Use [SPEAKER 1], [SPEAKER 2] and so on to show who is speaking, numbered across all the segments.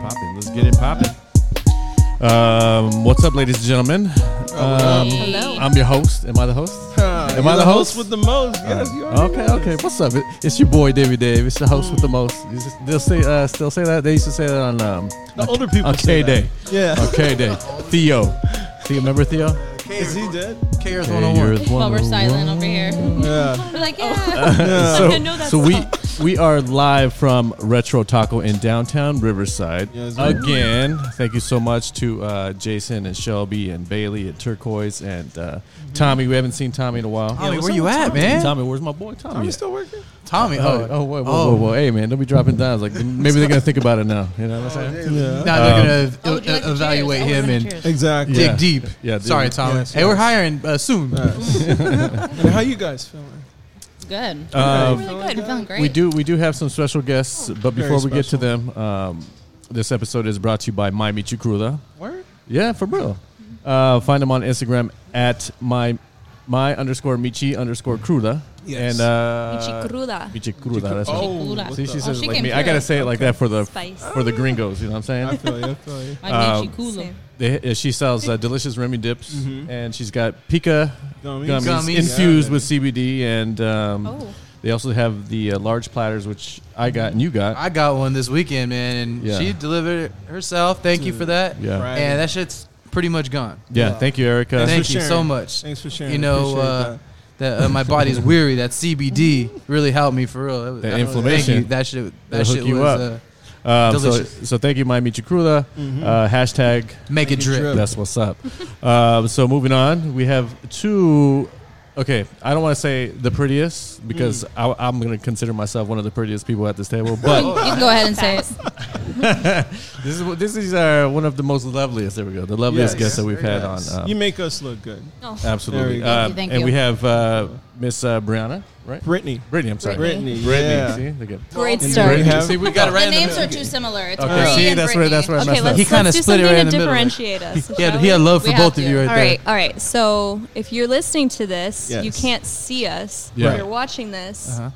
[SPEAKER 1] popping. Let's get it popping. Um, what's up, ladies and gentlemen? Um,
[SPEAKER 2] Hello.
[SPEAKER 1] I'm your host. Am I the host? Am I the
[SPEAKER 3] You're
[SPEAKER 1] host?
[SPEAKER 3] with the most? Yes, you are.
[SPEAKER 1] Okay, okay. What's up? It- It's your boy, Davy Dave. It's the host with the most. Is this- They'll say, uh, still say that. They used to say that on um,
[SPEAKER 3] The older people.
[SPEAKER 1] on K
[SPEAKER 3] say
[SPEAKER 1] Day.
[SPEAKER 3] that. Yeah.
[SPEAKER 1] Okay, Day. Theo. Theo, remember Theo?
[SPEAKER 3] Is he dead?
[SPEAKER 4] KRS
[SPEAKER 1] you're
[SPEAKER 4] 101.
[SPEAKER 1] the
[SPEAKER 2] While
[SPEAKER 1] one
[SPEAKER 2] we're
[SPEAKER 1] who
[SPEAKER 2] silent
[SPEAKER 1] won.
[SPEAKER 2] over here.
[SPEAKER 3] Yeah.
[SPEAKER 2] We're like, yeah.
[SPEAKER 3] Yeah.
[SPEAKER 2] I know that
[SPEAKER 1] so we
[SPEAKER 2] song.
[SPEAKER 1] we are live from Retro Taco in downtown Riverside
[SPEAKER 3] Yes, sir.
[SPEAKER 1] again. Thank you so much to uh, Jason and Shelby and Bailey and Turquoise and uh,
[SPEAKER 3] Mm-hmm.
[SPEAKER 1] Tommy. We haven't seen Tommy in a while.
[SPEAKER 4] Tommy,
[SPEAKER 3] what's
[SPEAKER 4] where
[SPEAKER 3] up
[SPEAKER 4] you
[SPEAKER 3] with
[SPEAKER 4] at,
[SPEAKER 3] Tommy?
[SPEAKER 4] man?
[SPEAKER 1] Tommy, where's my boy Tommy?
[SPEAKER 3] Are you
[SPEAKER 1] at?
[SPEAKER 3] still working?
[SPEAKER 4] Tommy.
[SPEAKER 1] Oh,
[SPEAKER 4] Oh,
[SPEAKER 1] oh, whoa, whoa,
[SPEAKER 4] oh.
[SPEAKER 1] whoa, whoa, hey man, don't be dropping dimes. Like maybe they're gonna think about it now. You know what I'm saying?
[SPEAKER 3] Yeah.
[SPEAKER 4] Now they're
[SPEAKER 2] Oh,
[SPEAKER 4] gonna
[SPEAKER 2] would you like
[SPEAKER 4] ev-
[SPEAKER 2] the
[SPEAKER 4] evaluate
[SPEAKER 2] cheers?
[SPEAKER 4] him
[SPEAKER 2] Oh,
[SPEAKER 4] and
[SPEAKER 2] cheers.
[SPEAKER 3] Exactly.
[SPEAKER 1] Um, Yeah.
[SPEAKER 4] dig deep.
[SPEAKER 1] Yeah, dude.
[SPEAKER 4] Sorry, Tommy.
[SPEAKER 3] Yes,
[SPEAKER 4] hey, we're hiring uh, soon.
[SPEAKER 3] And how you guys feeling?
[SPEAKER 2] It's good. Oh
[SPEAKER 1] Uh,
[SPEAKER 2] really good. I'm feeling great.
[SPEAKER 1] We do we do have some special guests, but
[SPEAKER 3] Oh, Very
[SPEAKER 1] before we get to
[SPEAKER 3] special.
[SPEAKER 1] them, um, this episode is brought to you by Miami Chucruda.
[SPEAKER 3] Word?
[SPEAKER 1] Yeah, for real. Uh, find them on Instagram at my my underscore Michi underscore Cruda.
[SPEAKER 3] Yes.
[SPEAKER 1] And uh,
[SPEAKER 5] Michi cruda.
[SPEAKER 1] Michi Cruda. That's right.
[SPEAKER 3] Oh,
[SPEAKER 2] Chikura.
[SPEAKER 3] what
[SPEAKER 1] See,
[SPEAKER 3] the-
[SPEAKER 1] she says
[SPEAKER 2] she
[SPEAKER 1] it like
[SPEAKER 2] came
[SPEAKER 1] me. I gotta
[SPEAKER 2] through.
[SPEAKER 1] say it like that for the
[SPEAKER 5] Spice.
[SPEAKER 1] for the gringos. You know what I'm
[SPEAKER 3] I
[SPEAKER 1] saying?
[SPEAKER 3] feel you. I feel you.
[SPEAKER 2] My
[SPEAKER 1] um,
[SPEAKER 2] Michi Kula.
[SPEAKER 1] They, uh, she sells uh, delicious Remy dips, and she's got pica
[SPEAKER 3] Gummies.
[SPEAKER 1] gummies,
[SPEAKER 4] Mm-hmm. Gummies.
[SPEAKER 1] infused
[SPEAKER 3] Yeah,
[SPEAKER 1] with CBD, and um,
[SPEAKER 2] Oh.
[SPEAKER 1] they also have the uh, large platters, which I got and you got.
[SPEAKER 4] I got one this weekend, man, and
[SPEAKER 1] Yeah.
[SPEAKER 4] she delivered it herself. Thank you for that.
[SPEAKER 1] Yeah.
[SPEAKER 3] Right.
[SPEAKER 4] And that shit's pretty much gone.
[SPEAKER 1] yeah, thank you, Erica.
[SPEAKER 3] Thanks
[SPEAKER 4] Thank
[SPEAKER 3] for
[SPEAKER 4] you so
[SPEAKER 3] sharing.
[SPEAKER 4] much.
[SPEAKER 3] Thanks for sharing.
[SPEAKER 4] You know,
[SPEAKER 3] Appreciate
[SPEAKER 4] uh,
[SPEAKER 3] that.
[SPEAKER 4] that uh, my body's weary. That CBD really helped me for real. That was-
[SPEAKER 1] That
[SPEAKER 4] I don't-
[SPEAKER 1] inflammation.
[SPEAKER 4] Thank you. That shit. That
[SPEAKER 1] It'll
[SPEAKER 4] shit
[SPEAKER 1] hook you up.
[SPEAKER 4] was Uh,
[SPEAKER 1] Um, so,
[SPEAKER 4] Delicious. Mm-hmm.
[SPEAKER 1] so thank you, Miami Chikruda. Uh, hashtag
[SPEAKER 4] make, it
[SPEAKER 3] it
[SPEAKER 4] drip.
[SPEAKER 3] drip.
[SPEAKER 1] that's what's up. um, so moving on, we have two. Okay, I don't want to say the prettiest
[SPEAKER 4] Mm.
[SPEAKER 1] because I, I'm going to consider myself one of the prettiest people at this table,
[SPEAKER 2] You
[SPEAKER 4] Oh,
[SPEAKER 1] but
[SPEAKER 2] can go ahead and say it.
[SPEAKER 1] this is this is uh, one of the most loveliest. There we go, the loveliest
[SPEAKER 3] Yes.
[SPEAKER 1] guests that we've had
[SPEAKER 3] Yes.
[SPEAKER 1] on.
[SPEAKER 3] you
[SPEAKER 1] Um,
[SPEAKER 3] make us look good.
[SPEAKER 2] No.
[SPEAKER 1] absolutely,
[SPEAKER 3] There you go.
[SPEAKER 1] Uh,
[SPEAKER 2] Thank you, thank
[SPEAKER 1] and
[SPEAKER 2] you.
[SPEAKER 1] we have uh, Miss uh, Brianna, right?
[SPEAKER 3] Brittany.
[SPEAKER 1] Brittany, I'm sorry,
[SPEAKER 3] Brittany.
[SPEAKER 1] Brittany,
[SPEAKER 3] Yeah.
[SPEAKER 1] see, they're good.
[SPEAKER 2] Great
[SPEAKER 3] And
[SPEAKER 2] start.
[SPEAKER 3] we have-
[SPEAKER 4] See, we got it right
[SPEAKER 2] the
[SPEAKER 4] in the
[SPEAKER 2] names
[SPEAKER 4] middle.
[SPEAKER 2] are too similar. It's
[SPEAKER 1] Okay,
[SPEAKER 2] Bree
[SPEAKER 1] see,
[SPEAKER 2] and
[SPEAKER 1] that's where
[SPEAKER 2] Brittany.
[SPEAKER 1] that's where I
[SPEAKER 5] Okay,
[SPEAKER 1] messed
[SPEAKER 5] let's,
[SPEAKER 1] up.
[SPEAKER 4] He kinda
[SPEAKER 5] let's do
[SPEAKER 4] split it
[SPEAKER 5] something
[SPEAKER 4] right in
[SPEAKER 5] to
[SPEAKER 4] the middle there.
[SPEAKER 5] differentiate us.
[SPEAKER 4] He had,
[SPEAKER 5] shall
[SPEAKER 4] he had
[SPEAKER 5] we?
[SPEAKER 4] love for
[SPEAKER 2] We
[SPEAKER 4] both
[SPEAKER 2] have
[SPEAKER 4] of you
[SPEAKER 2] to.
[SPEAKER 4] right
[SPEAKER 5] All
[SPEAKER 4] there.
[SPEAKER 5] right, all right. So if you're listening to this, you
[SPEAKER 3] Yes.
[SPEAKER 5] can't see us.
[SPEAKER 1] Yeah.
[SPEAKER 5] If you're watching this,
[SPEAKER 4] Uh-huh.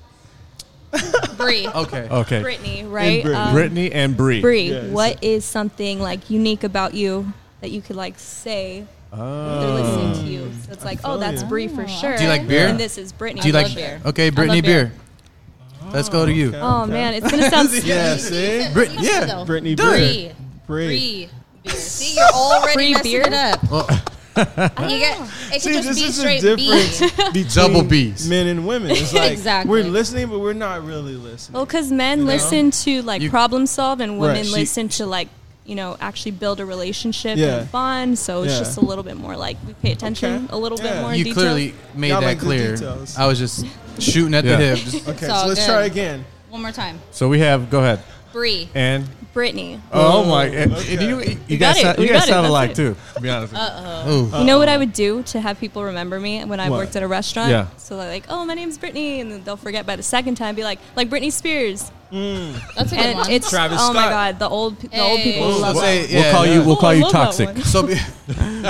[SPEAKER 2] Bree.
[SPEAKER 4] Okay.
[SPEAKER 1] Okay,
[SPEAKER 5] Brittany, right?
[SPEAKER 3] Brittany.
[SPEAKER 1] Brittany and Bree.
[SPEAKER 5] um, Bree,
[SPEAKER 3] Yes.
[SPEAKER 5] what is something like unique about you that you could like say if they're
[SPEAKER 1] Oh.
[SPEAKER 5] listening to you? So it's like,
[SPEAKER 3] feel
[SPEAKER 5] oh, that's
[SPEAKER 3] you.
[SPEAKER 5] Bree for sure.
[SPEAKER 4] Do you Um, like beer?
[SPEAKER 5] And this is Brittany.
[SPEAKER 4] Do you
[SPEAKER 5] I
[SPEAKER 4] like
[SPEAKER 5] love beer?
[SPEAKER 4] Okay, Brittany
[SPEAKER 2] love beer.
[SPEAKER 4] beer. Let's go to you.
[SPEAKER 3] Okay.
[SPEAKER 5] Oh man, it's gonna sound.
[SPEAKER 3] Yeah, see?
[SPEAKER 4] Brit- yeah,
[SPEAKER 3] Brittany
[SPEAKER 2] Bree.
[SPEAKER 3] Beer. Bree.
[SPEAKER 2] Bree. Beer. See, you're already
[SPEAKER 5] Bree
[SPEAKER 2] messing
[SPEAKER 5] beer?
[SPEAKER 2] it up.
[SPEAKER 4] Well,
[SPEAKER 2] You get, it could
[SPEAKER 3] See,
[SPEAKER 2] just
[SPEAKER 3] this
[SPEAKER 2] be
[SPEAKER 3] is
[SPEAKER 2] straight
[SPEAKER 3] the
[SPEAKER 2] B.
[SPEAKER 3] difference between
[SPEAKER 4] Double Bs.
[SPEAKER 3] men and women. It's like
[SPEAKER 2] Exactly.
[SPEAKER 3] we're listening, but we're not really listening.
[SPEAKER 5] Well, because men listen to like
[SPEAKER 4] You-
[SPEAKER 5] problem solve, and women
[SPEAKER 3] Right. She-
[SPEAKER 5] listen to like you know actually build a relationship
[SPEAKER 3] Yeah.
[SPEAKER 5] and a bond. So it's
[SPEAKER 3] Yeah.
[SPEAKER 5] just a little bit more like we pay attention
[SPEAKER 3] Okay.
[SPEAKER 5] a little
[SPEAKER 3] Yeah.
[SPEAKER 5] bit more. in
[SPEAKER 4] you
[SPEAKER 5] detail.
[SPEAKER 4] clearly made
[SPEAKER 3] Y'all
[SPEAKER 4] that
[SPEAKER 3] like the
[SPEAKER 4] clear.
[SPEAKER 3] details.
[SPEAKER 4] I was just shooting at
[SPEAKER 1] Yeah.
[SPEAKER 4] the hip. Just-
[SPEAKER 3] Okay,
[SPEAKER 2] all
[SPEAKER 3] so let's
[SPEAKER 2] good.
[SPEAKER 3] try again.
[SPEAKER 2] One more time.
[SPEAKER 1] So we have. Go ahead.
[SPEAKER 2] Bree.
[SPEAKER 1] And
[SPEAKER 5] Brittany.
[SPEAKER 1] Oh my! And,
[SPEAKER 3] okay.
[SPEAKER 1] and you, you,
[SPEAKER 5] We
[SPEAKER 1] guys,
[SPEAKER 5] got it,
[SPEAKER 1] sound,
[SPEAKER 5] we
[SPEAKER 1] you guys
[SPEAKER 5] got it,
[SPEAKER 1] sound
[SPEAKER 5] that's
[SPEAKER 1] alike
[SPEAKER 5] it. Uh,
[SPEAKER 1] too. To be honest, with you.
[SPEAKER 4] oh,
[SPEAKER 5] You know what I would do to have people remember me when I
[SPEAKER 3] What?
[SPEAKER 5] worked at a restaurant?
[SPEAKER 1] Yeah.
[SPEAKER 5] So they're like, oh, my name's Brittany, and then they'll forget by the second time. Be like, like Britney Spears,
[SPEAKER 2] That's a good
[SPEAKER 5] and
[SPEAKER 2] one.
[SPEAKER 5] it's
[SPEAKER 3] Travis
[SPEAKER 5] oh my
[SPEAKER 3] Scott.
[SPEAKER 5] god, the old pe- the old
[SPEAKER 2] Hey.
[SPEAKER 5] people
[SPEAKER 2] Ooh,
[SPEAKER 5] love
[SPEAKER 4] We'll
[SPEAKER 5] it.
[SPEAKER 4] say-
[SPEAKER 1] we'll
[SPEAKER 4] yeah,
[SPEAKER 1] call you.
[SPEAKER 4] yeah.
[SPEAKER 1] We'll call
[SPEAKER 5] I
[SPEAKER 1] you
[SPEAKER 5] love that
[SPEAKER 1] toxic.
[SPEAKER 5] one.
[SPEAKER 4] So, be,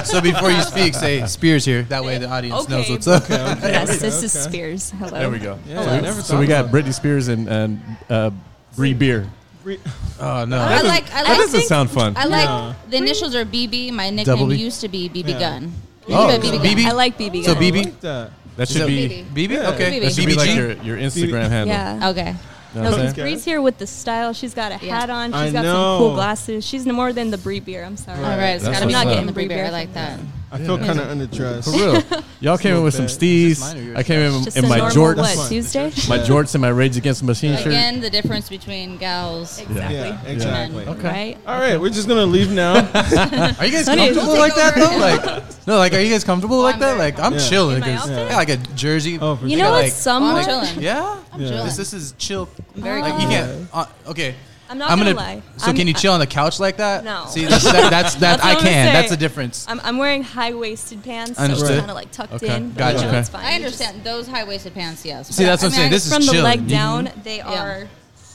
[SPEAKER 4] so before you speak, say Spears here. That way the audience knows
[SPEAKER 5] Okay.
[SPEAKER 4] what's up.
[SPEAKER 5] Yes, this is
[SPEAKER 3] okay.
[SPEAKER 5] Spears. Hello.
[SPEAKER 1] There we go.
[SPEAKER 3] Yeah,
[SPEAKER 1] so
[SPEAKER 3] I
[SPEAKER 1] we,
[SPEAKER 3] never
[SPEAKER 1] so we
[SPEAKER 3] thought
[SPEAKER 1] got
[SPEAKER 3] about
[SPEAKER 1] Britney Spears and and uh, Brie Beer.
[SPEAKER 3] Re-
[SPEAKER 4] Oh no.
[SPEAKER 2] I like. I
[SPEAKER 1] That
[SPEAKER 2] like.
[SPEAKER 1] doesn't sound fun.
[SPEAKER 2] I like
[SPEAKER 3] Yeah.
[SPEAKER 2] the initials are BB. My
[SPEAKER 4] Double
[SPEAKER 2] nickname
[SPEAKER 4] B.
[SPEAKER 2] used to be BB
[SPEAKER 3] Yeah.
[SPEAKER 2] Gun.
[SPEAKER 4] Oh,
[SPEAKER 2] Leave it at
[SPEAKER 4] BB.
[SPEAKER 5] I like BB.
[SPEAKER 4] So
[SPEAKER 5] Gun.
[SPEAKER 3] I
[SPEAKER 4] BB?
[SPEAKER 3] like that.
[SPEAKER 1] That should
[SPEAKER 4] that
[SPEAKER 1] be.
[SPEAKER 4] BB.
[SPEAKER 3] Yeah.
[SPEAKER 4] Okay.
[SPEAKER 2] BB.
[SPEAKER 1] That should be like
[SPEAKER 4] BBG?
[SPEAKER 1] your, your Instagram handle.
[SPEAKER 5] Yeah.
[SPEAKER 2] Okay.
[SPEAKER 1] You know
[SPEAKER 5] No,
[SPEAKER 1] what I'm
[SPEAKER 5] because
[SPEAKER 1] saying?
[SPEAKER 5] Bree's here with the style. She's got a
[SPEAKER 2] Yeah.
[SPEAKER 5] hat on. She's
[SPEAKER 3] I
[SPEAKER 5] got some cool
[SPEAKER 3] know.
[SPEAKER 5] glasses. She's more than the Bree beer. I'm sorry.
[SPEAKER 2] All right. It's
[SPEAKER 1] That's
[SPEAKER 2] gotta be
[SPEAKER 1] what's
[SPEAKER 2] not
[SPEAKER 1] up.
[SPEAKER 2] getting the Bree Bear. I like that.
[SPEAKER 3] I feel kind of underdressed.
[SPEAKER 1] For real, y'all came in with some
[SPEAKER 3] bad.
[SPEAKER 1] stees.
[SPEAKER 4] mine or yours?
[SPEAKER 1] I came in
[SPEAKER 5] Just
[SPEAKER 1] in
[SPEAKER 5] a
[SPEAKER 1] my
[SPEAKER 5] normal
[SPEAKER 1] jorts,
[SPEAKER 5] what
[SPEAKER 3] That's fine.
[SPEAKER 5] Tuesday.
[SPEAKER 1] my jorts, and my Rage Against the Machine shirt.
[SPEAKER 2] Again, the difference between gals.
[SPEAKER 5] Exactly.
[SPEAKER 3] Yeah, exactly.
[SPEAKER 1] Okay.
[SPEAKER 5] Right.
[SPEAKER 3] All right, we're just gonna leave now.
[SPEAKER 4] Are you guys
[SPEAKER 5] Honey,
[SPEAKER 4] comfortable
[SPEAKER 2] we'll
[SPEAKER 4] like
[SPEAKER 2] take
[SPEAKER 4] that though? Like, no, like, are you guys comfortable like that? Like, I'm
[SPEAKER 3] Yeah.
[SPEAKER 4] chilling.
[SPEAKER 5] In my
[SPEAKER 4] 'cause
[SPEAKER 5] outfit?
[SPEAKER 4] I got like a jersey.
[SPEAKER 3] Oh, for
[SPEAKER 5] You
[SPEAKER 3] sure.
[SPEAKER 5] know what?
[SPEAKER 4] Like-
[SPEAKER 5] Some
[SPEAKER 2] I'm
[SPEAKER 5] wear-
[SPEAKER 2] chilling.
[SPEAKER 4] Yeah.
[SPEAKER 3] Yeah.
[SPEAKER 4] This, this is chill.
[SPEAKER 2] Very
[SPEAKER 4] Like, you
[SPEAKER 2] good.
[SPEAKER 4] can't. Uh, okay.
[SPEAKER 5] I'm not gonna lie.
[SPEAKER 4] So
[SPEAKER 5] I'm-
[SPEAKER 4] can you chill on the couch like that?
[SPEAKER 5] No.
[SPEAKER 4] See, that's that, that's, that
[SPEAKER 5] That's what
[SPEAKER 4] I
[SPEAKER 5] I'm gonna
[SPEAKER 4] can.
[SPEAKER 5] say.
[SPEAKER 4] That's the difference.
[SPEAKER 5] I'm, I'm wearing high waisted pants. So it's
[SPEAKER 4] Understood.
[SPEAKER 5] kind of like tucked
[SPEAKER 4] Okay.
[SPEAKER 5] in. but,
[SPEAKER 4] Gotcha.
[SPEAKER 5] you know,
[SPEAKER 4] Okay.
[SPEAKER 5] it's
[SPEAKER 2] I
[SPEAKER 5] fine. You just-
[SPEAKER 2] understand those high waisted pants. Yes.
[SPEAKER 4] See, that's what I'm saying. This is
[SPEAKER 5] From the
[SPEAKER 4] chilling.
[SPEAKER 5] leg
[SPEAKER 4] Mhm.
[SPEAKER 5] down, they
[SPEAKER 2] Yeah.
[SPEAKER 5] are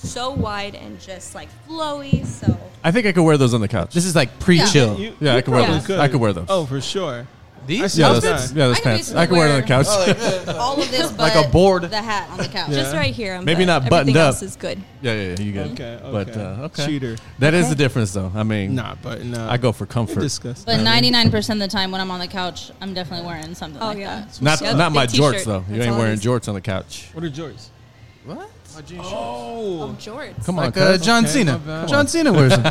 [SPEAKER 5] so wide and just like flowy. So
[SPEAKER 1] I think I could wear those on the couch.
[SPEAKER 4] This is like pre-chill.
[SPEAKER 3] You-
[SPEAKER 1] yeah, I
[SPEAKER 3] you
[SPEAKER 1] could wear
[SPEAKER 3] probably
[SPEAKER 1] those. I could wear those.
[SPEAKER 3] Oh, for sure.
[SPEAKER 4] These
[SPEAKER 3] see Yeah,
[SPEAKER 1] that's-
[SPEAKER 3] that's-
[SPEAKER 1] yeah, that's
[SPEAKER 2] I can
[SPEAKER 1] pants.
[SPEAKER 2] basically
[SPEAKER 1] I can wear it on the
[SPEAKER 2] wear-
[SPEAKER 1] couch.
[SPEAKER 2] All of this, but
[SPEAKER 4] Like a board.
[SPEAKER 2] The hat on the couch.
[SPEAKER 3] Yeah.
[SPEAKER 5] Just right here. um,
[SPEAKER 1] Maybe
[SPEAKER 5] but
[SPEAKER 1] not buttoned
[SPEAKER 5] everything
[SPEAKER 1] up.
[SPEAKER 5] Else is good.
[SPEAKER 1] Yeah, yeah, yeah, you get it.
[SPEAKER 3] Okay, okay.
[SPEAKER 1] But uh, okay,
[SPEAKER 3] Cheater.
[SPEAKER 1] That is the difference, though. I mean,
[SPEAKER 3] Not button up.
[SPEAKER 1] I go for
[SPEAKER 3] You're
[SPEAKER 1] comfort.
[SPEAKER 3] disgusting.
[SPEAKER 2] But ninety nine percent of the time when I'm on the couch, I'm definitely wearing something
[SPEAKER 5] Oh
[SPEAKER 2] like
[SPEAKER 5] yeah.
[SPEAKER 2] that.
[SPEAKER 1] Not
[SPEAKER 5] Yeah,
[SPEAKER 1] not
[SPEAKER 5] big
[SPEAKER 1] my jorts
[SPEAKER 5] t-shirt.
[SPEAKER 1] though. You
[SPEAKER 5] That's
[SPEAKER 1] ain't
[SPEAKER 5] all it
[SPEAKER 1] wearing
[SPEAKER 5] is.
[SPEAKER 1] jorts on the couch.
[SPEAKER 3] What are yours?
[SPEAKER 4] What?
[SPEAKER 5] Oh,
[SPEAKER 3] Oh.
[SPEAKER 5] jorts.
[SPEAKER 1] Come on,
[SPEAKER 4] Like uh, John
[SPEAKER 3] Okay, my
[SPEAKER 4] Cena.
[SPEAKER 3] bad.
[SPEAKER 4] John Cena wears them.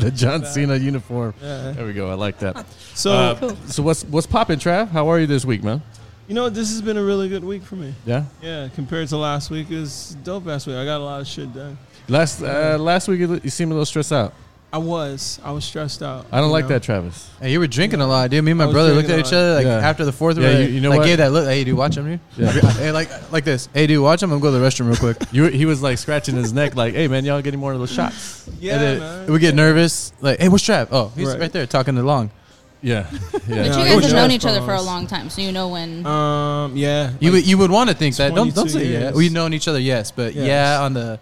[SPEAKER 1] the John Cena uniform.
[SPEAKER 3] Yeah.
[SPEAKER 1] There we go. I like that.
[SPEAKER 3] So
[SPEAKER 1] Uh, So what's what's poppin', Trav? How are you this week, man?
[SPEAKER 3] you know this has been a really good week for me.
[SPEAKER 1] Yeah.
[SPEAKER 3] Yeah, compared to last week, it was dope last week. I got a lot of shit done.
[SPEAKER 1] Last uh, last week you, you seemed a little stressed out.
[SPEAKER 3] I was, I was stressed out.
[SPEAKER 1] I don't
[SPEAKER 3] you
[SPEAKER 1] like
[SPEAKER 3] know?
[SPEAKER 1] that, Travis.
[SPEAKER 4] Hey, you were drinking a lot, dude. Me and my
[SPEAKER 3] I was
[SPEAKER 4] brother looked
[SPEAKER 3] drinking a
[SPEAKER 4] at each
[SPEAKER 3] lot.
[SPEAKER 4] other like
[SPEAKER 1] Yeah.
[SPEAKER 4] after the fourth.
[SPEAKER 1] Yeah,
[SPEAKER 4] we
[SPEAKER 1] you- you know
[SPEAKER 4] like
[SPEAKER 1] what?
[SPEAKER 4] gave that look. Hey, dude, watch him, dude.
[SPEAKER 1] Yeah.
[SPEAKER 4] hey, like like this. Hey, dude, watch him. I'm going to the restroom real quick.
[SPEAKER 1] You, he was like scratching his neck, like, "Hey, man, y'all getting more of those shots?"
[SPEAKER 3] Yeah,
[SPEAKER 4] And then
[SPEAKER 3] man.
[SPEAKER 4] we get nervous. Like, hey, where's Trap? Oh, he's
[SPEAKER 3] Right.
[SPEAKER 4] right, there talking to Long.
[SPEAKER 1] Yeah,
[SPEAKER 2] But
[SPEAKER 1] yeah.
[SPEAKER 3] Yeah.
[SPEAKER 2] you
[SPEAKER 3] it
[SPEAKER 2] guys
[SPEAKER 3] was
[SPEAKER 2] have known
[SPEAKER 3] just
[SPEAKER 2] each other for a
[SPEAKER 3] phones.
[SPEAKER 2] long time, so you know when.
[SPEAKER 3] Um, yeah.
[SPEAKER 4] You
[SPEAKER 3] like-
[SPEAKER 4] would you would want to think that. Don't
[SPEAKER 3] 22
[SPEAKER 4] don't say yeah.
[SPEAKER 3] years.
[SPEAKER 4] We've known each other, yes, but
[SPEAKER 3] Yes.
[SPEAKER 4] yeah, on the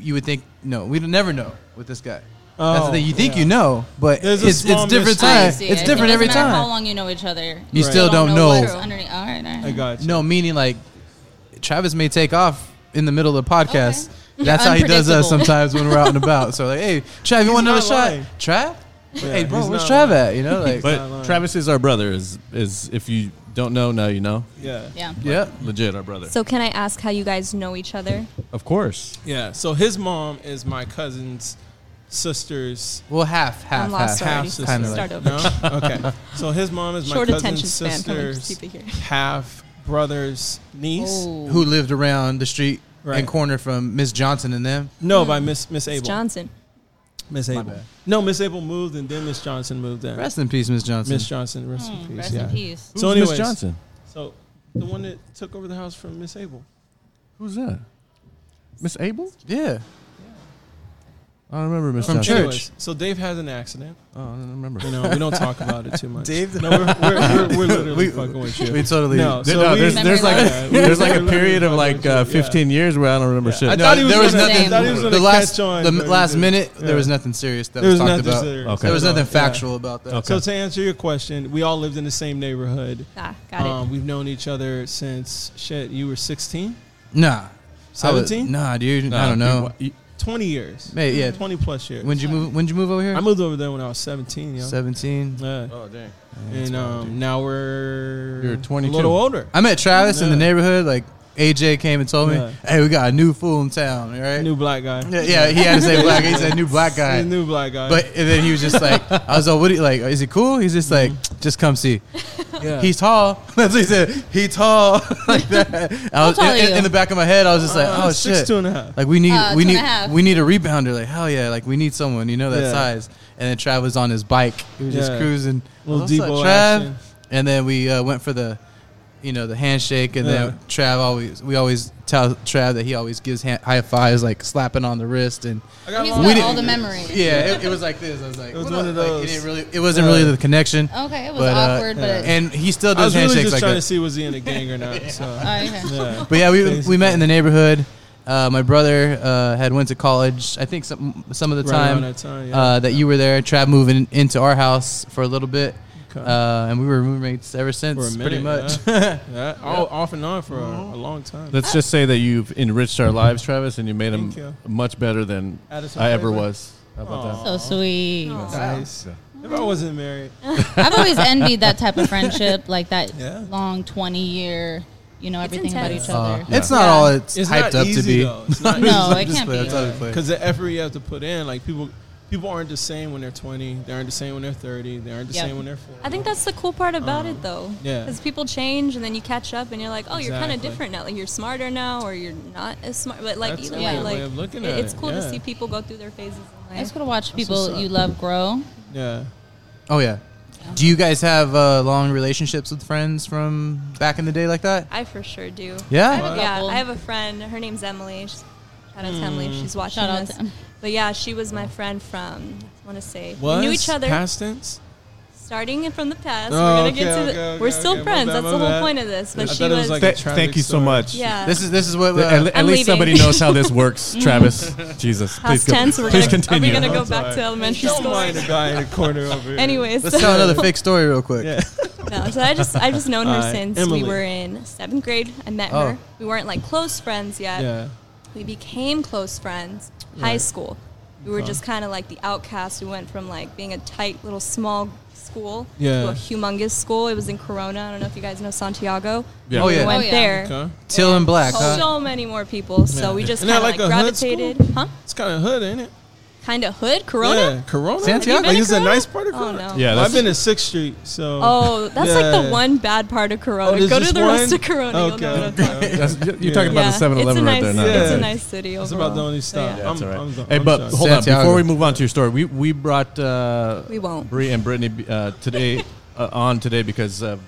[SPEAKER 4] you would think no. We'd never know with this guy.
[SPEAKER 3] Oh,
[SPEAKER 4] That's the thing. You think
[SPEAKER 3] yeah.
[SPEAKER 4] you know, but
[SPEAKER 3] There's a
[SPEAKER 4] it's it's
[SPEAKER 3] small
[SPEAKER 4] different
[SPEAKER 3] mystery.
[SPEAKER 2] I
[SPEAKER 4] time.
[SPEAKER 2] see.
[SPEAKER 4] It's
[SPEAKER 2] It
[SPEAKER 4] different
[SPEAKER 2] doesn't
[SPEAKER 4] every
[SPEAKER 2] matter How
[SPEAKER 4] time.
[SPEAKER 2] long you know each other?
[SPEAKER 4] You
[SPEAKER 3] Right.
[SPEAKER 4] still don't
[SPEAKER 2] what's
[SPEAKER 4] know.
[SPEAKER 2] underneath. All right, all
[SPEAKER 3] I
[SPEAKER 2] right.
[SPEAKER 3] got you.
[SPEAKER 4] No, meaning like Travis may take off in the middle of the podcast.
[SPEAKER 2] Okay.
[SPEAKER 4] That's how he does us
[SPEAKER 2] Unpredictable.
[SPEAKER 4] sometimes when we're out and about. So like, hey, Trav, you
[SPEAKER 3] He's
[SPEAKER 4] want another
[SPEAKER 3] not
[SPEAKER 4] shot?
[SPEAKER 3] lying.
[SPEAKER 4] Trav? hey,
[SPEAKER 3] Yeah,
[SPEAKER 4] bro,
[SPEAKER 3] he's not
[SPEAKER 4] where's Trav
[SPEAKER 3] lying.
[SPEAKER 4] at? You know, like,
[SPEAKER 3] not
[SPEAKER 1] But
[SPEAKER 3] lying.
[SPEAKER 1] Travis is our brother. Is is if you don't know, now you know.
[SPEAKER 3] Yeah.
[SPEAKER 2] Yeah.
[SPEAKER 4] yeah.
[SPEAKER 1] Legit, our brother.
[SPEAKER 5] So can I ask how you guys know each other?
[SPEAKER 1] Of course.
[SPEAKER 3] Yeah. So his mom is my cousin's sister's
[SPEAKER 4] Well, half, half,
[SPEAKER 5] I'm
[SPEAKER 4] half.
[SPEAKER 5] lost already.
[SPEAKER 3] half sister.
[SPEAKER 4] Kinda
[SPEAKER 5] Start over.
[SPEAKER 3] No? Okay. So his mom is my
[SPEAKER 5] Short
[SPEAKER 3] cousin's
[SPEAKER 5] attention span. Come on, just
[SPEAKER 3] sister's
[SPEAKER 5] keep it here.
[SPEAKER 3] half brother's niece.
[SPEAKER 2] Oh.
[SPEAKER 4] Who lived around the street
[SPEAKER 3] Right.
[SPEAKER 4] and corner from Miss Johnson and them?
[SPEAKER 3] No,
[SPEAKER 5] Hmm.
[SPEAKER 3] by Miss Miss
[SPEAKER 5] It's
[SPEAKER 3] Abel.
[SPEAKER 5] Johnson.
[SPEAKER 3] Miss Abel.
[SPEAKER 4] bad.
[SPEAKER 3] No, Miss Abel moved and then Miss Johnson moved in.
[SPEAKER 4] Rest in peace, Miss Johnson.
[SPEAKER 3] Miss Johnson, rest
[SPEAKER 5] Hmm,
[SPEAKER 3] in
[SPEAKER 2] Mm,
[SPEAKER 3] peace.
[SPEAKER 2] Rest
[SPEAKER 3] yeah.
[SPEAKER 2] in peace.
[SPEAKER 1] Who's
[SPEAKER 3] So
[SPEAKER 1] Miss
[SPEAKER 3] anyways-
[SPEAKER 1] Johnson?
[SPEAKER 3] So the one that took over the house from Miss Abel.
[SPEAKER 1] Who's that? Miss Abel?
[SPEAKER 4] yeah.
[SPEAKER 1] I don't remember Miss
[SPEAKER 4] From
[SPEAKER 1] Johnson.
[SPEAKER 4] church.
[SPEAKER 3] Anyways, so Dave has an accident.
[SPEAKER 1] Oh, I don't remember.
[SPEAKER 3] You know, we don't talk about it too much.
[SPEAKER 4] Dave-
[SPEAKER 3] no, we're, we're, we're, we're literally
[SPEAKER 4] We-
[SPEAKER 3] fucking with you.
[SPEAKER 4] We totally.
[SPEAKER 3] No,
[SPEAKER 1] There-
[SPEAKER 3] so
[SPEAKER 1] no,
[SPEAKER 3] we-
[SPEAKER 1] there's, there's like
[SPEAKER 3] Yeah, we-
[SPEAKER 1] there's like a
[SPEAKER 3] we're
[SPEAKER 1] period of
[SPEAKER 3] literally
[SPEAKER 1] like
[SPEAKER 3] fucking
[SPEAKER 1] uh,
[SPEAKER 3] with you. Yeah.
[SPEAKER 1] 15 years where I don't remember
[SPEAKER 3] I
[SPEAKER 1] shit.
[SPEAKER 3] thought he was
[SPEAKER 4] there was
[SPEAKER 3] gonna- I
[SPEAKER 4] nothing.
[SPEAKER 3] thought he was gonna
[SPEAKER 4] The last,
[SPEAKER 3] catch on,
[SPEAKER 4] the
[SPEAKER 3] but he
[SPEAKER 4] last
[SPEAKER 3] didn't.
[SPEAKER 4] minute,
[SPEAKER 3] Yeah.
[SPEAKER 4] there was nothing serious that
[SPEAKER 3] There was
[SPEAKER 4] was talked
[SPEAKER 3] nothing
[SPEAKER 4] about.
[SPEAKER 3] serious.
[SPEAKER 1] Okay.
[SPEAKER 4] There was nothing
[SPEAKER 3] Yeah.
[SPEAKER 4] factual about that.
[SPEAKER 1] Okay.
[SPEAKER 3] So to answer your question, we all lived in the same neighborhood.
[SPEAKER 5] Ah, got it.
[SPEAKER 3] Um, we've known each other since shit. You were 16,
[SPEAKER 4] Nah, I was-
[SPEAKER 3] 17,
[SPEAKER 4] Nah, dude, I don't know.
[SPEAKER 1] dude, wha-
[SPEAKER 3] 20 years,
[SPEAKER 4] Mate, yeah.
[SPEAKER 3] 20 plus years.
[SPEAKER 4] When'd you move? When'd you move over here?
[SPEAKER 3] I moved over there when I was 17. Yo.
[SPEAKER 4] Seventeen.
[SPEAKER 3] Yeah.
[SPEAKER 1] Oh dang.
[SPEAKER 3] and um, now we're
[SPEAKER 1] You're
[SPEAKER 3] a
[SPEAKER 1] 22.
[SPEAKER 3] little older.
[SPEAKER 4] I met Travis in the
[SPEAKER 3] Yeah.
[SPEAKER 4] neighborhood. Like AJ came and told me,
[SPEAKER 3] Yeah.
[SPEAKER 4] "Hey, we got a new fool in town." all Right?
[SPEAKER 3] New black guy.
[SPEAKER 4] yeah, yeah, he had to say black. He said new black
[SPEAKER 3] He's
[SPEAKER 4] guy.
[SPEAKER 3] a New black guy.
[SPEAKER 4] But and then he was just like, I was like, what? Do you, like, is he cool? He's just like,
[SPEAKER 3] Mm-hmm.
[SPEAKER 4] just come see.
[SPEAKER 3] Yeah.
[SPEAKER 4] He's tall. That's what he said. He tall like that. I was,
[SPEAKER 2] tall are
[SPEAKER 4] in, in
[SPEAKER 2] you?
[SPEAKER 4] the back of my head, I was just like,
[SPEAKER 3] Uh,
[SPEAKER 4] oh
[SPEAKER 3] six,
[SPEAKER 4] shit.
[SPEAKER 3] two and a half.
[SPEAKER 4] Like we need,
[SPEAKER 2] Uh,
[SPEAKER 4] we
[SPEAKER 2] two and
[SPEAKER 4] need,
[SPEAKER 2] a half.
[SPEAKER 4] we need a rebounder. Like hell yeah, like we need someone you know that
[SPEAKER 3] Yeah.
[SPEAKER 4] size. And then Trav was on his bike. He was just
[SPEAKER 3] Yeah.
[SPEAKER 4] cruising.
[SPEAKER 3] Little
[SPEAKER 4] What's up,
[SPEAKER 3] Debo action.
[SPEAKER 4] And then we uh, went for the, you know, the handshake. And
[SPEAKER 3] Yeah.
[SPEAKER 4] then Trav always, we always tell Trav that he always gives hand, high fives, like slapping on the wrist and.
[SPEAKER 3] I got
[SPEAKER 2] He's
[SPEAKER 3] long-
[SPEAKER 2] got
[SPEAKER 4] didn't-
[SPEAKER 2] all the memories.
[SPEAKER 4] Yeah, it, it was like this. I was like,
[SPEAKER 3] It was
[SPEAKER 4] what
[SPEAKER 3] one
[SPEAKER 4] up?
[SPEAKER 3] of
[SPEAKER 4] Like,
[SPEAKER 3] those.
[SPEAKER 4] it didn't really. It wasn't really the connection.
[SPEAKER 2] Okay, Oh, it was
[SPEAKER 4] But, uh,
[SPEAKER 2] awkward, but it,
[SPEAKER 4] And he still
[SPEAKER 3] I
[SPEAKER 4] does
[SPEAKER 3] was really
[SPEAKER 4] handshakes
[SPEAKER 3] just
[SPEAKER 4] like
[SPEAKER 3] trying to
[SPEAKER 4] that.
[SPEAKER 3] see was he in a gang or not. So.
[SPEAKER 2] oh, okay.
[SPEAKER 3] yeah.
[SPEAKER 4] But yeah, we we
[SPEAKER 3] Basically.
[SPEAKER 4] met in the neighborhood. Uh, my brother uh, had went to college. I think some some of the
[SPEAKER 3] Right around
[SPEAKER 4] time,
[SPEAKER 3] that time, yeah.
[SPEAKER 4] uh, that you were there. Trav moving into our house for a little bit,
[SPEAKER 3] Okay.
[SPEAKER 4] uh, and we were roommates ever since.
[SPEAKER 3] for a minute,
[SPEAKER 4] pretty much.
[SPEAKER 3] Yeah. Yeah, all- Off and on for a, a long time.
[SPEAKER 1] Let's just say that you've enriched our lives, Travis, and you made them
[SPEAKER 3] Thank you.
[SPEAKER 1] much better than
[SPEAKER 3] Addison
[SPEAKER 1] I ever
[SPEAKER 3] Raeburn.
[SPEAKER 1] was. How about that?
[SPEAKER 2] so sweet.
[SPEAKER 3] Nice.
[SPEAKER 1] Yeah.
[SPEAKER 3] If I wasn't married,
[SPEAKER 2] I've always envied that type of friendship, like that
[SPEAKER 3] Yeah.
[SPEAKER 2] long twenty year. You know everything about
[SPEAKER 5] intense.
[SPEAKER 2] each other.
[SPEAKER 1] Yeah.
[SPEAKER 4] It's not
[SPEAKER 2] Yeah.
[SPEAKER 4] all it's,
[SPEAKER 3] It's
[SPEAKER 4] hyped
[SPEAKER 3] not
[SPEAKER 4] up to
[SPEAKER 3] easy,
[SPEAKER 4] be.
[SPEAKER 3] though. It's not
[SPEAKER 2] No,
[SPEAKER 4] I'm
[SPEAKER 2] it
[SPEAKER 4] just
[SPEAKER 2] can't
[SPEAKER 4] playing.
[SPEAKER 2] be.
[SPEAKER 4] That's how we play.
[SPEAKER 3] because the effort you have to put in, like people, people aren't the same when they're 20. They aren't the same when they're 30. They aren't the
[SPEAKER 2] Yep.
[SPEAKER 3] same when they're 40.
[SPEAKER 5] I think that's the cool part about it, though.
[SPEAKER 3] um, yeah.
[SPEAKER 5] Because people change, and then you catch up, and you're like, oh, you're kind of
[SPEAKER 3] Exactly.
[SPEAKER 5] different now. Like you're smarter now, or you're not as smart. But like
[SPEAKER 3] That's
[SPEAKER 5] either
[SPEAKER 3] a
[SPEAKER 5] way,
[SPEAKER 2] good
[SPEAKER 5] like
[SPEAKER 3] way of looking
[SPEAKER 5] it-
[SPEAKER 3] at
[SPEAKER 5] it's
[SPEAKER 3] it,
[SPEAKER 5] cool
[SPEAKER 3] yeah.
[SPEAKER 5] to see people go through their phases. In
[SPEAKER 2] It's
[SPEAKER 5] life.
[SPEAKER 2] cool to watch
[SPEAKER 3] what's
[SPEAKER 2] people
[SPEAKER 3] up.
[SPEAKER 2] you love grow.
[SPEAKER 3] Yeah.
[SPEAKER 4] Oh yeah. Do you guys have uh, long relationships with friends from back in the day like that?
[SPEAKER 5] I for sure do.
[SPEAKER 4] Yeah.
[SPEAKER 2] Wow.
[SPEAKER 5] Yeah,
[SPEAKER 2] Couple.
[SPEAKER 5] I have a friend. Her name's Emily. She's, shout out to Emily. if
[SPEAKER 3] Hmm.
[SPEAKER 5] She's watching
[SPEAKER 2] Shout out
[SPEAKER 5] this.
[SPEAKER 2] to Em.
[SPEAKER 5] But yeah, she was my friend from. I want to say we
[SPEAKER 3] Was
[SPEAKER 5] knew each other.
[SPEAKER 3] Past tense.
[SPEAKER 5] starting from the past.
[SPEAKER 3] Oh,
[SPEAKER 5] we're gonna
[SPEAKER 3] okay,
[SPEAKER 5] get to.
[SPEAKER 3] okay,
[SPEAKER 5] the,
[SPEAKER 3] okay,
[SPEAKER 5] we're still
[SPEAKER 3] okay, my
[SPEAKER 5] friends.
[SPEAKER 3] bad,
[SPEAKER 5] That's
[SPEAKER 3] my
[SPEAKER 5] the whole
[SPEAKER 3] bad.
[SPEAKER 5] point of this. But
[SPEAKER 3] I
[SPEAKER 5] she
[SPEAKER 3] thought it was
[SPEAKER 5] was.
[SPEAKER 3] like-
[SPEAKER 6] Th-
[SPEAKER 3] a tragic
[SPEAKER 6] thank you so
[SPEAKER 3] story.
[SPEAKER 6] much.
[SPEAKER 5] yeah.
[SPEAKER 4] This is this is what. Uh,
[SPEAKER 1] at, le- at
[SPEAKER 5] I'm
[SPEAKER 1] least somebody
[SPEAKER 5] leaving.
[SPEAKER 1] knows how this works, Travis. Jesus, please,
[SPEAKER 5] past
[SPEAKER 1] go,
[SPEAKER 5] tense. We're
[SPEAKER 1] please
[SPEAKER 5] gonna,
[SPEAKER 1] continue.
[SPEAKER 5] Are we gonna go
[SPEAKER 3] I'm
[SPEAKER 5] back
[SPEAKER 3] sorry.
[SPEAKER 5] to elementary
[SPEAKER 3] Don't
[SPEAKER 5] school?
[SPEAKER 3] mind the guy in the corner over here.
[SPEAKER 5] Anyways,
[SPEAKER 4] let's tell another fake story real quick.
[SPEAKER 3] Yeah.
[SPEAKER 5] No, so I just I've just known her
[SPEAKER 3] Alright,
[SPEAKER 5] since
[SPEAKER 3] Emily.
[SPEAKER 5] we were in seventh grade. I met
[SPEAKER 4] Oh.
[SPEAKER 5] her. We weren't like close friends yet.
[SPEAKER 3] Yeah.
[SPEAKER 5] We became close friends high
[SPEAKER 3] Right.
[SPEAKER 5] school. We were
[SPEAKER 3] Okay.
[SPEAKER 5] just kind of like the outcasts. We went from like being a tight little small school to
[SPEAKER 3] Yeah.
[SPEAKER 5] a humongous school. It was in Corona. I don't know if you guys know Santiago.
[SPEAKER 1] Yeah.
[SPEAKER 4] Oh
[SPEAKER 5] We
[SPEAKER 4] yeah,
[SPEAKER 5] went
[SPEAKER 2] Oh, yeah.
[SPEAKER 5] there.
[SPEAKER 3] Okay.
[SPEAKER 4] Till in black. huh?
[SPEAKER 5] So many more people. So
[SPEAKER 3] Yeah.
[SPEAKER 5] we just
[SPEAKER 3] Isn't that
[SPEAKER 5] kind of
[SPEAKER 3] like
[SPEAKER 5] like,
[SPEAKER 3] a hood school?
[SPEAKER 5] gravitated, huh?
[SPEAKER 3] It's kind of hood, ain't it?
[SPEAKER 5] Kind of hood Corona.
[SPEAKER 3] Yeah. Corona.
[SPEAKER 4] Santiago?
[SPEAKER 5] Have you been to
[SPEAKER 3] Is it a
[SPEAKER 5] Corona?
[SPEAKER 3] nice part of
[SPEAKER 5] Oh,
[SPEAKER 3] Corona?
[SPEAKER 5] no.
[SPEAKER 1] Yeah,
[SPEAKER 3] Well, I've
[SPEAKER 1] that's-
[SPEAKER 3] been in Sixth Street, so.
[SPEAKER 5] Oh, that's like
[SPEAKER 3] Yeah. Oh,
[SPEAKER 5] the one bad part of Corona.
[SPEAKER 3] there's
[SPEAKER 5] Go to
[SPEAKER 3] just
[SPEAKER 5] the
[SPEAKER 3] one?
[SPEAKER 5] rest of Corona. You'll know
[SPEAKER 3] Okay.
[SPEAKER 5] what I'm talking about.
[SPEAKER 3] okay.
[SPEAKER 1] That's- you're
[SPEAKER 3] Yeah.
[SPEAKER 1] talking about
[SPEAKER 5] Yeah,
[SPEAKER 1] the 7
[SPEAKER 5] it's a
[SPEAKER 1] Eleven right there.
[SPEAKER 5] nice-
[SPEAKER 1] Now.
[SPEAKER 3] Yeah.
[SPEAKER 5] It's a
[SPEAKER 3] Yeah.
[SPEAKER 5] nice city overall.
[SPEAKER 3] That's about the only stop.
[SPEAKER 5] yeah.
[SPEAKER 1] That's all
[SPEAKER 3] I'm, I'm,
[SPEAKER 1] right.
[SPEAKER 3] done.
[SPEAKER 1] Hey,
[SPEAKER 3] I'm
[SPEAKER 1] but
[SPEAKER 3] done.
[SPEAKER 1] hold on.
[SPEAKER 4] Santiago.
[SPEAKER 1] Before we move on to your story, we we brought uh,
[SPEAKER 5] We won't.
[SPEAKER 1] Bree and Brittany uh, today uh, on today because uh,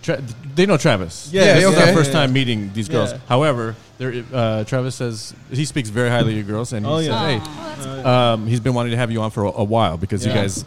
[SPEAKER 1] tra- they know Travis.
[SPEAKER 3] Yeah,
[SPEAKER 1] this is
[SPEAKER 4] okay.
[SPEAKER 1] our first time meeting these girls.
[SPEAKER 3] Yeah.
[SPEAKER 1] However, there uh, Travis says he speaks very highly of you girls, and he
[SPEAKER 3] Oh,
[SPEAKER 1] says,
[SPEAKER 3] yeah.
[SPEAKER 1] "Hey, um, he's been wanting to have you on for a, a while because you
[SPEAKER 3] Yeah.
[SPEAKER 1] guys,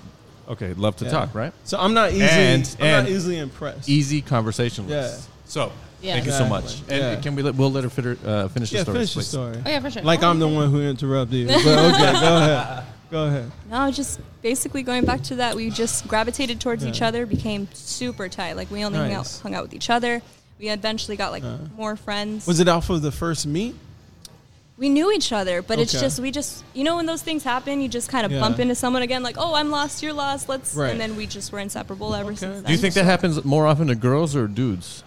[SPEAKER 1] okay, love to
[SPEAKER 3] Yeah.
[SPEAKER 1] talk, right?
[SPEAKER 3] So I'm not easily,
[SPEAKER 1] And-
[SPEAKER 3] I'm
[SPEAKER 1] and-
[SPEAKER 3] not easily impressed.
[SPEAKER 1] Easy conversationalist.
[SPEAKER 3] Yeah.
[SPEAKER 1] So,
[SPEAKER 2] Yeah.
[SPEAKER 1] thank you so
[SPEAKER 3] Exactly.
[SPEAKER 1] much.
[SPEAKER 3] Yeah.
[SPEAKER 1] And can we let, we'll let her fit her, uh, finish
[SPEAKER 3] yeah,
[SPEAKER 1] the story,
[SPEAKER 3] finish the
[SPEAKER 1] please.
[SPEAKER 3] story.
[SPEAKER 2] Oh yeah, for sure.
[SPEAKER 3] Like I'm the one who interrupted you. But okay, go ahead. Go ahead.
[SPEAKER 5] No, just basically going back to that, we just gravitated towards each
[SPEAKER 3] Yeah.
[SPEAKER 5] other, became super tight. Like we only hung, out,
[SPEAKER 3] Nice. Uh-huh.
[SPEAKER 5] hung out with each other. We eventually got like more friends.
[SPEAKER 3] Was it off of the first meet?
[SPEAKER 5] we knew each other, but it's
[SPEAKER 3] Okay.
[SPEAKER 5] just we just you know when those things happen, you just kind of
[SPEAKER 3] Yeah.
[SPEAKER 5] bump into someone again, like oh I'm lost, you're lost, let's.
[SPEAKER 3] Right.
[SPEAKER 5] And then we just were inseparable ever
[SPEAKER 3] Okay.
[SPEAKER 5] since.
[SPEAKER 1] Do you
[SPEAKER 5] then.
[SPEAKER 1] think that happens more often to girls or dudes?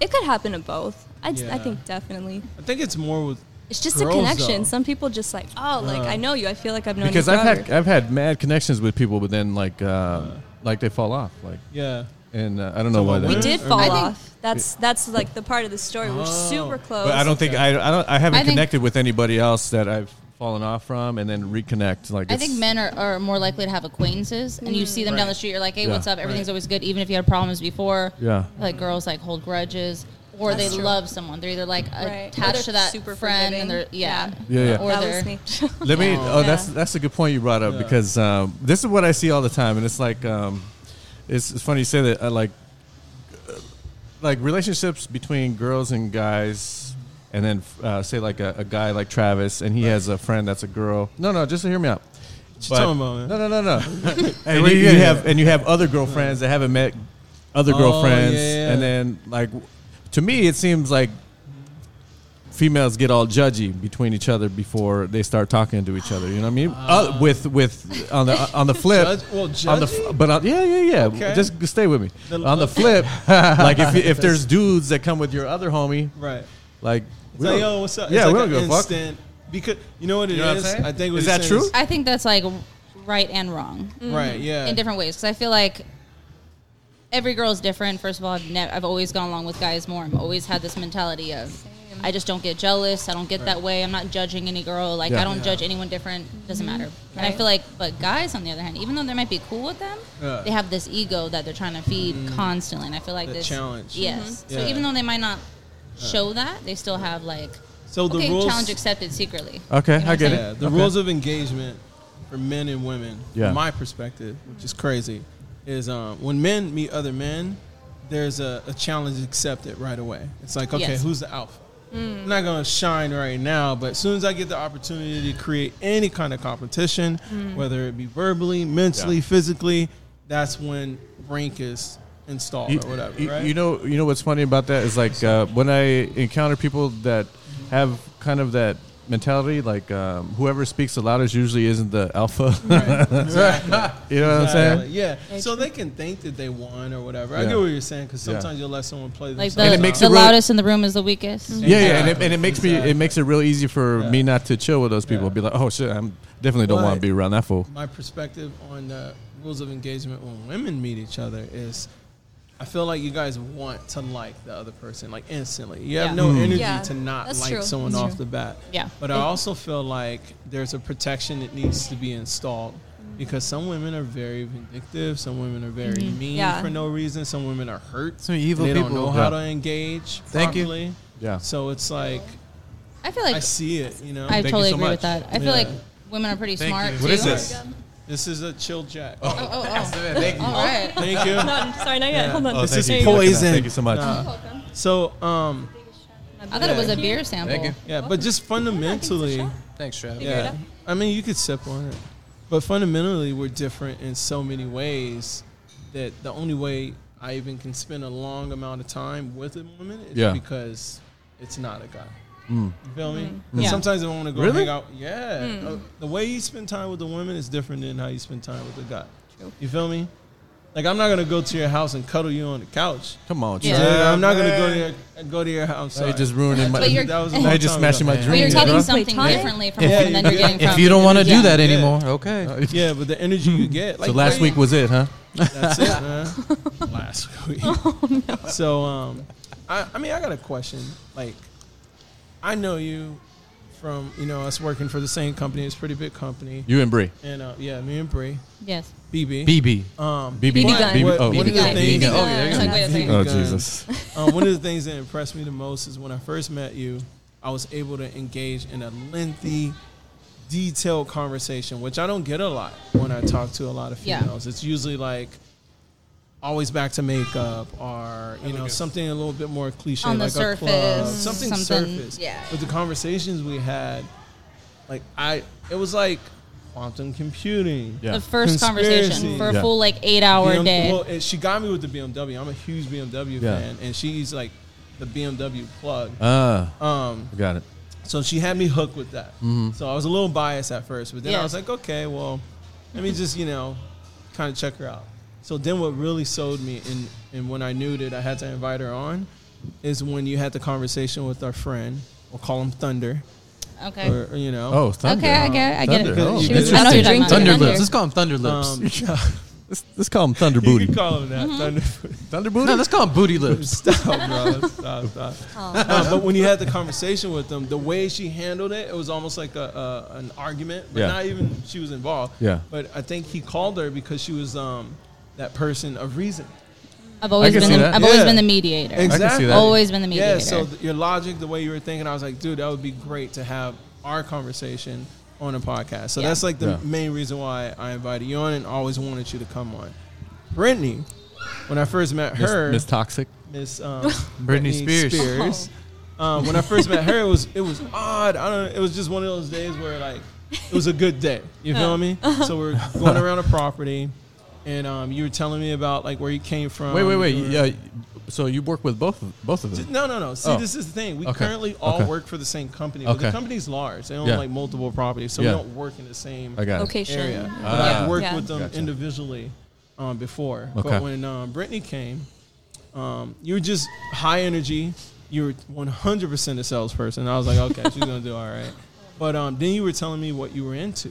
[SPEAKER 5] it could happen to both? I'd, I
[SPEAKER 3] Yeah.
[SPEAKER 5] think definitely.
[SPEAKER 3] I think it's more with.
[SPEAKER 5] It's just
[SPEAKER 3] Girls,
[SPEAKER 5] a connection.
[SPEAKER 3] though.
[SPEAKER 5] Some people just like oh like
[SPEAKER 3] Yeah.
[SPEAKER 5] I know you. I feel like I've known
[SPEAKER 1] Uh, because
[SPEAKER 5] you
[SPEAKER 1] I've
[SPEAKER 5] forever.
[SPEAKER 1] had I've had mad connections with people, but then like uh, like they fall off, like
[SPEAKER 3] Yeah.
[SPEAKER 1] and uh, I don't know why.
[SPEAKER 3] what
[SPEAKER 1] that
[SPEAKER 5] we
[SPEAKER 1] is.
[SPEAKER 5] did
[SPEAKER 3] Or
[SPEAKER 5] fall
[SPEAKER 3] not?
[SPEAKER 5] off. That's that's like the part of the story. We're
[SPEAKER 3] Oh.
[SPEAKER 5] super close.
[SPEAKER 1] But I don't think I I don't I haven't
[SPEAKER 2] I think-
[SPEAKER 1] connected with anybody else that I've fallen off from and then reconnect. Like
[SPEAKER 2] I
[SPEAKER 1] it's-
[SPEAKER 2] think men are, are more likely to have acquaintances, and
[SPEAKER 5] Mm.
[SPEAKER 2] you see them down the street. You're like, "Hey,
[SPEAKER 1] Yeah.
[SPEAKER 2] what's up? Everything's
[SPEAKER 3] Right.
[SPEAKER 2] always good, even if you had problems before."
[SPEAKER 1] Yeah.
[SPEAKER 2] like girls like hold grudges, or
[SPEAKER 5] That's
[SPEAKER 2] they
[SPEAKER 5] true.
[SPEAKER 2] love someone. They're either like
[SPEAKER 5] Right.
[SPEAKER 2] attached
[SPEAKER 5] They're
[SPEAKER 2] to that
[SPEAKER 5] super
[SPEAKER 2] friend,
[SPEAKER 5] forgiving.
[SPEAKER 2] and they're yeah,
[SPEAKER 5] Yeah.
[SPEAKER 1] Yeah, yeah.
[SPEAKER 2] or
[SPEAKER 5] that
[SPEAKER 2] they're
[SPEAKER 5] was me.
[SPEAKER 1] Let me. Oh, that's
[SPEAKER 5] Yeah.
[SPEAKER 1] that's a good point you brought up
[SPEAKER 3] Yeah.
[SPEAKER 1] because um, this is what I see all the time, and it's like um, it's, it's funny you say that. Uh, like, uh, like relationships between girls and guys, and then uh, say like a, a guy like Travis, and he has a friend that's a girl. No, no, just hear me out.
[SPEAKER 3] What you
[SPEAKER 1] But-
[SPEAKER 3] talking about, man?
[SPEAKER 1] No, no, no, no. and
[SPEAKER 3] do
[SPEAKER 1] you,
[SPEAKER 3] you
[SPEAKER 1] you
[SPEAKER 3] get?
[SPEAKER 1] have and you have other girlfriends that haven't met other
[SPEAKER 3] Oh,
[SPEAKER 1] girlfriends,
[SPEAKER 3] yeah, yeah.
[SPEAKER 1] and then like to me, it seems like females get all judgy between each other before they start talking to each other. You know what I mean? Uh, with with on the on the flip.
[SPEAKER 3] Judge- well,
[SPEAKER 1] on the f-
[SPEAKER 3] judgy?
[SPEAKER 1] but on, yeah, yeah, yeah.
[SPEAKER 3] Okay.
[SPEAKER 1] Just stay with me.
[SPEAKER 3] The-
[SPEAKER 1] on the flip, like if if there's dudes that come with your other homie,
[SPEAKER 3] Right.
[SPEAKER 1] like
[SPEAKER 3] It's like, yo, what's up?
[SPEAKER 1] Yeah,
[SPEAKER 3] it's like
[SPEAKER 1] we don't
[SPEAKER 3] an
[SPEAKER 1] give a fuck.
[SPEAKER 3] instant- Because you know what it is.
[SPEAKER 1] You know what I'm saying?
[SPEAKER 3] I think what
[SPEAKER 1] Is
[SPEAKER 3] he's
[SPEAKER 1] that
[SPEAKER 3] saying
[SPEAKER 1] true?
[SPEAKER 2] I think that's like right and wrong
[SPEAKER 3] Right. Yeah.
[SPEAKER 2] Mm, in different ways. Because I feel like every girl is different. First of all, I've, ne- I've always gone along with guys more. I've always had this mentality of I just don't get jealous. I don't get that way. I'm not judging any girl. Like
[SPEAKER 1] Yeah.
[SPEAKER 2] I don't judge anyone different. Doesn't matter. And I
[SPEAKER 5] Right.
[SPEAKER 2] feel like, but guys on the other hand, even though they might be cool with them,
[SPEAKER 3] Yeah.
[SPEAKER 2] they have this ego that they're trying to feed constantly. And I feel like
[SPEAKER 3] The
[SPEAKER 2] this
[SPEAKER 3] challenge.
[SPEAKER 2] Yes.
[SPEAKER 3] Yeah.
[SPEAKER 2] So even though they might not show that, they still have like
[SPEAKER 3] So the
[SPEAKER 2] okay,
[SPEAKER 3] rules.
[SPEAKER 2] challenge accepted secretly.
[SPEAKER 1] Okay,
[SPEAKER 2] what
[SPEAKER 1] I
[SPEAKER 2] I'm
[SPEAKER 1] get it.
[SPEAKER 2] saying?
[SPEAKER 3] Yeah, the
[SPEAKER 1] Okay.
[SPEAKER 3] rules of engagement for men and women,
[SPEAKER 1] Yeah.
[SPEAKER 3] from my perspective, which is crazy, is um, when men meet other men, there's a, a challenge accepted right away. It's like, okay,
[SPEAKER 2] Yes. Mm.
[SPEAKER 3] who's the alpha? I'm not gonna shine right now, but as soon as I get the opportunity to create any kind of competition,
[SPEAKER 2] Mm.
[SPEAKER 3] whether it be verbally, mentally,
[SPEAKER 1] Yeah.
[SPEAKER 3] physically, that's when rank is installed or whatever.
[SPEAKER 1] you-
[SPEAKER 3] right?
[SPEAKER 1] you know, you know what's funny about that is like uh, when I encounter people that have kind of that mentality, like um, whoever speaks the loudest usually isn't the alpha. you know what I'm
[SPEAKER 3] Exactly,
[SPEAKER 1] saying?
[SPEAKER 3] Yeah. So they can think that they won or whatever. I
[SPEAKER 1] Yeah.
[SPEAKER 3] get what you're saying because
[SPEAKER 1] Yeah.
[SPEAKER 3] sometimes you'll let someone play
[SPEAKER 2] Like
[SPEAKER 3] themselves
[SPEAKER 2] the,
[SPEAKER 1] And it
[SPEAKER 3] out.
[SPEAKER 1] makes
[SPEAKER 2] the
[SPEAKER 1] it really-
[SPEAKER 2] loudest and the room is the weakest.
[SPEAKER 1] Yeah, yeah, and it, and it makes me
[SPEAKER 3] Exactly.
[SPEAKER 1] it makes it real easy for
[SPEAKER 3] Yeah.
[SPEAKER 1] me not to chill with those people.
[SPEAKER 3] Yeah.
[SPEAKER 1] Be like, oh shit, I'm definitely don't want to
[SPEAKER 3] But-
[SPEAKER 1] be around that fool.
[SPEAKER 3] my perspective on the rules of engagement when women meet each other is I feel like you guys want to like the other person like instantly. You have
[SPEAKER 2] Yeah.
[SPEAKER 3] no
[SPEAKER 1] Mm-hmm.
[SPEAKER 3] energy
[SPEAKER 5] Yeah,
[SPEAKER 3] to not
[SPEAKER 5] that's
[SPEAKER 3] like
[SPEAKER 5] true.
[SPEAKER 3] someone
[SPEAKER 5] That's
[SPEAKER 3] off
[SPEAKER 5] true.
[SPEAKER 3] the bat.
[SPEAKER 2] Yeah.
[SPEAKER 3] But I also feel like there's a protection that needs to be installed because some women are very vindictive, some women are very mean
[SPEAKER 5] Mm-hmm. Yeah.
[SPEAKER 3] for no reason, some women are hurt.
[SPEAKER 4] Some evil
[SPEAKER 3] and they
[SPEAKER 4] people.
[SPEAKER 3] don't know how
[SPEAKER 1] Yeah.
[SPEAKER 3] to engage
[SPEAKER 4] Thank you.
[SPEAKER 3] properly.
[SPEAKER 1] Yeah.
[SPEAKER 3] So it's like
[SPEAKER 2] I feel like
[SPEAKER 3] I see it, you know.
[SPEAKER 2] I
[SPEAKER 1] Thank you
[SPEAKER 2] totally
[SPEAKER 1] so
[SPEAKER 2] agree
[SPEAKER 1] much.
[SPEAKER 2] with that. I feel
[SPEAKER 3] Yeah.
[SPEAKER 2] like women are pretty smart.
[SPEAKER 1] What
[SPEAKER 2] too.
[SPEAKER 1] is this?
[SPEAKER 3] It's This is a chill jack.
[SPEAKER 2] Oh, oh, oh.
[SPEAKER 4] Thank you.
[SPEAKER 2] All right.
[SPEAKER 3] Thank you.
[SPEAKER 5] Not, sorry, not yet.
[SPEAKER 3] Yeah.
[SPEAKER 5] Hold on.
[SPEAKER 1] Oh,
[SPEAKER 3] This
[SPEAKER 1] thank
[SPEAKER 3] is
[SPEAKER 1] you. You're looking at-
[SPEAKER 3] poison.
[SPEAKER 1] Thank you so much.
[SPEAKER 3] So, um,
[SPEAKER 2] I thought it was a beer sample.
[SPEAKER 4] Thank you.
[SPEAKER 3] yeah, but just fundamentally,
[SPEAKER 4] Thanks, Trav.
[SPEAKER 5] Figure it
[SPEAKER 3] yeah.
[SPEAKER 5] out.
[SPEAKER 3] I mean, you could sip on it, but fundamentally, we're different in so many ways that the only way I even can spend a long amount of time with a woman is
[SPEAKER 1] Yeah.
[SPEAKER 3] because it's not a guy.
[SPEAKER 1] Mm.
[SPEAKER 3] You feel me? 'Cause
[SPEAKER 2] Yeah. Mm.
[SPEAKER 3] Sometimes I want to go
[SPEAKER 1] Really?
[SPEAKER 3] hang out. Yeah. Uh, The way you spend time with a woman is different than how you spend time with a guy.
[SPEAKER 5] True.
[SPEAKER 3] You feel me? Like I'm not gonna go to your house and cuddle you on the couch.
[SPEAKER 1] Come on,
[SPEAKER 2] Yeah.
[SPEAKER 1] Trav.
[SPEAKER 3] Dude, I'm not gonna go
[SPEAKER 1] man.
[SPEAKER 3] to your, go to your house.
[SPEAKER 1] Now
[SPEAKER 3] Sorry.
[SPEAKER 1] you're just ruining my.
[SPEAKER 2] But you're-
[SPEAKER 3] that was a
[SPEAKER 2] now
[SPEAKER 3] long
[SPEAKER 1] now you're just
[SPEAKER 3] time
[SPEAKER 1] smashing
[SPEAKER 3] ago.
[SPEAKER 1] my
[SPEAKER 3] Yeah.
[SPEAKER 2] But
[SPEAKER 1] dreams.
[SPEAKER 2] you're
[SPEAKER 1] bro.
[SPEAKER 2] getting
[SPEAKER 5] Wait,
[SPEAKER 2] something
[SPEAKER 5] time?
[SPEAKER 2] differently from
[SPEAKER 4] If
[SPEAKER 2] women
[SPEAKER 3] you-
[SPEAKER 2] than you're
[SPEAKER 3] if
[SPEAKER 2] getting
[SPEAKER 4] If
[SPEAKER 2] from
[SPEAKER 4] you don't want to
[SPEAKER 2] yeah.
[SPEAKER 4] do that
[SPEAKER 3] Yeah. Uh,
[SPEAKER 4] anymore, okay.
[SPEAKER 3] Yeah, but the energy you get. Like
[SPEAKER 1] so eh? last
[SPEAKER 3] wait,
[SPEAKER 1] week was it, huh?
[SPEAKER 3] That's it, man. Oh, Last week. So, um, I, I mean, I got a question. Like, I know you from you know us working for the same company. It's a pretty big company,
[SPEAKER 1] You and Bree.
[SPEAKER 3] and uh, yeah, me and Bree,
[SPEAKER 2] Yes.
[SPEAKER 3] BB,
[SPEAKER 4] BB.
[SPEAKER 3] um,
[SPEAKER 1] BB.
[SPEAKER 5] BB gun.
[SPEAKER 1] BB.
[SPEAKER 3] What,
[SPEAKER 1] Oh,
[SPEAKER 3] one of the
[SPEAKER 1] BB.
[SPEAKER 3] things?
[SPEAKER 2] BB. It's like, wait a second.
[SPEAKER 1] Oh
[SPEAKER 3] guns.
[SPEAKER 1] Jesus.
[SPEAKER 3] um, one of the things that impressed me the most is when I first met you, I was able to engage in a lengthy, detailed conversation, which I don't get a lot when I talk to a lot of
[SPEAKER 2] Yeah.
[SPEAKER 3] females. It's usually like always back to makeup or you know something a little bit more cliche
[SPEAKER 2] On the
[SPEAKER 3] like a club,
[SPEAKER 2] surface,
[SPEAKER 3] something,
[SPEAKER 2] something-
[SPEAKER 3] surface.
[SPEAKER 2] yeah.
[SPEAKER 3] But the conversations we had, like I, it was like quantum computing.
[SPEAKER 1] Yeah.
[SPEAKER 2] The first
[SPEAKER 3] Conspiracy.
[SPEAKER 2] conversation for a
[SPEAKER 1] Yeah.
[SPEAKER 2] full like eight hour
[SPEAKER 3] BM
[SPEAKER 2] day.
[SPEAKER 3] Well, and she got me with the BMW. I'm a huge BMW
[SPEAKER 1] Yeah.
[SPEAKER 3] fan, and she's like the BMW plug.
[SPEAKER 1] Ah,
[SPEAKER 3] Um,
[SPEAKER 1] I got it.
[SPEAKER 3] so she had me hooked with that.
[SPEAKER 1] Mm-hmm.
[SPEAKER 3] So I was a little biased at first, but then I
[SPEAKER 2] Yeah.
[SPEAKER 3] was like, okay, well, let me just you know, kind of check her out. So then, what really sold me, and and when I knew that I had to invite her on, is when you had the conversation with our friend. We'll call him Thunder,
[SPEAKER 2] okay.
[SPEAKER 3] or, or, you know.
[SPEAKER 1] Oh, it's thunder.
[SPEAKER 2] Okay, I get it, I get it.
[SPEAKER 1] Thunder. Oh,
[SPEAKER 3] She
[SPEAKER 1] good.
[SPEAKER 3] was
[SPEAKER 2] I know you're talking
[SPEAKER 5] drinking.
[SPEAKER 2] about.
[SPEAKER 4] Thunder
[SPEAKER 5] Thunder.
[SPEAKER 4] lips. Let's call him Thunder lips.
[SPEAKER 3] Um,
[SPEAKER 1] Let's, let's call him Thunder
[SPEAKER 3] you
[SPEAKER 1] Booty.
[SPEAKER 3] can call him that,
[SPEAKER 2] Mm-hmm.
[SPEAKER 3] Thunder.
[SPEAKER 1] Thunder
[SPEAKER 4] no, let's call him Booty Lips.
[SPEAKER 3] Stop, bro. Stop, stop. Uh, but when you had the conversation with them, the way she handled it, it was almost like a, a an argument, but
[SPEAKER 1] Yeah.
[SPEAKER 3] not even she was involved.
[SPEAKER 1] Yeah.
[SPEAKER 3] But I think he called her because she was um that person of reason.
[SPEAKER 2] I've always
[SPEAKER 1] can
[SPEAKER 2] been
[SPEAKER 1] see
[SPEAKER 2] the,
[SPEAKER 1] that.
[SPEAKER 2] I've always
[SPEAKER 3] Yeah.
[SPEAKER 2] been the mediator.
[SPEAKER 1] see that.
[SPEAKER 2] Always been the mediator.
[SPEAKER 3] Yeah. So th- your logic, the way you were thinking, I was like, dude, that would be great to have our conversation on a podcast. So
[SPEAKER 2] Yeah.
[SPEAKER 3] that's like the
[SPEAKER 1] Yeah.
[SPEAKER 3] main reason why I invited you on and always wanted you to come on. Brittany, when I first met
[SPEAKER 1] Miss,
[SPEAKER 3] her,
[SPEAKER 1] Miss Toxic.
[SPEAKER 3] Miss um,
[SPEAKER 4] Britney
[SPEAKER 3] Britney
[SPEAKER 4] Spears. Oh.
[SPEAKER 3] Spears. Um, when I first met her, it was it was odd. I don't. know. It was just one of those days where like it was a good day. You feel me?
[SPEAKER 4] Uh-huh.
[SPEAKER 3] So we're going around a property, and um, you were telling me about like where you came from.
[SPEAKER 1] Wait, wait, wait.
[SPEAKER 3] You were-
[SPEAKER 1] Yeah. So you work with both of- both of them.
[SPEAKER 3] No, no, no. See,
[SPEAKER 1] Oh.
[SPEAKER 3] this is the thing. We
[SPEAKER 1] Okay.
[SPEAKER 3] currently all
[SPEAKER 1] Okay.
[SPEAKER 3] work for the same company, but
[SPEAKER 1] Okay.
[SPEAKER 3] the company's large. They own
[SPEAKER 1] Yeah.
[SPEAKER 3] like multiple properties, so
[SPEAKER 1] Yeah.
[SPEAKER 3] we don't work in the same
[SPEAKER 1] I got it.
[SPEAKER 5] Location.
[SPEAKER 3] area. But
[SPEAKER 1] Ah.
[SPEAKER 3] I've worked
[SPEAKER 5] Yeah.
[SPEAKER 3] with them
[SPEAKER 1] Gotcha.
[SPEAKER 3] individually um, before.
[SPEAKER 1] Okay.
[SPEAKER 3] But when um, Brittany came, um, you were just high energy. You were 100% a salesperson. I was like, okay, she's going to do all right. But um, then you were telling me what you were into,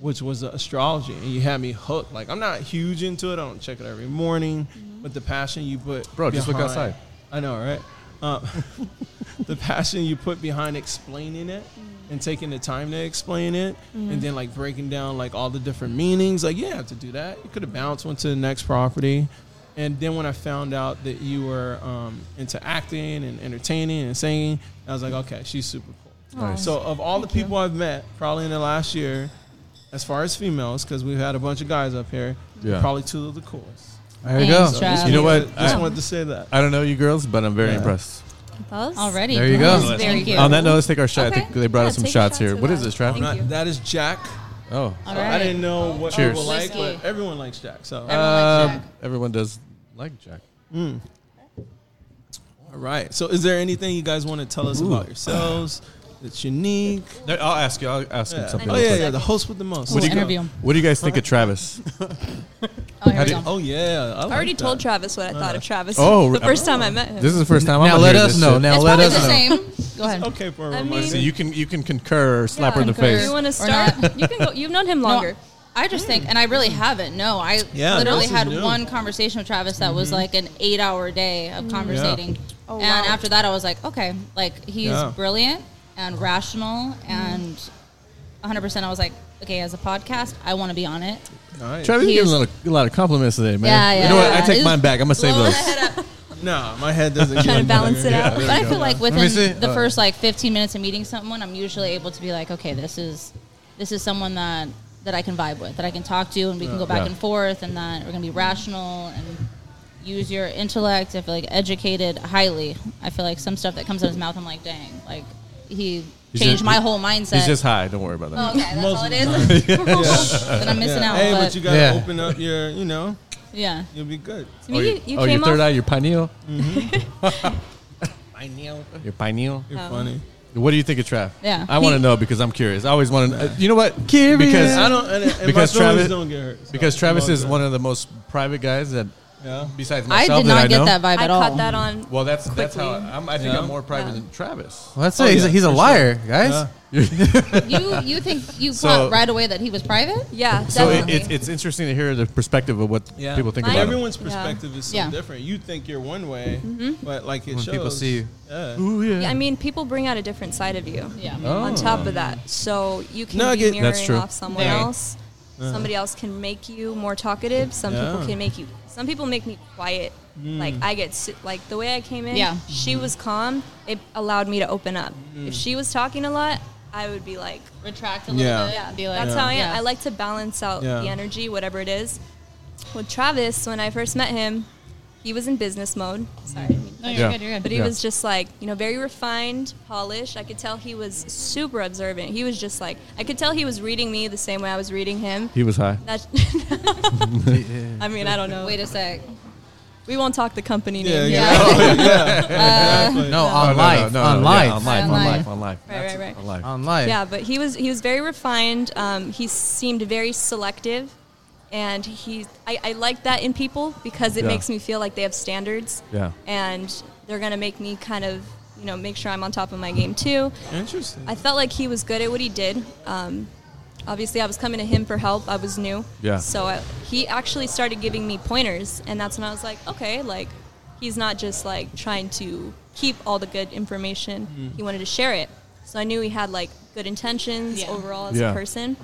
[SPEAKER 3] which was uh, astrology. And you had me hooked. Like, I'm not huge into it. I don't check it every morning. But the passion you put.
[SPEAKER 1] Bro, just look
[SPEAKER 3] behind-
[SPEAKER 1] outside.
[SPEAKER 3] I know, right? Uh, the passion you put behind explaining it and taking the time to explain it and then like breaking down like all the different meanings like you didn't have to do that you could have bounced went to the next property and then when i found out that you were um, into acting and entertaining and singing i was like okay she's super cool
[SPEAKER 1] Nice.
[SPEAKER 3] so of all the people i've met probably in the last year as far as females because we've had a bunch of guys up here
[SPEAKER 1] Yeah.
[SPEAKER 3] probably two of the coolest
[SPEAKER 4] There you
[SPEAKER 2] Thanks,
[SPEAKER 4] go.
[SPEAKER 2] Trav.
[SPEAKER 1] You know what?
[SPEAKER 3] just
[SPEAKER 1] I-
[SPEAKER 3] wanted to say that
[SPEAKER 1] I don't know you girls, but I'm very
[SPEAKER 3] Yeah.
[SPEAKER 1] impressed.
[SPEAKER 5] Buzz?
[SPEAKER 2] already.
[SPEAKER 4] There you go.
[SPEAKER 5] Very
[SPEAKER 2] Thank
[SPEAKER 5] good.
[SPEAKER 2] you.
[SPEAKER 1] On that note, let's take our shot. I
[SPEAKER 5] Okay.
[SPEAKER 1] think they brought
[SPEAKER 5] Yeah,
[SPEAKER 1] us some
[SPEAKER 5] take
[SPEAKER 1] shots
[SPEAKER 5] shots
[SPEAKER 1] here.
[SPEAKER 5] of
[SPEAKER 1] What
[SPEAKER 5] that.
[SPEAKER 1] is this, Trav?
[SPEAKER 5] Thank
[SPEAKER 3] Not-
[SPEAKER 5] you.
[SPEAKER 3] that is jack
[SPEAKER 1] Oh,
[SPEAKER 2] All
[SPEAKER 3] So
[SPEAKER 2] right.
[SPEAKER 3] I didn't know what
[SPEAKER 1] Cheers.
[SPEAKER 3] people like, but
[SPEAKER 2] Whiskey.
[SPEAKER 3] everyone likes Jack. So uh,
[SPEAKER 2] Everyone likes Jack.
[SPEAKER 1] Um, everyone does like Jack.
[SPEAKER 3] all right. So is there anything you guys want to tell us about yourselves that's unique?
[SPEAKER 1] I'll ask you. I'll ask him
[SPEAKER 3] Yeah.
[SPEAKER 1] something.
[SPEAKER 3] Oh
[SPEAKER 1] real
[SPEAKER 3] yeah,
[SPEAKER 1] quick.
[SPEAKER 3] yeah. The host with the most.
[SPEAKER 2] We'll
[SPEAKER 3] Let's go.
[SPEAKER 2] interview him.
[SPEAKER 1] What do you guys think of Travis?
[SPEAKER 2] Oh, here we go.
[SPEAKER 3] Oh yeah. I
[SPEAKER 5] I already
[SPEAKER 3] like
[SPEAKER 5] told
[SPEAKER 3] that.
[SPEAKER 5] Travis what I thought of Travis.
[SPEAKER 1] Oh,
[SPEAKER 5] the
[SPEAKER 1] re-
[SPEAKER 5] first time I met him.
[SPEAKER 1] this is the first time. I'm
[SPEAKER 4] Now
[SPEAKER 1] gonna
[SPEAKER 4] let
[SPEAKER 1] hear
[SPEAKER 4] us
[SPEAKER 1] this
[SPEAKER 4] know.
[SPEAKER 1] shit.
[SPEAKER 4] Now
[SPEAKER 2] It's
[SPEAKER 4] let
[SPEAKER 2] probably
[SPEAKER 4] us
[SPEAKER 2] the
[SPEAKER 4] know.
[SPEAKER 2] same. Go ahead.
[SPEAKER 3] Okay for a
[SPEAKER 5] I
[SPEAKER 3] reminder.
[SPEAKER 5] mean-
[SPEAKER 1] So you can you can concur, or slap her in the
[SPEAKER 2] concur.
[SPEAKER 1] face.
[SPEAKER 5] you want to
[SPEAKER 2] Or
[SPEAKER 5] start?
[SPEAKER 2] not.
[SPEAKER 5] you can go. You've known him longer.
[SPEAKER 1] Oh,
[SPEAKER 2] No, I just think, and I really haven't. No, I
[SPEAKER 3] Hmm. Yeah,
[SPEAKER 2] literally
[SPEAKER 3] this is
[SPEAKER 2] had
[SPEAKER 3] new. Mm-hmm.
[SPEAKER 2] one conversation with Travis that was like an eight-hour day of conversating,
[SPEAKER 5] Mm-hmm. Oh,
[SPEAKER 2] and
[SPEAKER 5] wow.
[SPEAKER 2] after that, I was like, okay, like he's
[SPEAKER 3] Yeah.
[SPEAKER 2] brilliant and rational,
[SPEAKER 5] Mm-hmm.
[SPEAKER 2] and 100. percent I was like, okay, as a podcast, I want to be on it.
[SPEAKER 3] Nice.
[SPEAKER 1] Travis, you
[SPEAKER 2] He's-
[SPEAKER 1] getting a, lot of- a lot of compliments today, man.
[SPEAKER 2] Yeah,
[SPEAKER 1] You
[SPEAKER 2] yeah,
[SPEAKER 1] know what? I
[SPEAKER 2] yeah.
[SPEAKER 1] take
[SPEAKER 2] It's
[SPEAKER 1] mine back. I'm gonna save
[SPEAKER 2] Blowing
[SPEAKER 1] those.
[SPEAKER 2] the head up.
[SPEAKER 3] Nah, my head doesn't.
[SPEAKER 5] Trying to balance it out.
[SPEAKER 2] But I feel like
[SPEAKER 4] me see.
[SPEAKER 2] within the
[SPEAKER 1] Uh,
[SPEAKER 4] Oh.
[SPEAKER 2] first like 15 minutes of meeting someone, I'm usually able to be like, okay, this is this is someone that that I can vibe with, that I can talk to, and we can go back
[SPEAKER 1] Yeah.
[SPEAKER 2] and forth, and that we're gonna be rational and use your intellect. I feel like educated highly. I feel like some stuff that comes out of his mouth, I'm like, dang, like he
[SPEAKER 1] He's
[SPEAKER 2] changed
[SPEAKER 1] just-
[SPEAKER 2] my whole mindset.
[SPEAKER 1] He's just high. Don't worry about that.
[SPEAKER 2] Oh, okay, that's
[SPEAKER 3] Most
[SPEAKER 2] all
[SPEAKER 3] of
[SPEAKER 2] it
[SPEAKER 3] the
[SPEAKER 2] is. then I'm missing
[SPEAKER 3] Yeah.
[SPEAKER 2] out.
[SPEAKER 3] hey, but,
[SPEAKER 2] but,
[SPEAKER 3] you gotta
[SPEAKER 4] Yeah.
[SPEAKER 3] open up your, you know,
[SPEAKER 2] yeah,
[SPEAKER 3] you'll be good.
[SPEAKER 5] To me,
[SPEAKER 1] oh,
[SPEAKER 5] you,
[SPEAKER 1] your-
[SPEAKER 5] you
[SPEAKER 1] oh,
[SPEAKER 5] came
[SPEAKER 1] your third
[SPEAKER 5] off.
[SPEAKER 1] eye, your pineal,
[SPEAKER 3] I kneel.
[SPEAKER 1] your pineal.
[SPEAKER 3] You're
[SPEAKER 5] Oh.
[SPEAKER 3] funny.
[SPEAKER 1] What do you think of Trav?
[SPEAKER 2] Yeah.
[SPEAKER 1] I want to
[SPEAKER 2] He-
[SPEAKER 1] know because I'm curious. I always want to. know. You know what? Curious. Because
[SPEAKER 3] I don't, and, and
[SPEAKER 1] Because
[SPEAKER 3] my feelings
[SPEAKER 1] Travis-
[SPEAKER 3] don't get hurt. so
[SPEAKER 1] because
[SPEAKER 3] I'm
[SPEAKER 1] Travis
[SPEAKER 3] all
[SPEAKER 1] is
[SPEAKER 3] good.
[SPEAKER 1] one of the most private guys that
[SPEAKER 3] Yeah.
[SPEAKER 1] besides
[SPEAKER 2] I
[SPEAKER 1] myself
[SPEAKER 2] did not
[SPEAKER 1] that I
[SPEAKER 2] get
[SPEAKER 1] know.
[SPEAKER 2] that vibe
[SPEAKER 5] I
[SPEAKER 2] at all.
[SPEAKER 5] caught that on.
[SPEAKER 1] Well, that's that's how
[SPEAKER 5] Quickly.
[SPEAKER 1] I'm, I think
[SPEAKER 3] Yeah.
[SPEAKER 1] I'm more private
[SPEAKER 5] Yeah.
[SPEAKER 1] than Travis.
[SPEAKER 4] Well, that's
[SPEAKER 3] Oh,
[SPEAKER 4] it. He's,
[SPEAKER 3] yeah,
[SPEAKER 4] a, he's a
[SPEAKER 3] for sure.
[SPEAKER 4] liar, guys.
[SPEAKER 3] Yeah.
[SPEAKER 2] you you think you
[SPEAKER 1] So-
[SPEAKER 2] caught right away that he was private?
[SPEAKER 5] Yeah,
[SPEAKER 1] So it,
[SPEAKER 5] definitely.
[SPEAKER 1] it's it's interesting to hear the perspective of what
[SPEAKER 3] Yeah.
[SPEAKER 1] people think
[SPEAKER 5] Mine-
[SPEAKER 1] about him.
[SPEAKER 3] Everyone's
[SPEAKER 5] Yeah.
[SPEAKER 3] perspective is so
[SPEAKER 2] Yeah.
[SPEAKER 3] different. You think you're one way, but like it
[SPEAKER 4] When
[SPEAKER 3] shows.
[SPEAKER 4] people see you.
[SPEAKER 3] Yeah.
[SPEAKER 1] Ooh,
[SPEAKER 5] Yeah, I mean, people bring out a different side of you.
[SPEAKER 2] Yeah.
[SPEAKER 5] On top of
[SPEAKER 1] Oh.
[SPEAKER 5] that, so you can
[SPEAKER 3] Nugget.
[SPEAKER 5] be
[SPEAKER 1] That's
[SPEAKER 5] mirroring
[SPEAKER 1] true.
[SPEAKER 5] off someone
[SPEAKER 2] Very.
[SPEAKER 5] else. Somebody else can make you more talkative. Some people
[SPEAKER 3] Yeah.
[SPEAKER 5] can make you. Some people make me quiet.
[SPEAKER 1] Mm.
[SPEAKER 5] Like I get si- like the way I came in.
[SPEAKER 2] Yeah.
[SPEAKER 5] She
[SPEAKER 1] Mm-hmm.
[SPEAKER 5] was calm. It allowed me to open up. If
[SPEAKER 1] Mm.
[SPEAKER 5] she was talking a lot, I would be like,
[SPEAKER 2] Retract a little
[SPEAKER 3] Yeah.
[SPEAKER 2] bit.
[SPEAKER 5] yeah,
[SPEAKER 2] Be like,
[SPEAKER 5] that's
[SPEAKER 3] Yeah.
[SPEAKER 5] how I am.
[SPEAKER 2] Yeah.
[SPEAKER 5] I like to balance out
[SPEAKER 3] Yeah.
[SPEAKER 5] the energy, whatever it is. With Travis, when I first met him, he was in business mode. Sorry.
[SPEAKER 2] No,
[SPEAKER 1] you're Yeah. good, you're
[SPEAKER 5] But he
[SPEAKER 1] Yeah.
[SPEAKER 5] was just like, you know, very refined, polished. I could tell he was super observant. He was just like, I could tell he was reading me the same way I was reading him.
[SPEAKER 1] He was high.
[SPEAKER 5] That, I mean, I don't know.
[SPEAKER 2] Wait a sec.
[SPEAKER 5] we won't talk the company
[SPEAKER 3] Yeah,
[SPEAKER 5] name. here.
[SPEAKER 2] Yeah. Uh,
[SPEAKER 3] exactly.
[SPEAKER 4] No,
[SPEAKER 1] Oh,
[SPEAKER 4] on life. on
[SPEAKER 1] yeah,
[SPEAKER 4] life.
[SPEAKER 1] on life, on
[SPEAKER 2] On
[SPEAKER 1] life,
[SPEAKER 2] life.
[SPEAKER 1] on life,
[SPEAKER 5] Right, right, right.
[SPEAKER 1] on life.
[SPEAKER 4] On life.
[SPEAKER 5] Yeah, but he was he was very refined. Um, he seemed very selective, and he I, I like that in people because it
[SPEAKER 1] Yeah.
[SPEAKER 5] makes me feel like they have standards.
[SPEAKER 1] Yeah.
[SPEAKER 5] and they're gonna make me kind of you know make sure I'm on top of my game too.
[SPEAKER 3] Interesting.
[SPEAKER 5] I felt like he was good at what he did. Um, obviously, I was coming to him for help. I was new.
[SPEAKER 1] Yeah.
[SPEAKER 5] So I, he actually started giving me pointers, and that's when I was like, okay, like he's not just like trying to keep all the good information.
[SPEAKER 1] Mm-hmm.
[SPEAKER 5] He wanted to share it. So I knew he had like good intentions
[SPEAKER 2] Yeah.
[SPEAKER 5] overall as
[SPEAKER 1] Yeah.
[SPEAKER 5] a person.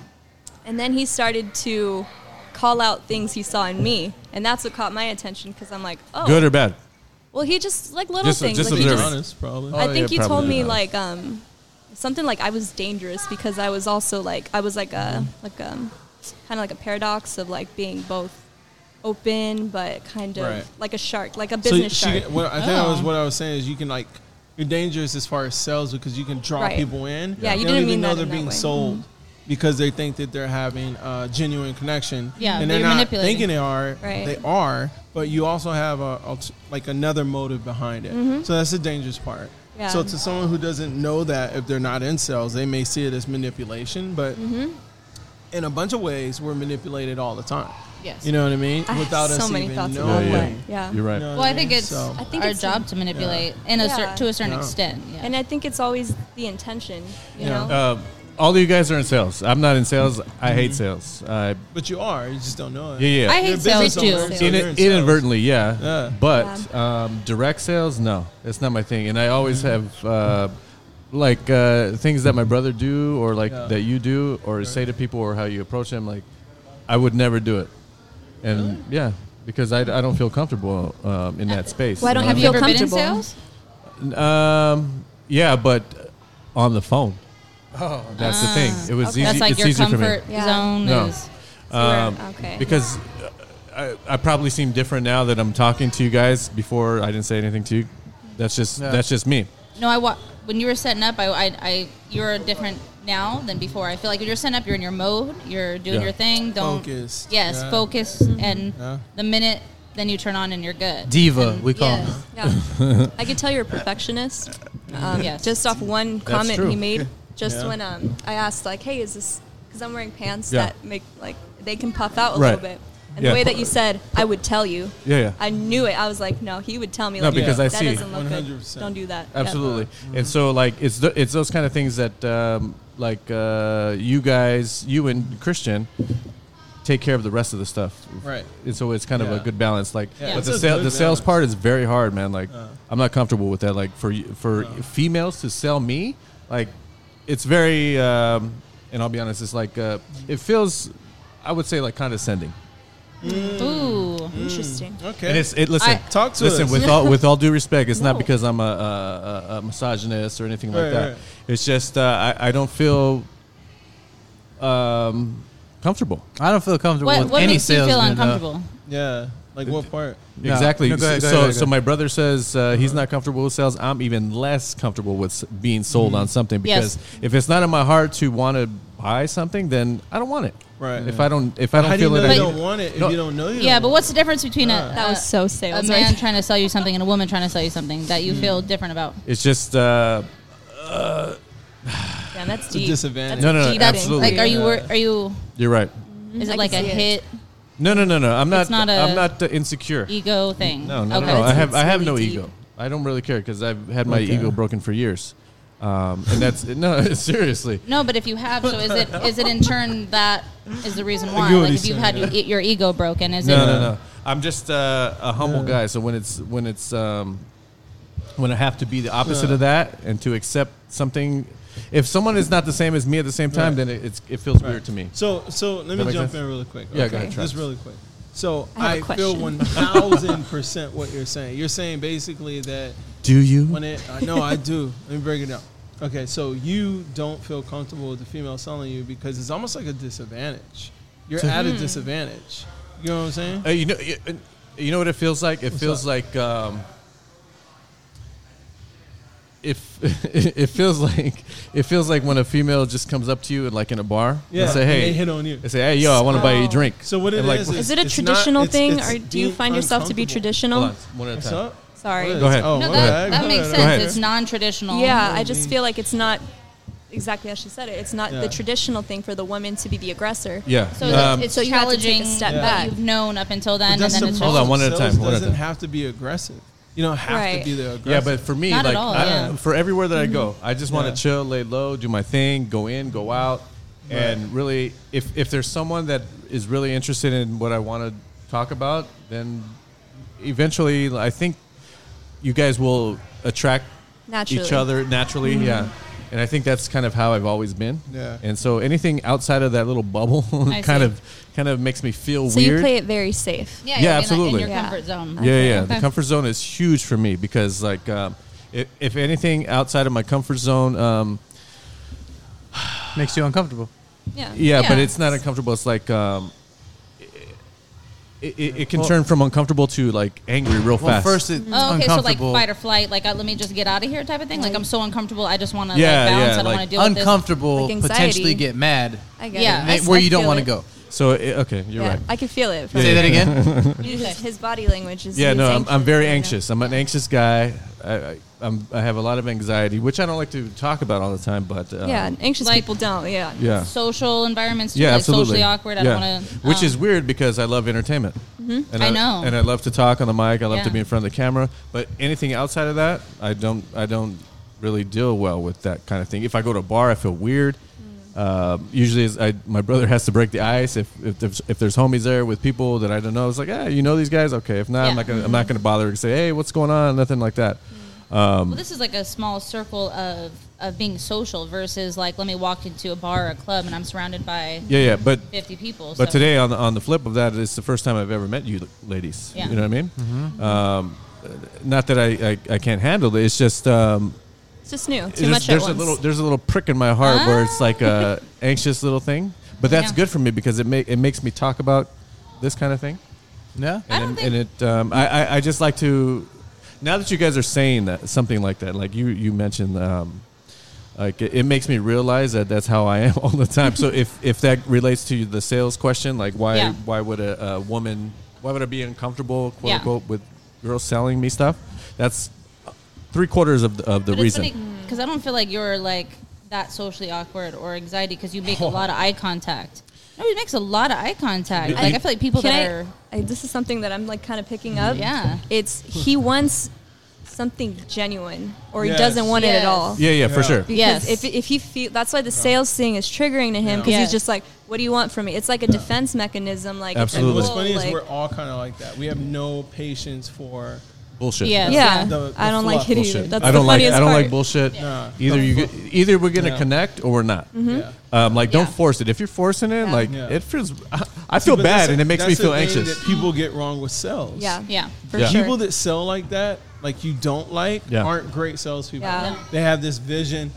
[SPEAKER 5] And then he started to call out things he saw in me, and that's what caught my attention because I'm like, oh,
[SPEAKER 1] Good or bad?
[SPEAKER 5] well, he just like little
[SPEAKER 1] Just-
[SPEAKER 5] things.
[SPEAKER 1] just
[SPEAKER 5] like, he
[SPEAKER 1] observe
[SPEAKER 5] just-
[SPEAKER 1] it.
[SPEAKER 3] honest, probably.
[SPEAKER 1] Oh,
[SPEAKER 5] I think
[SPEAKER 1] yeah,
[SPEAKER 5] you told
[SPEAKER 1] probably
[SPEAKER 5] me
[SPEAKER 1] not.
[SPEAKER 5] like um, something like I was dangerous because I was also like I was like a
[SPEAKER 1] Mm-hmm.
[SPEAKER 5] like um, kind of like a paradox of like being both open but kind of
[SPEAKER 3] Right.
[SPEAKER 5] like a shark, like a
[SPEAKER 3] So
[SPEAKER 5] business
[SPEAKER 3] she-
[SPEAKER 5] shark.
[SPEAKER 3] what I think I was
[SPEAKER 2] Oh.
[SPEAKER 3] what I was saying is you can like you're dangerous as far as sales because you can draw
[SPEAKER 5] Right.
[SPEAKER 3] people in.
[SPEAKER 5] Yeah, you
[SPEAKER 3] they don't
[SPEAKER 5] didn't
[SPEAKER 3] even
[SPEAKER 5] mean
[SPEAKER 3] know
[SPEAKER 5] that
[SPEAKER 3] they're
[SPEAKER 5] in that
[SPEAKER 3] being
[SPEAKER 5] way. Mm-hmm.
[SPEAKER 3] sold because they think that they're having a genuine connection.
[SPEAKER 2] Yeah,
[SPEAKER 3] and
[SPEAKER 2] but
[SPEAKER 3] they're
[SPEAKER 2] you're
[SPEAKER 3] not
[SPEAKER 2] manipulating.
[SPEAKER 3] thinking they are.
[SPEAKER 5] Right.
[SPEAKER 3] They are, but you also have a alt- like another motive behind it. So that's the dangerous part.
[SPEAKER 5] Mm-hmm. Yeah.
[SPEAKER 3] So to someone who doesn't know that if they're not in sales, they may see it as manipulation, but
[SPEAKER 5] Mm-hmm.
[SPEAKER 3] in a bunch of ways, we're manipulated all the time.
[SPEAKER 2] Yes.
[SPEAKER 3] You know what I mean?
[SPEAKER 5] I have
[SPEAKER 3] Without
[SPEAKER 5] so
[SPEAKER 3] us
[SPEAKER 5] many
[SPEAKER 3] even
[SPEAKER 5] thoughts
[SPEAKER 3] knowing.
[SPEAKER 5] about
[SPEAKER 1] Yeah,
[SPEAKER 5] that.
[SPEAKER 1] yeah.
[SPEAKER 5] Yeah.
[SPEAKER 1] You're right.
[SPEAKER 3] You know what
[SPEAKER 2] Well, I
[SPEAKER 3] mean?
[SPEAKER 2] think it's
[SPEAKER 3] So-
[SPEAKER 2] I
[SPEAKER 5] think
[SPEAKER 2] think our
[SPEAKER 5] it's
[SPEAKER 2] job
[SPEAKER 5] a-
[SPEAKER 2] to manipulate in a
[SPEAKER 5] Yeah.
[SPEAKER 2] cer- to a certain
[SPEAKER 3] Yeah.
[SPEAKER 2] extent. Yeah.
[SPEAKER 5] And I think it's always the intention, you
[SPEAKER 3] Yeah.
[SPEAKER 5] know.
[SPEAKER 1] Uh, all of you guys are in sales. I'm not in sales. I hate sales. I
[SPEAKER 3] But you are. You just don't know it.
[SPEAKER 1] yeah yeah.
[SPEAKER 2] I
[SPEAKER 3] You're a
[SPEAKER 2] hate sales
[SPEAKER 3] business
[SPEAKER 2] too.
[SPEAKER 3] owner, so
[SPEAKER 1] In,
[SPEAKER 3] you're in sales.
[SPEAKER 1] inadvertently, yeah.
[SPEAKER 3] Yeah.
[SPEAKER 1] But um, direct sales, no, that's not my thing. And I always have uh, like uh, things that my brother do, or like
[SPEAKER 3] Yeah.
[SPEAKER 1] that you do, or say to people, or how you approach them. Like, I would never do it. And yeah, because I, I don't feel comfortable um, in that space.
[SPEAKER 5] Uh, Why don't
[SPEAKER 1] know
[SPEAKER 5] I
[SPEAKER 2] Have
[SPEAKER 1] what
[SPEAKER 2] you
[SPEAKER 5] feel
[SPEAKER 2] ever been in
[SPEAKER 5] comfortable.
[SPEAKER 2] sales?
[SPEAKER 1] um, yeah, but on the phone. Oh, that's the thing. It was easy.
[SPEAKER 2] That's like
[SPEAKER 1] it's
[SPEAKER 2] your
[SPEAKER 1] easier for me.
[SPEAKER 2] comfort
[SPEAKER 5] Yeah.
[SPEAKER 2] zone.
[SPEAKER 1] No.
[SPEAKER 2] Is,
[SPEAKER 5] So we're- okay.
[SPEAKER 1] Uh, um, because uh, I, I probably seem different now that I'm talking to you guys. Before I didn't say anything to you. That's just
[SPEAKER 4] Yeah.
[SPEAKER 1] that's just me.
[SPEAKER 2] no, I wa- when you were setting up, I, I, I you're different now than before. I feel like when you're setting up, you're in your mode. You're doing
[SPEAKER 1] Yeah.
[SPEAKER 2] your thing. Don't
[SPEAKER 3] Focused.
[SPEAKER 2] Yes,
[SPEAKER 3] Yeah.
[SPEAKER 2] focus. And
[SPEAKER 3] Yeah.
[SPEAKER 2] the minute then you turn on and you're good.
[SPEAKER 4] Diva,
[SPEAKER 2] And-
[SPEAKER 4] we call
[SPEAKER 2] yes.
[SPEAKER 4] him.
[SPEAKER 5] Yeah. I could tell you're a perfectionist. Um,
[SPEAKER 2] Yes.
[SPEAKER 5] Just off one comment
[SPEAKER 1] Uh, true.
[SPEAKER 5] he made, just
[SPEAKER 3] Yeah.
[SPEAKER 5] when um, I asked, like, hey, is this, because I'm wearing pants
[SPEAKER 1] Yeah.
[SPEAKER 5] that make, like, they can puff out a
[SPEAKER 1] Right.
[SPEAKER 5] little bit. And
[SPEAKER 1] Yeah.
[SPEAKER 5] the way that you said, I would tell you.
[SPEAKER 1] Yeah, yeah.
[SPEAKER 5] I knew it. I was like, no, he would tell me.
[SPEAKER 1] No,
[SPEAKER 5] like,
[SPEAKER 1] because
[SPEAKER 5] that
[SPEAKER 1] I see.
[SPEAKER 5] doesn't look good.
[SPEAKER 3] 100%.
[SPEAKER 5] Don't do that. Yeah.
[SPEAKER 1] Absolutely. And so like it's th- it's those kind of things that um, like uh, you guys, you and Christian take care of the rest of the stuff.
[SPEAKER 3] Right.
[SPEAKER 1] And so it's kind of
[SPEAKER 3] Yeah.
[SPEAKER 1] a good balance like
[SPEAKER 3] Yeah,
[SPEAKER 1] but
[SPEAKER 3] it's
[SPEAKER 1] the
[SPEAKER 3] a
[SPEAKER 1] sale,
[SPEAKER 3] good
[SPEAKER 1] the sales
[SPEAKER 3] balance.
[SPEAKER 1] part is very hard, man. Like
[SPEAKER 3] Uh.
[SPEAKER 1] I'm not comfortable with that like for y- for
[SPEAKER 3] No.
[SPEAKER 1] females to sell me, like it's very um, and I'll be honest, it's like uh, it feels I would say like condescending.
[SPEAKER 2] Ooh.
[SPEAKER 5] Mm. Interesting.
[SPEAKER 3] Okay.
[SPEAKER 1] And it's it. Listen,
[SPEAKER 2] I-
[SPEAKER 3] Talk to
[SPEAKER 1] listen
[SPEAKER 3] us.
[SPEAKER 1] with all with all due respect. It's not
[SPEAKER 5] No.
[SPEAKER 1] because I'm a, a, a- a misogynist or anything like
[SPEAKER 3] Right,
[SPEAKER 1] that.
[SPEAKER 3] right.
[SPEAKER 1] It's just uh, I I don't feel um, comfortable.
[SPEAKER 4] I don't feel comfortable
[SPEAKER 2] What,
[SPEAKER 4] with
[SPEAKER 2] what
[SPEAKER 4] any
[SPEAKER 2] makes you
[SPEAKER 4] salesman.
[SPEAKER 2] feel
[SPEAKER 4] though.
[SPEAKER 2] uncomfortable?
[SPEAKER 3] Yeah. Like what part?
[SPEAKER 4] No.
[SPEAKER 1] Exactly.
[SPEAKER 4] No, go ahead,
[SPEAKER 1] so,
[SPEAKER 4] go ahead, go ahead.
[SPEAKER 1] so my brother says uh, he's not comfortable with sales. I'm even less comfortable with s- being sold on something
[SPEAKER 2] Yes.
[SPEAKER 1] because if it's not in my heart to want to buy something, then I don't want it.
[SPEAKER 3] Right.
[SPEAKER 1] If I don't, if I don't
[SPEAKER 3] How do you
[SPEAKER 1] feel
[SPEAKER 3] know
[SPEAKER 1] it, I
[SPEAKER 3] you
[SPEAKER 1] need
[SPEAKER 3] don't want it if
[SPEAKER 1] No.
[SPEAKER 3] you don't know you
[SPEAKER 2] Yeah,
[SPEAKER 3] don't
[SPEAKER 2] but
[SPEAKER 3] want
[SPEAKER 2] what's the difference between a,
[SPEAKER 5] That was so
[SPEAKER 2] a
[SPEAKER 5] sales.
[SPEAKER 2] man
[SPEAKER 5] Right?
[SPEAKER 2] trying to sell you something and a woman trying to sell you something that you
[SPEAKER 1] Hmm.
[SPEAKER 2] feel different about?
[SPEAKER 1] it. it's just uh,
[SPEAKER 5] Damn, that's
[SPEAKER 3] It's a
[SPEAKER 5] deep.
[SPEAKER 3] disadvantage.
[SPEAKER 1] no, no,
[SPEAKER 5] Cheating.
[SPEAKER 1] no absolutely.
[SPEAKER 2] Like, are you wor-
[SPEAKER 3] Yeah.
[SPEAKER 2] are you?
[SPEAKER 1] You're right.
[SPEAKER 2] Is
[SPEAKER 5] Hmm, I
[SPEAKER 2] it like a
[SPEAKER 5] can see it.
[SPEAKER 2] hit
[SPEAKER 1] No, no, no, no. I'm not.
[SPEAKER 2] It's not a-
[SPEAKER 1] I'm not uh, insecure.
[SPEAKER 2] ego thing?
[SPEAKER 1] No, no,
[SPEAKER 2] okay.
[SPEAKER 1] no. I have
[SPEAKER 5] It's
[SPEAKER 1] I have
[SPEAKER 5] really
[SPEAKER 1] no
[SPEAKER 5] deep.
[SPEAKER 1] ego. I don't really care because I've had my
[SPEAKER 3] Okay.
[SPEAKER 1] ego broken for years, um, and that's no seriously.
[SPEAKER 2] No, but if you have, so is it is it in turn that is the reason why?
[SPEAKER 3] get what
[SPEAKER 2] Like
[SPEAKER 3] he's
[SPEAKER 2] if you've
[SPEAKER 3] saying,
[SPEAKER 2] had
[SPEAKER 3] yeah.
[SPEAKER 2] y- your ego broken, is
[SPEAKER 1] No,
[SPEAKER 2] it?
[SPEAKER 1] no, no. I'm just uh, a humble guy. So when it's when it's um, when I have to be the opposite of that and to accept something, if someone is not the same as me at the same time,
[SPEAKER 3] Right.
[SPEAKER 1] then it, it's, it feels
[SPEAKER 3] Right.
[SPEAKER 1] weird to me.
[SPEAKER 3] So so let
[SPEAKER 1] That
[SPEAKER 3] me
[SPEAKER 1] makes
[SPEAKER 3] jump
[SPEAKER 1] sense?
[SPEAKER 3] in really quick.
[SPEAKER 1] Yeah, go ahead, Travis.
[SPEAKER 3] Just really quick. So
[SPEAKER 5] I have a
[SPEAKER 3] I, feel
[SPEAKER 5] question.
[SPEAKER 3] one thousand percent what you're saying. You're saying basically that
[SPEAKER 1] Do you?
[SPEAKER 3] when it I no, I do. Let me break it down. Okay, so you don't feel comfortable with the female selling you because it's almost like a disadvantage. You're at a
[SPEAKER 2] Hmm.
[SPEAKER 3] disadvantage. You know what I'm saying?
[SPEAKER 1] Uh, you know, you, uh, you know what it feels like. It feels
[SPEAKER 3] that?
[SPEAKER 1] like um, if it feels like it feels like when a female just comes up to you and like in a bar
[SPEAKER 3] Yeah,
[SPEAKER 1] and say,
[SPEAKER 3] and
[SPEAKER 1] "Hey,"
[SPEAKER 3] they hit on you.
[SPEAKER 1] and say, "Hey, yo, I want to buy you a
[SPEAKER 5] Oh.
[SPEAKER 1] drink."
[SPEAKER 3] So what it
[SPEAKER 1] And,
[SPEAKER 3] is
[SPEAKER 1] like,
[SPEAKER 3] is
[SPEAKER 5] Is it a
[SPEAKER 3] It's not-
[SPEAKER 5] traditional
[SPEAKER 3] it's-
[SPEAKER 5] thing,
[SPEAKER 3] it's
[SPEAKER 5] or do you
[SPEAKER 3] being
[SPEAKER 5] find yourself to be
[SPEAKER 3] uncomfortable.
[SPEAKER 5] traditional?
[SPEAKER 1] Hold on, one at a
[SPEAKER 3] What's
[SPEAKER 1] time.
[SPEAKER 3] up?
[SPEAKER 5] Sorry.
[SPEAKER 3] What
[SPEAKER 1] Go
[SPEAKER 3] is-
[SPEAKER 1] ahead.
[SPEAKER 3] Oh,
[SPEAKER 2] No,
[SPEAKER 3] go
[SPEAKER 2] that,
[SPEAKER 3] ahead.
[SPEAKER 2] that
[SPEAKER 3] Go
[SPEAKER 2] makes
[SPEAKER 3] ahead.
[SPEAKER 1] Go ahead.
[SPEAKER 2] sense. It's non-traditional.
[SPEAKER 5] Yeah, I
[SPEAKER 3] Really?
[SPEAKER 5] just feel like it's not exactly as she said it. It's not
[SPEAKER 3] Yeah.
[SPEAKER 5] the traditional thing for the woman to be the aggressor.
[SPEAKER 1] Yeah.
[SPEAKER 2] So
[SPEAKER 1] Um,
[SPEAKER 2] it's,
[SPEAKER 5] So
[SPEAKER 2] it's
[SPEAKER 5] you have to take a
[SPEAKER 2] challenging
[SPEAKER 5] step
[SPEAKER 2] what
[SPEAKER 5] back.
[SPEAKER 2] you've known up until then, and
[SPEAKER 3] That's
[SPEAKER 2] then
[SPEAKER 3] the
[SPEAKER 2] it's
[SPEAKER 1] Hold
[SPEAKER 2] just-
[SPEAKER 1] on, one at a
[SPEAKER 3] Sales
[SPEAKER 1] time, one at a
[SPEAKER 3] doesn't
[SPEAKER 1] time.
[SPEAKER 3] have to be aggressive. You don't have to
[SPEAKER 5] Right.
[SPEAKER 3] be the
[SPEAKER 1] Yeah,
[SPEAKER 3] aggressive.
[SPEAKER 1] but for me,
[SPEAKER 2] Not at
[SPEAKER 1] like
[SPEAKER 2] all,
[SPEAKER 1] I,
[SPEAKER 2] yeah. Mm-hmm.
[SPEAKER 1] for everywhere that I go, I just want
[SPEAKER 3] Yeah.
[SPEAKER 1] to chill, lay low, do my thing, go in, go out, and really, if if there's someone that is really interested in what I want to talk about, then eventually, I think you guys will attract
[SPEAKER 5] Naturally.
[SPEAKER 1] each other naturally.
[SPEAKER 2] Mm-hmm.
[SPEAKER 1] Yeah. And I think that's kind of how I've always been.
[SPEAKER 3] Yeah.
[SPEAKER 1] And so anything outside of that little bubble
[SPEAKER 2] I
[SPEAKER 1] kind
[SPEAKER 2] see.
[SPEAKER 1] of kind of makes me feel
[SPEAKER 5] So
[SPEAKER 1] weird.
[SPEAKER 5] you play it very safe.
[SPEAKER 2] yeah,
[SPEAKER 1] Yeah,
[SPEAKER 2] you're in a-
[SPEAKER 1] absolutely.
[SPEAKER 2] In your
[SPEAKER 5] Yeah.
[SPEAKER 2] comfort zone.
[SPEAKER 1] Yeah, yeah.
[SPEAKER 2] Okay.
[SPEAKER 1] The comfort zone is huge for me because, like, um, if, if anything outside of my comfort zone, um,
[SPEAKER 4] Makes you uncomfortable.
[SPEAKER 5] Yeah.
[SPEAKER 1] yeah, but
[SPEAKER 2] Uh-huh. Yeah.
[SPEAKER 1] it's not uncomfortable. It's like um, it, it, it can
[SPEAKER 3] Well-
[SPEAKER 1] turn from uncomfortable to like angry real
[SPEAKER 4] Well,
[SPEAKER 1] fast.
[SPEAKER 4] first it's
[SPEAKER 5] Mm.
[SPEAKER 2] Oh, okay, so like
[SPEAKER 4] uncomfortable.
[SPEAKER 2] fight or flight, like I, let me just get out of here type of thing. Like I'm so uncomfortable, I just want to
[SPEAKER 1] Yeah,
[SPEAKER 2] like bounce.
[SPEAKER 1] yeah,
[SPEAKER 2] I don't
[SPEAKER 1] like
[SPEAKER 2] want to deal with
[SPEAKER 4] uncomfortable,
[SPEAKER 5] Like anxiety.
[SPEAKER 4] potentially get mad,
[SPEAKER 5] I get
[SPEAKER 2] Yeah.
[SPEAKER 5] it.
[SPEAKER 2] I
[SPEAKER 4] may-
[SPEAKER 5] s-
[SPEAKER 4] where
[SPEAKER 5] I
[SPEAKER 4] you don't
[SPEAKER 5] feel
[SPEAKER 4] want
[SPEAKER 5] it.
[SPEAKER 4] to go.
[SPEAKER 1] so it, okay, you're
[SPEAKER 5] Yeah,
[SPEAKER 1] right.
[SPEAKER 5] I can feel
[SPEAKER 4] Say
[SPEAKER 5] it. From
[SPEAKER 4] that again.
[SPEAKER 5] you just- His body language is.
[SPEAKER 1] yeah,
[SPEAKER 5] he's
[SPEAKER 1] no, I'm, I'm very
[SPEAKER 5] right now.
[SPEAKER 1] anxious. I'm an anxious guy. I, I, I'm, I have a lot of anxiety, which I don't like to talk about all the time. But um,
[SPEAKER 5] Yeah, and anxious
[SPEAKER 2] Like-
[SPEAKER 5] people don't. Yeah.
[SPEAKER 1] yeah,
[SPEAKER 2] this social environments. Too,
[SPEAKER 1] yeah,
[SPEAKER 2] like
[SPEAKER 1] absolutely.
[SPEAKER 2] Socially awkward. I
[SPEAKER 1] Yeah.
[SPEAKER 2] don't um, want to.
[SPEAKER 1] Which is weird because I love entertainment. And
[SPEAKER 2] I know.
[SPEAKER 1] and I love to talk on the mic. I love to
[SPEAKER 2] Yeah.
[SPEAKER 1] be in front of the camera. But anything outside of that, I don't. I don't really deal well with that kind of thing. If I go to a bar, I feel weird.
[SPEAKER 2] Mm.
[SPEAKER 1] Um, usually, it's- I, my brother has to break the ice. If if there's, if there's homies there with people that I don't know, it's like, ah, you know these guys, okay. If not,
[SPEAKER 2] Yeah. Mm-hmm. Mm.
[SPEAKER 1] I'm not gonna I'm not gonna bother to say, hey, what's going on? Nothing like that.
[SPEAKER 2] Well, this is like a small circle of of being social versus like let me walk into a bar or a club and I'm surrounded by
[SPEAKER 1] Yeah, yeah. But
[SPEAKER 2] 50 people.
[SPEAKER 1] But
[SPEAKER 2] so-
[SPEAKER 1] today, on the, on the flip of that, it's the first time I've ever met you ladies.
[SPEAKER 2] Yeah.
[SPEAKER 1] You know what I mean? Um, uh, not that I, I, I can't handle it. It's just um,
[SPEAKER 5] It's just new. Too
[SPEAKER 1] there's,
[SPEAKER 5] much
[SPEAKER 1] there's
[SPEAKER 5] at
[SPEAKER 1] a
[SPEAKER 5] once. Ah.
[SPEAKER 1] little there's a little prick in my heart where it's like a anxious little thing. But that's
[SPEAKER 2] Yeah.
[SPEAKER 1] good for me because it make it makes me talk about this kind of thing.
[SPEAKER 4] yeah.
[SPEAKER 2] I
[SPEAKER 1] And,
[SPEAKER 2] don't think-
[SPEAKER 1] and it um, I, I I just like to now that you guys are saying that something like that, like you you mentioned. Um, like it, it makes me realize that that's how I am all the time. So if, if that relates to the sales question, like why
[SPEAKER 2] Yeah.
[SPEAKER 1] why would a, a woman why would I be uncomfortable quote
[SPEAKER 2] Yeah.
[SPEAKER 1] unquote with girls selling me stuff? That's three quarters of the, of the
[SPEAKER 2] But it's
[SPEAKER 1] reason.
[SPEAKER 2] funny because I don't feel like you're like that socially awkward or anxiety because you make a lot of eye contact. Nobody makes a lot of eye contact.
[SPEAKER 1] You-
[SPEAKER 2] like
[SPEAKER 1] you-
[SPEAKER 2] I feel like people
[SPEAKER 5] Can
[SPEAKER 2] that
[SPEAKER 5] I-
[SPEAKER 2] are
[SPEAKER 5] I, this is something that I'm like kind of picking up.
[SPEAKER 2] Yeah.
[SPEAKER 5] It's he wants something genuine, or
[SPEAKER 3] Yes.
[SPEAKER 5] he doesn't want it
[SPEAKER 2] Yes.
[SPEAKER 5] at all.
[SPEAKER 1] yeah, yeah, for
[SPEAKER 3] Yeah.
[SPEAKER 1] sure.
[SPEAKER 5] Because
[SPEAKER 2] Yes.
[SPEAKER 5] if, if he feel that's why the sales thing is triggering to him because
[SPEAKER 2] Yeah.
[SPEAKER 5] he's just like, what do you want from me? It's like a defense mechanism. Like it's like,
[SPEAKER 1] Absolutely.
[SPEAKER 3] And what's
[SPEAKER 5] whoa,
[SPEAKER 3] funny
[SPEAKER 5] like-
[SPEAKER 3] is we're all kind of like that. We have no patience for.
[SPEAKER 1] Bullshit.
[SPEAKER 2] Yeah.
[SPEAKER 5] yeah,
[SPEAKER 3] The- the
[SPEAKER 5] I don't like
[SPEAKER 3] fluff.
[SPEAKER 5] it either.
[SPEAKER 1] Bullshit.
[SPEAKER 5] That's
[SPEAKER 1] I
[SPEAKER 5] the
[SPEAKER 1] don't like.
[SPEAKER 5] funniest
[SPEAKER 1] I don't
[SPEAKER 5] part.
[SPEAKER 1] like bullshit.
[SPEAKER 3] Nah.
[SPEAKER 1] Either you, get, either we're gonna
[SPEAKER 3] Yeah.
[SPEAKER 1] connect or we're not.
[SPEAKER 2] Mm-hmm. Hmm?
[SPEAKER 3] Yeah.
[SPEAKER 1] Um, like, don't
[SPEAKER 2] Yeah.
[SPEAKER 1] force it. If you're forcing it,
[SPEAKER 5] Yeah.
[SPEAKER 1] like,
[SPEAKER 3] Yeah.
[SPEAKER 1] it feels. I, I feel
[SPEAKER 3] But
[SPEAKER 1] bad,
[SPEAKER 3] that's-
[SPEAKER 1] and it makes me
[SPEAKER 3] that's the
[SPEAKER 1] feel
[SPEAKER 3] thing
[SPEAKER 1] anxious.
[SPEAKER 3] That people get wrong with sales.
[SPEAKER 5] Yeah,
[SPEAKER 2] yeah.
[SPEAKER 5] for
[SPEAKER 1] Yeah.
[SPEAKER 5] sure.
[SPEAKER 3] People that sell like that, like you don't like,
[SPEAKER 1] Yeah.
[SPEAKER 3] aren't great salespeople.
[SPEAKER 5] Yeah.
[SPEAKER 3] They have this vision.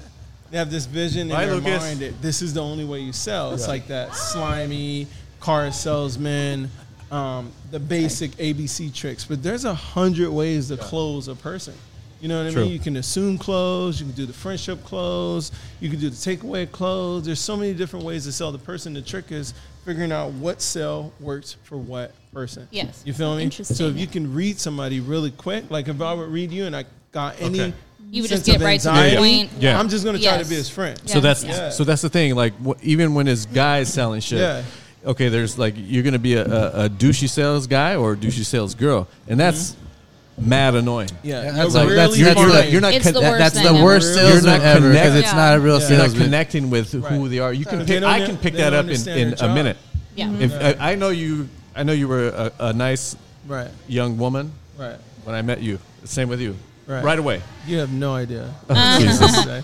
[SPEAKER 3] They have this vision in
[SPEAKER 1] Bye,
[SPEAKER 3] their
[SPEAKER 1] Lucas.
[SPEAKER 3] mind that this is the only way you sell. It's
[SPEAKER 1] Yeah.
[SPEAKER 3] like that slimy car salesman, um, the basic ABC tricks. But there's a hundred ways to close a person. You know what I
[SPEAKER 1] True.
[SPEAKER 3] mean? You can assume close. You can do the friendship close. You can do the takeaway close. There's so many different ways to sell the person. The trick is figuring out what sell works for what person.
[SPEAKER 2] Yes.
[SPEAKER 3] You feel me? So if
[SPEAKER 5] Interesting.
[SPEAKER 3] you can read somebody really quick, like if I would read you and I got any
[SPEAKER 1] Okay.
[SPEAKER 2] You would just
[SPEAKER 3] sense
[SPEAKER 2] get
[SPEAKER 3] of
[SPEAKER 2] right to the
[SPEAKER 3] anxiety,
[SPEAKER 2] point.
[SPEAKER 1] Yeah.
[SPEAKER 3] I'm just gonna try
[SPEAKER 2] Yes.
[SPEAKER 3] to be his friend.
[SPEAKER 5] Yeah.
[SPEAKER 1] So that's
[SPEAKER 3] Yeah.
[SPEAKER 1] so that's the thing. Like wh- even when his guys selling shit,
[SPEAKER 3] Yeah.
[SPEAKER 1] okay, there's like you're gonna be a, a, a douchey sales guy or a douchey sales girl, and that's
[SPEAKER 2] Mm-hmm.
[SPEAKER 1] mad annoying.
[SPEAKER 3] Yeah,
[SPEAKER 4] Yeah,
[SPEAKER 3] you're
[SPEAKER 4] that's like
[SPEAKER 3] really
[SPEAKER 4] that's, that's
[SPEAKER 3] fine.
[SPEAKER 4] the, you're not
[SPEAKER 2] It's
[SPEAKER 4] con-
[SPEAKER 2] the
[SPEAKER 4] that-
[SPEAKER 2] worst
[SPEAKER 4] that's the
[SPEAKER 2] thing
[SPEAKER 4] worst
[SPEAKER 1] ever. You're
[SPEAKER 4] salesman
[SPEAKER 1] not
[SPEAKER 4] ever because
[SPEAKER 1] connected.
[SPEAKER 4] it's not a real
[SPEAKER 3] Yeah.
[SPEAKER 1] You're not
[SPEAKER 4] salesman.
[SPEAKER 1] connecting with who
[SPEAKER 3] Right.
[SPEAKER 1] they are. You can
[SPEAKER 3] They
[SPEAKER 1] pick.
[SPEAKER 3] don't
[SPEAKER 1] I
[SPEAKER 3] un-
[SPEAKER 1] can pick
[SPEAKER 3] they
[SPEAKER 1] that
[SPEAKER 3] don't
[SPEAKER 1] up in,
[SPEAKER 3] understand
[SPEAKER 1] in
[SPEAKER 3] their
[SPEAKER 1] a
[SPEAKER 3] job.
[SPEAKER 1] minute.
[SPEAKER 2] Yeah.
[SPEAKER 5] Mm-hmm.
[SPEAKER 1] If I, I know you, I know you were a, a nice
[SPEAKER 3] Right,
[SPEAKER 1] young woman
[SPEAKER 3] right.
[SPEAKER 1] when I met you. Same with you.
[SPEAKER 3] Right.
[SPEAKER 1] away.
[SPEAKER 3] You have no idea.
[SPEAKER 1] Jesus.
[SPEAKER 3] Today.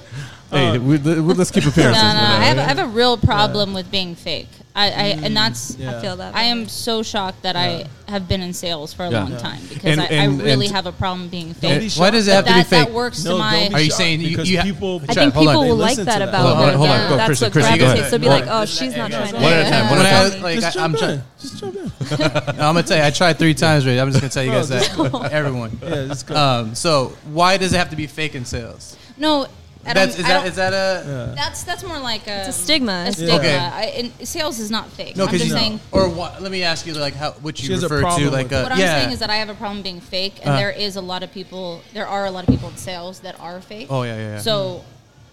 [SPEAKER 1] Hey, we, we- let's keep
[SPEAKER 2] No,
[SPEAKER 1] appearances.
[SPEAKER 2] Oh. no,
[SPEAKER 1] man.
[SPEAKER 2] I have, I have a real problem with being fake. I, I and that's
[SPEAKER 3] Yeah.
[SPEAKER 5] I feel that.
[SPEAKER 2] I am so shocked that I have been in sales for a
[SPEAKER 1] Yeah.
[SPEAKER 2] long
[SPEAKER 1] Yeah.
[SPEAKER 2] time because
[SPEAKER 1] And-
[SPEAKER 2] I,
[SPEAKER 1] and-
[SPEAKER 2] I really
[SPEAKER 1] and-
[SPEAKER 2] have a problem being
[SPEAKER 3] Don't
[SPEAKER 2] fake.
[SPEAKER 3] be shocked.
[SPEAKER 4] Why does it have to be
[SPEAKER 2] that, that
[SPEAKER 4] fake?
[SPEAKER 2] works to
[SPEAKER 3] No, don't
[SPEAKER 2] my.
[SPEAKER 3] be
[SPEAKER 4] Are you
[SPEAKER 3] shocked,
[SPEAKER 4] saying you-
[SPEAKER 3] because
[SPEAKER 4] you ha-
[SPEAKER 3] people?
[SPEAKER 5] I
[SPEAKER 4] Chat,
[SPEAKER 5] think
[SPEAKER 4] hold on,
[SPEAKER 5] people
[SPEAKER 4] they
[SPEAKER 5] will like
[SPEAKER 3] listen
[SPEAKER 5] that
[SPEAKER 3] to that.
[SPEAKER 5] about
[SPEAKER 1] Hold on,
[SPEAKER 5] her.
[SPEAKER 1] hold on,
[SPEAKER 5] Yeah,
[SPEAKER 1] go,
[SPEAKER 5] that's
[SPEAKER 1] Kristen,
[SPEAKER 5] what
[SPEAKER 1] Kristen, go
[SPEAKER 5] gravitates.
[SPEAKER 1] ahead.
[SPEAKER 5] They'll be
[SPEAKER 1] Go
[SPEAKER 5] like,
[SPEAKER 1] ahead.
[SPEAKER 5] oh, she's not trying to.
[SPEAKER 1] One at a time,
[SPEAKER 5] do that.
[SPEAKER 1] one at a
[SPEAKER 4] When I-
[SPEAKER 1] time.
[SPEAKER 4] like,
[SPEAKER 3] Just
[SPEAKER 4] I-
[SPEAKER 3] jump
[SPEAKER 4] I'm try-
[SPEAKER 3] in. Just jump in.
[SPEAKER 4] No, I'm gonna tell you, I tried three times already. I'm just gonna tell you
[SPEAKER 3] Oh,
[SPEAKER 4] guys that. Everyone.
[SPEAKER 3] Yeah, just go.
[SPEAKER 4] Um, so why does it have to be fake in sales?
[SPEAKER 2] No, I don't,
[SPEAKER 4] That's is
[SPEAKER 2] I
[SPEAKER 4] that
[SPEAKER 2] don't-
[SPEAKER 4] is that a
[SPEAKER 2] that's that's more like a,
[SPEAKER 5] It's a stigma.
[SPEAKER 2] A stigma.
[SPEAKER 4] Okay.
[SPEAKER 2] I, and sales is not fake.
[SPEAKER 4] no?
[SPEAKER 2] I'm just
[SPEAKER 4] Because you
[SPEAKER 2] saying.
[SPEAKER 4] or wha- let me ask you like how what
[SPEAKER 3] She
[SPEAKER 4] you
[SPEAKER 3] has a
[SPEAKER 4] refer to
[SPEAKER 3] problem
[SPEAKER 4] like
[SPEAKER 3] with
[SPEAKER 4] a
[SPEAKER 3] it.
[SPEAKER 2] What I'm
[SPEAKER 4] yeah.
[SPEAKER 2] saying is that I have a problem being fake, and
[SPEAKER 4] Uh.
[SPEAKER 2] there is a lot of people. There are a lot of people in sales that are fake.
[SPEAKER 4] Oh, yeah, yeah, yeah.
[SPEAKER 2] So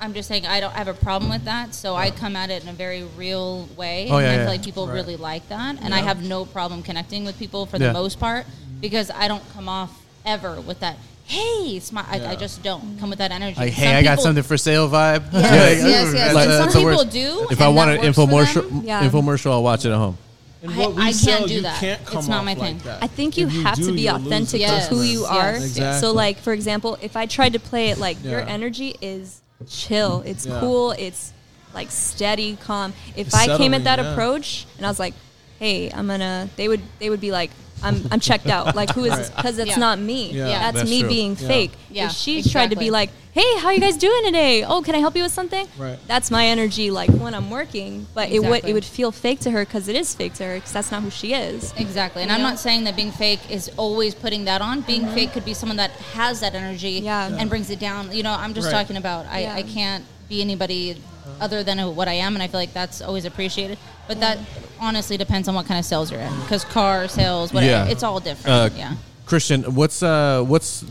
[SPEAKER 2] I'm just saying I don't have a problem with that. So I come at it in a very real way.
[SPEAKER 4] Oh,
[SPEAKER 2] and
[SPEAKER 4] yeah,
[SPEAKER 2] I
[SPEAKER 4] yeah,
[SPEAKER 2] feel like
[SPEAKER 4] yeah.
[SPEAKER 2] people
[SPEAKER 3] Right.
[SPEAKER 2] really like that, and I have no problem connecting with people for the
[SPEAKER 4] Yeah.
[SPEAKER 2] most part because I don't come off ever with that. Hey, smile. I, I
[SPEAKER 3] Yeah.
[SPEAKER 2] just don't come with that energy.
[SPEAKER 4] like hey,
[SPEAKER 2] Some
[SPEAKER 4] I got
[SPEAKER 2] people-
[SPEAKER 4] something for sale vibe.
[SPEAKER 2] Yes,
[SPEAKER 4] Like,
[SPEAKER 2] yes,
[SPEAKER 4] ooh,
[SPEAKER 2] yes.
[SPEAKER 4] that's
[SPEAKER 2] And
[SPEAKER 4] a-
[SPEAKER 2] some
[SPEAKER 4] that's a
[SPEAKER 2] people
[SPEAKER 4] worst-
[SPEAKER 2] do.
[SPEAKER 1] If I
[SPEAKER 2] and
[SPEAKER 1] want
[SPEAKER 2] that
[SPEAKER 1] an
[SPEAKER 2] works for
[SPEAKER 1] infomercial,
[SPEAKER 2] them.
[SPEAKER 5] Yeah.
[SPEAKER 1] infomercial, I'll watch it at home.
[SPEAKER 3] and
[SPEAKER 2] I-
[SPEAKER 3] what we
[SPEAKER 2] I can't
[SPEAKER 3] sell,
[SPEAKER 2] do
[SPEAKER 3] you
[SPEAKER 2] that.
[SPEAKER 3] can't come
[SPEAKER 2] It's not
[SPEAKER 3] off
[SPEAKER 2] my
[SPEAKER 3] like
[SPEAKER 2] thing.
[SPEAKER 3] that.
[SPEAKER 5] I think you
[SPEAKER 3] If
[SPEAKER 5] have
[SPEAKER 3] do,
[SPEAKER 5] to be
[SPEAKER 3] you'll lose
[SPEAKER 5] authentic
[SPEAKER 3] the
[SPEAKER 5] to
[SPEAKER 2] Yes.
[SPEAKER 5] who
[SPEAKER 3] customer.
[SPEAKER 5] you
[SPEAKER 2] Yes.
[SPEAKER 5] are.
[SPEAKER 3] Exactly.
[SPEAKER 5] So, like for example, if I tried to play it like your
[SPEAKER 3] Yeah.
[SPEAKER 5] energy is chill, it's
[SPEAKER 3] Yeah.
[SPEAKER 5] cool, it's like steady, calm. If
[SPEAKER 3] It's
[SPEAKER 5] I came at
[SPEAKER 3] settling,
[SPEAKER 5] that
[SPEAKER 3] yeah.
[SPEAKER 5] approach and I was like, "Hey, I'm gonna," they would they would be like, "I'm I'm checked out." Like who is this?
[SPEAKER 3] Right.
[SPEAKER 5] Because that's
[SPEAKER 2] Yeah.
[SPEAKER 5] not me.
[SPEAKER 3] Yeah.
[SPEAKER 2] Yeah.
[SPEAKER 5] That's,
[SPEAKER 1] That's
[SPEAKER 5] me
[SPEAKER 1] true.
[SPEAKER 5] being
[SPEAKER 3] Yeah.
[SPEAKER 5] fake.
[SPEAKER 2] Yeah,
[SPEAKER 5] If she tried to
[SPEAKER 2] exactly.
[SPEAKER 5] be like, "Hey, how you guys doing today? Oh, can I help you with something?"
[SPEAKER 3] Right.
[SPEAKER 5] That's my energy, like when I'm working. But it would
[SPEAKER 2] Exactly.
[SPEAKER 5] it would feel fake to her because it is fake to her because that's not who she is.
[SPEAKER 2] Exactly. And
[SPEAKER 5] You
[SPEAKER 2] I'm
[SPEAKER 5] know?
[SPEAKER 2] not saying that being fake is always putting that on. Being fake could be someone that has that energy
[SPEAKER 5] Yeah. Yeah.
[SPEAKER 2] and brings it down. You know, I'm just
[SPEAKER 3] Right.
[SPEAKER 2] talking about I,
[SPEAKER 5] Yeah.
[SPEAKER 2] I can't be anybody
[SPEAKER 4] Uh-huh.
[SPEAKER 2] other than what I am. And I feel like that's always appreciated. But that honestly depends on what kind of sales you're in. Because car sales, whatever,
[SPEAKER 1] Yeah.
[SPEAKER 2] it's all different.
[SPEAKER 1] Uh,
[SPEAKER 2] yeah.
[SPEAKER 1] Christian, what's uh, what's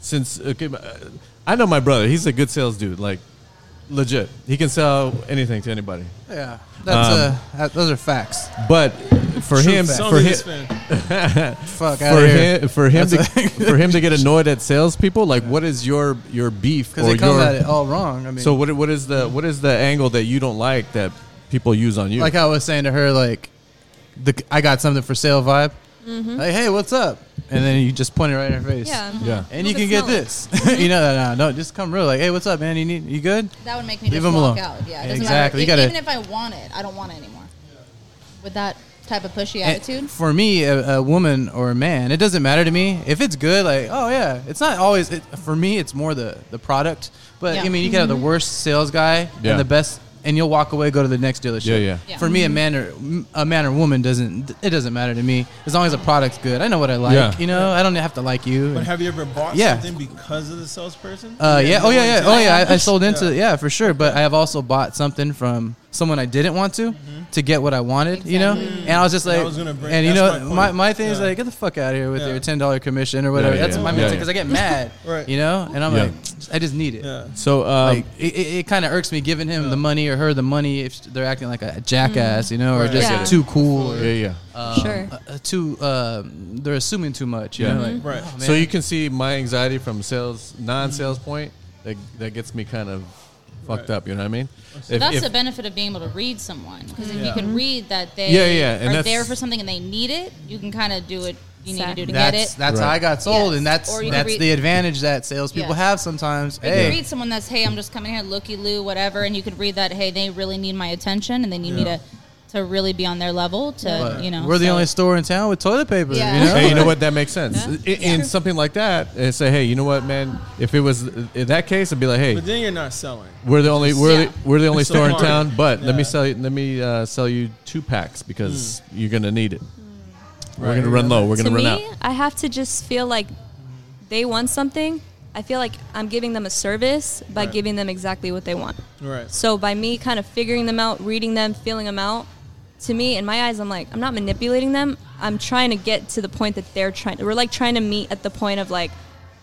[SPEAKER 1] since okay, uh, I know my brother. He's a good sales dude. Like legit, he can sell anything to anybody.
[SPEAKER 4] Yeah, that's
[SPEAKER 1] Um,
[SPEAKER 4] uh that- those are facts.
[SPEAKER 1] But for him,
[SPEAKER 4] facts.
[SPEAKER 3] Sell
[SPEAKER 1] for
[SPEAKER 3] me
[SPEAKER 1] him,
[SPEAKER 3] this fan.
[SPEAKER 4] Fuck out
[SPEAKER 1] for
[SPEAKER 4] of here.
[SPEAKER 1] him, for him, to,
[SPEAKER 4] That's a-
[SPEAKER 1] for him to get annoyed at salespeople, like what is your your beef
[SPEAKER 4] Because
[SPEAKER 1] or
[SPEAKER 4] they come
[SPEAKER 1] your
[SPEAKER 4] at it all wrong. I mean,
[SPEAKER 1] so what what is the what is the angle that you don't like that people use on you?
[SPEAKER 4] like I was saying to her, like the I got something for sale vibe.
[SPEAKER 2] Mm-hmm.
[SPEAKER 4] Like, hey, what's up? And then you just point it right in her face.
[SPEAKER 5] Yeah.
[SPEAKER 1] yeah,
[SPEAKER 4] And
[SPEAKER 5] You
[SPEAKER 4] you can
[SPEAKER 5] can
[SPEAKER 4] get
[SPEAKER 5] smell it.
[SPEAKER 4] this. you know, no, no, just come real. Like, hey, what's up, man? You need you good?
[SPEAKER 2] That would make me
[SPEAKER 4] Leave
[SPEAKER 2] just
[SPEAKER 4] them
[SPEAKER 2] walk
[SPEAKER 4] alone.
[SPEAKER 2] out. Yeah.
[SPEAKER 4] Yeah,
[SPEAKER 2] It doesn't
[SPEAKER 4] exactly. You
[SPEAKER 2] Matter.
[SPEAKER 4] gotta-
[SPEAKER 2] Even if I want it, I don't want it anymore. With that type of pushy
[SPEAKER 4] And
[SPEAKER 2] attitude.
[SPEAKER 4] For me, a, a woman or a man, it doesn't matter to me. If it's good, like, oh yeah, it's not always. It, for me, it's more the the product. But
[SPEAKER 2] Yeah.
[SPEAKER 4] I mean, you can have the worst sales guy
[SPEAKER 1] Yeah.
[SPEAKER 4] and the best, and you'll walk away, go to the next dealership.
[SPEAKER 1] Yeah, yeah.
[SPEAKER 2] Yeah.
[SPEAKER 4] For me, a man or a man or woman doesn't. It doesn't matter to me as long as the product's good. I know what I like.
[SPEAKER 1] Yeah.
[SPEAKER 4] You know, I don't have to like you.
[SPEAKER 3] But have you ever bought
[SPEAKER 4] Yeah.
[SPEAKER 3] something because of the salesperson?
[SPEAKER 4] Uh, yeah. Oh, yeah, yeah. Oh, yeah. I, I
[SPEAKER 3] Yeah.
[SPEAKER 4] sold into yeah. for sure. But I have also bought something from someone I didn't want to to get what I wanted. You know, and I was just
[SPEAKER 3] Mm-hmm. And I
[SPEAKER 4] like,
[SPEAKER 3] was gonna bring-
[SPEAKER 4] and you know,
[SPEAKER 3] that's my
[SPEAKER 4] my,
[SPEAKER 3] point.
[SPEAKER 4] my thing is
[SPEAKER 3] Yeah.
[SPEAKER 4] like, get the fuck out of here with
[SPEAKER 3] Yeah.
[SPEAKER 4] your ten dollar commission or whatever.
[SPEAKER 1] yeah,
[SPEAKER 4] That's
[SPEAKER 1] yeah.
[SPEAKER 4] my
[SPEAKER 1] Yeah,
[SPEAKER 4] mental
[SPEAKER 1] yeah.
[SPEAKER 4] because I get mad.
[SPEAKER 3] Right.
[SPEAKER 4] You know, and I'm
[SPEAKER 1] Yeah.
[SPEAKER 4] like, I just need it.
[SPEAKER 3] Yeah.
[SPEAKER 1] So um,
[SPEAKER 4] Like it, it, it kind of irks me giving him the money or her the money if they're acting like a jackass, you know, or
[SPEAKER 3] Right.
[SPEAKER 4] just
[SPEAKER 5] Yeah.
[SPEAKER 4] too cool.
[SPEAKER 1] yeah,
[SPEAKER 4] Or,
[SPEAKER 1] yeah.
[SPEAKER 4] um,
[SPEAKER 5] Sure.
[SPEAKER 4] uh, uh, too, um, they're assuming too much. You
[SPEAKER 1] Yeah.
[SPEAKER 4] know, like,
[SPEAKER 3] Right.
[SPEAKER 4] oh,
[SPEAKER 1] So
[SPEAKER 4] man.
[SPEAKER 1] you can see my anxiety from sales, non-sales point that that gets me kind of fucked
[SPEAKER 3] Right.
[SPEAKER 1] up. You know what I mean?
[SPEAKER 2] But
[SPEAKER 1] If-
[SPEAKER 2] that's
[SPEAKER 1] if-
[SPEAKER 2] the benefit of being able to read someone because if you
[SPEAKER 3] Yeah.
[SPEAKER 2] can read that they
[SPEAKER 1] Yeah, yeah, and
[SPEAKER 2] are
[SPEAKER 1] that's-
[SPEAKER 2] there for something and they need it, you can kind of do what you need to do to
[SPEAKER 4] that's
[SPEAKER 2] get it.
[SPEAKER 4] that's how
[SPEAKER 1] Right.
[SPEAKER 4] I got sold,
[SPEAKER 2] Yes.
[SPEAKER 4] and that's
[SPEAKER 2] Or you
[SPEAKER 4] that's
[SPEAKER 2] read-
[SPEAKER 4] the advantage that salespeople
[SPEAKER 2] Yes.
[SPEAKER 4] have sometimes.
[SPEAKER 2] Or you can
[SPEAKER 4] Hey,
[SPEAKER 2] read someone that's hey, I'm just coming here, looky loo, whatever, and you could read that hey, they really need my attention and they need me
[SPEAKER 3] Yeah.
[SPEAKER 2] to to really be on their level. To
[SPEAKER 4] But
[SPEAKER 2] you know,
[SPEAKER 4] we're the
[SPEAKER 2] so-
[SPEAKER 4] only store in town with toilet paper.
[SPEAKER 6] Yeah.
[SPEAKER 4] You know,
[SPEAKER 1] Hey, you know
[SPEAKER 4] Like,
[SPEAKER 1] what? That makes sense. I- In something like that, and say, hey, you know what, man? If it was in that case, I'd be like, hey,
[SPEAKER 3] But then you're not selling.
[SPEAKER 1] we're the only we're
[SPEAKER 2] Yeah.
[SPEAKER 1] the, we're the only
[SPEAKER 3] It's so
[SPEAKER 1] store in
[SPEAKER 3] hard.
[SPEAKER 1] town. But let me
[SPEAKER 3] Yeah. Hmm.
[SPEAKER 1] sell you let me uh, sell you two packs because you're gonna need it. We're
[SPEAKER 3] Right.
[SPEAKER 1] gonna run low. We're gonna
[SPEAKER 5] to
[SPEAKER 1] run
[SPEAKER 5] me,
[SPEAKER 1] out.
[SPEAKER 5] I have to just feel like they want something. I feel like I'm giving them a service by
[SPEAKER 3] Right.
[SPEAKER 5] giving them exactly what they want.
[SPEAKER 3] Right.
[SPEAKER 5] So by me kind of figuring them out, reading them, feeling them out, to me in my eyes, I'm like I'm not manipulating them. I'm trying to get to the point that they're trying. We're like trying to meet at the point of like,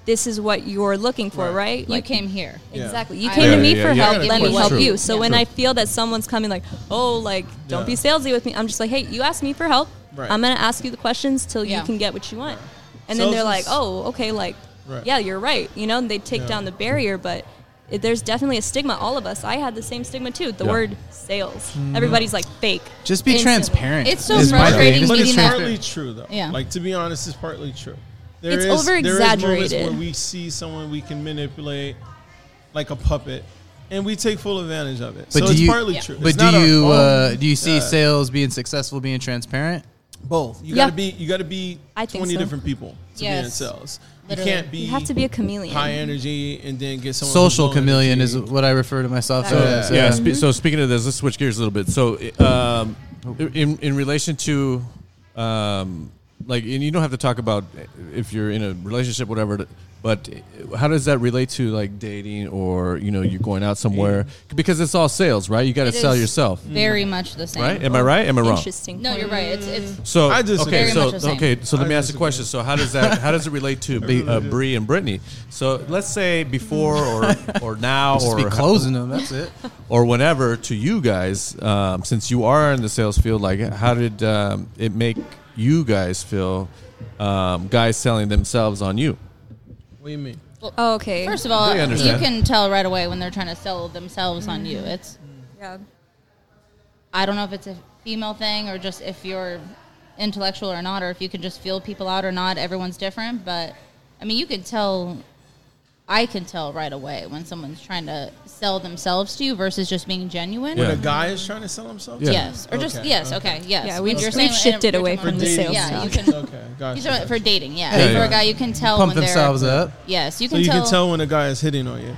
[SPEAKER 5] this is what you're looking for,
[SPEAKER 3] Right.
[SPEAKER 5] right?
[SPEAKER 2] You
[SPEAKER 5] Like,
[SPEAKER 2] came here.
[SPEAKER 3] Yeah.
[SPEAKER 5] Exactly. You
[SPEAKER 2] I-
[SPEAKER 5] came
[SPEAKER 1] Yeah,
[SPEAKER 5] to me
[SPEAKER 1] yeah,
[SPEAKER 5] for
[SPEAKER 1] yeah.
[SPEAKER 5] help.
[SPEAKER 1] Yeah,
[SPEAKER 5] Let me
[SPEAKER 1] true,
[SPEAKER 5] help you.
[SPEAKER 1] true,
[SPEAKER 5] So
[SPEAKER 1] yeah.
[SPEAKER 5] when
[SPEAKER 1] true.
[SPEAKER 5] I feel that someone's coming, like, oh, like, don't
[SPEAKER 3] Yeah.
[SPEAKER 5] be salesy with me. I'm just like, hey, you asked me for help.
[SPEAKER 3] Right.
[SPEAKER 5] I'm gonna ask you the questions till
[SPEAKER 2] Yeah.
[SPEAKER 5] you can get what you want. And
[SPEAKER 3] Sales
[SPEAKER 5] then they're
[SPEAKER 3] is-
[SPEAKER 5] like, oh, okay, like,
[SPEAKER 3] Right.
[SPEAKER 5] yeah, you're right. You know, and they take
[SPEAKER 3] Yeah.
[SPEAKER 5] down the barrier, but. It, there's definitely a stigma. All of us. I had the same stigma too. The
[SPEAKER 1] Yeah.
[SPEAKER 5] word sales.
[SPEAKER 3] Mm-hmm.
[SPEAKER 5] Everybody's like fake.
[SPEAKER 4] just be
[SPEAKER 2] Instantly.
[SPEAKER 4] transparent.
[SPEAKER 2] It's so
[SPEAKER 4] is my thing.
[SPEAKER 2] frustrating
[SPEAKER 4] Just
[SPEAKER 3] But
[SPEAKER 4] be
[SPEAKER 3] it's
[SPEAKER 2] Meeting that-
[SPEAKER 3] partly true, though.
[SPEAKER 2] Yeah.
[SPEAKER 3] Like to be honest, it's partly true. There
[SPEAKER 5] It's
[SPEAKER 3] is- there is moments
[SPEAKER 5] over-exaggerated.
[SPEAKER 3] where we see someone we can manipulate like a puppet, and we take full advantage of it.
[SPEAKER 4] But
[SPEAKER 3] so
[SPEAKER 4] do
[SPEAKER 3] it's
[SPEAKER 4] you-
[SPEAKER 3] partly
[SPEAKER 2] Yeah.
[SPEAKER 3] true.
[SPEAKER 4] But
[SPEAKER 3] It's
[SPEAKER 4] do
[SPEAKER 3] not our
[SPEAKER 4] you
[SPEAKER 3] own-
[SPEAKER 4] uh, do you see
[SPEAKER 3] Yeah.
[SPEAKER 4] sales being successful being transparent?
[SPEAKER 3] both? You
[SPEAKER 5] Yeah.
[SPEAKER 3] gotta be. You gotta be
[SPEAKER 5] I think
[SPEAKER 3] twenty
[SPEAKER 5] so.
[SPEAKER 3] different people to be in
[SPEAKER 2] Yes.
[SPEAKER 3] sales.
[SPEAKER 2] Literally.
[SPEAKER 3] You can't be.
[SPEAKER 5] You have to be a chameleon.
[SPEAKER 3] high energy and then get someone who's
[SPEAKER 4] Social
[SPEAKER 3] low
[SPEAKER 4] chameleon
[SPEAKER 3] energy.
[SPEAKER 4] is what I refer to myself
[SPEAKER 5] So,
[SPEAKER 4] as. uh,
[SPEAKER 1] yeah.
[SPEAKER 3] um,
[SPEAKER 1] spe- so speaking of this, let's switch gears a little bit. So, um, in in relation to, um, like, and you don't have to talk about if you're in a relationship, whatever. But how does that relate to like dating or you know you're going out somewhere because it's all sales, right? You got to
[SPEAKER 2] It
[SPEAKER 1] sell
[SPEAKER 2] is
[SPEAKER 1] yourself,
[SPEAKER 2] Very much the same.
[SPEAKER 1] Mm. right? Am I right? Am I wrong?
[SPEAKER 5] Interesting.
[SPEAKER 2] No,
[SPEAKER 5] point.
[SPEAKER 2] you're right. It's it's
[SPEAKER 1] So
[SPEAKER 3] I disagree.
[SPEAKER 1] okay,
[SPEAKER 2] Very
[SPEAKER 1] so
[SPEAKER 2] much the same.
[SPEAKER 1] okay, so let
[SPEAKER 3] I
[SPEAKER 1] me ask the
[SPEAKER 3] disagree.
[SPEAKER 1] question. So how does that how does it relate to be, uh, Bree and Brittany? So let's say before or or now
[SPEAKER 4] Just
[SPEAKER 1] or
[SPEAKER 4] be
[SPEAKER 1] how-
[SPEAKER 4] closing them. That's it.
[SPEAKER 1] or whenever to you guys um, since you are in the sales field like how did um, it make you guys feel um, guys selling themselves on you
[SPEAKER 3] What do you mean?
[SPEAKER 5] Oh, okay.
[SPEAKER 2] first of all,
[SPEAKER 1] They
[SPEAKER 2] you
[SPEAKER 1] understand.
[SPEAKER 2] can tell right away when they're trying to sell themselves on you. It's
[SPEAKER 5] yeah.
[SPEAKER 2] I don't know if it's a female thing or just if you're intellectual or not, or if you can just feel people out or not. Everyone's different, but I mean, you can tell. I can tell right away when someone's trying to sell themselves to you versus just being genuine.
[SPEAKER 1] Yeah.
[SPEAKER 3] The guy is trying to sell himself.
[SPEAKER 1] Yeah.
[SPEAKER 2] Yes, or just
[SPEAKER 3] Okay,
[SPEAKER 2] yes.
[SPEAKER 3] okay.
[SPEAKER 2] Okay, yes.
[SPEAKER 5] Yeah,
[SPEAKER 2] When
[SPEAKER 5] we've-
[SPEAKER 2] you're
[SPEAKER 5] we've
[SPEAKER 2] saying- and
[SPEAKER 5] shifted
[SPEAKER 2] you're
[SPEAKER 5] away
[SPEAKER 2] talking about
[SPEAKER 5] from the
[SPEAKER 2] dating.
[SPEAKER 5] sales
[SPEAKER 2] Yeah, you
[SPEAKER 5] stuff.
[SPEAKER 2] can.
[SPEAKER 3] Okay, gotcha.
[SPEAKER 2] He's right, for dating, yeah.
[SPEAKER 4] Yeah,
[SPEAKER 2] for
[SPEAKER 1] yeah.
[SPEAKER 2] a guy, you can tell
[SPEAKER 4] Pump
[SPEAKER 2] when they're-
[SPEAKER 4] themselves up.
[SPEAKER 2] Yes, you
[SPEAKER 3] so
[SPEAKER 2] can
[SPEAKER 3] you
[SPEAKER 2] tell.
[SPEAKER 3] can tell when a guy is hitting on you.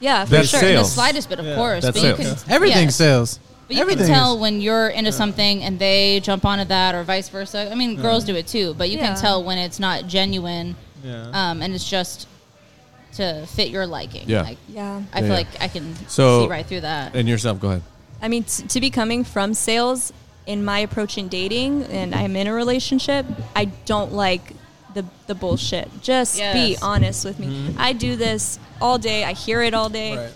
[SPEAKER 5] Yeah, for
[SPEAKER 1] That's
[SPEAKER 5] sure.
[SPEAKER 2] in the
[SPEAKER 1] sales.
[SPEAKER 2] slightest bit, of
[SPEAKER 3] Yeah.
[SPEAKER 2] course.
[SPEAKER 1] That's
[SPEAKER 2] but you
[SPEAKER 1] sales.
[SPEAKER 2] can,
[SPEAKER 4] Everything
[SPEAKER 2] yes.
[SPEAKER 4] sales.
[SPEAKER 2] But you
[SPEAKER 4] Everything
[SPEAKER 2] can tell
[SPEAKER 4] is-
[SPEAKER 2] when you're into something and they jump onto that, or vice versa. I mean, girls do it too, but you
[SPEAKER 5] Yeah.
[SPEAKER 2] can tell when it's not genuine,
[SPEAKER 3] Yeah.
[SPEAKER 2] um, and it's just to fit your liking.
[SPEAKER 1] Yeah.
[SPEAKER 2] Like,
[SPEAKER 5] Yeah.
[SPEAKER 2] I feel
[SPEAKER 1] Yeah.
[SPEAKER 2] like I can
[SPEAKER 1] So-
[SPEAKER 2] see right through that.
[SPEAKER 1] and yourself go ahead
[SPEAKER 5] I mean, t- to be coming from sales in my approach in dating, and I'm in a relationship, I don't like the, the bullshit. Just be
[SPEAKER 2] Yes.
[SPEAKER 5] honest with me. I do this all day, I hear it all day.
[SPEAKER 3] Mm-hmm. Right.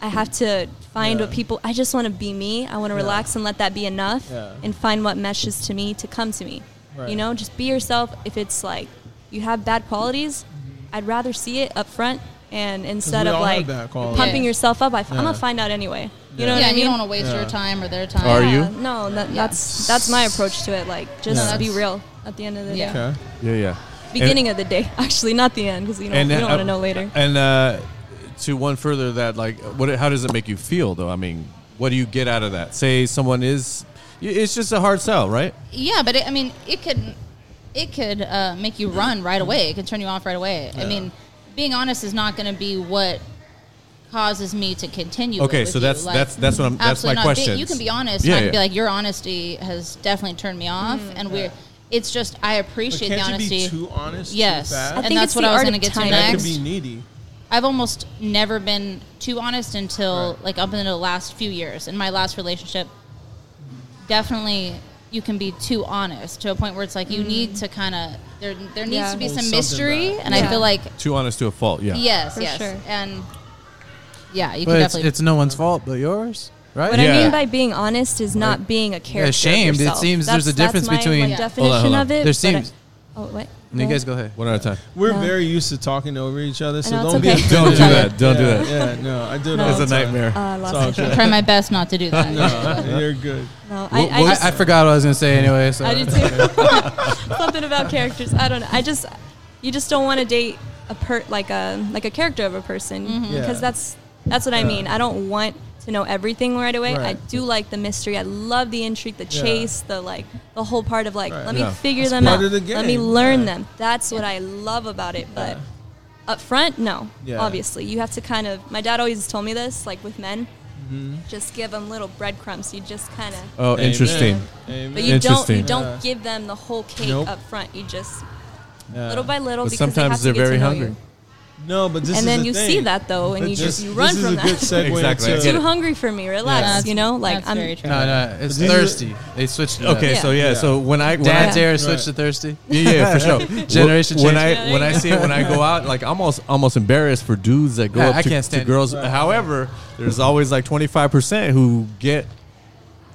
[SPEAKER 5] I have to find
[SPEAKER 3] Yeah.
[SPEAKER 5] what people, I just want to be me. I want to relax and let that be enough
[SPEAKER 3] Yeah.
[SPEAKER 5] and find what meshes to me to come to me.
[SPEAKER 3] Right.
[SPEAKER 5] You know, just be yourself. If it's like you have bad qualities, I'd rather see it up front. And
[SPEAKER 3] Mm-hmm.
[SPEAKER 5] instead
[SPEAKER 3] we
[SPEAKER 5] of
[SPEAKER 3] all have
[SPEAKER 5] like
[SPEAKER 3] bad qualities.
[SPEAKER 5] pumping
[SPEAKER 2] Yeah.
[SPEAKER 5] yourself up, I f- I'm
[SPEAKER 3] Yeah.
[SPEAKER 5] gonna find out anyway. You know
[SPEAKER 2] yeah,
[SPEAKER 5] what I
[SPEAKER 2] and
[SPEAKER 5] mean?
[SPEAKER 2] you don't want to waste
[SPEAKER 3] Yeah.
[SPEAKER 2] your time or their time.
[SPEAKER 1] Are you?
[SPEAKER 5] Yeah, No, that, that's that's my approach to it. Like, just
[SPEAKER 2] Yeah.
[SPEAKER 5] be real at the end of the
[SPEAKER 2] Yeah.
[SPEAKER 5] day.
[SPEAKER 3] Okay.
[SPEAKER 1] yeah yeah
[SPEAKER 5] Beginning of the day, actually, not the end, because you don't, you don't
[SPEAKER 1] uh,
[SPEAKER 5] want to know later.
[SPEAKER 1] and uh, to one further that like what how does it make you feel though i mean what do you get out of that say someone is it's just a hard sell right
[SPEAKER 2] Yeah, but it, I mean, it could it could uh, make you run
[SPEAKER 1] Mm-hmm.
[SPEAKER 2] right away. It could turn you off right away. I mean, being honest is not going to be what causes me to continue. it
[SPEAKER 1] Okay,
[SPEAKER 2] with
[SPEAKER 1] so
[SPEAKER 2] you.
[SPEAKER 1] that's-
[SPEAKER 2] Like,
[SPEAKER 1] that's- that's what I'm- that's
[SPEAKER 2] absolutely
[SPEAKER 1] my
[SPEAKER 2] not. Be-
[SPEAKER 1] questions.
[SPEAKER 2] You can be honest.
[SPEAKER 1] Yeah,
[SPEAKER 2] and I can
[SPEAKER 1] yeah.
[SPEAKER 2] be like, your honesty has definitely turned me off,
[SPEAKER 5] Mm-hmm.
[SPEAKER 2] and we're. It's just I
[SPEAKER 3] But
[SPEAKER 2] appreciate the
[SPEAKER 3] can't you
[SPEAKER 2] honesty.
[SPEAKER 3] be too honest?
[SPEAKER 2] yes,
[SPEAKER 3] Too
[SPEAKER 5] I
[SPEAKER 2] and
[SPEAKER 3] fast?
[SPEAKER 5] think
[SPEAKER 2] that's
[SPEAKER 5] it's
[SPEAKER 2] what
[SPEAKER 5] the
[SPEAKER 2] I was
[SPEAKER 5] art
[SPEAKER 2] going to get
[SPEAKER 5] of
[SPEAKER 2] to
[SPEAKER 5] timing.
[SPEAKER 3] That
[SPEAKER 2] next.
[SPEAKER 3] could be needy.
[SPEAKER 2] I've almost never been too honest until
[SPEAKER 3] Right.
[SPEAKER 2] like up until the last few years. In my last relationship, definitely you can be too honest to a point where it's like you need to kind of there there needs
[SPEAKER 5] Yeah.
[SPEAKER 2] to be
[SPEAKER 3] Hold
[SPEAKER 2] some
[SPEAKER 3] Mm. something
[SPEAKER 2] mystery,
[SPEAKER 3] back.
[SPEAKER 2] and I
[SPEAKER 5] Yeah.
[SPEAKER 2] feel like
[SPEAKER 1] too honest to a fault yeah
[SPEAKER 2] yes,
[SPEAKER 5] For
[SPEAKER 2] yes,
[SPEAKER 5] sure.
[SPEAKER 2] and yeah, you
[SPEAKER 4] But
[SPEAKER 2] can
[SPEAKER 4] it's,
[SPEAKER 2] definitely.
[SPEAKER 4] it's no one's fault but yours, right?
[SPEAKER 5] What
[SPEAKER 1] Yeah.
[SPEAKER 5] I mean by being honest is not being a character. of
[SPEAKER 4] ashamed. It
[SPEAKER 5] yourself.
[SPEAKER 4] seems there's
[SPEAKER 5] That's-
[SPEAKER 4] a difference
[SPEAKER 5] that's my,
[SPEAKER 4] between-
[SPEAKER 5] like,
[SPEAKER 2] Yeah.
[SPEAKER 5] definition
[SPEAKER 1] Hold on, hold on.
[SPEAKER 5] of it.
[SPEAKER 4] There
[SPEAKER 5] but
[SPEAKER 4] seems-
[SPEAKER 5] I, oh what?
[SPEAKER 4] No, you guys go ahead.
[SPEAKER 1] one at a time
[SPEAKER 3] We're
[SPEAKER 5] No.
[SPEAKER 3] very used to talking over each other, so
[SPEAKER 5] I know,
[SPEAKER 3] don't
[SPEAKER 5] it's
[SPEAKER 3] be.
[SPEAKER 5] okay.
[SPEAKER 1] don't
[SPEAKER 3] offended.
[SPEAKER 1] do that don't do
[SPEAKER 3] Yeah,
[SPEAKER 1] that
[SPEAKER 3] Yeah, no, I do it
[SPEAKER 5] No.
[SPEAKER 3] all
[SPEAKER 1] it's a
[SPEAKER 3] the time.
[SPEAKER 1] nightmare
[SPEAKER 5] Uh, lost
[SPEAKER 3] all
[SPEAKER 5] my
[SPEAKER 3] good.
[SPEAKER 5] train.
[SPEAKER 2] Try my best not to do that.
[SPEAKER 3] No, you're good.
[SPEAKER 5] No,
[SPEAKER 4] Well,
[SPEAKER 5] I, I
[SPEAKER 4] well,
[SPEAKER 5] just,
[SPEAKER 4] I forgot what I was going to say anyway. So
[SPEAKER 5] I
[SPEAKER 3] uh,
[SPEAKER 5] did too. Something about characters. I don't know. I just you just don't want to date a per like a like a character of a person because
[SPEAKER 3] Yeah.
[SPEAKER 5] that's that's what I mean. I don't want to to know everything right away. I
[SPEAKER 3] Right.
[SPEAKER 5] do like the mystery. I love the intrigue, the chase, the like, the whole part of like,
[SPEAKER 3] Right.
[SPEAKER 5] let
[SPEAKER 1] Yeah.
[SPEAKER 5] me figure
[SPEAKER 3] That's
[SPEAKER 5] them
[SPEAKER 3] part
[SPEAKER 5] out.
[SPEAKER 3] of the
[SPEAKER 5] Let me
[SPEAKER 3] game.
[SPEAKER 5] learn
[SPEAKER 3] Right.
[SPEAKER 5] them. That's what I love about it. But
[SPEAKER 3] Yeah.
[SPEAKER 5] up front, no.
[SPEAKER 3] Yeah.
[SPEAKER 5] Obviously, you have to kind of. My dad always told me this, like with men,
[SPEAKER 3] Mm-hmm.
[SPEAKER 5] just give them little breadcrumbs. You just kind of.
[SPEAKER 1] Oh, interesting.
[SPEAKER 3] Amen.
[SPEAKER 5] But you don't. You
[SPEAKER 1] Interesting.
[SPEAKER 5] don't
[SPEAKER 3] Yeah.
[SPEAKER 5] give them the whole cake
[SPEAKER 3] Nope.
[SPEAKER 5] up front. You just
[SPEAKER 3] Yeah.
[SPEAKER 5] little by little.
[SPEAKER 1] But
[SPEAKER 5] because they have
[SPEAKER 1] sometimes
[SPEAKER 5] to
[SPEAKER 1] they're
[SPEAKER 5] get to
[SPEAKER 1] very
[SPEAKER 5] know
[SPEAKER 1] hungry.
[SPEAKER 5] you.
[SPEAKER 3] No, but this is
[SPEAKER 5] and then
[SPEAKER 3] the
[SPEAKER 5] you
[SPEAKER 3] thing.
[SPEAKER 5] see that though, and
[SPEAKER 3] But
[SPEAKER 5] you
[SPEAKER 3] this-
[SPEAKER 5] just you run
[SPEAKER 3] this
[SPEAKER 5] from that.
[SPEAKER 3] is a good segue
[SPEAKER 1] Exactly, I
[SPEAKER 3] into-
[SPEAKER 1] get
[SPEAKER 5] Too
[SPEAKER 1] it.
[SPEAKER 5] hungry for me. Relax.
[SPEAKER 1] Yeah.
[SPEAKER 5] You know, like
[SPEAKER 2] That's
[SPEAKER 5] I'm.
[SPEAKER 2] very true.
[SPEAKER 4] No, no, it's
[SPEAKER 3] These are-
[SPEAKER 4] thirsty. They switched it up.
[SPEAKER 1] Okay,
[SPEAKER 5] Yeah.
[SPEAKER 1] so yeah,
[SPEAKER 3] Yeah.
[SPEAKER 1] so when I when
[SPEAKER 4] Dad's
[SPEAKER 1] I,
[SPEAKER 4] air switched
[SPEAKER 3] Right.
[SPEAKER 4] to thirsty.
[SPEAKER 1] yeah, yeah, for sure.
[SPEAKER 4] Generation
[SPEAKER 1] When
[SPEAKER 4] change.
[SPEAKER 1] I when I see it when I go out, like I'm almost almost embarrassed for dudes that go
[SPEAKER 4] Yeah,
[SPEAKER 1] up
[SPEAKER 4] I
[SPEAKER 1] to,
[SPEAKER 4] can't
[SPEAKER 1] to
[SPEAKER 4] stand it.
[SPEAKER 1] girls.
[SPEAKER 3] Right.
[SPEAKER 1] However, there's always like 25 percent who get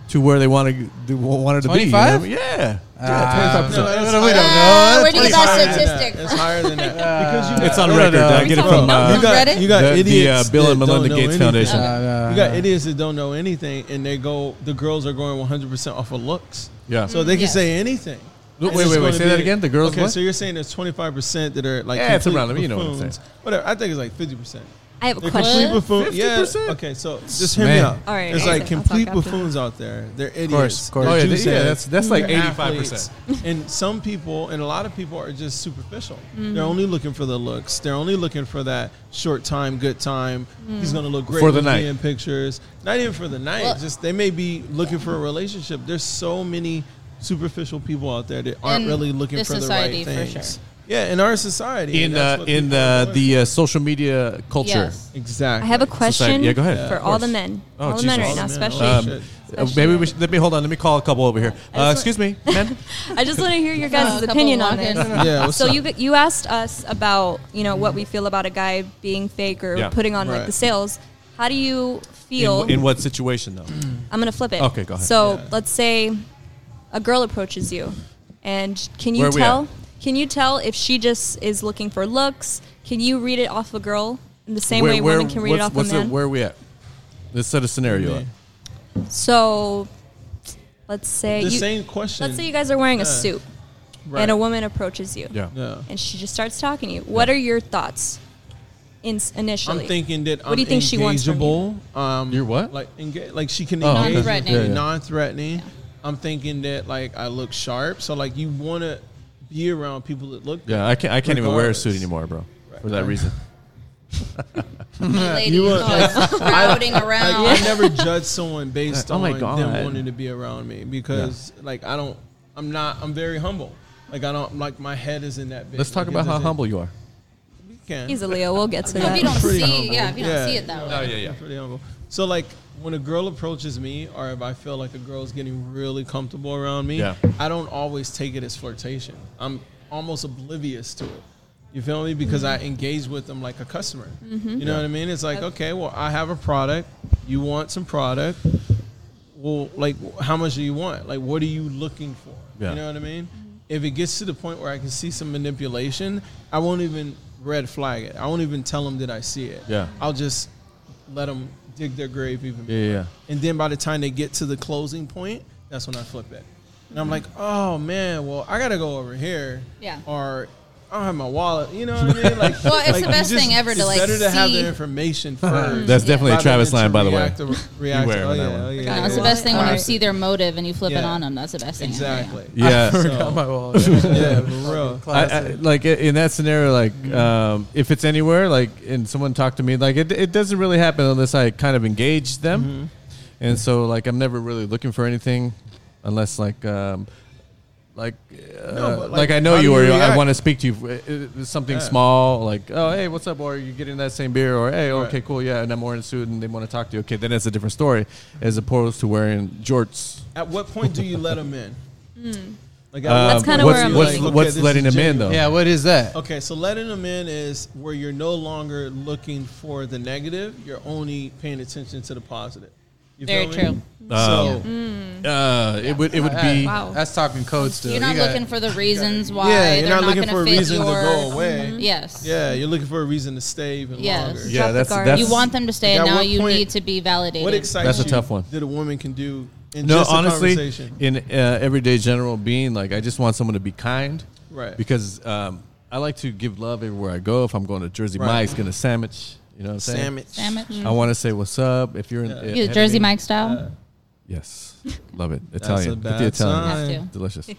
[SPEAKER 1] to where they want to do, wanted to be. you know what I
[SPEAKER 4] 25?
[SPEAKER 1] mean? Yeah,
[SPEAKER 4] Uh,
[SPEAKER 1] yeah, 25%.
[SPEAKER 3] No, it's
[SPEAKER 4] we don't
[SPEAKER 3] higher
[SPEAKER 4] know.
[SPEAKER 3] than
[SPEAKER 2] Uh, where'd you get
[SPEAKER 3] It's
[SPEAKER 2] that
[SPEAKER 3] higher than
[SPEAKER 2] statistic
[SPEAKER 3] that.
[SPEAKER 2] from?
[SPEAKER 3] It's higher than that. because you got,
[SPEAKER 1] It's on
[SPEAKER 4] No, no,
[SPEAKER 1] record.
[SPEAKER 4] no.
[SPEAKER 1] I
[SPEAKER 4] We
[SPEAKER 1] get it
[SPEAKER 5] talking
[SPEAKER 1] from
[SPEAKER 5] about-
[SPEAKER 1] uh,
[SPEAKER 3] you got,
[SPEAKER 2] Reddit?
[SPEAKER 3] you got
[SPEAKER 1] The- the,
[SPEAKER 3] idiots
[SPEAKER 1] uh, Bill
[SPEAKER 3] that
[SPEAKER 1] and Melinda
[SPEAKER 3] don't know
[SPEAKER 1] Gates
[SPEAKER 3] anything.
[SPEAKER 1] Foundation.
[SPEAKER 4] Uh, no,
[SPEAKER 3] You got
[SPEAKER 4] no.
[SPEAKER 3] idiots that don't know anything, and they go. The girls are going 100 percent off of looks,
[SPEAKER 1] yeah.
[SPEAKER 3] so they can
[SPEAKER 2] Yes.
[SPEAKER 3] say anything.
[SPEAKER 1] Wait,
[SPEAKER 3] It's
[SPEAKER 1] wait,
[SPEAKER 3] just
[SPEAKER 1] wait,
[SPEAKER 3] gonna
[SPEAKER 1] say
[SPEAKER 3] be-
[SPEAKER 1] that again? The girls
[SPEAKER 3] Okay,
[SPEAKER 1] what?
[SPEAKER 3] so you're saying there's 25 percent that are like
[SPEAKER 1] Yeah, it's
[SPEAKER 3] complete
[SPEAKER 1] around them. You know what I'm
[SPEAKER 3] buffoons.
[SPEAKER 1] saying.
[SPEAKER 3] Whatever. I think it's like 50 percent.
[SPEAKER 5] I have a
[SPEAKER 3] They're
[SPEAKER 5] question.
[SPEAKER 3] complete
[SPEAKER 2] What?
[SPEAKER 3] buffoons. Yeah.
[SPEAKER 1] 50%?
[SPEAKER 3] Okay, so just hear me
[SPEAKER 4] Man.
[SPEAKER 3] out.
[SPEAKER 5] All right,
[SPEAKER 3] There's
[SPEAKER 5] okay.
[SPEAKER 3] like
[SPEAKER 5] I'll
[SPEAKER 3] complete
[SPEAKER 5] talk after.
[SPEAKER 3] buffoons out there. They're idiots.
[SPEAKER 4] course, of course.
[SPEAKER 1] Oh
[SPEAKER 3] They're
[SPEAKER 1] yeah, th-
[SPEAKER 3] juice
[SPEAKER 1] yeah,
[SPEAKER 3] heads.
[SPEAKER 1] that's that's like
[SPEAKER 3] They're
[SPEAKER 1] 85 percent.
[SPEAKER 3] athletes. and some people and a lot of people are just superficial
[SPEAKER 5] Mm-hmm.
[SPEAKER 3] they're only looking for the looks they're only looking for that short time good time
[SPEAKER 5] Mm-hmm.
[SPEAKER 3] he's going to look great
[SPEAKER 1] For the
[SPEAKER 3] with me
[SPEAKER 1] night.
[SPEAKER 3] in pictures not even for the night
[SPEAKER 2] Well-
[SPEAKER 3] just they may be looking for a relationship there's so many superficial people out there that aren't
[SPEAKER 2] In
[SPEAKER 3] really looking
[SPEAKER 2] this
[SPEAKER 3] for the right
[SPEAKER 2] society, for
[SPEAKER 3] things
[SPEAKER 2] sure.
[SPEAKER 3] yeah in our society
[SPEAKER 1] In
[SPEAKER 3] that's
[SPEAKER 1] uh,
[SPEAKER 3] what
[SPEAKER 1] in
[SPEAKER 3] people
[SPEAKER 1] uh,
[SPEAKER 3] are doing.
[SPEAKER 1] the uh, social media culture.
[SPEAKER 2] Yes.
[SPEAKER 3] exactly
[SPEAKER 5] I have a question
[SPEAKER 1] Yeah, go ahead.
[SPEAKER 5] for
[SPEAKER 1] Of
[SPEAKER 5] all the
[SPEAKER 1] course.
[SPEAKER 5] men,
[SPEAKER 1] Oh,
[SPEAKER 5] all the men
[SPEAKER 1] Jesus.
[SPEAKER 5] right now,
[SPEAKER 3] All the men.
[SPEAKER 5] especially.
[SPEAKER 3] Oh,
[SPEAKER 1] Um,
[SPEAKER 3] shit.
[SPEAKER 1] uh, maybe we should, let me hold on. Let me call a couple over here.
[SPEAKER 5] I
[SPEAKER 1] Uh,
[SPEAKER 5] just
[SPEAKER 1] excuse me, men.
[SPEAKER 5] I just want to hear
[SPEAKER 2] Oh,
[SPEAKER 5] your
[SPEAKER 2] a
[SPEAKER 5] guys'
[SPEAKER 2] couple
[SPEAKER 5] opinion on
[SPEAKER 2] walk-in.
[SPEAKER 5] this.
[SPEAKER 3] yeah what's
[SPEAKER 5] So
[SPEAKER 3] up?
[SPEAKER 5] you you asked us about you know what we feel about a guy being fake or
[SPEAKER 1] Yeah.
[SPEAKER 5] putting on
[SPEAKER 3] Right.
[SPEAKER 5] like the sales. How do you feel?
[SPEAKER 1] In, in what situation though?
[SPEAKER 5] I'm gonna flip it.
[SPEAKER 1] Okay, go ahead.
[SPEAKER 5] So let's say a girl approaches you, and can you
[SPEAKER 1] Where we at?
[SPEAKER 5] tell? Can you tell if she just is looking for looks? Can you read it off a girl in the same way women can read it
[SPEAKER 1] what's-
[SPEAKER 5] off a
[SPEAKER 1] what's the-
[SPEAKER 5] man?
[SPEAKER 1] where are we at? Let's set a scenario. up.
[SPEAKER 3] Mm-hmm.
[SPEAKER 5] so let's say
[SPEAKER 3] the
[SPEAKER 5] you,
[SPEAKER 3] same question
[SPEAKER 5] let's say you guys are wearing
[SPEAKER 3] Yeah.
[SPEAKER 5] a suit,
[SPEAKER 3] Right.
[SPEAKER 5] and a woman approaches you.
[SPEAKER 1] Uh, Yeah.
[SPEAKER 3] yeah
[SPEAKER 5] and she just starts talking to you. What are your thoughts in, initially?
[SPEAKER 3] I'm thinking that
[SPEAKER 5] What
[SPEAKER 3] I'm
[SPEAKER 5] do you think she wants from
[SPEAKER 3] engageable. Um,
[SPEAKER 1] You're what?
[SPEAKER 3] Like engage, like she can
[SPEAKER 1] Oh,
[SPEAKER 3] engage,
[SPEAKER 2] Non-threatening.
[SPEAKER 1] okay. Yeah, yeah.
[SPEAKER 3] non-threatening. I'm thinking that like I look sharp, so like you want to be around people that look.
[SPEAKER 1] Yeah, I can't. I can't even wear a suit
[SPEAKER 3] Regardless.
[SPEAKER 1] anymore, bro. For
[SPEAKER 3] Right.
[SPEAKER 1] that reason.
[SPEAKER 2] Ladies
[SPEAKER 3] You were-
[SPEAKER 2] always crowding
[SPEAKER 3] Like,
[SPEAKER 2] around.
[SPEAKER 3] I never judge someone based
[SPEAKER 1] Oh
[SPEAKER 3] on
[SPEAKER 1] my God.
[SPEAKER 3] them wanting to be around me because like I don't, I'm not, I'm very humble. Like I don't, like my head isn't that big.
[SPEAKER 1] Let's talk
[SPEAKER 3] Like, it
[SPEAKER 1] about how
[SPEAKER 3] doesn't-
[SPEAKER 1] humble you are.
[SPEAKER 3] you can.
[SPEAKER 5] He's a Leo. We'll get to
[SPEAKER 2] Well, if
[SPEAKER 5] that.
[SPEAKER 2] you don't
[SPEAKER 3] Pretty
[SPEAKER 2] see,
[SPEAKER 3] humble.
[SPEAKER 2] yeah, if you
[SPEAKER 3] Yeah.
[SPEAKER 2] don't see it that way.
[SPEAKER 1] yeah, yeah.
[SPEAKER 3] Pretty humble. So like when a girl approaches me or if I feel like a girl's getting really comfortable around me,
[SPEAKER 1] Yeah.
[SPEAKER 3] I don't always take it as flirtation. I'm almost oblivious to it. You feel me? Because I engage with them like a customer. You know what I mean? It's like, okay, well, I have a product. You want some product. Well, like, how much do you want? Like, what are you looking for?
[SPEAKER 1] Yeah.
[SPEAKER 3] You know what I mean? If it gets to the point where I can see some manipulation, I won't even red flag it. I won't even tell them that I see it.
[SPEAKER 1] Yeah.
[SPEAKER 3] I'll just let them dig their grave even more.
[SPEAKER 1] Yeah, yeah.
[SPEAKER 3] And then by the time they get to the closing point, that's when I flip it. And I'm like, oh man, well, I gotta go over here.
[SPEAKER 2] Yeah.
[SPEAKER 3] Or I don't have my wallet. You know what I mean? Like,
[SPEAKER 2] Well, it's
[SPEAKER 3] like,
[SPEAKER 2] the
[SPEAKER 3] you
[SPEAKER 2] best
[SPEAKER 3] just-
[SPEAKER 2] thing ever to,
[SPEAKER 3] it's
[SPEAKER 2] like,
[SPEAKER 3] better to have
[SPEAKER 2] see-
[SPEAKER 3] the information first.
[SPEAKER 1] Uh-huh. That's definitely a
[SPEAKER 3] rather
[SPEAKER 1] Travis
[SPEAKER 3] than to
[SPEAKER 1] line, by the way.
[SPEAKER 3] react or react.
[SPEAKER 1] Beware
[SPEAKER 3] Oh,
[SPEAKER 1] on that
[SPEAKER 3] yeah,
[SPEAKER 1] one.
[SPEAKER 3] oh, yeah,
[SPEAKER 2] No, it's the
[SPEAKER 3] yeah.
[SPEAKER 2] best thing when you
[SPEAKER 3] Alright.
[SPEAKER 2] see their motive and you flip it
[SPEAKER 3] Yeah.
[SPEAKER 2] on them. That's the best thing. ever, yeah.
[SPEAKER 3] Exactly.
[SPEAKER 1] Yeah.
[SPEAKER 4] Forgot my wallet.
[SPEAKER 3] Yeah, for real.
[SPEAKER 1] I, I,
[SPEAKER 4] Classic.
[SPEAKER 1] like i- in that scenario, like
[SPEAKER 3] Mm.
[SPEAKER 1] um, if it's anywhere, like and someone talked to me, like it, it doesn't really happen unless I kind of engage them,
[SPEAKER 3] Mm-hmm.
[SPEAKER 1] and so like I'm never really looking for anything, unless like um, like, uh,
[SPEAKER 3] No,
[SPEAKER 1] like
[SPEAKER 3] but,
[SPEAKER 1] I
[SPEAKER 3] like,
[SPEAKER 1] know
[SPEAKER 3] how
[SPEAKER 1] you
[SPEAKER 3] do
[SPEAKER 1] or
[SPEAKER 3] you
[SPEAKER 1] I
[SPEAKER 3] react?
[SPEAKER 1] want to speak to you, It- it- it's something
[SPEAKER 3] Yeah.
[SPEAKER 1] small like oh hey what's up or you getting that same beer or hey okay
[SPEAKER 3] Right.
[SPEAKER 1] cool yeah and I'm wearing a suit and they want to talk to you okay then it's a different story as opposed to wearing jorts.
[SPEAKER 3] At what point do you let them in?
[SPEAKER 2] Hmm.
[SPEAKER 3] Like, at
[SPEAKER 1] Um,
[SPEAKER 3] what
[SPEAKER 5] That's kinda
[SPEAKER 3] point
[SPEAKER 5] where
[SPEAKER 3] do
[SPEAKER 1] what's, what's,
[SPEAKER 3] you
[SPEAKER 5] I'm
[SPEAKER 3] like,
[SPEAKER 5] leaning.
[SPEAKER 3] okay,
[SPEAKER 1] what's
[SPEAKER 3] this is
[SPEAKER 1] letting them in
[SPEAKER 3] genuine?
[SPEAKER 1] though?
[SPEAKER 4] yeah, what is that?
[SPEAKER 3] Okay, so letting them in is where you're no longer looking for the negative. You're only paying attention to the positive. You
[SPEAKER 2] Very
[SPEAKER 3] feel me?
[SPEAKER 2] true.
[SPEAKER 3] So
[SPEAKER 1] Uh, it would it would be
[SPEAKER 5] Wow.
[SPEAKER 4] That's talking code still.
[SPEAKER 2] You're not
[SPEAKER 4] You got-
[SPEAKER 2] looking for the reasons why
[SPEAKER 3] yeah, you're
[SPEAKER 2] they're
[SPEAKER 3] not,
[SPEAKER 2] not,
[SPEAKER 3] looking
[SPEAKER 2] going
[SPEAKER 3] for a
[SPEAKER 2] to fit
[SPEAKER 3] reason
[SPEAKER 2] your. Mm-hmm.
[SPEAKER 3] to go away.
[SPEAKER 2] Yes.
[SPEAKER 3] Yeah, you're looking for a reason to stay even
[SPEAKER 2] Yes.
[SPEAKER 3] longer.
[SPEAKER 1] yeah
[SPEAKER 5] Drop the
[SPEAKER 1] that's
[SPEAKER 5] guard.
[SPEAKER 1] that's
[SPEAKER 2] You want them to stay.
[SPEAKER 3] Like, at
[SPEAKER 2] now
[SPEAKER 3] what
[SPEAKER 2] you
[SPEAKER 3] point-
[SPEAKER 2] need to be validated.
[SPEAKER 3] What excites
[SPEAKER 1] That's a
[SPEAKER 3] you
[SPEAKER 1] tough one.
[SPEAKER 3] that a woman can do in
[SPEAKER 1] No,
[SPEAKER 3] just a
[SPEAKER 1] honestly,
[SPEAKER 3] conversation?
[SPEAKER 1] in uh, everyday general being, like I just want someone to be kind,
[SPEAKER 3] Right.
[SPEAKER 1] Because um, I like to give love everywhere I go. If I'm going to Jersey
[SPEAKER 3] Right.
[SPEAKER 1] Mike's, going to sandwich, You know what I'm saying?
[SPEAKER 3] Sandwich.
[SPEAKER 2] Sandwich.
[SPEAKER 1] I want to say what's up. If you're in
[SPEAKER 3] Oh, Yeah.
[SPEAKER 1] in
[SPEAKER 2] You the
[SPEAKER 1] Italy-
[SPEAKER 2] Jersey Mike style?
[SPEAKER 3] Uh,
[SPEAKER 1] Yes, love it.
[SPEAKER 3] a
[SPEAKER 1] Italian, Get the
[SPEAKER 3] bad
[SPEAKER 1] Italian.
[SPEAKER 3] sign.
[SPEAKER 2] Have to.
[SPEAKER 1] delicious.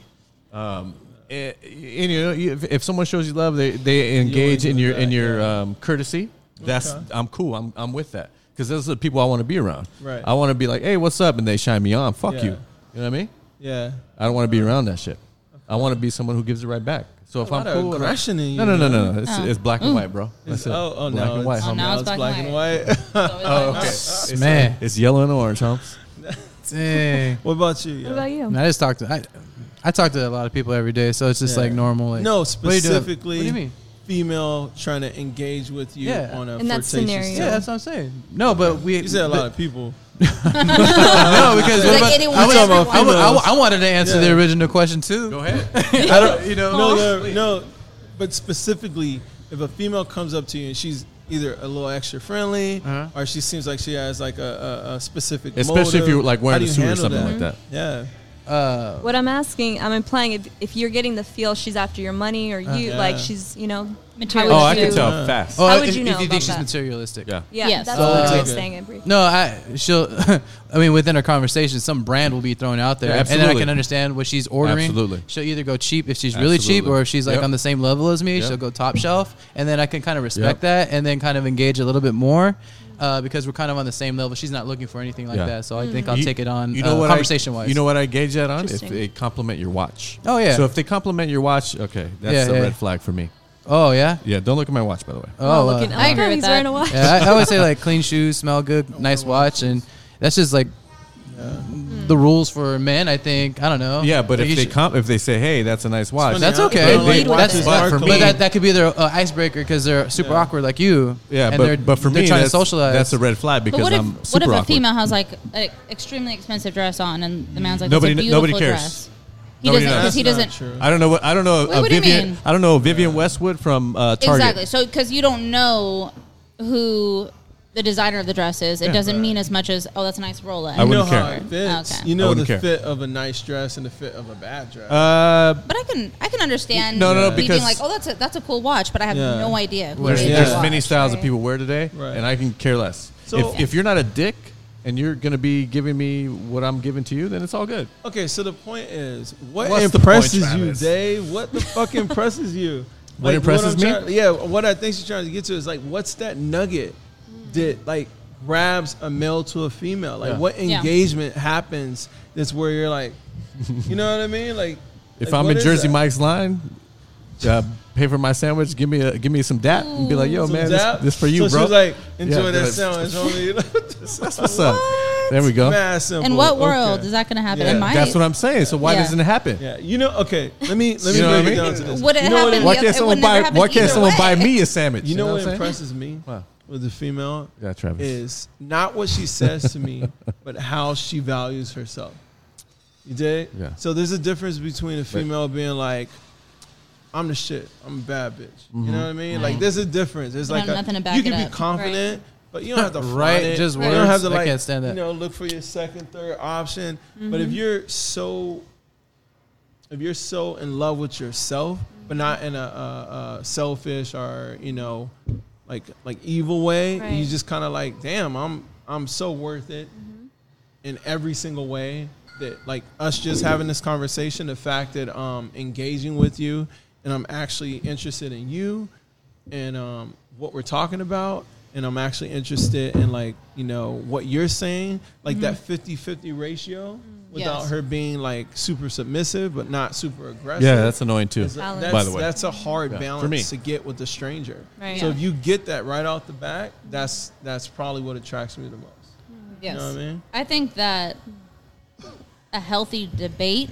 [SPEAKER 1] Um, and, and you know, you- if, if someone shows you love, they they engage
[SPEAKER 3] always
[SPEAKER 1] in
[SPEAKER 3] do
[SPEAKER 1] your
[SPEAKER 3] that,
[SPEAKER 1] in your
[SPEAKER 3] yeah.
[SPEAKER 1] um, courtesy. That's
[SPEAKER 3] Okay.
[SPEAKER 1] I'm cool. I'm I'm with that because those are the people I want to be around.
[SPEAKER 3] Right.
[SPEAKER 1] I want to be like, hey, what's up? And they shine me on. Fuck
[SPEAKER 3] Yeah.
[SPEAKER 1] you. You know what I mean?
[SPEAKER 3] Yeah.
[SPEAKER 1] I don't want to be around that shit. I want to be someone who gives it right back. So if
[SPEAKER 3] A
[SPEAKER 1] I'm
[SPEAKER 3] lot of
[SPEAKER 1] cool, and I-
[SPEAKER 3] aggression in
[SPEAKER 1] no,
[SPEAKER 3] you,
[SPEAKER 1] no, no,
[SPEAKER 3] man.
[SPEAKER 1] no, no. It's,
[SPEAKER 2] Oh.
[SPEAKER 1] it's black and white, bro. That's
[SPEAKER 3] It's-
[SPEAKER 1] it.
[SPEAKER 3] oh, oh,
[SPEAKER 1] black
[SPEAKER 3] no,
[SPEAKER 1] and
[SPEAKER 3] it's-
[SPEAKER 1] white.
[SPEAKER 2] Oh,
[SPEAKER 1] homie.
[SPEAKER 2] now
[SPEAKER 3] Now
[SPEAKER 2] it's
[SPEAKER 3] it's
[SPEAKER 2] black
[SPEAKER 3] black
[SPEAKER 2] and
[SPEAKER 3] and white.
[SPEAKER 1] Oh,
[SPEAKER 2] Oh,
[SPEAKER 1] okay.
[SPEAKER 4] It's-
[SPEAKER 1] It's,
[SPEAKER 4] Man.
[SPEAKER 1] it's yellow and orange, homes.
[SPEAKER 4] Dang.
[SPEAKER 3] What about you?
[SPEAKER 5] What about you?
[SPEAKER 4] And I just talk to I, I talk to a lot of people every day, so it's just
[SPEAKER 3] Yeah.
[SPEAKER 4] like normal. Like,
[SPEAKER 3] No,
[SPEAKER 4] what are you doing?
[SPEAKER 3] specifically.
[SPEAKER 4] What do you mean?
[SPEAKER 3] Female trying to engage with you
[SPEAKER 4] Yeah.
[SPEAKER 3] on a
[SPEAKER 5] In that
[SPEAKER 3] flirtatious
[SPEAKER 5] scenario.
[SPEAKER 4] Yeah,
[SPEAKER 3] tone.
[SPEAKER 4] that's what I'm saying. No, but we
[SPEAKER 3] You said a lot of people.
[SPEAKER 4] no because what
[SPEAKER 2] Like
[SPEAKER 4] about,
[SPEAKER 2] anyone,
[SPEAKER 4] I, was-
[SPEAKER 2] everyone.
[SPEAKER 4] I wa- I wa- I wanted to answer the
[SPEAKER 3] Yeah.
[SPEAKER 4] original question too.
[SPEAKER 1] Go ahead.
[SPEAKER 4] I don't, you know.
[SPEAKER 3] No, no, no. But specifically, if a female comes up to you and she's either a little extra friendly,
[SPEAKER 4] Uh-huh.
[SPEAKER 3] or she seems like she has like a, a, a specific,
[SPEAKER 1] Especially if
[SPEAKER 3] motive,
[SPEAKER 1] you're like
[SPEAKER 3] how
[SPEAKER 1] wearing
[SPEAKER 3] do
[SPEAKER 1] a
[SPEAKER 3] you
[SPEAKER 1] suit or
[SPEAKER 3] handle
[SPEAKER 1] something like that.
[SPEAKER 3] Yeah,
[SPEAKER 4] Uh,
[SPEAKER 5] What I'm asking, I'm implying if, if you're getting the feel she's after your money or you,
[SPEAKER 3] Yeah.
[SPEAKER 5] like she's, you know,
[SPEAKER 2] Material.
[SPEAKER 5] how
[SPEAKER 1] Oh,
[SPEAKER 5] would
[SPEAKER 1] I
[SPEAKER 5] you-
[SPEAKER 1] can tell
[SPEAKER 3] Yeah.
[SPEAKER 1] fast.
[SPEAKER 4] oh,
[SPEAKER 5] How would
[SPEAKER 4] if,
[SPEAKER 5] you
[SPEAKER 4] if
[SPEAKER 5] know
[SPEAKER 4] you
[SPEAKER 5] about
[SPEAKER 4] think she's
[SPEAKER 5] that?
[SPEAKER 4] materialistic?
[SPEAKER 1] Yeah.
[SPEAKER 5] Yeah,
[SPEAKER 2] Yes.
[SPEAKER 5] that's
[SPEAKER 4] Uh,
[SPEAKER 5] what I
[SPEAKER 3] Okay.
[SPEAKER 5] was saying. It
[SPEAKER 4] No, I she'll. I mean, within our conversation, some brand will be thrown out there,
[SPEAKER 1] Yeah,
[SPEAKER 4] and then I
[SPEAKER 1] absolutely.
[SPEAKER 4] can understand what she's ordering.
[SPEAKER 1] Absolutely.
[SPEAKER 4] she'll either go cheap if she's really cheap,
[SPEAKER 1] Absolutely.
[SPEAKER 4] or if she's like
[SPEAKER 1] Yep.
[SPEAKER 4] on the same level as me,
[SPEAKER 1] Yep.
[SPEAKER 4] she'll go top shelf, and then I can kind of respect
[SPEAKER 1] Yep.
[SPEAKER 4] that, and then kind of engage a little bit more. Uh, because we're kind of on the same level, she's not looking for anything like
[SPEAKER 1] Yeah.
[SPEAKER 4] that, so I think I'll
[SPEAKER 1] You-
[SPEAKER 4] take it on uh,
[SPEAKER 1] you know what I-
[SPEAKER 4] conversation wise.
[SPEAKER 1] You know what I gauge that on? If
[SPEAKER 5] Interesting.
[SPEAKER 1] they compliment your watch.
[SPEAKER 4] Oh, yeah.
[SPEAKER 1] So if they compliment your watch, okay, that's a
[SPEAKER 4] Yeah, yeah.
[SPEAKER 1] red flag for me.
[SPEAKER 4] Oh yeah,
[SPEAKER 1] Yeah, don't look at my watch, by the way.
[SPEAKER 4] oh, uh,
[SPEAKER 5] looking,
[SPEAKER 2] I
[SPEAKER 5] oh,
[SPEAKER 2] agree with
[SPEAKER 5] he's
[SPEAKER 2] that.
[SPEAKER 5] wearing a watch.
[SPEAKER 4] yeah, I, I would say like clean shoes, smell good, nice watch, and that's just like the rules for men. I think I don't know.
[SPEAKER 1] Yeah, but
[SPEAKER 4] Like,
[SPEAKER 1] if
[SPEAKER 4] you
[SPEAKER 1] they
[SPEAKER 4] should-
[SPEAKER 1] comp, if they say, "Hey, that's a nice watch,"
[SPEAKER 4] That's
[SPEAKER 3] Yeah,
[SPEAKER 4] okay.
[SPEAKER 3] but, like,
[SPEAKER 4] that's
[SPEAKER 3] watches
[SPEAKER 1] but
[SPEAKER 3] are
[SPEAKER 1] for
[SPEAKER 3] clean.
[SPEAKER 1] me-
[SPEAKER 4] But that, that could be their uh, icebreaker because they're super
[SPEAKER 3] Yeah.
[SPEAKER 4] awkward like you.
[SPEAKER 1] yeah,
[SPEAKER 4] and
[SPEAKER 1] but,
[SPEAKER 4] they're,
[SPEAKER 1] but for
[SPEAKER 4] they're
[SPEAKER 1] me,
[SPEAKER 4] trying to
[SPEAKER 1] that's,
[SPEAKER 4] socialize.
[SPEAKER 1] that's a red flag
[SPEAKER 2] But
[SPEAKER 1] because
[SPEAKER 2] what if,
[SPEAKER 1] I'm
[SPEAKER 2] what
[SPEAKER 1] super
[SPEAKER 2] if a
[SPEAKER 1] awkward.
[SPEAKER 2] female has like an extremely expensive dress on and the man's like,
[SPEAKER 1] Nobody
[SPEAKER 2] That's
[SPEAKER 1] kn-
[SPEAKER 2] a beautiful
[SPEAKER 1] nobody cares.
[SPEAKER 2] Dress. He
[SPEAKER 1] Nobody
[SPEAKER 2] doesn't
[SPEAKER 1] knows.
[SPEAKER 2] because he
[SPEAKER 3] That's not
[SPEAKER 2] doesn't
[SPEAKER 3] true.
[SPEAKER 1] I don't know what I don't know.
[SPEAKER 2] Wait,
[SPEAKER 1] uh,
[SPEAKER 2] what do you
[SPEAKER 1] Vivian,
[SPEAKER 2] mean?
[SPEAKER 1] I don't know Vivian Westwood from uh, Target.
[SPEAKER 2] Exactly. So because you don't know who the designer of the dress is, it
[SPEAKER 1] Yeah.
[SPEAKER 2] doesn't
[SPEAKER 3] Right.
[SPEAKER 2] mean as much as oh, that's a nice Rolex.
[SPEAKER 1] I
[SPEAKER 3] you know
[SPEAKER 1] wouldn't
[SPEAKER 3] how
[SPEAKER 1] care.
[SPEAKER 3] it fits.
[SPEAKER 2] Okay.
[SPEAKER 3] You know the
[SPEAKER 1] wouldn't care.
[SPEAKER 3] fit of a nice dress and the fit of a bad dress.
[SPEAKER 1] Uh,
[SPEAKER 2] but I can I can understand
[SPEAKER 1] No, no, no,
[SPEAKER 2] me
[SPEAKER 1] because-
[SPEAKER 2] being like oh that's a that's a cool watch, but I have
[SPEAKER 3] Yeah.
[SPEAKER 2] no idea. Who
[SPEAKER 1] There's,
[SPEAKER 2] made
[SPEAKER 1] there's
[SPEAKER 2] that
[SPEAKER 1] many
[SPEAKER 2] watch.
[SPEAKER 1] styles
[SPEAKER 5] right.
[SPEAKER 1] of people wear today,
[SPEAKER 3] Right.
[SPEAKER 1] and I can care less.
[SPEAKER 3] So-
[SPEAKER 1] if, if you're not a dick and you're going to be giving me what I'm giving to you, then it's all good.
[SPEAKER 3] Okay, so the point is, what
[SPEAKER 1] What's the
[SPEAKER 3] impresses
[SPEAKER 1] point,
[SPEAKER 3] you,
[SPEAKER 1] Travis?
[SPEAKER 3] Dave? What the fuck impresses you?
[SPEAKER 1] What impresses
[SPEAKER 3] I'm
[SPEAKER 1] me?
[SPEAKER 3] trying- yeah, what I think she's trying to get to is like, what's that nugget that like grabs a male to a female? Like,
[SPEAKER 1] Yeah.
[SPEAKER 3] what
[SPEAKER 2] Yeah.
[SPEAKER 3] engagement happens that's where you're like, you know what I mean? Like,
[SPEAKER 1] If
[SPEAKER 3] like,
[SPEAKER 1] I'm
[SPEAKER 3] what
[SPEAKER 1] in
[SPEAKER 3] is
[SPEAKER 1] Jersey
[SPEAKER 3] that?
[SPEAKER 1] Mike's line, uh, pay for my sandwich, give me a, give me some dap, and be like, yo,
[SPEAKER 3] Some
[SPEAKER 1] man, this,
[SPEAKER 3] zap?
[SPEAKER 1] this for you,
[SPEAKER 3] so
[SPEAKER 1] bro.
[SPEAKER 3] She was like, enjoy
[SPEAKER 1] Yeah,
[SPEAKER 3] that
[SPEAKER 1] like,
[SPEAKER 3] sandwich, homie.
[SPEAKER 1] That's what's up. There we go.
[SPEAKER 3] Mad simple.
[SPEAKER 2] In what world
[SPEAKER 3] Okay.
[SPEAKER 2] is that going to happen?
[SPEAKER 3] Yeah.
[SPEAKER 2] In my
[SPEAKER 1] That's what I'm saying. So why
[SPEAKER 2] Yeah.
[SPEAKER 1] doesn't it happen?
[SPEAKER 3] Yeah, you know. Okay, let me let me
[SPEAKER 1] You know what I
[SPEAKER 3] break it
[SPEAKER 1] mean?
[SPEAKER 3] down to this.
[SPEAKER 2] Would it
[SPEAKER 3] you know what
[SPEAKER 2] happen
[SPEAKER 3] it-
[SPEAKER 1] Why
[SPEAKER 2] Yeah,
[SPEAKER 1] can't
[SPEAKER 2] it
[SPEAKER 1] someone
[SPEAKER 2] would never
[SPEAKER 1] buy
[SPEAKER 2] happen
[SPEAKER 1] Why can't
[SPEAKER 2] either
[SPEAKER 1] someone
[SPEAKER 2] way.
[SPEAKER 1] buy me a sandwich?
[SPEAKER 3] You know
[SPEAKER 1] I'm
[SPEAKER 3] what
[SPEAKER 1] saying?
[SPEAKER 3] impresses me
[SPEAKER 1] Wow.
[SPEAKER 3] with the female
[SPEAKER 1] Yeah, Travis.
[SPEAKER 3] is not what she says to me, but how she values herself. You did?
[SPEAKER 1] Yeah.
[SPEAKER 3] So there's a difference between a female being like, I'm the shit. I'm a bad bitch. You know what I mean? Like there's a difference. There's
[SPEAKER 2] You
[SPEAKER 3] like
[SPEAKER 2] don't have
[SPEAKER 3] a-
[SPEAKER 2] nothing to back
[SPEAKER 3] you
[SPEAKER 2] it
[SPEAKER 3] can
[SPEAKER 2] up.
[SPEAKER 3] be confident, but you don't have to flaunt
[SPEAKER 4] Right,
[SPEAKER 3] it.
[SPEAKER 4] just
[SPEAKER 3] You don't have
[SPEAKER 4] words.
[SPEAKER 3] to
[SPEAKER 4] I
[SPEAKER 3] like
[SPEAKER 4] can't stand that.
[SPEAKER 3] you know look for your second, third option. But
[SPEAKER 2] Mm-hmm.
[SPEAKER 3] if you're so if you're so in love with yourself, but not in a, a, a selfish or you know, like like evil way,
[SPEAKER 5] Right.
[SPEAKER 3] you just kind of like, damn, I'm I'm so worth it in every single way that like us just having this conversation, the fact that um engaging with you and I'm actually interested in you and um what we're talking about and I'm actually interested in like, you know, what you're saying, like
[SPEAKER 5] Mm-hmm.
[SPEAKER 3] that 50-50 ratio without
[SPEAKER 2] Yes.
[SPEAKER 3] her being like super submissive but not super aggressive.
[SPEAKER 1] Yeah, that's annoying too.
[SPEAKER 3] It's a-
[SPEAKER 5] Balance.
[SPEAKER 3] that's,
[SPEAKER 1] By the way.
[SPEAKER 3] that's a hard
[SPEAKER 1] Yeah, for
[SPEAKER 3] balance
[SPEAKER 1] me.
[SPEAKER 3] to get with a stranger.
[SPEAKER 5] Right.
[SPEAKER 3] So
[SPEAKER 5] Yeah.
[SPEAKER 3] if you get that right off the bat, that's that's probably what attracts me the most.
[SPEAKER 2] Yes.
[SPEAKER 3] know what I mean?
[SPEAKER 2] think that a healthy debate,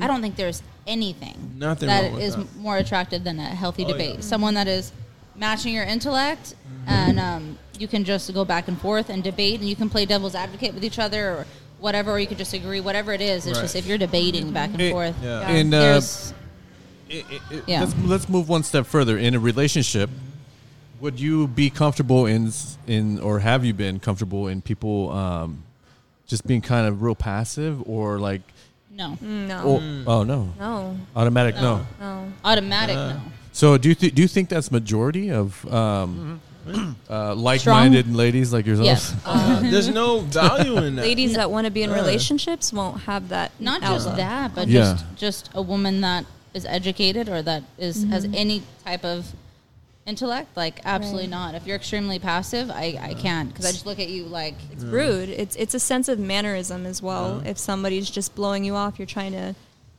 [SPEAKER 2] I don't think there's anything
[SPEAKER 3] Mm-hmm. Nothing
[SPEAKER 2] that
[SPEAKER 3] wrong with
[SPEAKER 2] is
[SPEAKER 3] that.
[SPEAKER 2] more attractive than a healthy
[SPEAKER 3] Oh,
[SPEAKER 2] debate.
[SPEAKER 3] yeah. Mm-hmm.
[SPEAKER 2] Someone that is matching your intellect and um, you can just go back and forth and debate and you can play devil's advocate with each other or whatever, or you could just agree, whatever it is. It's
[SPEAKER 3] Right.
[SPEAKER 2] just if you're debating back and
[SPEAKER 1] It-
[SPEAKER 2] forth,
[SPEAKER 3] yeah.
[SPEAKER 2] um,
[SPEAKER 1] And, uh,
[SPEAKER 2] there's-
[SPEAKER 1] it- it- it-
[SPEAKER 2] Yeah.
[SPEAKER 1] let's, let's move one step further in a relationship would you be comfortable in s- in or have you been comfortable in people um, just being kind of real passive or like
[SPEAKER 2] no.
[SPEAKER 5] No.
[SPEAKER 3] Mm.
[SPEAKER 1] oh, oh no
[SPEAKER 2] Mm.
[SPEAKER 5] No.
[SPEAKER 1] automatic no,
[SPEAKER 5] No.
[SPEAKER 2] Automatic, no.
[SPEAKER 1] So do you th- do you think that's majority of um, uh, like-minded ladies like yourself?
[SPEAKER 2] Mm-hmm. Yes.
[SPEAKER 3] Uh, there's no value in that.
[SPEAKER 5] Ladies
[SPEAKER 2] uh,
[SPEAKER 5] that want to be in relationships won't have that.
[SPEAKER 2] Not
[SPEAKER 5] outlook.
[SPEAKER 2] just that, but
[SPEAKER 1] Yeah.
[SPEAKER 2] just just a woman that is educated or that is- has any type of intellect. Like absolutely
[SPEAKER 5] Right.
[SPEAKER 2] not. If you're extremely passive, I, I can't because I just look at you like
[SPEAKER 5] It's rude. It's it's a sense of mannerism as well. If somebody's just blowing you off, you're trying to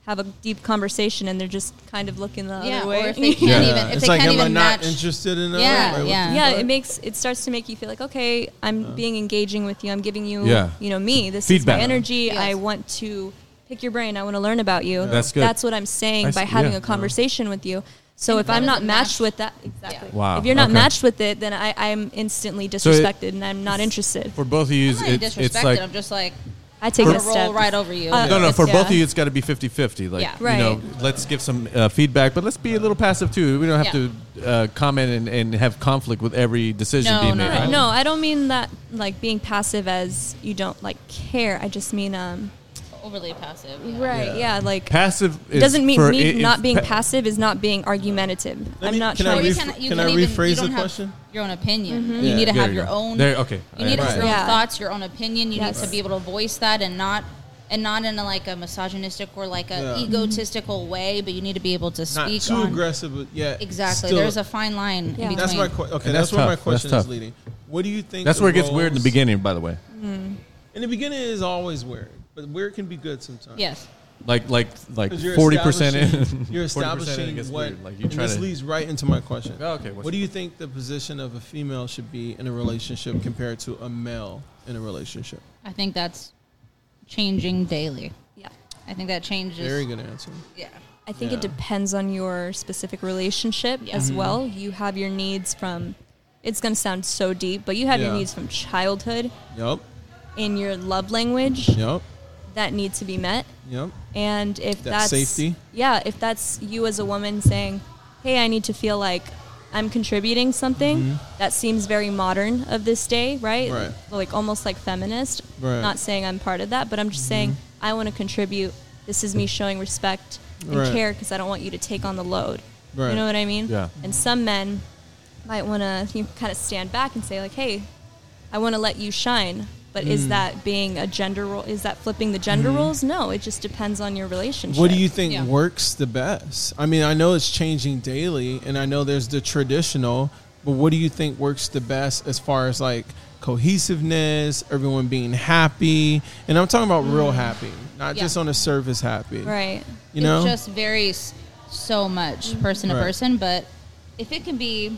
[SPEAKER 5] have a deep conversation and they're just kind of looking the
[SPEAKER 2] yeah,
[SPEAKER 5] other
[SPEAKER 2] or
[SPEAKER 5] way.
[SPEAKER 2] if they can't even if
[SPEAKER 3] it's
[SPEAKER 2] they
[SPEAKER 3] like,
[SPEAKER 2] can't
[SPEAKER 3] am I
[SPEAKER 2] even
[SPEAKER 3] not
[SPEAKER 2] match.
[SPEAKER 3] interested in that?
[SPEAKER 2] Yeah,
[SPEAKER 3] Like, what
[SPEAKER 2] yeah.
[SPEAKER 3] the
[SPEAKER 5] yeah,
[SPEAKER 3] fuck?
[SPEAKER 5] it makes it starts to make you feel like okay, I'm being engaging with you. I'm giving you,
[SPEAKER 1] Yeah.
[SPEAKER 5] you know, me. This
[SPEAKER 1] Feedback.
[SPEAKER 5] is my energy.
[SPEAKER 2] Yes.
[SPEAKER 5] I want to pick your brain. I want to learn about you.
[SPEAKER 1] That's good.
[SPEAKER 5] That's what I'm saying
[SPEAKER 1] I
[SPEAKER 5] by
[SPEAKER 1] see-
[SPEAKER 5] having
[SPEAKER 1] yeah.
[SPEAKER 5] a conversation with you. So if
[SPEAKER 2] that
[SPEAKER 5] I'm
[SPEAKER 2] is
[SPEAKER 5] not
[SPEAKER 2] a match.
[SPEAKER 5] matched with that, exactly.
[SPEAKER 1] Wow,
[SPEAKER 5] If you're not
[SPEAKER 1] okay.
[SPEAKER 5] matched with it, then I, I'm instantly disrespected and I'm not interested.
[SPEAKER 1] For both of you,
[SPEAKER 2] I'm not even
[SPEAKER 1] it's, it's
[SPEAKER 2] disrespected.
[SPEAKER 1] like
[SPEAKER 2] I'm just like
[SPEAKER 5] I take
[SPEAKER 2] I'm
[SPEAKER 5] it a
[SPEAKER 2] gonna
[SPEAKER 5] step.
[SPEAKER 2] roll right over you.
[SPEAKER 5] Uh,
[SPEAKER 1] no, no.
[SPEAKER 5] It's-
[SPEAKER 1] For both
[SPEAKER 5] yeah.
[SPEAKER 1] of you, it's got to be 50-50. Like,
[SPEAKER 2] Yeah.
[SPEAKER 1] you know,
[SPEAKER 5] Right.
[SPEAKER 1] let's give some uh, feedback, but let's be a little passive too. We don't have
[SPEAKER 2] Yeah.
[SPEAKER 1] to uh, comment and, and have conflict with every decision
[SPEAKER 2] No,
[SPEAKER 1] being
[SPEAKER 2] no,
[SPEAKER 1] made.
[SPEAKER 2] no.
[SPEAKER 1] I-
[SPEAKER 5] No, I don't mean that like being passive as you don't like care. I just mean um
[SPEAKER 2] overly passive.
[SPEAKER 5] right, yeah, like
[SPEAKER 1] Passive
[SPEAKER 5] it
[SPEAKER 1] is
[SPEAKER 5] doesn't mean
[SPEAKER 1] for-
[SPEAKER 5] me
[SPEAKER 1] it-
[SPEAKER 5] not
[SPEAKER 1] it's
[SPEAKER 5] being
[SPEAKER 1] pa-
[SPEAKER 5] passive is not being argumentative.
[SPEAKER 3] Let
[SPEAKER 5] I'm
[SPEAKER 3] me-
[SPEAKER 5] not
[SPEAKER 3] can
[SPEAKER 5] trying
[SPEAKER 2] Or
[SPEAKER 3] I
[SPEAKER 5] to
[SPEAKER 2] you
[SPEAKER 3] ref-
[SPEAKER 2] you
[SPEAKER 3] can I
[SPEAKER 2] even-
[SPEAKER 3] rephrase
[SPEAKER 2] you
[SPEAKER 3] the
[SPEAKER 2] don't have
[SPEAKER 3] question?
[SPEAKER 2] Your own opinion. You
[SPEAKER 1] Yeah,
[SPEAKER 2] need to
[SPEAKER 1] there
[SPEAKER 2] have
[SPEAKER 1] you
[SPEAKER 2] your
[SPEAKER 1] go.
[SPEAKER 2] own.
[SPEAKER 1] There- okay,
[SPEAKER 2] You
[SPEAKER 1] I
[SPEAKER 2] need to have
[SPEAKER 3] understand.
[SPEAKER 2] your own
[SPEAKER 5] Yeah.
[SPEAKER 2] thoughts, your own opinion. You
[SPEAKER 5] Yes.
[SPEAKER 2] need to be able to voice that and not and not in a, like a misogynistic or like a
[SPEAKER 5] Mm-hmm.
[SPEAKER 3] Yeah.
[SPEAKER 2] egotistical way, but you need to be able to
[SPEAKER 3] Not
[SPEAKER 2] speak
[SPEAKER 3] too
[SPEAKER 2] on
[SPEAKER 3] aggressive, but yeah.
[SPEAKER 2] exactly.
[SPEAKER 3] still-
[SPEAKER 2] There's a fine line.
[SPEAKER 5] Yeah.
[SPEAKER 2] In
[SPEAKER 3] That's
[SPEAKER 2] between.
[SPEAKER 3] my que- okay.
[SPEAKER 1] And
[SPEAKER 3] That's,
[SPEAKER 1] that's
[SPEAKER 3] where my
[SPEAKER 1] tough. That's
[SPEAKER 3] question is
[SPEAKER 1] tough.
[SPEAKER 3] leading. What do you think?
[SPEAKER 1] That's
[SPEAKER 3] the
[SPEAKER 1] where it gets weird in the
[SPEAKER 3] roles-
[SPEAKER 1] beginning, by the way.
[SPEAKER 3] In the beginning, it is always weird, but weird can be good sometimes.
[SPEAKER 2] Yes.
[SPEAKER 1] Like, like, like
[SPEAKER 3] 'Cause you're
[SPEAKER 1] forty percent in.
[SPEAKER 3] establishing- You're
[SPEAKER 1] 40% in, it
[SPEAKER 3] establishing
[SPEAKER 1] gets
[SPEAKER 3] what.
[SPEAKER 1] weird. Like you
[SPEAKER 3] and
[SPEAKER 1] try
[SPEAKER 3] this
[SPEAKER 1] to.
[SPEAKER 3] leads right into my question.
[SPEAKER 1] Oh, okay, what's-
[SPEAKER 3] What do you think the position of a female should be in a relationship compared to a male in a relationship?
[SPEAKER 2] I think that's changing daily.
[SPEAKER 5] Yeah.
[SPEAKER 2] I think that changes.
[SPEAKER 3] Very good answer.
[SPEAKER 2] Yeah.
[SPEAKER 5] I think it
[SPEAKER 3] Yeah.
[SPEAKER 5] depends on your specific relationship
[SPEAKER 2] Yeah.
[SPEAKER 5] as well. You have your needs from it's going to sound so deep, but you have your
[SPEAKER 3] Yeah.
[SPEAKER 5] needs from childhood
[SPEAKER 3] Yep.
[SPEAKER 5] in your love language
[SPEAKER 3] Yep.
[SPEAKER 5] that need to be met.
[SPEAKER 3] Yep.
[SPEAKER 5] And if
[SPEAKER 3] That's
[SPEAKER 5] that's,
[SPEAKER 3] safety.
[SPEAKER 5] yeah, if that's you as a woman saying, "Hey, I need to feel like I'm contributing something," that seems very modern of this day, right?
[SPEAKER 3] Mm-hmm. Right.
[SPEAKER 5] Like almost like feminist.
[SPEAKER 3] Right. Mm-hmm.
[SPEAKER 5] Not saying I'm part of that, but I'm just saying I want to contribute. This is me showing respect and
[SPEAKER 3] Right.
[SPEAKER 5] care because I don't want you to take on the load.
[SPEAKER 3] Right.
[SPEAKER 5] You know what I mean?
[SPEAKER 1] Yeah.
[SPEAKER 5] And some men might want to you know, kind of stand back and say like, "Hey, I want to let you shine." But
[SPEAKER 3] Mm.
[SPEAKER 5] is that being a gender role? Is that flipping the gender roles? No, it just depends on your relationship.
[SPEAKER 3] Mm-hmm. What do you think
[SPEAKER 2] Yeah.
[SPEAKER 3] works the best? I mean, I know it's changing daily, and I know there's the traditional, but what do you think works the best as far as like cohesiveness, everyone being happy? And I'm talking about real happy, not
[SPEAKER 2] Mm. Yeah.
[SPEAKER 3] just on the surface happy.
[SPEAKER 5] Right.
[SPEAKER 3] You know?
[SPEAKER 2] it just varies so much person to
[SPEAKER 3] Right.
[SPEAKER 2] person but if it can be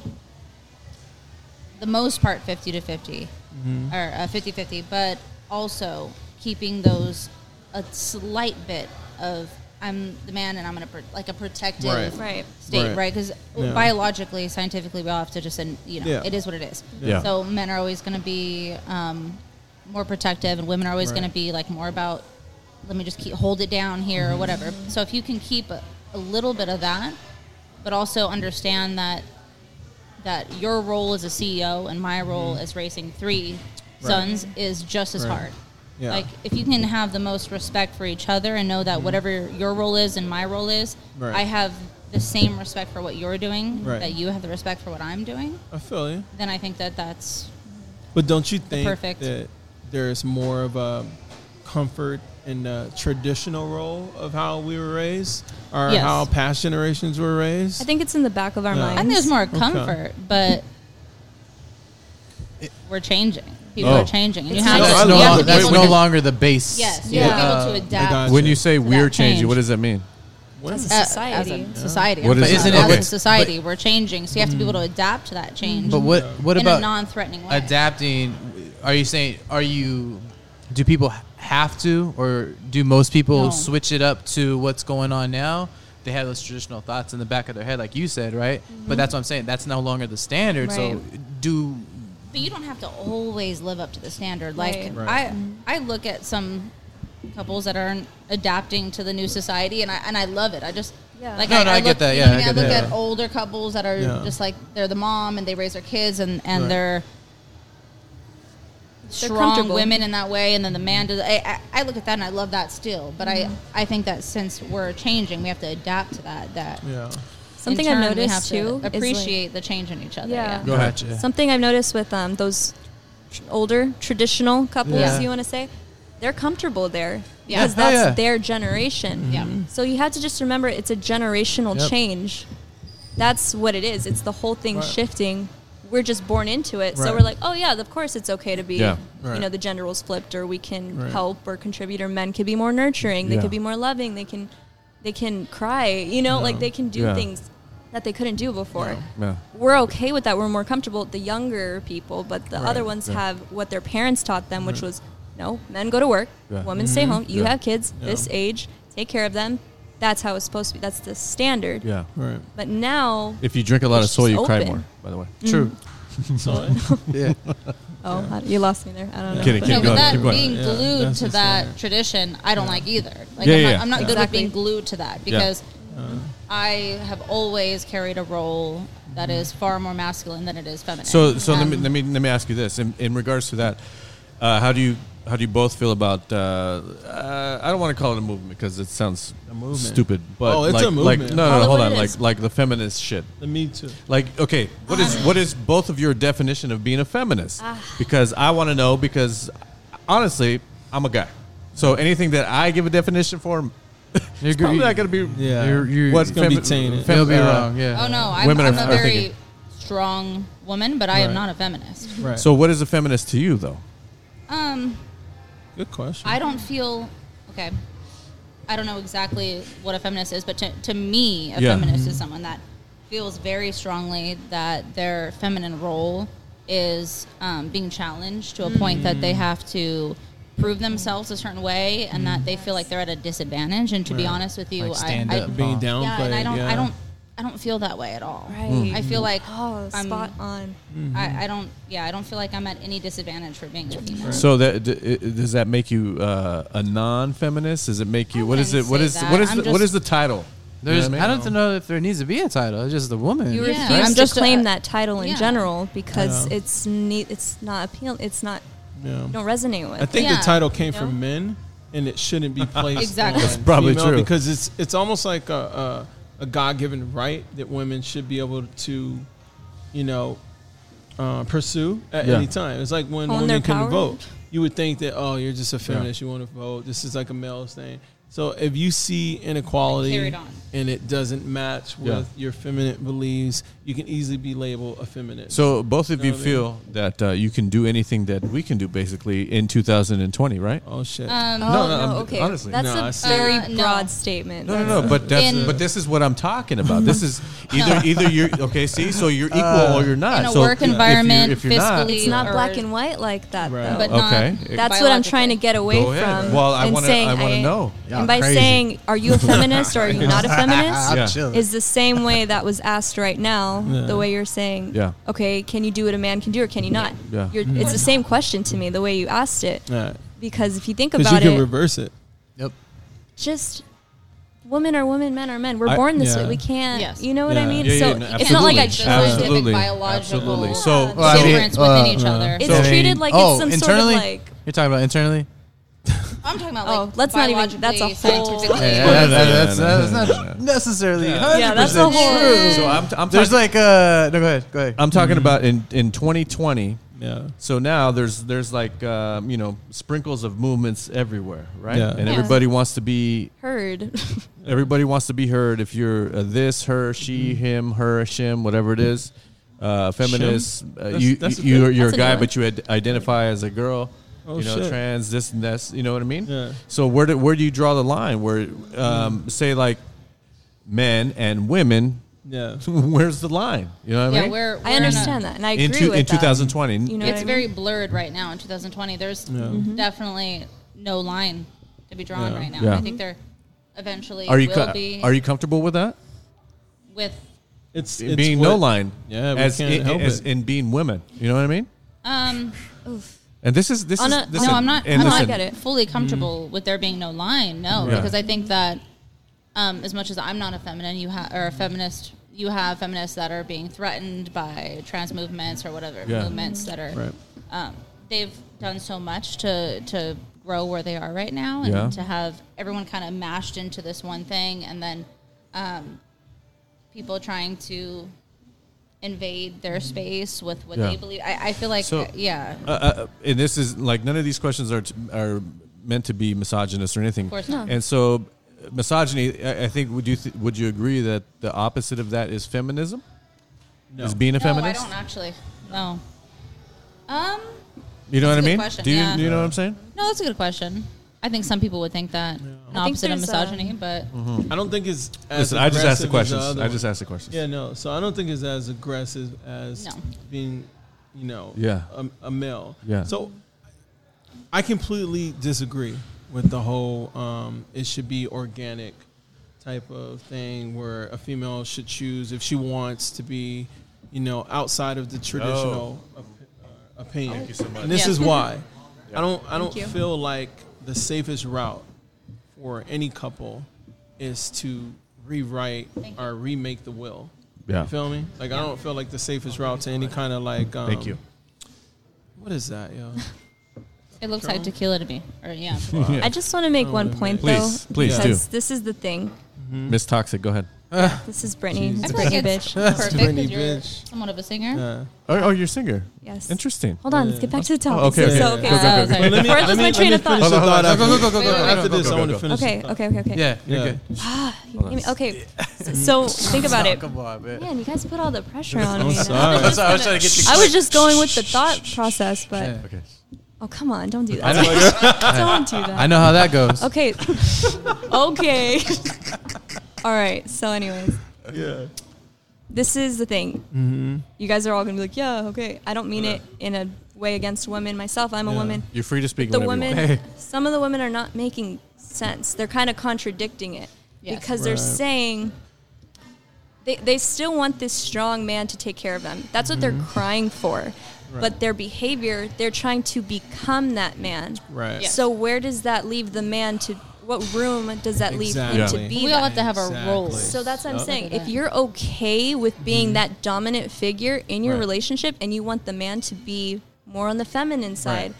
[SPEAKER 2] the most part 50 to 50
[SPEAKER 3] Mm-hmm.
[SPEAKER 2] or uh, 50 50 but also keeping those a slight bit of i'm the man and i'm gonna pro- like a protective
[SPEAKER 3] Right.
[SPEAKER 5] Right.
[SPEAKER 2] state
[SPEAKER 3] Right.
[SPEAKER 2] right because
[SPEAKER 3] Yeah.
[SPEAKER 2] biologically scientifically we all have to just and you know
[SPEAKER 3] Yeah.
[SPEAKER 2] it is what it is
[SPEAKER 1] Yeah.
[SPEAKER 2] so men are always gonna be um, more protective and women are always
[SPEAKER 3] Right.
[SPEAKER 2] gonna be like more about let me just keep hold it down here
[SPEAKER 3] Mm-hmm.
[SPEAKER 2] or whatever. So if you can keep a, a little bit of that, but also understand that that your role as a CEO and my role as raising three
[SPEAKER 3] Mm-hmm. Right.
[SPEAKER 2] sons is just as
[SPEAKER 3] Right.
[SPEAKER 2] hard.
[SPEAKER 3] Yeah.
[SPEAKER 2] Like if you can have the most respect for each other and know that whatever your role is and my role is,
[SPEAKER 3] Right.
[SPEAKER 2] I have the same respect for what you're doing
[SPEAKER 3] Right.
[SPEAKER 2] that you have the respect for what I'm doing.
[SPEAKER 3] I feel you.
[SPEAKER 2] Then I think that that's
[SPEAKER 3] But don't you think
[SPEAKER 2] perfect.
[SPEAKER 3] that there's more of a comfort in the traditional role of how we were raised or
[SPEAKER 2] Yes.
[SPEAKER 3] how past generations were raised?
[SPEAKER 5] I think it's in the back of our
[SPEAKER 3] Yeah.
[SPEAKER 5] minds.
[SPEAKER 2] I think there's more
[SPEAKER 3] Okay.
[SPEAKER 2] comfort, but we're changing. People
[SPEAKER 1] Oh.
[SPEAKER 2] are changing. And you
[SPEAKER 5] It's
[SPEAKER 2] have
[SPEAKER 5] not-
[SPEAKER 2] to,
[SPEAKER 4] That's,
[SPEAKER 3] I
[SPEAKER 2] you
[SPEAKER 4] no,
[SPEAKER 3] love
[SPEAKER 2] have
[SPEAKER 4] longer,
[SPEAKER 2] to
[SPEAKER 3] it.
[SPEAKER 2] be
[SPEAKER 4] that's
[SPEAKER 2] able
[SPEAKER 4] no
[SPEAKER 2] to-
[SPEAKER 4] longer the base.
[SPEAKER 2] Yes, you
[SPEAKER 5] Yeah.
[SPEAKER 2] have to be
[SPEAKER 4] Uh,
[SPEAKER 2] able to adapt.
[SPEAKER 3] gotcha.
[SPEAKER 1] When you say we're
[SPEAKER 2] that change.
[SPEAKER 1] changing, what does that mean?
[SPEAKER 3] When-
[SPEAKER 5] That's-
[SPEAKER 2] as-
[SPEAKER 5] Society.
[SPEAKER 2] as a
[SPEAKER 5] Yeah.
[SPEAKER 2] society.
[SPEAKER 1] What
[SPEAKER 2] I'm
[SPEAKER 1] is
[SPEAKER 2] talking
[SPEAKER 1] it?
[SPEAKER 2] about
[SPEAKER 1] But-
[SPEAKER 2] As a society, we're changing, so you have to be able to adapt to that change.
[SPEAKER 4] But what what
[SPEAKER 2] in
[SPEAKER 4] about
[SPEAKER 2] a non-threatening way?
[SPEAKER 4] adapting? Are you saying are you do people have to or do most people
[SPEAKER 2] No.
[SPEAKER 4] switch it up to what's going on now? They have those traditional thoughts in the back of their head, like you said, right?
[SPEAKER 2] Mm-hmm.
[SPEAKER 4] But that's what I'm saying. That's no longer the standard. So do
[SPEAKER 2] But you don't have to always live up to the standard. Like
[SPEAKER 5] Right. Mm-hmm.
[SPEAKER 3] Right.
[SPEAKER 2] I, I look at some couples that are adapting to the new society, and I and I love it. I just
[SPEAKER 5] Yeah.
[SPEAKER 2] like
[SPEAKER 4] No,
[SPEAKER 2] I,
[SPEAKER 4] no, I
[SPEAKER 2] look,
[SPEAKER 4] get that.
[SPEAKER 2] you
[SPEAKER 4] Yeah,
[SPEAKER 2] know
[SPEAKER 4] I
[SPEAKER 2] what I,
[SPEAKER 4] get
[SPEAKER 2] mean? I look
[SPEAKER 3] that.
[SPEAKER 2] at older couples that are
[SPEAKER 3] Yeah.
[SPEAKER 2] just like they're the mom and they raise their kids, and and
[SPEAKER 3] Right.
[SPEAKER 2] they're strong
[SPEAKER 5] comfortable.
[SPEAKER 2] women in that way, and then the man does. I, I, I look at that and I
[SPEAKER 5] Mm-hmm.
[SPEAKER 2] love that still, but I I think that since we're changing, we have to adapt to that. That
[SPEAKER 3] yeah.
[SPEAKER 5] Something
[SPEAKER 2] in
[SPEAKER 5] I've
[SPEAKER 2] turn, we
[SPEAKER 5] noticed,
[SPEAKER 2] have
[SPEAKER 5] too, is,
[SPEAKER 2] to
[SPEAKER 5] like-
[SPEAKER 2] appreciate the change in each other.
[SPEAKER 5] Yeah.
[SPEAKER 2] Yeah.
[SPEAKER 1] Go ahead.
[SPEAKER 4] Gotcha.
[SPEAKER 5] Something I've noticed with um, those tr- older traditional couples,
[SPEAKER 4] Yeah.
[SPEAKER 5] you want to say, they're comfortable there
[SPEAKER 2] Yeah.
[SPEAKER 5] because
[SPEAKER 4] Hell
[SPEAKER 5] that's
[SPEAKER 4] yeah.
[SPEAKER 5] their generation.
[SPEAKER 2] Yeah.
[SPEAKER 5] So you have to just remember it's a generational
[SPEAKER 4] Yep.
[SPEAKER 5] change. That's what it is. It's the whole thing
[SPEAKER 3] Right.
[SPEAKER 5] shifting. We're just born into it. So
[SPEAKER 4] Right.
[SPEAKER 5] we're like, oh yeah, of course it's okay to be,
[SPEAKER 1] Yeah.
[SPEAKER 5] you
[SPEAKER 3] Right.
[SPEAKER 5] know, the gender roles flipped or we can
[SPEAKER 3] Right.
[SPEAKER 5] help or contribute or men could be more nurturing. They
[SPEAKER 1] Yeah.
[SPEAKER 5] could be more loving. They can, they can cry, you know, like they can do
[SPEAKER 1] Yeah.
[SPEAKER 5] things that they couldn't do before
[SPEAKER 1] Yeah.
[SPEAKER 5] we're okay with that. We're more comfortable. The younger people, but the other ones have what their parents taught them, which was no, men go to work,
[SPEAKER 1] Yeah. Mm-hmm.
[SPEAKER 5] women stay home. You
[SPEAKER 1] Yeah.
[SPEAKER 5] have kids
[SPEAKER 3] Yeah.
[SPEAKER 5] this age, take care of them. That's how it's supposed to be. That's the standard.
[SPEAKER 1] Yeah.
[SPEAKER 3] Right.
[SPEAKER 5] But now,
[SPEAKER 1] If you drink a lot of
[SPEAKER 5] It's
[SPEAKER 1] soy, you
[SPEAKER 5] just
[SPEAKER 1] cry
[SPEAKER 5] open. Mm.
[SPEAKER 1] more. By the way,
[SPEAKER 4] True.
[SPEAKER 3] So
[SPEAKER 4] Yeah.
[SPEAKER 5] oh, I- you lost me there. I don't know.
[SPEAKER 1] kidding.
[SPEAKER 2] No,
[SPEAKER 1] Keep
[SPEAKER 2] but
[SPEAKER 1] going.
[SPEAKER 2] that
[SPEAKER 1] Keep going.
[SPEAKER 2] being
[SPEAKER 3] Yeah,
[SPEAKER 2] glued
[SPEAKER 3] that's
[SPEAKER 2] to
[SPEAKER 3] just
[SPEAKER 2] that
[SPEAKER 3] not-
[SPEAKER 2] tradition, I don't like either. Like,
[SPEAKER 1] Yeah,
[SPEAKER 2] I'm
[SPEAKER 1] yeah, Uh.
[SPEAKER 2] not, I'm not
[SPEAKER 5] yeah.
[SPEAKER 2] good
[SPEAKER 5] Exactly.
[SPEAKER 2] with being glued to that because I have always carried a role that is far more masculine than it is feminine.
[SPEAKER 1] Mm-hmm. So, so let me
[SPEAKER 2] Um,
[SPEAKER 1] let me let me ask you this in, in regards to that. Uh, how do you how do you both feel about? Uh, uh, I don't want to call it a movement because it sounds stupid. But
[SPEAKER 3] Oh, it's
[SPEAKER 1] like,
[SPEAKER 3] a
[SPEAKER 1] like-
[SPEAKER 3] movement.
[SPEAKER 1] no, no,
[SPEAKER 5] Call it
[SPEAKER 1] no hold
[SPEAKER 5] what
[SPEAKER 1] on.
[SPEAKER 5] it
[SPEAKER 1] Like
[SPEAKER 5] is.
[SPEAKER 1] like the feminist shit.
[SPEAKER 3] the Me Too.
[SPEAKER 1] Like okay, what is what is both of your definition of being a feminist?
[SPEAKER 2] Ah.
[SPEAKER 1] Because I want to know. Because honestly, I'm a guy, so anything that I give a definition for,
[SPEAKER 4] You're
[SPEAKER 1] it's probably not going to be
[SPEAKER 3] Yeah.
[SPEAKER 4] You're, you're,
[SPEAKER 1] what
[SPEAKER 3] gonna be
[SPEAKER 1] femi-
[SPEAKER 3] tainted.
[SPEAKER 1] fem-
[SPEAKER 4] you'll be
[SPEAKER 1] uh,
[SPEAKER 4] wrong. Yeah.
[SPEAKER 2] oh no, I'm,
[SPEAKER 1] women
[SPEAKER 2] I'm
[SPEAKER 1] are-
[SPEAKER 2] a
[SPEAKER 1] are
[SPEAKER 2] very
[SPEAKER 1] thinking.
[SPEAKER 2] strong woman, but I am
[SPEAKER 3] Right.
[SPEAKER 2] not a feminist.
[SPEAKER 3] Right.
[SPEAKER 1] So what is a feminist to you though?
[SPEAKER 2] Um,
[SPEAKER 3] good question.
[SPEAKER 2] I don't feel okay. I don't know exactly what a feminist is, but to, to me, a
[SPEAKER 1] Yeah.
[SPEAKER 2] feminist is someone that feels very strongly that their feminine role is um, being challenged to a point that they have to prove themselves a certain way and that they feel like they're at a disadvantage. And to be
[SPEAKER 3] Right.
[SPEAKER 2] honest with you,
[SPEAKER 4] Like stand
[SPEAKER 2] I, I,
[SPEAKER 4] up.
[SPEAKER 3] Being downplayed.
[SPEAKER 2] yeah, and I don't,
[SPEAKER 3] yeah.
[SPEAKER 2] I don't, I don't feel that way at all.
[SPEAKER 1] Mm.
[SPEAKER 5] Right.
[SPEAKER 2] I feel like
[SPEAKER 5] Oh,
[SPEAKER 2] I'm-
[SPEAKER 5] spot on.
[SPEAKER 2] I, I don't, yeah, I don't feel like I'm at any disadvantage for being a female.
[SPEAKER 1] So that d- i- does that make you uh, a non-feminist? Does it make you
[SPEAKER 2] I
[SPEAKER 1] what is it?
[SPEAKER 2] wouldn't
[SPEAKER 1] What
[SPEAKER 2] say
[SPEAKER 1] is
[SPEAKER 2] that.
[SPEAKER 1] what is
[SPEAKER 2] I'm
[SPEAKER 1] the, what
[SPEAKER 2] just-
[SPEAKER 1] is the title? You know
[SPEAKER 4] There's,
[SPEAKER 1] what
[SPEAKER 4] I
[SPEAKER 1] mean?
[SPEAKER 4] don't know if there needs to be a title. It's just the woman.
[SPEAKER 5] You
[SPEAKER 2] Yeah.
[SPEAKER 5] refuse
[SPEAKER 2] I'm
[SPEAKER 5] to
[SPEAKER 2] just a-
[SPEAKER 5] claim that title in
[SPEAKER 2] Yeah.
[SPEAKER 5] general because
[SPEAKER 3] Yeah.
[SPEAKER 5] it's ne- it's not appealing. It's not
[SPEAKER 3] Yeah.
[SPEAKER 5] you don't resonate with.
[SPEAKER 3] I think
[SPEAKER 2] Yeah.
[SPEAKER 3] the title came
[SPEAKER 5] You
[SPEAKER 3] from men, and it shouldn't be placed.
[SPEAKER 2] Exactly.
[SPEAKER 3] on
[SPEAKER 2] That's
[SPEAKER 1] probably
[SPEAKER 3] female
[SPEAKER 1] true.
[SPEAKER 3] because it's it's almost like a, a, a God given right that women should be able to, you know, uh, pursue at
[SPEAKER 1] Yeah.
[SPEAKER 3] any time. It's like when
[SPEAKER 5] Own
[SPEAKER 3] women
[SPEAKER 5] their
[SPEAKER 3] can
[SPEAKER 5] power.
[SPEAKER 3] vote, you would think that oh, you're just a feminist, you want to vote. This is like a male thing. So if you see
[SPEAKER 2] Carry
[SPEAKER 3] inequality
[SPEAKER 2] it on.
[SPEAKER 3] and it doesn't match with
[SPEAKER 1] Yeah.
[SPEAKER 3] your feminine beliefs, you can easily be labeled a feminist.
[SPEAKER 1] So both of you
[SPEAKER 3] No, I mean-
[SPEAKER 1] feel that uh, you can do anything that we can do basically in 2020, right?
[SPEAKER 3] oh shit.
[SPEAKER 2] Um,
[SPEAKER 5] Oh,
[SPEAKER 1] No,
[SPEAKER 5] no,
[SPEAKER 1] no, I'm-
[SPEAKER 5] okay.
[SPEAKER 1] honestly.
[SPEAKER 5] That's
[SPEAKER 3] No, I
[SPEAKER 5] a
[SPEAKER 3] see.
[SPEAKER 5] very
[SPEAKER 2] Uh, no.
[SPEAKER 5] broad statement.
[SPEAKER 1] No, no, no. But that's
[SPEAKER 2] In-
[SPEAKER 1] but this is what I'm talking about. This is either either you're okay. See, so you're
[SPEAKER 4] Uh,
[SPEAKER 1] equal or you're not.
[SPEAKER 2] in a
[SPEAKER 1] So
[SPEAKER 2] work
[SPEAKER 1] if you're-
[SPEAKER 2] environment,
[SPEAKER 1] if you're, not,
[SPEAKER 2] fiscally-
[SPEAKER 5] It's not
[SPEAKER 2] or-
[SPEAKER 5] black and white like that,
[SPEAKER 3] Right.
[SPEAKER 5] though.
[SPEAKER 2] but
[SPEAKER 1] Okay.
[SPEAKER 2] not
[SPEAKER 5] That's what I'm trying
[SPEAKER 2] biologically.
[SPEAKER 5] to get away
[SPEAKER 1] Go ahead.
[SPEAKER 5] from.
[SPEAKER 1] Well, I
[SPEAKER 5] and
[SPEAKER 1] wanna-
[SPEAKER 5] saying
[SPEAKER 1] I wanna know.
[SPEAKER 4] Yeah,
[SPEAKER 5] and by
[SPEAKER 4] crazy.
[SPEAKER 5] saying, "Are you a feminist or are you not a feminist?"
[SPEAKER 1] Yeah.
[SPEAKER 5] is the same way that was asked right now.
[SPEAKER 3] Yeah.
[SPEAKER 5] The way you're saying,
[SPEAKER 1] Yeah.
[SPEAKER 5] "Okay, can you do what a man can do, or can you not?"
[SPEAKER 1] Yeah.
[SPEAKER 5] You're,
[SPEAKER 2] Mm-hmm.
[SPEAKER 5] it's the same question to me. The way you asked it, because if you think
[SPEAKER 3] Because you
[SPEAKER 5] about
[SPEAKER 3] can
[SPEAKER 5] it,
[SPEAKER 3] reverse it.
[SPEAKER 4] Yep.
[SPEAKER 5] just women are women, men are men. We're
[SPEAKER 1] I-
[SPEAKER 5] born this
[SPEAKER 3] yeah.
[SPEAKER 5] way. We can't.
[SPEAKER 2] Yes.
[SPEAKER 5] You know what I
[SPEAKER 3] Yeah.
[SPEAKER 5] mean?
[SPEAKER 1] Yeah, yeah,
[SPEAKER 5] so
[SPEAKER 1] no,
[SPEAKER 5] it's not like
[SPEAKER 1] absolutely.
[SPEAKER 5] I
[SPEAKER 2] The
[SPEAKER 5] chose
[SPEAKER 2] scientific,
[SPEAKER 5] it.
[SPEAKER 1] Absolutely.
[SPEAKER 2] biological
[SPEAKER 1] Absolutely.
[SPEAKER 5] So-
[SPEAKER 2] difference
[SPEAKER 5] Well, I mean,
[SPEAKER 4] uh,
[SPEAKER 2] within each other.
[SPEAKER 5] It's
[SPEAKER 1] So-
[SPEAKER 5] treated like
[SPEAKER 4] oh,
[SPEAKER 5] it's some
[SPEAKER 4] internally?
[SPEAKER 5] sort of like
[SPEAKER 4] You're talking about internally?
[SPEAKER 2] I'm talking about like
[SPEAKER 5] Oh, let's not even- that's a
[SPEAKER 2] biologically,
[SPEAKER 5] whole-
[SPEAKER 2] scientifically.
[SPEAKER 1] Yeah, yeah,
[SPEAKER 4] that's,
[SPEAKER 1] yeah,
[SPEAKER 4] that's
[SPEAKER 1] yeah, yeah,
[SPEAKER 4] not necessarily.
[SPEAKER 5] Yeah, that's a
[SPEAKER 4] 100%
[SPEAKER 5] whole-
[SPEAKER 4] true.
[SPEAKER 1] So I'm, t- I'm
[SPEAKER 4] There's
[SPEAKER 1] talking-
[SPEAKER 4] like Mm-hmm. uh no go ahead go ahead.
[SPEAKER 1] I'm talking about in in 2020.
[SPEAKER 3] Yeah.
[SPEAKER 1] So now there's there's like um, you know sprinkles of movements everywhere, right?
[SPEAKER 3] Yeah.
[SPEAKER 1] And
[SPEAKER 5] Yeah.
[SPEAKER 1] everybody wants to be
[SPEAKER 5] heard.
[SPEAKER 1] everybody wants to be heard. If you're a this, her, she,
[SPEAKER 3] Mm-hmm.
[SPEAKER 1] him, her, shim, whatever it is, uh, feminist, uh,
[SPEAKER 3] That's-
[SPEAKER 1] you
[SPEAKER 3] that's a
[SPEAKER 1] you you're,
[SPEAKER 5] good-
[SPEAKER 1] you're a
[SPEAKER 5] that's a good
[SPEAKER 1] guy,
[SPEAKER 5] one.
[SPEAKER 1] but you ad- identify as a girl.
[SPEAKER 3] Oh,
[SPEAKER 1] you know,
[SPEAKER 3] shit.
[SPEAKER 1] trans, this and this. You know what I mean?
[SPEAKER 3] Yeah. Mm-hmm.
[SPEAKER 1] So where do where do you draw the line? Where um, say like men and women,
[SPEAKER 3] Yeah.
[SPEAKER 1] where's the line? You know what I
[SPEAKER 2] Yeah,
[SPEAKER 1] mean?
[SPEAKER 2] we're, we're
[SPEAKER 5] I understand
[SPEAKER 2] in a-
[SPEAKER 5] that, and I agree
[SPEAKER 1] in two,
[SPEAKER 5] with
[SPEAKER 1] in
[SPEAKER 5] that.
[SPEAKER 1] 2020,
[SPEAKER 5] You know
[SPEAKER 2] It's
[SPEAKER 5] what I
[SPEAKER 2] very
[SPEAKER 5] mean? Mm-hmm.
[SPEAKER 2] blurred right now in 2020. There's definitely no line to be drawn
[SPEAKER 3] Yeah.
[SPEAKER 2] right now.
[SPEAKER 1] Yeah.
[SPEAKER 2] I think there eventually
[SPEAKER 1] are you
[SPEAKER 2] will
[SPEAKER 1] co-
[SPEAKER 2] be
[SPEAKER 1] are you comfortable with that?
[SPEAKER 2] with
[SPEAKER 3] It's,
[SPEAKER 1] in
[SPEAKER 3] it's
[SPEAKER 1] being
[SPEAKER 3] what-
[SPEAKER 1] no line.
[SPEAKER 3] Yeah, we
[SPEAKER 1] as
[SPEAKER 3] can't
[SPEAKER 1] in,
[SPEAKER 3] help
[SPEAKER 1] as
[SPEAKER 3] it.
[SPEAKER 1] in being women. You know what I mean?
[SPEAKER 2] um
[SPEAKER 1] And this is this
[SPEAKER 5] On
[SPEAKER 1] is
[SPEAKER 5] a-
[SPEAKER 1] listen,
[SPEAKER 2] no, I'm not.
[SPEAKER 1] And
[SPEAKER 2] I'm
[SPEAKER 1] listen, Mm-hmm.
[SPEAKER 5] I get
[SPEAKER 2] not
[SPEAKER 5] it.
[SPEAKER 2] fully comfortable with there being no line. No,
[SPEAKER 1] Yeah.
[SPEAKER 2] because I think that um, as much as I'm not a feminine, you have or a feminist, you have feminists that are being threatened by trans movements or whatever
[SPEAKER 1] Yeah.
[SPEAKER 2] movements that are.
[SPEAKER 3] Right.
[SPEAKER 2] Um, they've done so much to to grow where they are right now, and
[SPEAKER 1] Yeah.
[SPEAKER 2] to have everyone kind of mashed into this one thing, and then. Um, people trying to invade their space with what
[SPEAKER 1] Mm-hmm. Yeah.
[SPEAKER 2] they believe. I, I feel like,
[SPEAKER 1] So-
[SPEAKER 2] yeah,
[SPEAKER 1] uh, uh, and this is like none of these questions are t- are meant to be misogynist or anything. Of
[SPEAKER 2] course not.
[SPEAKER 1] And so, uh, misogyny. I, I think would you th- would you agree that the opposite of that is feminism?
[SPEAKER 3] No.
[SPEAKER 1] Is being a
[SPEAKER 2] no, I
[SPEAKER 1] feminist?
[SPEAKER 2] don't actually. No. Um.
[SPEAKER 1] You know
[SPEAKER 2] That's a
[SPEAKER 1] what I
[SPEAKER 2] good
[SPEAKER 1] mean?
[SPEAKER 2] question,
[SPEAKER 1] Do you
[SPEAKER 2] yeah.
[SPEAKER 1] do you know what I'm saying?
[SPEAKER 2] No, that's a good question. I think some people would think that an
[SPEAKER 5] I think
[SPEAKER 2] opposite of
[SPEAKER 5] there's, uh,
[SPEAKER 2] misogyny, but
[SPEAKER 3] I don't think it's as
[SPEAKER 1] Listen, I just asked the
[SPEAKER 3] aggressive as
[SPEAKER 1] questions.
[SPEAKER 3] other
[SPEAKER 1] I
[SPEAKER 3] one.
[SPEAKER 1] just asked the questions.
[SPEAKER 3] Yeah, no. So I don't think it's as aggressive as
[SPEAKER 2] No.
[SPEAKER 3] being, you know,
[SPEAKER 1] Yeah.
[SPEAKER 3] a, a male.
[SPEAKER 1] Yeah.
[SPEAKER 3] So I completely disagree with the whole um, it should be organic type of thing where a female should choose if she wants to be, you know, outside of the traditional op- uh, opinion.
[SPEAKER 1] Oh. Thank you so much.
[SPEAKER 3] And this
[SPEAKER 2] Yeah.
[SPEAKER 3] is why I don't I don't
[SPEAKER 5] Thank you.
[SPEAKER 3] feel like the safest route for any couple is to rewrite
[SPEAKER 2] Thank you.
[SPEAKER 3] or remake the will.
[SPEAKER 1] Yeah.
[SPEAKER 3] You feel me? Like I don't feel like the safest route to any kind of like. Um,
[SPEAKER 1] Thank you.
[SPEAKER 3] What is that, yo?
[SPEAKER 2] it looks like tequila to me. Or yeah.
[SPEAKER 5] I just want to make
[SPEAKER 3] Oh,
[SPEAKER 5] one
[SPEAKER 3] man.
[SPEAKER 5] point
[SPEAKER 1] Please,
[SPEAKER 5] though,
[SPEAKER 1] please
[SPEAKER 5] because
[SPEAKER 1] do.
[SPEAKER 5] this is the thing.
[SPEAKER 1] Miss Toxic, go ahead.
[SPEAKER 5] This is Brittany.
[SPEAKER 3] Jeez.
[SPEAKER 5] It's
[SPEAKER 2] I feel like
[SPEAKER 5] Brittany,
[SPEAKER 2] it's
[SPEAKER 5] bitch.
[SPEAKER 2] perfect
[SPEAKER 3] Britney
[SPEAKER 2] because you're
[SPEAKER 3] bitch.
[SPEAKER 2] somewhat of a singer.
[SPEAKER 3] Uh,
[SPEAKER 1] Oh, oh, you're a singer.
[SPEAKER 5] Yes.
[SPEAKER 1] Interesting.
[SPEAKER 5] Hold on,
[SPEAKER 3] Yeah.
[SPEAKER 5] let's get back to the topic.
[SPEAKER 1] Oh, okay, okay.
[SPEAKER 5] So, okay.
[SPEAKER 1] Go, go, go, go.
[SPEAKER 2] Sorry.
[SPEAKER 3] let me,
[SPEAKER 5] Before I
[SPEAKER 3] let
[SPEAKER 5] lose
[SPEAKER 3] me,
[SPEAKER 5] my
[SPEAKER 3] let
[SPEAKER 5] train
[SPEAKER 3] me
[SPEAKER 5] of thought.
[SPEAKER 3] finish the
[SPEAKER 1] Hold on, hold on.
[SPEAKER 3] thought. After,
[SPEAKER 1] Go, go, go, go,
[SPEAKER 2] go, go,
[SPEAKER 3] after
[SPEAKER 1] go,
[SPEAKER 3] this,
[SPEAKER 1] go,
[SPEAKER 3] I want
[SPEAKER 1] go.
[SPEAKER 3] to finish.
[SPEAKER 5] Okay,
[SPEAKER 3] the thought.
[SPEAKER 5] okay, okay, okay.
[SPEAKER 4] Yeah, you're
[SPEAKER 3] Yeah.
[SPEAKER 4] good.
[SPEAKER 5] Ah, you gave me- okay, so think about it.
[SPEAKER 4] Come on, man.
[SPEAKER 5] Man, you guys put all the pressure on
[SPEAKER 3] I'm
[SPEAKER 5] me. now.
[SPEAKER 3] sorry.
[SPEAKER 4] That's why I was trying to get you.
[SPEAKER 5] I was just going with the thought process, but
[SPEAKER 4] Yeah.
[SPEAKER 1] Okay.
[SPEAKER 5] oh come on, don't do
[SPEAKER 4] I
[SPEAKER 5] that.
[SPEAKER 4] know,
[SPEAKER 5] don't do
[SPEAKER 4] I
[SPEAKER 5] that.
[SPEAKER 4] know how that goes.
[SPEAKER 5] Okay, okay. all right. So, anyways,
[SPEAKER 3] Yeah.
[SPEAKER 5] this is the thing.
[SPEAKER 3] Mm-hmm.
[SPEAKER 5] You guys are all gonna be like, yeah, okay. I don't mean it in a way against women. Myself, I'm a
[SPEAKER 3] Yeah.
[SPEAKER 5] woman.
[SPEAKER 1] You're free to speak
[SPEAKER 5] the
[SPEAKER 1] whenever you
[SPEAKER 5] women
[SPEAKER 1] want.
[SPEAKER 4] Hey.
[SPEAKER 5] some of the women are not making sense they're kind of contradicting it
[SPEAKER 2] Yes.
[SPEAKER 5] because they're
[SPEAKER 3] Right.
[SPEAKER 5] saying they, they still want this strong man to take care of them that's what they're
[SPEAKER 1] Mm-hmm.
[SPEAKER 5] crying for but their behavior they're trying to become that man
[SPEAKER 3] Right.
[SPEAKER 2] Yeah.
[SPEAKER 5] so where does that leave the man to what room does that leave him
[SPEAKER 3] Exactly.
[SPEAKER 5] to
[SPEAKER 3] Yeah.
[SPEAKER 5] be
[SPEAKER 2] We all
[SPEAKER 5] that?
[SPEAKER 2] have to have our
[SPEAKER 3] Exactly.
[SPEAKER 2] roles.
[SPEAKER 5] So that's what I'm
[SPEAKER 3] Yep.
[SPEAKER 5] saying.
[SPEAKER 2] Look at
[SPEAKER 5] If
[SPEAKER 2] that.
[SPEAKER 5] you're okay with being that dominant figure in your
[SPEAKER 3] Mm-hmm. Right.
[SPEAKER 5] relationship and you want the man to be more on the feminine side,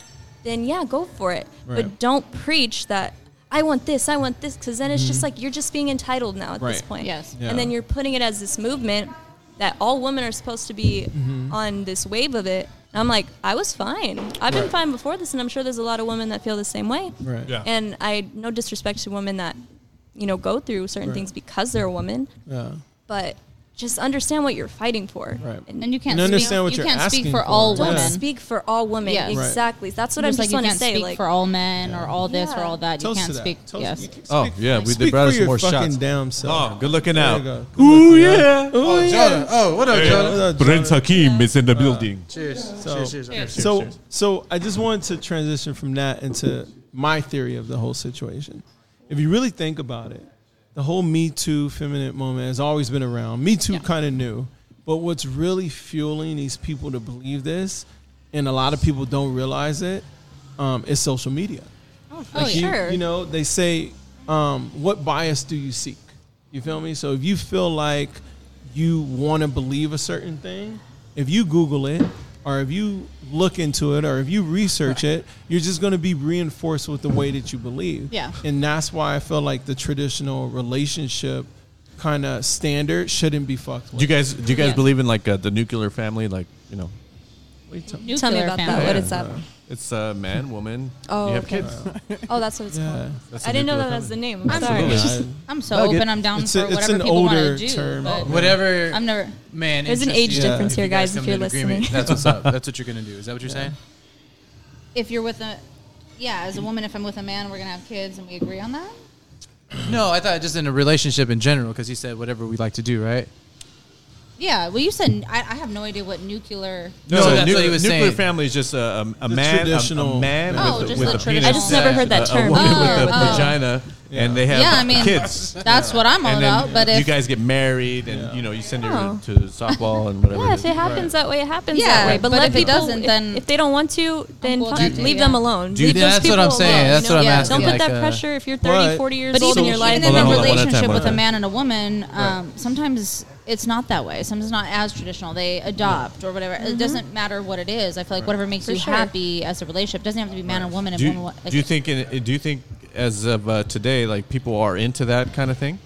[SPEAKER 5] then yeah, go for it.
[SPEAKER 3] Right.
[SPEAKER 5] But don't preach that I want this, I want this, because then it's just like you're just being entitled now at this
[SPEAKER 3] Mm-hmm. Right.
[SPEAKER 5] point.
[SPEAKER 2] Yes.
[SPEAKER 3] Yeah.
[SPEAKER 5] And then you're putting it as this movement that all women are supposed to be
[SPEAKER 3] Mm-hmm.
[SPEAKER 5] on this wave of it. And I'm like, I was fine. I've been
[SPEAKER 3] Right.
[SPEAKER 5] fine before this, and I'm sure there's a lot of women that feel the same way.
[SPEAKER 3] Right.
[SPEAKER 1] Yeah.
[SPEAKER 5] And I no disrespect to women that, you know, go through certain
[SPEAKER 3] Right.
[SPEAKER 5] things because they're a woman,
[SPEAKER 3] Yeah.
[SPEAKER 5] but just understand what you're fighting for.
[SPEAKER 3] Right.
[SPEAKER 5] And
[SPEAKER 2] and you can't
[SPEAKER 3] And
[SPEAKER 2] speak,
[SPEAKER 3] understand what
[SPEAKER 2] you
[SPEAKER 3] you're
[SPEAKER 2] can't speak
[SPEAKER 3] asking
[SPEAKER 2] for
[SPEAKER 3] for.
[SPEAKER 2] all
[SPEAKER 3] Yeah.
[SPEAKER 5] don't
[SPEAKER 2] women.
[SPEAKER 5] speak for all women.
[SPEAKER 2] Yes. Right.
[SPEAKER 5] Exactly. That's what
[SPEAKER 2] Just
[SPEAKER 5] I
[SPEAKER 2] like
[SPEAKER 5] just
[SPEAKER 2] you
[SPEAKER 5] want to
[SPEAKER 2] can't
[SPEAKER 5] say.
[SPEAKER 2] speak
[SPEAKER 5] like
[SPEAKER 2] for all men or all this or
[SPEAKER 5] Yeah.
[SPEAKER 2] all that. You
[SPEAKER 3] Toast
[SPEAKER 2] can't
[SPEAKER 3] to that.
[SPEAKER 2] speak.
[SPEAKER 3] Toast-
[SPEAKER 2] yes.
[SPEAKER 3] you can
[SPEAKER 1] Oh
[SPEAKER 3] speak-
[SPEAKER 1] yeah, we, they
[SPEAKER 3] Speak
[SPEAKER 1] brought
[SPEAKER 3] for
[SPEAKER 1] us
[SPEAKER 3] your
[SPEAKER 1] more
[SPEAKER 3] fucking
[SPEAKER 1] shots.
[SPEAKER 3] damn self.
[SPEAKER 1] Oh, good looking out.
[SPEAKER 3] There you go.
[SPEAKER 1] Ooh
[SPEAKER 3] Good looking
[SPEAKER 1] yeah. uh,
[SPEAKER 3] Oh,
[SPEAKER 4] Jonah. Oh, what up, Jonah?
[SPEAKER 3] Jonah.
[SPEAKER 1] Prince Hakim is in the building.
[SPEAKER 4] Cheers.
[SPEAKER 3] So-
[SPEAKER 4] cheers. Cheers.
[SPEAKER 2] Cheers.
[SPEAKER 4] cheers.
[SPEAKER 3] So, so I just wanted to transition from that into my theory of the whole situation. If you really think about it, the whole Me Too feminine moment has always been around. Me Too
[SPEAKER 2] Yeah.
[SPEAKER 3] kind of new, but what's really fueling these people to believe this, and a lot of people don't realize it, um, is social media.
[SPEAKER 5] oh,
[SPEAKER 2] Like
[SPEAKER 3] You-
[SPEAKER 5] sure.
[SPEAKER 3] You, know, they say, um, what bias do you seek? You feel me? So if you feel like you want to believe a certain thing, if you Google it, or if you look into it, or if you research it, you're just going to be reinforced with the way that you believe.
[SPEAKER 2] Yeah.
[SPEAKER 3] And that's why I feel like the traditional relationship kind of standard shouldn't be fucked with.
[SPEAKER 1] Do you guys do you guys
[SPEAKER 2] Yeah.
[SPEAKER 1] believe in like uh, the nuclear family? Like you know,
[SPEAKER 3] Wait, tell-
[SPEAKER 5] Tell me
[SPEAKER 2] Nuclear
[SPEAKER 5] about
[SPEAKER 2] family.
[SPEAKER 5] that. What is that?
[SPEAKER 1] it's a uh, man, woman.
[SPEAKER 5] Oh,
[SPEAKER 1] you have
[SPEAKER 5] okay.
[SPEAKER 1] kids.
[SPEAKER 5] Oh, that's what it's
[SPEAKER 3] Yeah.
[SPEAKER 5] called.
[SPEAKER 1] That's
[SPEAKER 5] I
[SPEAKER 1] a
[SPEAKER 5] didn't know
[SPEAKER 1] nuclear
[SPEAKER 5] that was the name. I'm
[SPEAKER 1] Absolutely.
[SPEAKER 5] sorry.
[SPEAKER 3] Yeah,
[SPEAKER 2] I'm so
[SPEAKER 1] Nugget.
[SPEAKER 2] open. I'm down
[SPEAKER 3] It's
[SPEAKER 2] for
[SPEAKER 3] a- it's
[SPEAKER 2] whatever
[SPEAKER 3] an
[SPEAKER 2] people want
[SPEAKER 3] older
[SPEAKER 2] to do.
[SPEAKER 3] term.
[SPEAKER 2] But
[SPEAKER 4] Whatever.
[SPEAKER 2] I'm never.
[SPEAKER 4] man.
[SPEAKER 5] There's an
[SPEAKER 4] interests
[SPEAKER 5] age
[SPEAKER 4] you,
[SPEAKER 5] difference
[SPEAKER 4] if
[SPEAKER 5] here,
[SPEAKER 4] you
[SPEAKER 5] guys,
[SPEAKER 4] come
[SPEAKER 5] if
[SPEAKER 4] to
[SPEAKER 5] you're
[SPEAKER 4] an agreement,
[SPEAKER 5] listening.
[SPEAKER 4] That's what's up. That's what you're gonna do. Is that what you're saying?
[SPEAKER 2] If you're with a, yeah, as a woman, if I'm with a man, we're gonna have kids, and we agree on that.
[SPEAKER 4] No, I thought just in a relationship in general, because you said whatever we like to do, right?
[SPEAKER 2] Yeah. Well, you said I, I have no idea what nuclear.
[SPEAKER 4] No, that's what he was
[SPEAKER 1] nuclear
[SPEAKER 4] saying.
[SPEAKER 1] family is just a, a, a
[SPEAKER 3] The
[SPEAKER 1] man, a- a,
[SPEAKER 3] traditional-
[SPEAKER 1] man
[SPEAKER 2] Oh,
[SPEAKER 1] with,
[SPEAKER 2] just
[SPEAKER 1] a, with
[SPEAKER 2] the
[SPEAKER 1] a penis.
[SPEAKER 2] traditional- I just
[SPEAKER 5] never heard that
[SPEAKER 1] a-
[SPEAKER 5] term.
[SPEAKER 1] A woman
[SPEAKER 2] Oh,
[SPEAKER 1] with a
[SPEAKER 2] oh.
[SPEAKER 1] vagina, and they have
[SPEAKER 2] Yeah, I mean,
[SPEAKER 1] kids.
[SPEAKER 2] That's what I'm all
[SPEAKER 1] and then
[SPEAKER 2] about. But if
[SPEAKER 1] you guys get married, and
[SPEAKER 3] Yeah.
[SPEAKER 1] you know you send
[SPEAKER 5] Oh.
[SPEAKER 1] her to softball and whatever.
[SPEAKER 5] Yeah,
[SPEAKER 1] is.
[SPEAKER 5] if it happens that way, it happens
[SPEAKER 2] Yeah,
[SPEAKER 5] that way. But,
[SPEAKER 2] but
[SPEAKER 5] let
[SPEAKER 2] if it
[SPEAKER 5] people-
[SPEAKER 2] doesn't,
[SPEAKER 5] if-
[SPEAKER 2] then-
[SPEAKER 5] if they don't want to, then
[SPEAKER 2] cool with
[SPEAKER 5] fuck,
[SPEAKER 2] that too,
[SPEAKER 5] leave
[SPEAKER 2] yeah.
[SPEAKER 5] them alone.
[SPEAKER 1] Do you-
[SPEAKER 5] leave
[SPEAKER 4] Yeah,
[SPEAKER 5] those
[SPEAKER 4] that's what
[SPEAKER 5] people
[SPEAKER 4] I'm saying.
[SPEAKER 5] alone,
[SPEAKER 4] That's what
[SPEAKER 5] you know?
[SPEAKER 4] I'm
[SPEAKER 5] Yeah.
[SPEAKER 4] asking,
[SPEAKER 5] Don't put
[SPEAKER 4] like,
[SPEAKER 5] that
[SPEAKER 4] uh,
[SPEAKER 5] pressure if you're 30,
[SPEAKER 3] But-
[SPEAKER 5] 40 years
[SPEAKER 2] But
[SPEAKER 5] old
[SPEAKER 2] even,
[SPEAKER 5] and you're
[SPEAKER 2] even
[SPEAKER 5] like,
[SPEAKER 2] in
[SPEAKER 1] Hold
[SPEAKER 2] a
[SPEAKER 1] on, hold on, one at a
[SPEAKER 2] relationship
[SPEAKER 1] time,
[SPEAKER 2] with a
[SPEAKER 1] one at a
[SPEAKER 2] man and a woman, um, sometimes it's not that way. Sometimes it's not as traditional. They adopt or whatever. It doesn't matter what it is. I feel like whatever makes
[SPEAKER 5] Mm-hmm. For
[SPEAKER 2] you
[SPEAKER 5] sure.
[SPEAKER 2] happy as a relationship doesn't have to be man and woman. If
[SPEAKER 1] do you,
[SPEAKER 2] woman,
[SPEAKER 1] do you think in, do you think as of uh, today, like people are into that kind of thing?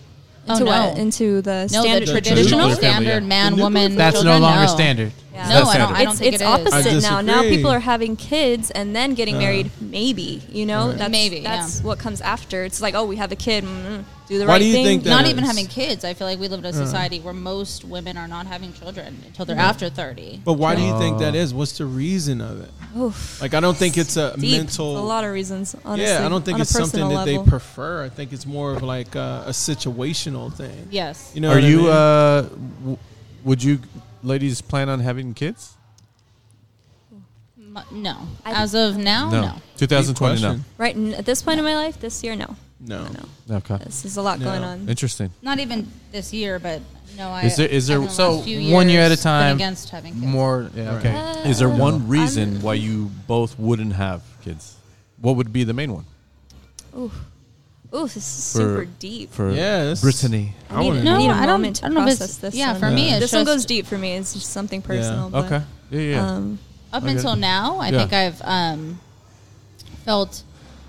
[SPEAKER 2] Oh,
[SPEAKER 5] Into what?
[SPEAKER 2] no.
[SPEAKER 5] Into the
[SPEAKER 2] No,
[SPEAKER 5] standard
[SPEAKER 2] the
[SPEAKER 5] traditional.
[SPEAKER 2] traditional
[SPEAKER 1] Nuclear family,
[SPEAKER 2] standard
[SPEAKER 1] yeah.
[SPEAKER 2] man,
[SPEAKER 3] Nuclear
[SPEAKER 2] woman,
[SPEAKER 4] That's
[SPEAKER 2] children,
[SPEAKER 4] no longer
[SPEAKER 2] no.
[SPEAKER 4] standard.
[SPEAKER 5] Yeah.
[SPEAKER 2] No,
[SPEAKER 4] That's
[SPEAKER 2] I don't.
[SPEAKER 4] standard.
[SPEAKER 2] I don't
[SPEAKER 5] it's
[SPEAKER 2] think
[SPEAKER 5] it's
[SPEAKER 2] it is.
[SPEAKER 5] opposite now. Now
[SPEAKER 3] disagree. Uh,
[SPEAKER 5] people are having kids and then getting married. Maybe you know that's,
[SPEAKER 2] Maybe,
[SPEAKER 5] that's
[SPEAKER 2] yeah.
[SPEAKER 5] what comes after. It's like oh we have a kid. Mm, do the
[SPEAKER 3] Why
[SPEAKER 5] right
[SPEAKER 3] do you
[SPEAKER 5] thing.
[SPEAKER 3] think that-
[SPEAKER 2] Not
[SPEAKER 3] is.
[SPEAKER 2] even having kids. I feel like we live in
[SPEAKER 1] Uh.
[SPEAKER 2] a society where most women are not having children until they're after thirty.
[SPEAKER 3] But why do you think
[SPEAKER 1] Oh.
[SPEAKER 3] that is? What's the reason of it?
[SPEAKER 5] Oof.
[SPEAKER 3] Like, I don't think it's a
[SPEAKER 5] Deep.
[SPEAKER 3] mental.
[SPEAKER 5] It's a lot of reasons. Honestly,
[SPEAKER 3] yeah, I don't think
[SPEAKER 5] on a
[SPEAKER 3] it's something
[SPEAKER 5] personal
[SPEAKER 3] that they
[SPEAKER 5] level.
[SPEAKER 3] prefer. I think it's more of like uh, a situational thing.
[SPEAKER 2] Yes.
[SPEAKER 3] You know,
[SPEAKER 1] Are
[SPEAKER 3] what I
[SPEAKER 1] you?
[SPEAKER 3] mean?
[SPEAKER 1] Uh, w- would you ladies plan on having kids?
[SPEAKER 2] M- No.
[SPEAKER 5] I-
[SPEAKER 2] As of now, Oh, no.
[SPEAKER 1] 2020. No.
[SPEAKER 3] question.
[SPEAKER 5] right n- at this point in my life, this year, no,
[SPEAKER 3] no?
[SPEAKER 5] no.
[SPEAKER 1] Okay.
[SPEAKER 5] This is a lot
[SPEAKER 3] No.
[SPEAKER 5] going on.
[SPEAKER 1] Interesting.
[SPEAKER 2] Not even this year, but no. I
[SPEAKER 1] Is there- is there-
[SPEAKER 2] in the
[SPEAKER 4] so
[SPEAKER 2] last few
[SPEAKER 4] one
[SPEAKER 2] years
[SPEAKER 4] year at a
[SPEAKER 2] been
[SPEAKER 4] time,
[SPEAKER 2] against having kids.
[SPEAKER 4] More. Yeah. Okay.
[SPEAKER 5] Uh,
[SPEAKER 1] Is there one reason why you both wouldn't have kids? What would be the main one
[SPEAKER 5] Ooh, this is
[SPEAKER 1] For-
[SPEAKER 5] super deep.
[SPEAKER 1] for
[SPEAKER 3] Yes.
[SPEAKER 1] Brittany?
[SPEAKER 5] I need,
[SPEAKER 3] wouldn't
[SPEAKER 5] I need
[SPEAKER 2] know.
[SPEAKER 5] a
[SPEAKER 2] No, I don't-
[SPEAKER 5] moment
[SPEAKER 2] I
[SPEAKER 5] to
[SPEAKER 2] don't know if it's-
[SPEAKER 5] process this.
[SPEAKER 2] yeah,
[SPEAKER 5] one.
[SPEAKER 2] for me, it's
[SPEAKER 5] this one
[SPEAKER 2] just-
[SPEAKER 5] goes deep for me. It's just something personal. but,
[SPEAKER 1] Okay. Yeah, yeah.
[SPEAKER 5] Um,
[SPEAKER 2] Up
[SPEAKER 1] Okay.
[SPEAKER 2] until now, I
[SPEAKER 1] Yeah.
[SPEAKER 2] think I've um, felt,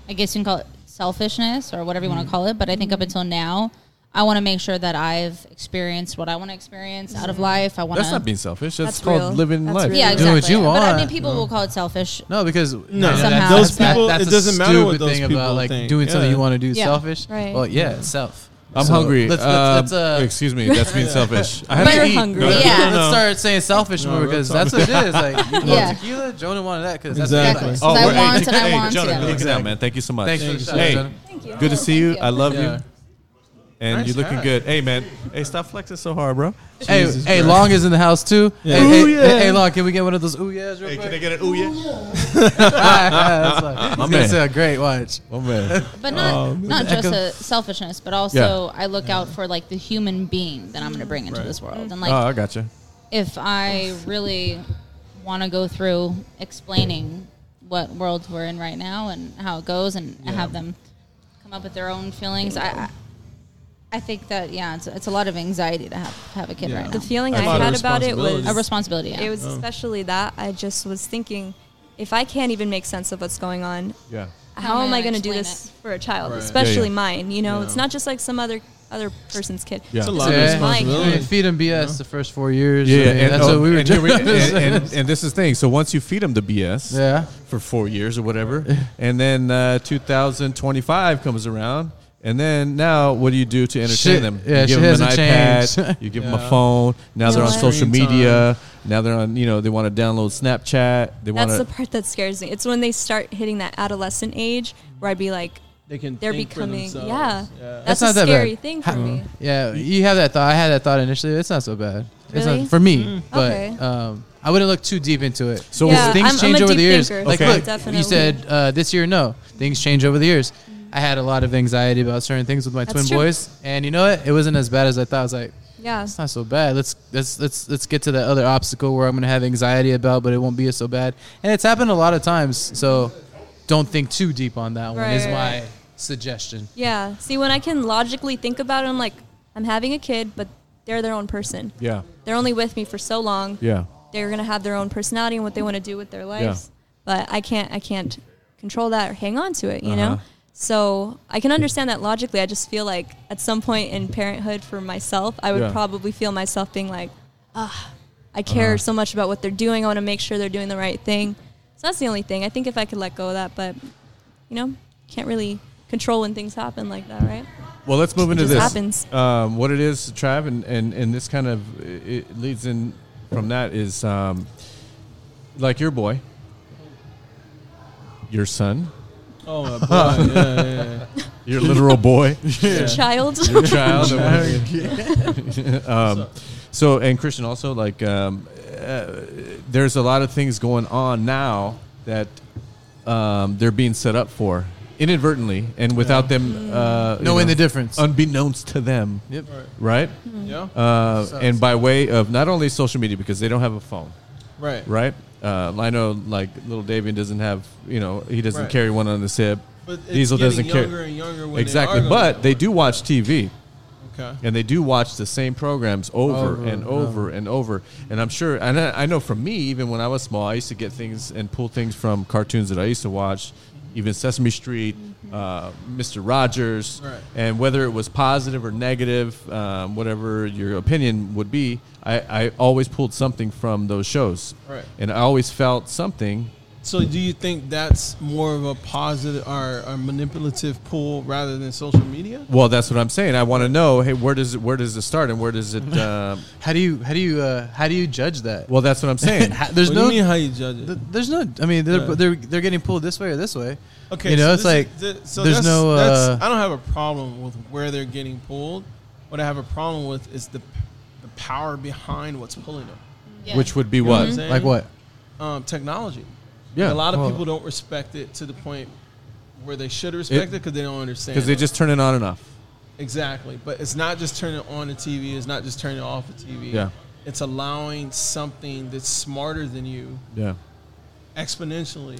[SPEAKER 2] I guess you can call it selfishness or whatever you
[SPEAKER 4] Mm-hmm.
[SPEAKER 2] want to call it, but I think up until now, I want to make sure that I've experienced what I want to experience out of life. I want
[SPEAKER 1] That's
[SPEAKER 2] to.
[SPEAKER 1] not being selfish. That's,
[SPEAKER 5] That's
[SPEAKER 1] called
[SPEAKER 5] real.
[SPEAKER 1] living
[SPEAKER 5] That's
[SPEAKER 1] life.
[SPEAKER 5] real.
[SPEAKER 2] yeah,
[SPEAKER 4] Do what
[SPEAKER 2] exactly.
[SPEAKER 4] you
[SPEAKER 2] But I
[SPEAKER 4] want.
[SPEAKER 2] mean, people will call it selfish.
[SPEAKER 4] No, because
[SPEAKER 3] No.
[SPEAKER 4] that's-
[SPEAKER 2] Somehow.
[SPEAKER 4] that's,
[SPEAKER 2] Those
[SPEAKER 3] people-
[SPEAKER 4] that's
[SPEAKER 3] it
[SPEAKER 4] a
[SPEAKER 3] doesn't matter
[SPEAKER 4] stupid
[SPEAKER 3] what those
[SPEAKER 4] thing
[SPEAKER 3] people
[SPEAKER 4] about like
[SPEAKER 3] think.
[SPEAKER 4] doing something
[SPEAKER 3] Yeah.
[SPEAKER 4] you want to do
[SPEAKER 2] Yeah.
[SPEAKER 4] selfish.
[SPEAKER 5] Right.
[SPEAKER 4] Well, yeah, it's self.
[SPEAKER 1] I'm
[SPEAKER 4] So
[SPEAKER 1] hungry.
[SPEAKER 4] Let's,
[SPEAKER 1] Uh,
[SPEAKER 4] let's, let's, uh,
[SPEAKER 1] excuse me. That's being selfish. I have
[SPEAKER 5] But
[SPEAKER 1] to
[SPEAKER 5] you're
[SPEAKER 1] eat.
[SPEAKER 5] hungry.
[SPEAKER 1] No, no,
[SPEAKER 2] Yeah.
[SPEAKER 1] no,
[SPEAKER 4] let's
[SPEAKER 1] no.
[SPEAKER 4] start saying selfish
[SPEAKER 3] No,
[SPEAKER 4] more
[SPEAKER 3] we're
[SPEAKER 4] because that's what it is. Like, you want
[SPEAKER 2] Yeah.
[SPEAKER 4] tequila, Jonah wanted that because
[SPEAKER 3] Exactly.
[SPEAKER 4] that's
[SPEAKER 2] Oh,
[SPEAKER 4] what
[SPEAKER 2] I
[SPEAKER 1] we're-
[SPEAKER 2] want and I want
[SPEAKER 1] Jonah,
[SPEAKER 2] together.
[SPEAKER 1] good looking out, man. Thank you so much.
[SPEAKER 4] Thanks for the shout,
[SPEAKER 1] Hey,
[SPEAKER 4] Jonah.
[SPEAKER 1] good to see you. I love
[SPEAKER 3] Yeah.
[SPEAKER 1] you. And
[SPEAKER 3] Nice
[SPEAKER 1] you're looking
[SPEAKER 3] hat.
[SPEAKER 1] good. Hey, man. Hey, stop flexing so hard, bro.
[SPEAKER 4] Hey,
[SPEAKER 3] Jesus
[SPEAKER 4] hey,
[SPEAKER 3] Christ.
[SPEAKER 4] Long is in the house too.
[SPEAKER 3] Yeah.
[SPEAKER 4] Hey,
[SPEAKER 1] Ooh,
[SPEAKER 4] hey,
[SPEAKER 1] yeah.
[SPEAKER 4] hey, hey, Long, can we get one of those ooh yeahs real
[SPEAKER 1] Hey, can I
[SPEAKER 4] quick?
[SPEAKER 1] get an ooh yeah?
[SPEAKER 4] That's like, it's gonna
[SPEAKER 1] man.
[SPEAKER 4] sound great. Watch.
[SPEAKER 1] Oh, man.
[SPEAKER 2] But not not
[SPEAKER 4] Um, Echo.
[SPEAKER 2] just a selfishness, but also I look out for like the human being that I'm going to bring into
[SPEAKER 3] Right.
[SPEAKER 2] this world, and
[SPEAKER 1] Oh,
[SPEAKER 2] like
[SPEAKER 1] I gotcha.
[SPEAKER 2] if I really want to go through explaining what worlds we're in right now and how it goes, and have them come up with their own feelings, I, I I think that yeah, it's, it's a lot of anxiety to have have a kid
[SPEAKER 3] Yeah.
[SPEAKER 2] right
[SPEAKER 5] the
[SPEAKER 2] now.
[SPEAKER 5] feeling I
[SPEAKER 3] That's a lot of
[SPEAKER 5] had about it was
[SPEAKER 3] responsibility.
[SPEAKER 2] a responsibility. Yeah.
[SPEAKER 5] It
[SPEAKER 1] Oh.
[SPEAKER 5] was especially that I just was thinking, if I can't even make sense of what's going on,
[SPEAKER 1] Yeah.
[SPEAKER 5] how am I
[SPEAKER 2] gonna
[SPEAKER 5] going to do
[SPEAKER 2] explain
[SPEAKER 5] this for a child,
[SPEAKER 3] Right.
[SPEAKER 5] especially
[SPEAKER 1] Yeah, yeah.
[SPEAKER 5] mine? You know,
[SPEAKER 3] Yeah.
[SPEAKER 5] it's not just like some other other person's kid.
[SPEAKER 1] Yeah. It's a
[SPEAKER 5] This
[SPEAKER 3] lot of
[SPEAKER 5] is
[SPEAKER 4] Yeah.
[SPEAKER 5] mine.
[SPEAKER 4] I mean,
[SPEAKER 3] responsibility.
[SPEAKER 4] feed him BS the first four years. I
[SPEAKER 1] Yeah,
[SPEAKER 4] mean,
[SPEAKER 1] and,
[SPEAKER 4] that's
[SPEAKER 1] oh,
[SPEAKER 4] what we were
[SPEAKER 1] and here
[SPEAKER 4] doing.
[SPEAKER 1] and, and- and this is the thing. So once you feed them the BS
[SPEAKER 4] Yeah.
[SPEAKER 1] for four years or whatever, and then uh, 2025 comes around, and then now what do you do to entertain
[SPEAKER 4] Shit.
[SPEAKER 1] them?
[SPEAKER 4] Yeah,
[SPEAKER 1] you give
[SPEAKER 4] shit
[SPEAKER 1] them an iPad,
[SPEAKER 4] hasn't changed.
[SPEAKER 1] you give them
[SPEAKER 3] Yeah.
[SPEAKER 1] a phone. Now
[SPEAKER 5] You
[SPEAKER 1] they're
[SPEAKER 5] know
[SPEAKER 1] on
[SPEAKER 5] what?
[SPEAKER 1] social
[SPEAKER 3] Screen
[SPEAKER 1] media. Now they're on, you know, they want to download Snapchat. They want
[SPEAKER 5] That's the
[SPEAKER 1] to.
[SPEAKER 5] part that scares me. It's when they start hitting that adolescent age where I'd be like,
[SPEAKER 3] They can.
[SPEAKER 5] they're
[SPEAKER 3] think for
[SPEAKER 5] becoming,
[SPEAKER 3] themselves.
[SPEAKER 5] yeah,
[SPEAKER 4] It's
[SPEAKER 5] that's
[SPEAKER 4] not
[SPEAKER 5] a
[SPEAKER 4] that
[SPEAKER 5] scary
[SPEAKER 4] bad.
[SPEAKER 5] thing for me.
[SPEAKER 4] Yeah, you have that thought. I had that thought initially. It's not so bad. It's
[SPEAKER 5] Really?
[SPEAKER 4] not for me, but
[SPEAKER 5] Okay.
[SPEAKER 4] um, I wouldn't look too deep into it.
[SPEAKER 1] So-
[SPEAKER 4] Mm. So
[SPEAKER 1] Yeah,
[SPEAKER 4] things
[SPEAKER 5] I'm- I'm
[SPEAKER 4] change
[SPEAKER 5] a
[SPEAKER 4] over the
[SPEAKER 5] deep
[SPEAKER 4] years.
[SPEAKER 5] thinker,
[SPEAKER 4] Like,
[SPEAKER 1] so
[SPEAKER 4] look,
[SPEAKER 5] definitely.
[SPEAKER 4] you said uh, this year, no. Things change over the years. I had a lot of anxiety about certain things with my
[SPEAKER 5] That's
[SPEAKER 4] twin
[SPEAKER 5] true.
[SPEAKER 4] boys, and you know what? It wasn't as bad as I thought. I was like,
[SPEAKER 5] Yeah,
[SPEAKER 4] it's not so bad. Let's let's let's let's get to that other obstacle where I'm gonna have anxiety about, but it won't be so bad. And it's happened a lot of times, so don't think too deep on that one.
[SPEAKER 5] Right,
[SPEAKER 4] Is
[SPEAKER 5] right,
[SPEAKER 4] my
[SPEAKER 5] right.
[SPEAKER 4] suggestion.
[SPEAKER 5] yeah. See, when I can logically think about it, I'm like, I'm having a kid, but they're their own person.
[SPEAKER 1] Yeah,
[SPEAKER 5] They're only with me for so long.
[SPEAKER 1] yeah.
[SPEAKER 5] they're gonna have their own personality and what they want to do with their lives. But I can't I can't control that or hang on to it, you know?
[SPEAKER 1] Uh-huh.
[SPEAKER 5] So I can understand that logically. I just feel like at some point in parenthood for myself, I would
[SPEAKER 1] Yeah.
[SPEAKER 5] probably feel myself being like, Ah, I care
[SPEAKER 1] Uh-huh.
[SPEAKER 5] so much about what they're doing. I wanna make sure they're doing the right thing. So that's the only thing. I think if I could let go of that, but you know, can't really control when things happen like that, right?
[SPEAKER 1] Well, let's move into
[SPEAKER 5] just
[SPEAKER 1] this.
[SPEAKER 5] happens.
[SPEAKER 1] Um, what it is, Trav, and, and, and this kind of it it leads in from that is um, like your boy, your son,
[SPEAKER 3] Oh my boy. yeah, yeah, yeah.
[SPEAKER 1] your literal boy,
[SPEAKER 5] Child.
[SPEAKER 1] your child. or whatever. um, so, and Christian also like um, uh, there's a lot of things going on now that um, they're being set up for inadvertently and without them uh, you know,
[SPEAKER 4] Knowing the difference.
[SPEAKER 1] unbeknownst to them,
[SPEAKER 4] yep.
[SPEAKER 3] Right.
[SPEAKER 1] right?
[SPEAKER 3] Yeah.
[SPEAKER 1] uh,
[SPEAKER 4] So-
[SPEAKER 1] and by way of not only social media because they don't have a phone,
[SPEAKER 3] Right.
[SPEAKER 1] right? Uh, I know, like little Davian doesn't have, you know, he doesn't
[SPEAKER 3] Right.
[SPEAKER 1] carry one on his hip.
[SPEAKER 3] But it's
[SPEAKER 1] Diesel
[SPEAKER 3] getting
[SPEAKER 1] doesn't
[SPEAKER 3] younger
[SPEAKER 1] carry
[SPEAKER 3] and younger when they
[SPEAKER 1] exactly,
[SPEAKER 3] are gonna
[SPEAKER 1] but
[SPEAKER 3] go
[SPEAKER 1] they
[SPEAKER 3] on.
[SPEAKER 1] do watch TV.
[SPEAKER 3] Okay.
[SPEAKER 1] and they do watch the same programs over, and over and over. And I'm sure, and I, I know from me, even when I was small, I used to get things and pull things from cartoons that I used to watch, even Sesame Street, uh, Mister Rogers,
[SPEAKER 3] Mm-hmm. Right.
[SPEAKER 1] and whether it was positive or negative, um, whatever your opinion would be, I, I always pulled something from those shows,
[SPEAKER 3] Right.
[SPEAKER 1] and I always felt something.
[SPEAKER 3] So do you think that's more of a positive or a manipulative pull rather than social media?
[SPEAKER 1] Well, that's what I'm saying. I want to know, hey, where does it where does it start and where does it? Um,
[SPEAKER 4] How do you how do you uh, how do you judge that?
[SPEAKER 1] well, that's what I'm saying.
[SPEAKER 4] Ha- there's
[SPEAKER 3] what
[SPEAKER 4] no
[SPEAKER 3] do you mean how you judge it?
[SPEAKER 4] th- there's no I mean they're,
[SPEAKER 3] Yeah.
[SPEAKER 4] they're they're getting pulled this way or this way.
[SPEAKER 3] Okay,
[SPEAKER 4] you know
[SPEAKER 3] so
[SPEAKER 4] it's
[SPEAKER 3] this
[SPEAKER 4] like
[SPEAKER 3] is- th- so
[SPEAKER 4] there's
[SPEAKER 3] that's,
[SPEAKER 4] no uh,
[SPEAKER 3] that's, I don't have a problem with where they're getting pulled. What I have a problem with is the the power behind what's pulling them.
[SPEAKER 2] Yeah.
[SPEAKER 1] Which would be
[SPEAKER 3] You know
[SPEAKER 1] what?
[SPEAKER 3] I'm saying?
[SPEAKER 4] like what?
[SPEAKER 3] Um, technology.
[SPEAKER 1] Yeah.
[SPEAKER 3] a lot of
[SPEAKER 4] well-
[SPEAKER 3] people don't respect it to the point where they should respect it because they don't understand.
[SPEAKER 1] because they
[SPEAKER 3] it.
[SPEAKER 1] just turn it on and off.
[SPEAKER 3] Exactly. But it's not just turning it on the TV, it's not just turning it off the TV.
[SPEAKER 1] Yeah.
[SPEAKER 3] It's allowing something that's smarter than you
[SPEAKER 1] Yeah.
[SPEAKER 3] exponentially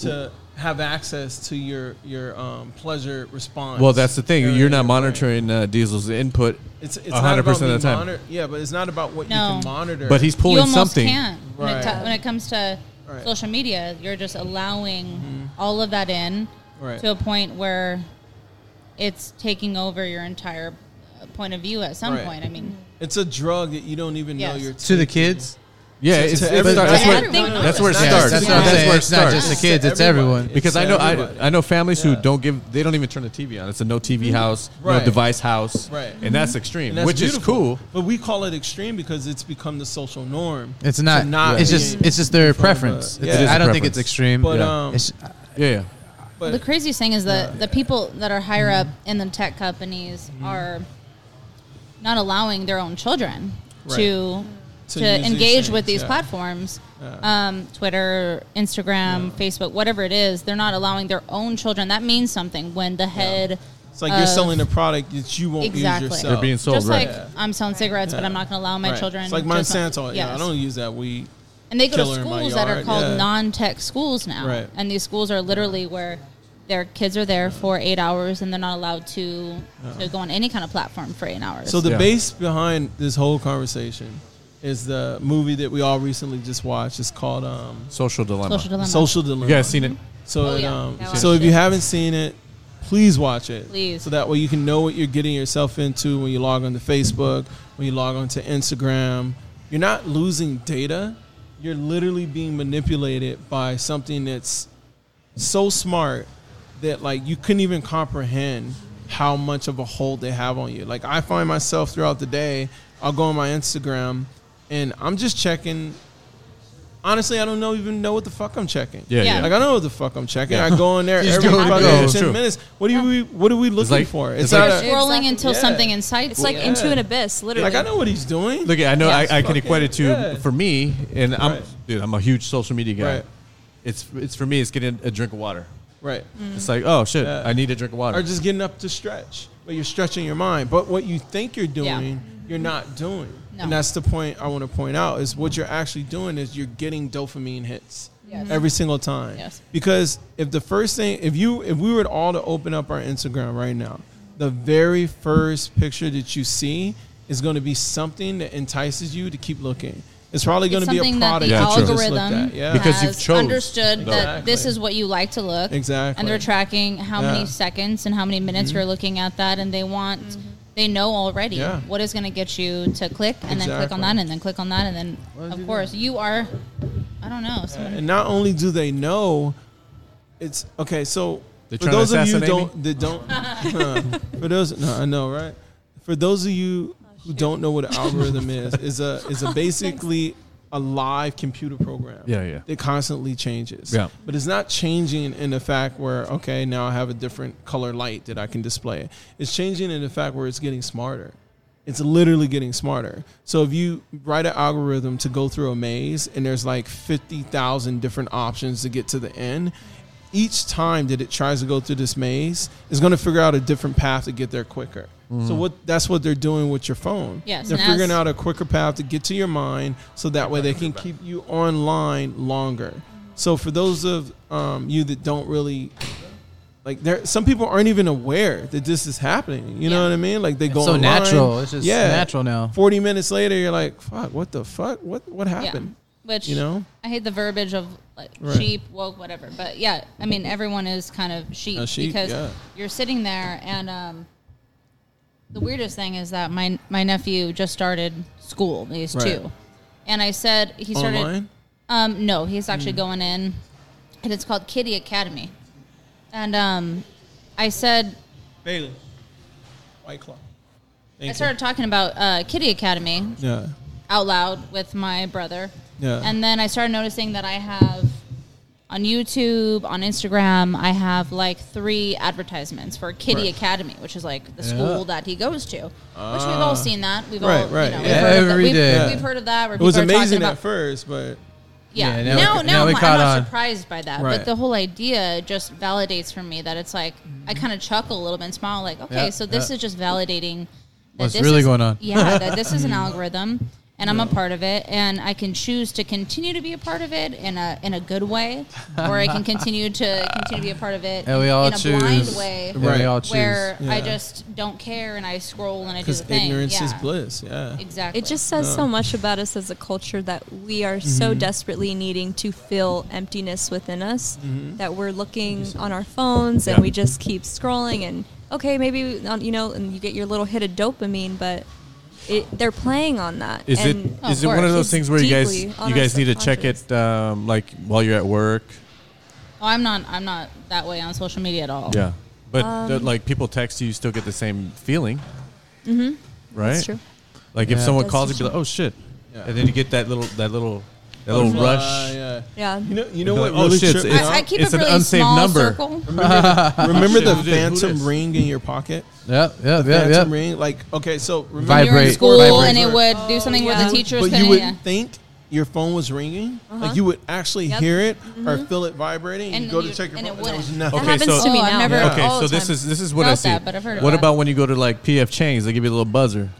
[SPEAKER 3] to have access to your your um, pleasure response.
[SPEAKER 1] Well, that's the thing.
[SPEAKER 3] area
[SPEAKER 1] You're
[SPEAKER 3] in your
[SPEAKER 1] not
[SPEAKER 3] brain.
[SPEAKER 1] monitoring uh, Diesel's input,
[SPEAKER 3] It's it's 100%
[SPEAKER 1] 100% of the time.
[SPEAKER 3] yeah, but it's not about what
[SPEAKER 2] No.
[SPEAKER 3] you can monitor.
[SPEAKER 1] but he's
[SPEAKER 2] you
[SPEAKER 1] pulling
[SPEAKER 2] almost
[SPEAKER 1] something.
[SPEAKER 2] can't when, it
[SPEAKER 3] Right.
[SPEAKER 2] t- when it comes to
[SPEAKER 3] Right. Mm-hmm.
[SPEAKER 2] social media you're just allowing all of that in
[SPEAKER 3] Right.
[SPEAKER 2] to a point where it's taking over your entire uh, point of view at some
[SPEAKER 3] Right.
[SPEAKER 2] point i mean
[SPEAKER 3] it's a drug that you don't even know
[SPEAKER 2] Yes.
[SPEAKER 3] you're
[SPEAKER 4] To the
[SPEAKER 3] taking.
[SPEAKER 4] kids?
[SPEAKER 1] Yeah,
[SPEAKER 3] To-
[SPEAKER 1] it's,
[SPEAKER 3] to
[SPEAKER 1] it's-
[SPEAKER 3] everybody.
[SPEAKER 1] that's,
[SPEAKER 2] To
[SPEAKER 1] where,
[SPEAKER 2] everyone.
[SPEAKER 1] that's where it
[SPEAKER 3] It's not-
[SPEAKER 1] starts.
[SPEAKER 4] That's
[SPEAKER 2] what I'm
[SPEAKER 1] That's
[SPEAKER 2] saying.
[SPEAKER 1] where it
[SPEAKER 4] It's not
[SPEAKER 1] starts.
[SPEAKER 4] just the
[SPEAKER 3] to
[SPEAKER 4] kids, it's
[SPEAKER 3] everybody.
[SPEAKER 4] everyone.
[SPEAKER 3] It's
[SPEAKER 1] because
[SPEAKER 3] to
[SPEAKER 1] I know
[SPEAKER 3] everybody.
[SPEAKER 1] I, I know families
[SPEAKER 3] Yeah. Mm-hmm.
[SPEAKER 1] who don't give they don't even turn the TV on. It's a no TV house,
[SPEAKER 3] Right.
[SPEAKER 1] no device house,
[SPEAKER 3] Right. Mm-hmm.
[SPEAKER 1] And that's extreme,
[SPEAKER 3] And that's
[SPEAKER 1] which is
[SPEAKER 3] beautiful.
[SPEAKER 1] cool.
[SPEAKER 3] But we call it extreme because it's become the social norm.
[SPEAKER 4] It's not.
[SPEAKER 3] To not
[SPEAKER 4] it's
[SPEAKER 3] be
[SPEAKER 4] just.
[SPEAKER 3] in
[SPEAKER 4] It's just their
[SPEAKER 3] front of a-
[SPEAKER 4] preference.
[SPEAKER 3] Yeah.
[SPEAKER 4] It's-
[SPEAKER 3] It is
[SPEAKER 4] I
[SPEAKER 1] a
[SPEAKER 4] don't think
[SPEAKER 1] preference.
[SPEAKER 4] it's extreme.
[SPEAKER 3] But
[SPEAKER 1] Yeah.
[SPEAKER 3] um,
[SPEAKER 4] It's-
[SPEAKER 1] Yeah, yeah.
[SPEAKER 3] but
[SPEAKER 2] the craziest thing is that the people that are higher up in the tech companies are not allowing their own children
[SPEAKER 3] Right.
[SPEAKER 2] to
[SPEAKER 3] To
[SPEAKER 2] to,
[SPEAKER 3] use these
[SPEAKER 2] engage
[SPEAKER 3] things,
[SPEAKER 2] with these
[SPEAKER 3] yeah.
[SPEAKER 2] platforms um, twitter instagram facebook whatever it is they're not allowing their own children that means something when the head
[SPEAKER 3] it's like you're
[SPEAKER 2] of-
[SPEAKER 3] selling a product that you won't
[SPEAKER 2] Exactly.
[SPEAKER 3] use
[SPEAKER 1] They're
[SPEAKER 3] yourself.
[SPEAKER 1] being sold,
[SPEAKER 2] just
[SPEAKER 1] right?
[SPEAKER 2] like i'm selling cigarettes but i'm not going to allow my
[SPEAKER 3] Right.
[SPEAKER 2] children
[SPEAKER 3] It's like
[SPEAKER 2] to smoke.
[SPEAKER 3] Monsanto. Yeah, I
[SPEAKER 2] Yes.
[SPEAKER 3] don't use that weed.
[SPEAKER 2] And they go to
[SPEAKER 3] killer in my
[SPEAKER 2] schools that are
[SPEAKER 3] yard,
[SPEAKER 2] called
[SPEAKER 3] yeah.
[SPEAKER 2] non-tech schools now,
[SPEAKER 3] Right.
[SPEAKER 2] and these schools are literally where their kids are there for eight hours, and they're not allowed to to go on any kind of platform for eight hours.
[SPEAKER 3] Uh-huh. So the
[SPEAKER 1] Yeah.
[SPEAKER 3] base behind this whole conversation is the movie that we all recently just watched. It's called um,
[SPEAKER 1] Social dilemma.
[SPEAKER 2] social dilemma. Mm-hmm.
[SPEAKER 3] Social Dilemma.
[SPEAKER 1] You guys seen it?
[SPEAKER 3] So
[SPEAKER 5] Oh,
[SPEAKER 3] it,
[SPEAKER 5] yeah.
[SPEAKER 3] um,
[SPEAKER 5] I
[SPEAKER 3] so
[SPEAKER 5] watched
[SPEAKER 3] if you
[SPEAKER 5] it.
[SPEAKER 3] haven't seen it, please watch it.
[SPEAKER 2] Please.
[SPEAKER 3] So that way you can know what you're getting yourself into when you log on to Facebook, when you log on to Instagram. You're not losing data. You're literally being manipulated by something that's so smart that like you couldn't even comprehend how much of a hold they have on you. Like I find myself throughout the day, I'll go on my Instagram and I'm just checking honestly I don't know even know what the fuck I'm checking.
[SPEAKER 1] Yeah,
[SPEAKER 2] Yeah.
[SPEAKER 1] yeah.
[SPEAKER 3] Like I know what the fuck I'm checking. I go in there
[SPEAKER 4] Just
[SPEAKER 3] every
[SPEAKER 4] go
[SPEAKER 3] about
[SPEAKER 4] and go.
[SPEAKER 3] every
[SPEAKER 1] It's
[SPEAKER 3] ten
[SPEAKER 1] true.
[SPEAKER 3] minutes. What do we what are we looking
[SPEAKER 1] like-
[SPEAKER 3] for?
[SPEAKER 1] it's
[SPEAKER 3] It's,
[SPEAKER 1] like-
[SPEAKER 3] not
[SPEAKER 2] You're
[SPEAKER 3] a,
[SPEAKER 2] scrolling
[SPEAKER 5] Exactly.
[SPEAKER 2] until
[SPEAKER 3] Yeah.
[SPEAKER 2] something insightful.
[SPEAKER 5] It's like
[SPEAKER 3] Yeah.
[SPEAKER 5] into an abyss, literally.
[SPEAKER 3] like I know what he's doing.
[SPEAKER 1] Look, I know
[SPEAKER 2] Yeah,
[SPEAKER 1] I, I can
[SPEAKER 3] fucking-
[SPEAKER 1] equate it to
[SPEAKER 3] yeah.
[SPEAKER 1] for me, and I'm
[SPEAKER 3] Right.
[SPEAKER 1] dude, I'm a huge social media guy.
[SPEAKER 3] Right.
[SPEAKER 1] It's it's for me. It's getting a drink of water.
[SPEAKER 3] right.
[SPEAKER 2] Mm-hmm.
[SPEAKER 1] It's like oh shit,
[SPEAKER 3] Yeah.
[SPEAKER 1] I need a drink of water.
[SPEAKER 3] Or just getting up to stretch. But you're stretching your mind. But what you think you're doing, you're not doing.
[SPEAKER 2] No.
[SPEAKER 3] And that's the point I want to point out is what you're actually doing is you're getting dopamine hits
[SPEAKER 2] Yes.
[SPEAKER 3] every single time.
[SPEAKER 2] Yes.
[SPEAKER 3] Because if the first thing if you if we were all to open up our Instagram right now, the very first picture that you see is going to be something that entices you to keep looking. It's probably going
[SPEAKER 2] It's
[SPEAKER 3] to be
[SPEAKER 2] something
[SPEAKER 3] a
[SPEAKER 2] that the
[SPEAKER 3] product
[SPEAKER 1] Yeah,
[SPEAKER 3] that you just looked
[SPEAKER 2] algorithm
[SPEAKER 3] at. Yeah.
[SPEAKER 1] Because
[SPEAKER 2] has
[SPEAKER 1] you've chose,
[SPEAKER 2] understood
[SPEAKER 1] though.
[SPEAKER 2] that this
[SPEAKER 3] Exactly.
[SPEAKER 2] is what you like to look.
[SPEAKER 3] Exactly.
[SPEAKER 2] And they're tracking how
[SPEAKER 3] Yeah. Mm-hmm.
[SPEAKER 2] many seconds and how many minutes you're looking at that, and they want. They know already
[SPEAKER 3] Yeah.
[SPEAKER 2] what is going to get you to click, and then click
[SPEAKER 3] Exactly.
[SPEAKER 2] on that, and then click on that, and then,
[SPEAKER 4] Why would you
[SPEAKER 2] of
[SPEAKER 4] do
[SPEAKER 2] course, you are. I don't know. Someone
[SPEAKER 3] And not only do they know, it's okay. So
[SPEAKER 1] They're
[SPEAKER 3] for
[SPEAKER 1] trying to
[SPEAKER 3] those of you
[SPEAKER 1] assassinate
[SPEAKER 3] don't that don't for those no, I know right. For those of you who don't know what an algorithm is, is a is a basically a live computer program.
[SPEAKER 1] Yeah, yeah.
[SPEAKER 3] That constantly changes.
[SPEAKER 1] Yeah.
[SPEAKER 3] But it's not changing in the fact where okay now I have a different color light that I can display. It's changing in the fact where it's getting smarter. It's literally getting smarter. So if you write an algorithm to go through a maze and there's like 50,000 different options to get to the end, each time that it tries to go through this maze, it's going to figure out a different path to get there quicker. So what that's what they're doing with your phone.
[SPEAKER 2] Yes,
[SPEAKER 3] they're
[SPEAKER 2] and
[SPEAKER 3] figuring
[SPEAKER 2] that's-
[SPEAKER 3] out a quicker path to get to your mind, so that way they can keep you online longer. So for those of um, you that don't really like there some people aren't even aware that this is happening. You know
[SPEAKER 5] Yeah.
[SPEAKER 3] what I mean? Like they go
[SPEAKER 4] so
[SPEAKER 3] online,
[SPEAKER 4] natural. It's just natural now.
[SPEAKER 3] Forty minutes later, you're like, "Fuck! What the fuck? What what happened?"
[SPEAKER 2] Yeah. Which
[SPEAKER 3] You know?
[SPEAKER 2] I hate the verbiage of like
[SPEAKER 3] Right.
[SPEAKER 2] sheep, woke, whatever. But yeah, I mean everyone is kind of sheep,
[SPEAKER 3] A sheep,
[SPEAKER 2] because
[SPEAKER 3] yeah.
[SPEAKER 2] you're sitting there and um, the weirdest thing is that my my nephew just started school. He's
[SPEAKER 3] Right.
[SPEAKER 2] two, and I said he started.
[SPEAKER 3] Online, Hmm.
[SPEAKER 2] Um, no, he's actually going in, and it's called Kitty Academy, and um, I said
[SPEAKER 3] Bailey, White Claw. Thank
[SPEAKER 2] I
[SPEAKER 3] you.
[SPEAKER 2] started talking about uh, Kitty Academy
[SPEAKER 3] Yeah,
[SPEAKER 2] out loud with my brother.
[SPEAKER 3] Yeah.
[SPEAKER 2] And then I started noticing that I have on YouTube, on Instagram, I have like three advertisements for Kitty
[SPEAKER 3] Right.
[SPEAKER 2] Academy, which is like the
[SPEAKER 4] Yeah.
[SPEAKER 2] school that he goes to. which we've all seen that. We've
[SPEAKER 3] Ah. Right,
[SPEAKER 2] all
[SPEAKER 3] right.
[SPEAKER 2] You know,
[SPEAKER 4] Yeah,
[SPEAKER 2] we've heard of that.
[SPEAKER 4] every
[SPEAKER 2] We've,
[SPEAKER 4] day.
[SPEAKER 2] we've heard of that. Where
[SPEAKER 3] it was
[SPEAKER 2] people are talking
[SPEAKER 3] amazing
[SPEAKER 2] about,
[SPEAKER 3] at first, but
[SPEAKER 2] Yeah.
[SPEAKER 4] Yeah, now
[SPEAKER 2] now,
[SPEAKER 4] we-
[SPEAKER 2] now,
[SPEAKER 4] now we
[SPEAKER 2] I'm,
[SPEAKER 4] caught
[SPEAKER 2] I'm not
[SPEAKER 4] on.
[SPEAKER 2] surprised by that.
[SPEAKER 3] Right.
[SPEAKER 2] But the whole idea just validates for me that it's like I kind of chuckle a little bit and smile, like, okay,
[SPEAKER 4] Yeah,
[SPEAKER 2] so this
[SPEAKER 4] yeah.
[SPEAKER 2] is just validating that
[SPEAKER 4] What's
[SPEAKER 2] this
[SPEAKER 4] really
[SPEAKER 2] is-
[SPEAKER 4] going on.
[SPEAKER 2] Yeah, that this is an algorithm, and I'm a part of it, and I can choose to continue to be a part of it in a in a good way, or I can continue to continue to be a part of it
[SPEAKER 4] And we all
[SPEAKER 2] in a
[SPEAKER 4] choose.
[SPEAKER 2] blind way.
[SPEAKER 4] And We
[SPEAKER 3] Right.
[SPEAKER 4] all choose.
[SPEAKER 2] Where I
[SPEAKER 3] Yeah.
[SPEAKER 2] just don't care and I scroll and I do
[SPEAKER 3] because
[SPEAKER 2] the thing.
[SPEAKER 3] ignorance
[SPEAKER 2] yeah.
[SPEAKER 3] is bliss. Yeah,
[SPEAKER 2] Exactly.
[SPEAKER 5] It just says so much about us as a culture that we are so
[SPEAKER 1] Mm-hmm.
[SPEAKER 5] desperately needing to fill emptiness within us that we're looking on our phones and
[SPEAKER 1] Mm-hmm. Yeah.
[SPEAKER 5] we just keep scrolling and okay, maybe not, you know, and you get your little hit of dopamine, but it, they're playing on that.
[SPEAKER 1] Is it is
[SPEAKER 5] and
[SPEAKER 2] Oh,
[SPEAKER 1] it
[SPEAKER 2] of
[SPEAKER 1] one of
[SPEAKER 2] course.
[SPEAKER 1] those things where you guys
[SPEAKER 5] Deeply on
[SPEAKER 1] you
[SPEAKER 5] our
[SPEAKER 1] guys need to check
[SPEAKER 5] subconscious.
[SPEAKER 1] it um, like while you're at work?
[SPEAKER 2] oh, I'm not. I'm not that way on social media at all.
[SPEAKER 1] Yeah, but the-
[SPEAKER 2] Um,
[SPEAKER 1] like people text you, you still get the same feeling, mm-hmm. right?
[SPEAKER 5] That's true.
[SPEAKER 1] Like if
[SPEAKER 4] Yeah.
[SPEAKER 1] someone
[SPEAKER 5] That's
[SPEAKER 1] calls, you
[SPEAKER 5] true.
[SPEAKER 1] be like, "Oh shit,"
[SPEAKER 3] Yeah.
[SPEAKER 1] and then you get that little that little that little
[SPEAKER 3] Uh,
[SPEAKER 1] rush.
[SPEAKER 3] yeah.
[SPEAKER 5] Yeah.
[SPEAKER 3] You know, you
[SPEAKER 1] You'd
[SPEAKER 3] know
[SPEAKER 1] be
[SPEAKER 3] what?
[SPEAKER 1] like, oh,
[SPEAKER 3] really
[SPEAKER 1] shit,
[SPEAKER 3] tripped me
[SPEAKER 1] it's-
[SPEAKER 3] out?
[SPEAKER 2] I, I keep
[SPEAKER 1] It's
[SPEAKER 2] a
[SPEAKER 1] an
[SPEAKER 2] really
[SPEAKER 1] unsaaved
[SPEAKER 2] small
[SPEAKER 1] number.
[SPEAKER 2] circle.
[SPEAKER 3] Remember the
[SPEAKER 1] Who did- who
[SPEAKER 3] phantom
[SPEAKER 1] dis?
[SPEAKER 3] ring in your pocket?
[SPEAKER 4] Yep, yep, yep,
[SPEAKER 3] phantom
[SPEAKER 4] yep.
[SPEAKER 3] ring, like okay, so remember
[SPEAKER 2] When You're in
[SPEAKER 4] Vibrate,
[SPEAKER 2] school
[SPEAKER 4] vibrate.
[SPEAKER 2] and it would do something
[SPEAKER 5] Oh,
[SPEAKER 2] where
[SPEAKER 5] yeah.
[SPEAKER 2] the teacher was
[SPEAKER 3] but
[SPEAKER 2] kind
[SPEAKER 3] you
[SPEAKER 2] of
[SPEAKER 3] would
[SPEAKER 2] yeah.
[SPEAKER 3] think your phone was ringing,
[SPEAKER 5] Uh-huh.
[SPEAKER 3] like you would actually
[SPEAKER 5] Yep.
[SPEAKER 3] hear it or feel it vibrating, and
[SPEAKER 2] Mm-hmm. And
[SPEAKER 3] you go
[SPEAKER 2] you-
[SPEAKER 3] to check your
[SPEAKER 2] and
[SPEAKER 3] phone,
[SPEAKER 2] it
[SPEAKER 3] and there was
[SPEAKER 2] wouldn't.
[SPEAKER 3] nothing.
[SPEAKER 1] Okay,
[SPEAKER 5] happens
[SPEAKER 1] so-
[SPEAKER 5] to me
[SPEAKER 2] Oh, I've
[SPEAKER 5] now.
[SPEAKER 2] never-
[SPEAKER 5] yeah.
[SPEAKER 1] Okay,
[SPEAKER 2] all
[SPEAKER 1] so
[SPEAKER 2] the
[SPEAKER 1] this
[SPEAKER 2] time.
[SPEAKER 1] is this is what I
[SPEAKER 2] Felt
[SPEAKER 1] see.
[SPEAKER 2] that, but I've heard of
[SPEAKER 1] what
[SPEAKER 2] that.
[SPEAKER 1] about when you go to like PF Chang's? They give you a little buzzer, and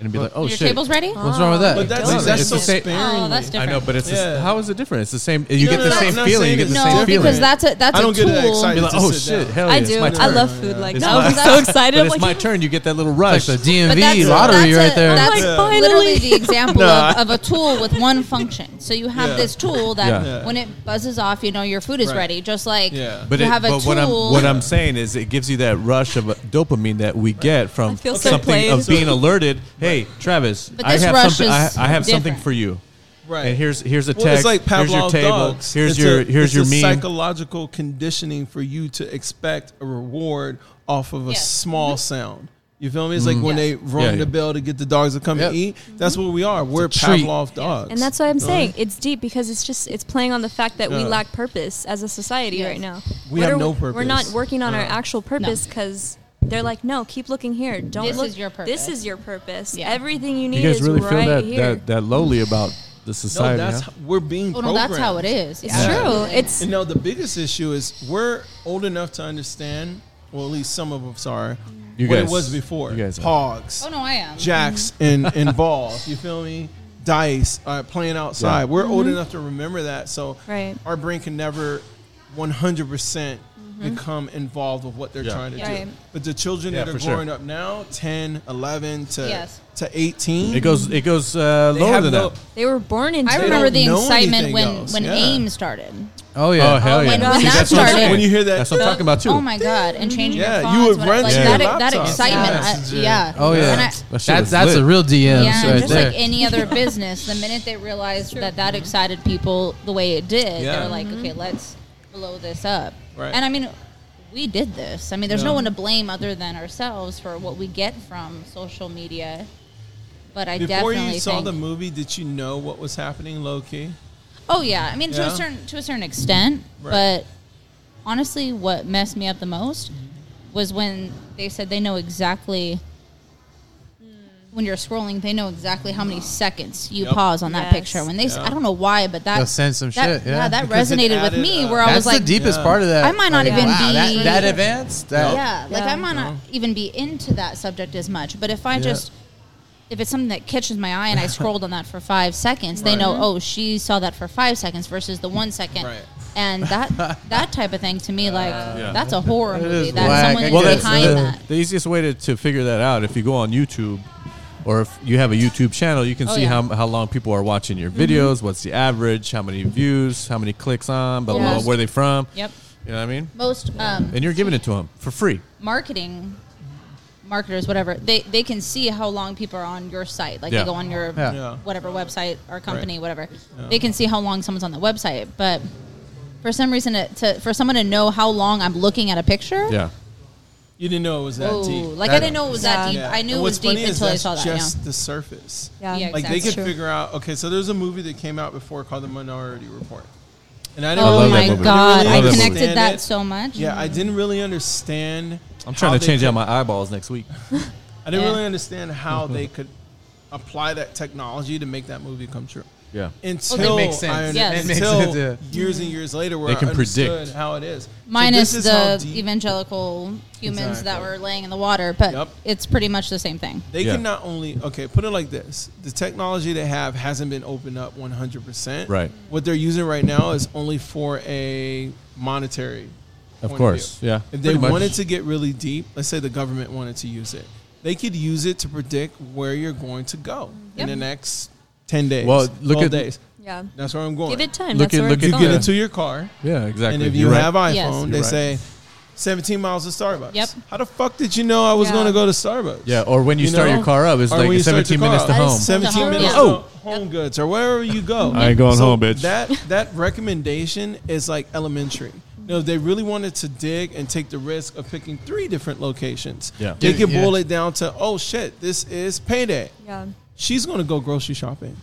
[SPEAKER 1] it'd be like, "Oh
[SPEAKER 2] Your
[SPEAKER 1] shit."
[SPEAKER 2] table's ready?
[SPEAKER 4] What's wrong with that?
[SPEAKER 3] But that's,
[SPEAKER 1] It's
[SPEAKER 3] that's
[SPEAKER 1] the
[SPEAKER 3] so
[SPEAKER 1] same-
[SPEAKER 3] sparingly.
[SPEAKER 2] Oh, that's different.
[SPEAKER 1] I know, but it's the s-
[SPEAKER 3] Yeah.
[SPEAKER 1] how is it different? It's the same. You get
[SPEAKER 3] No, no,
[SPEAKER 1] the
[SPEAKER 3] no,
[SPEAKER 1] same
[SPEAKER 3] I'm not
[SPEAKER 1] feeling. You
[SPEAKER 3] saying
[SPEAKER 1] get the
[SPEAKER 3] it's
[SPEAKER 2] no,
[SPEAKER 1] same
[SPEAKER 3] different.
[SPEAKER 1] feeling.
[SPEAKER 2] because that's a that's
[SPEAKER 3] I don't
[SPEAKER 2] a
[SPEAKER 3] get
[SPEAKER 2] tool.
[SPEAKER 3] that
[SPEAKER 1] You're
[SPEAKER 3] excited.
[SPEAKER 1] like,
[SPEAKER 3] to
[SPEAKER 1] "Oh
[SPEAKER 3] sit
[SPEAKER 1] shit,
[SPEAKER 3] down."
[SPEAKER 1] hell yeah!"
[SPEAKER 5] I
[SPEAKER 1] it's
[SPEAKER 5] do.
[SPEAKER 1] my
[SPEAKER 5] I
[SPEAKER 1] turn."
[SPEAKER 5] love food like
[SPEAKER 1] It's
[SPEAKER 5] that.
[SPEAKER 1] my-
[SPEAKER 5] I was so excited.
[SPEAKER 1] But it's
[SPEAKER 5] when
[SPEAKER 1] my
[SPEAKER 5] you-
[SPEAKER 1] turn. You get that little
[SPEAKER 4] Like
[SPEAKER 1] rush.
[SPEAKER 4] the
[SPEAKER 2] But that's,
[SPEAKER 4] DMV lottery
[SPEAKER 2] that's
[SPEAKER 4] right
[SPEAKER 2] a,
[SPEAKER 4] there.
[SPEAKER 2] That's
[SPEAKER 5] Yeah. finally.
[SPEAKER 2] literally the example
[SPEAKER 3] Nah.
[SPEAKER 2] of, of a tool with one function. So you have
[SPEAKER 3] Yeah.
[SPEAKER 2] this tool that
[SPEAKER 1] Yeah.
[SPEAKER 2] when it buzzes off, you know your food is
[SPEAKER 3] Right.
[SPEAKER 2] ready. Just like
[SPEAKER 3] Yeah.
[SPEAKER 1] But,
[SPEAKER 2] you
[SPEAKER 1] it,
[SPEAKER 2] have a
[SPEAKER 1] but
[SPEAKER 2] tool.
[SPEAKER 1] what I'm what I'm saying is it gives you that rush of uh, dopamine that we get
[SPEAKER 5] I
[SPEAKER 1] from
[SPEAKER 5] feel so
[SPEAKER 1] something
[SPEAKER 5] played.
[SPEAKER 1] of being alerted. Hey, Travis,
[SPEAKER 2] But
[SPEAKER 1] I
[SPEAKER 2] this
[SPEAKER 1] have
[SPEAKER 2] rush
[SPEAKER 1] something. I,
[SPEAKER 2] is
[SPEAKER 1] I have something
[SPEAKER 2] different.
[SPEAKER 1] for you.
[SPEAKER 3] Right.
[SPEAKER 1] And here's here's a text.
[SPEAKER 3] Well, it's like
[SPEAKER 1] here's your
[SPEAKER 3] Pavlov's
[SPEAKER 1] table.
[SPEAKER 3] dogs.
[SPEAKER 1] Here's
[SPEAKER 3] It's
[SPEAKER 1] your
[SPEAKER 3] a,
[SPEAKER 1] here's
[SPEAKER 3] it's
[SPEAKER 1] your
[SPEAKER 3] a
[SPEAKER 1] meme.
[SPEAKER 3] Psychological conditioning for you to expect a reward off of a
[SPEAKER 2] Yes.
[SPEAKER 3] small sound. You feel me? It's like when
[SPEAKER 2] Yes.
[SPEAKER 3] they rung
[SPEAKER 1] Mm-hmm. Yeah, yeah.
[SPEAKER 3] the bell to get the dogs to come
[SPEAKER 4] Yep.
[SPEAKER 3] and eat. That's
[SPEAKER 2] Mm-hmm.
[SPEAKER 3] what we are. We're
[SPEAKER 4] treat.
[SPEAKER 3] Pavlov dogs.
[SPEAKER 5] And that's why I'm saying it's deep because it's just it's playing on the fact that we
[SPEAKER 3] Yeah.
[SPEAKER 5] lack purpose as a society
[SPEAKER 2] Yes.
[SPEAKER 5] right now.
[SPEAKER 3] We have
[SPEAKER 5] are
[SPEAKER 3] no
[SPEAKER 5] We're
[SPEAKER 3] purpose.
[SPEAKER 5] not working on our
[SPEAKER 3] Yeah.
[SPEAKER 5] actual purpose because they're like, no, keep looking here. Don't
[SPEAKER 2] This
[SPEAKER 5] look.
[SPEAKER 2] is your
[SPEAKER 5] This
[SPEAKER 2] purpose."
[SPEAKER 5] is your purpose.
[SPEAKER 2] Yeah.
[SPEAKER 5] Everything you need
[SPEAKER 1] You guys
[SPEAKER 5] is
[SPEAKER 1] really
[SPEAKER 5] right
[SPEAKER 1] feel that,
[SPEAKER 5] here.
[SPEAKER 1] that that lowly about the
[SPEAKER 3] no,
[SPEAKER 1] society.
[SPEAKER 3] that's
[SPEAKER 1] huh?
[SPEAKER 3] how, we're being
[SPEAKER 2] oh no,
[SPEAKER 3] programmed.
[SPEAKER 2] that's how it is.
[SPEAKER 5] it's
[SPEAKER 2] Yeah.
[SPEAKER 5] true.
[SPEAKER 2] Absolutely.
[SPEAKER 5] It's
[SPEAKER 3] And now the biggest issue is we're old enough to understand, well, at least some of us are,
[SPEAKER 1] You
[SPEAKER 3] what
[SPEAKER 1] guys-
[SPEAKER 3] it was before.
[SPEAKER 1] you guys are.
[SPEAKER 3] Hogs,
[SPEAKER 2] oh no, I am.
[SPEAKER 3] jacks, and, and balls. You feel me? Dice, uh, playing outside. We're old
[SPEAKER 2] Mm-hmm.
[SPEAKER 3] enough to remember that. So
[SPEAKER 5] Right.
[SPEAKER 3] our brain can never 100% percent
[SPEAKER 2] Mm-hmm.
[SPEAKER 3] become involved with what they're
[SPEAKER 1] Yeah.
[SPEAKER 3] trying to
[SPEAKER 5] Right.
[SPEAKER 3] do. But the children
[SPEAKER 1] Yeah,
[SPEAKER 3] that are
[SPEAKER 1] for sure.
[SPEAKER 3] growing up now, 10, 11 to,
[SPEAKER 2] Yes.
[SPEAKER 3] to 18,
[SPEAKER 1] It goes it goes uh,
[SPEAKER 3] they
[SPEAKER 1] lower
[SPEAKER 3] have
[SPEAKER 1] than
[SPEAKER 3] no-
[SPEAKER 1] that.
[SPEAKER 5] they were born into.
[SPEAKER 2] I
[SPEAKER 5] it.
[SPEAKER 2] remember
[SPEAKER 3] don't
[SPEAKER 2] the
[SPEAKER 3] know
[SPEAKER 2] excitement
[SPEAKER 3] anything
[SPEAKER 2] when
[SPEAKER 3] else.
[SPEAKER 2] when
[SPEAKER 3] Yeah.
[SPEAKER 2] AIM started.
[SPEAKER 4] Oh yeah.
[SPEAKER 1] Oh hell
[SPEAKER 2] Oh,
[SPEAKER 1] yeah!
[SPEAKER 2] when- when
[SPEAKER 1] See,
[SPEAKER 2] that
[SPEAKER 1] that's what I'm
[SPEAKER 2] started-
[SPEAKER 1] saying.
[SPEAKER 3] When you hear that-
[SPEAKER 1] that's what I'm talking about too.
[SPEAKER 2] Oh my god! And changing your
[SPEAKER 3] Yeah, you
[SPEAKER 2] fonts,
[SPEAKER 3] would
[SPEAKER 2] whatever,
[SPEAKER 3] run
[SPEAKER 2] like,
[SPEAKER 1] to
[SPEAKER 2] that,
[SPEAKER 3] your
[SPEAKER 2] that
[SPEAKER 3] laptop.
[SPEAKER 2] excitement.
[SPEAKER 3] Yes.
[SPEAKER 2] I, yeah.
[SPEAKER 4] Oh
[SPEAKER 2] And
[SPEAKER 4] yeah.
[SPEAKER 2] I-
[SPEAKER 1] That shit
[SPEAKER 4] That's
[SPEAKER 1] was
[SPEAKER 4] that's
[SPEAKER 1] lit.
[SPEAKER 4] a real DMs
[SPEAKER 2] Yeah,
[SPEAKER 4] right
[SPEAKER 2] just
[SPEAKER 4] there.
[SPEAKER 2] like any other business, the minute they realized that that excited people the way it did, they
[SPEAKER 3] Yeah.
[SPEAKER 2] were like, okay, let's blow this up.
[SPEAKER 3] Right.
[SPEAKER 2] And I mean, we did this. I mean, there's no
[SPEAKER 3] Yeah.
[SPEAKER 2] one to blame other than ourselves for what we get from social media. But I
[SPEAKER 3] Before
[SPEAKER 2] definitely
[SPEAKER 3] you saw
[SPEAKER 2] think,
[SPEAKER 3] the movie, did you know what was happening low key?
[SPEAKER 2] oh yeah, I mean to a
[SPEAKER 3] Yeah.
[SPEAKER 2] certain to a certain extent,
[SPEAKER 3] Right.
[SPEAKER 2] but honestly, what messed me up the most was when they said they know exactly. When you're scrolling, they know exactly how many seconds you
[SPEAKER 3] Yep.
[SPEAKER 2] pause on that
[SPEAKER 5] Yes.
[SPEAKER 2] picture. When they, s
[SPEAKER 3] Yeah.
[SPEAKER 2] I don't know why, but that
[SPEAKER 4] They'll send some
[SPEAKER 2] that-
[SPEAKER 4] shit, yeah.
[SPEAKER 2] that
[SPEAKER 3] Because it
[SPEAKER 2] resonated
[SPEAKER 3] added,
[SPEAKER 2] with me.
[SPEAKER 3] uh,
[SPEAKER 2] where I was
[SPEAKER 4] That's
[SPEAKER 2] like,
[SPEAKER 4] the deepest
[SPEAKER 3] Yeah.
[SPEAKER 4] part of that.
[SPEAKER 2] I might not
[SPEAKER 4] Like,
[SPEAKER 2] even
[SPEAKER 4] wow,
[SPEAKER 2] be-
[SPEAKER 4] that, that advanced. That,
[SPEAKER 2] yeah, like
[SPEAKER 5] Yeah.
[SPEAKER 2] I might not even be into that subject as much. But if I
[SPEAKER 4] Yeah.
[SPEAKER 2] just if it's something that catches my eye and I scrolled on that for five seconds, they know, oh, she saw that for five seconds versus the one second.
[SPEAKER 3] Right.
[SPEAKER 2] And that that type of thing to me, like
[SPEAKER 1] Yeah.
[SPEAKER 2] that's a horror
[SPEAKER 1] It
[SPEAKER 2] movie.
[SPEAKER 1] is
[SPEAKER 2] That
[SPEAKER 4] whack.
[SPEAKER 2] someone
[SPEAKER 4] Well,
[SPEAKER 2] is
[SPEAKER 4] that's
[SPEAKER 2] behind
[SPEAKER 1] the,
[SPEAKER 2] that.
[SPEAKER 1] the easiest way to, to figure that out. If you go on YouTube, or if you have a YouTube channel, you can
[SPEAKER 2] Oh,
[SPEAKER 1] see
[SPEAKER 2] yeah. Mm-hmm.
[SPEAKER 1] how, how long people are watching your videos. What's the average? How many views? How many clicks on? But
[SPEAKER 2] Yeah.
[SPEAKER 1] where they from?
[SPEAKER 2] Yep.
[SPEAKER 1] You know what I mean?
[SPEAKER 2] Most um,
[SPEAKER 1] And you're giving it to them for free.
[SPEAKER 2] marketing marketers whatever they they can see how long people are on your site like
[SPEAKER 1] Yeah.
[SPEAKER 2] they go on your
[SPEAKER 4] Yeah.
[SPEAKER 3] Yeah.
[SPEAKER 2] whatever website or company whatever they can see how long someone's on the website but for some reason it, to for someone to know how long i'm looking at a picture
[SPEAKER 1] Yeah.
[SPEAKER 3] You didn't know it was that
[SPEAKER 2] whoa,
[SPEAKER 3] deep.
[SPEAKER 2] like i
[SPEAKER 4] That-
[SPEAKER 2] didn't know it was that
[SPEAKER 5] Yeah.
[SPEAKER 2] deep
[SPEAKER 3] Yeah.
[SPEAKER 2] Um, i knew
[SPEAKER 3] And
[SPEAKER 2] it was
[SPEAKER 3] what's funny
[SPEAKER 2] deep
[SPEAKER 3] is
[SPEAKER 2] until i
[SPEAKER 3] that's
[SPEAKER 2] saw that
[SPEAKER 3] Just
[SPEAKER 2] yeah
[SPEAKER 3] the surface.
[SPEAKER 5] Yeah.
[SPEAKER 2] Yeah,
[SPEAKER 3] Like they
[SPEAKER 2] That's
[SPEAKER 3] could
[SPEAKER 5] true.
[SPEAKER 3] figure out. Okay, so there's a movie that came out before called The Minority Report, and I didn't.
[SPEAKER 1] love
[SPEAKER 2] oh
[SPEAKER 1] that
[SPEAKER 3] really,
[SPEAKER 1] movie.
[SPEAKER 2] my god
[SPEAKER 1] I
[SPEAKER 2] i
[SPEAKER 1] love that
[SPEAKER 2] connected
[SPEAKER 3] understand
[SPEAKER 2] that
[SPEAKER 3] it.
[SPEAKER 2] so much
[SPEAKER 3] Yeah, I didn't really understand.
[SPEAKER 1] I'm
[SPEAKER 3] how
[SPEAKER 1] trying to
[SPEAKER 3] they
[SPEAKER 1] change
[SPEAKER 3] could-
[SPEAKER 1] out my eyeballs next week.
[SPEAKER 3] I didn't
[SPEAKER 2] Yeah.
[SPEAKER 3] really understand how they could apply that technology to make that movie come true.
[SPEAKER 1] Yeah.
[SPEAKER 3] Until
[SPEAKER 4] makes sense.
[SPEAKER 3] I,
[SPEAKER 2] Yes. It
[SPEAKER 4] makes
[SPEAKER 3] until
[SPEAKER 4] sense, yeah.
[SPEAKER 3] years and years later, where
[SPEAKER 1] They can
[SPEAKER 3] I understood
[SPEAKER 1] predict.
[SPEAKER 3] how it is. So
[SPEAKER 2] minus
[SPEAKER 3] this is how
[SPEAKER 2] the
[SPEAKER 3] deep-
[SPEAKER 2] evangelical humans that
[SPEAKER 3] Exactly.
[SPEAKER 2] were laying in the water but
[SPEAKER 3] Yep.
[SPEAKER 2] it's pretty much the same thing
[SPEAKER 3] They
[SPEAKER 1] Yeah.
[SPEAKER 3] can not only okay, put it like this: the technology they have hasn't been opened up one hundred percent.
[SPEAKER 1] Right.
[SPEAKER 3] What they're using right now is only for a monetary.
[SPEAKER 1] Of
[SPEAKER 3] point
[SPEAKER 1] course,
[SPEAKER 3] view.
[SPEAKER 1] yeah,
[SPEAKER 3] If they
[SPEAKER 1] pretty much.
[SPEAKER 3] wanted to get really deep, let's say the government wanted to use it, they could use it to predict where you're going to go
[SPEAKER 2] Yep.
[SPEAKER 3] in the next ten days.
[SPEAKER 1] Well, look
[SPEAKER 3] 12
[SPEAKER 1] at-
[SPEAKER 3] days.
[SPEAKER 5] Yeah.
[SPEAKER 3] That's where I'm going.
[SPEAKER 5] Give it time.
[SPEAKER 1] Look
[SPEAKER 5] That's
[SPEAKER 1] at-
[SPEAKER 5] where
[SPEAKER 1] look
[SPEAKER 5] it's
[SPEAKER 1] at-
[SPEAKER 3] you
[SPEAKER 5] going.
[SPEAKER 3] get
[SPEAKER 1] Yeah.
[SPEAKER 3] into your car,
[SPEAKER 1] Yeah, exactly.
[SPEAKER 3] and if you
[SPEAKER 1] You're right.
[SPEAKER 3] have
[SPEAKER 2] Yes.
[SPEAKER 3] iPhone,
[SPEAKER 1] You're
[SPEAKER 3] they
[SPEAKER 1] right.
[SPEAKER 3] say. 17 miles to Starbucks.
[SPEAKER 2] Yep.
[SPEAKER 3] How the fuck did you know I was
[SPEAKER 5] Yeah.
[SPEAKER 3] going to go to Starbucks?
[SPEAKER 1] Yeah, or when you, start
[SPEAKER 3] know?
[SPEAKER 1] your car up, it's
[SPEAKER 3] Or when
[SPEAKER 1] like
[SPEAKER 3] you start
[SPEAKER 1] 17
[SPEAKER 3] your car
[SPEAKER 1] minutes to
[SPEAKER 3] up.
[SPEAKER 1] home.
[SPEAKER 2] That is-
[SPEAKER 3] 17
[SPEAKER 2] Yeah.
[SPEAKER 3] minutes.
[SPEAKER 2] Yeah.
[SPEAKER 3] Oh, Home Goods or wherever you go.
[SPEAKER 1] I ain't going home, bitch.
[SPEAKER 3] That that recommendation is like elementary. No, if they really wanted to dig and take the risk of picking three different locations.
[SPEAKER 1] Yeah.
[SPEAKER 3] They could
[SPEAKER 4] Yeah.
[SPEAKER 3] boil it down to, oh shit, this is payday.
[SPEAKER 5] Yeah.
[SPEAKER 2] Um,
[SPEAKER 3] She's gonna go grocery shopping.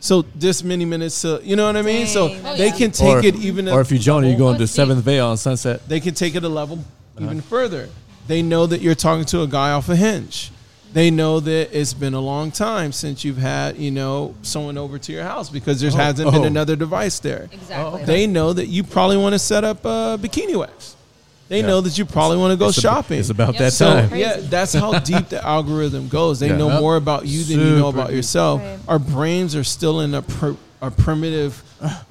[SPEAKER 3] So this many minutes to you know what I mean? So
[SPEAKER 5] Dang. Oh,
[SPEAKER 3] they
[SPEAKER 2] yeah.
[SPEAKER 3] can take it even
[SPEAKER 1] or if you Jonah, you're going to
[SPEAKER 2] deep.
[SPEAKER 1] Seventh Veil on Sunset.
[SPEAKER 3] they can take it a level even
[SPEAKER 1] Uh-huh.
[SPEAKER 3] further. They know that you're talking to a guy off a hinge. They know that it's been a long time since you've had, you know, someone over to your house because there hasn't been
[SPEAKER 1] oh.
[SPEAKER 3] another device there.
[SPEAKER 2] exactly
[SPEAKER 3] They know that you probably want to set up uh, bikini wax. They
[SPEAKER 1] Yeah.
[SPEAKER 3] know that you probably want to go
[SPEAKER 1] It's ab-
[SPEAKER 3] shopping.
[SPEAKER 1] It's about
[SPEAKER 2] Yep.
[SPEAKER 1] that
[SPEAKER 3] so
[SPEAKER 1] time.
[SPEAKER 3] yeah,
[SPEAKER 5] Crazy.
[SPEAKER 3] that's how deep the algorithm goes. They
[SPEAKER 1] Yeah.
[SPEAKER 3] know
[SPEAKER 1] Yep.
[SPEAKER 3] more about you than you know
[SPEAKER 1] Super
[SPEAKER 3] about
[SPEAKER 1] deep.
[SPEAKER 3] yourself.
[SPEAKER 5] Right.
[SPEAKER 3] Our brains are still in a, per, a primitive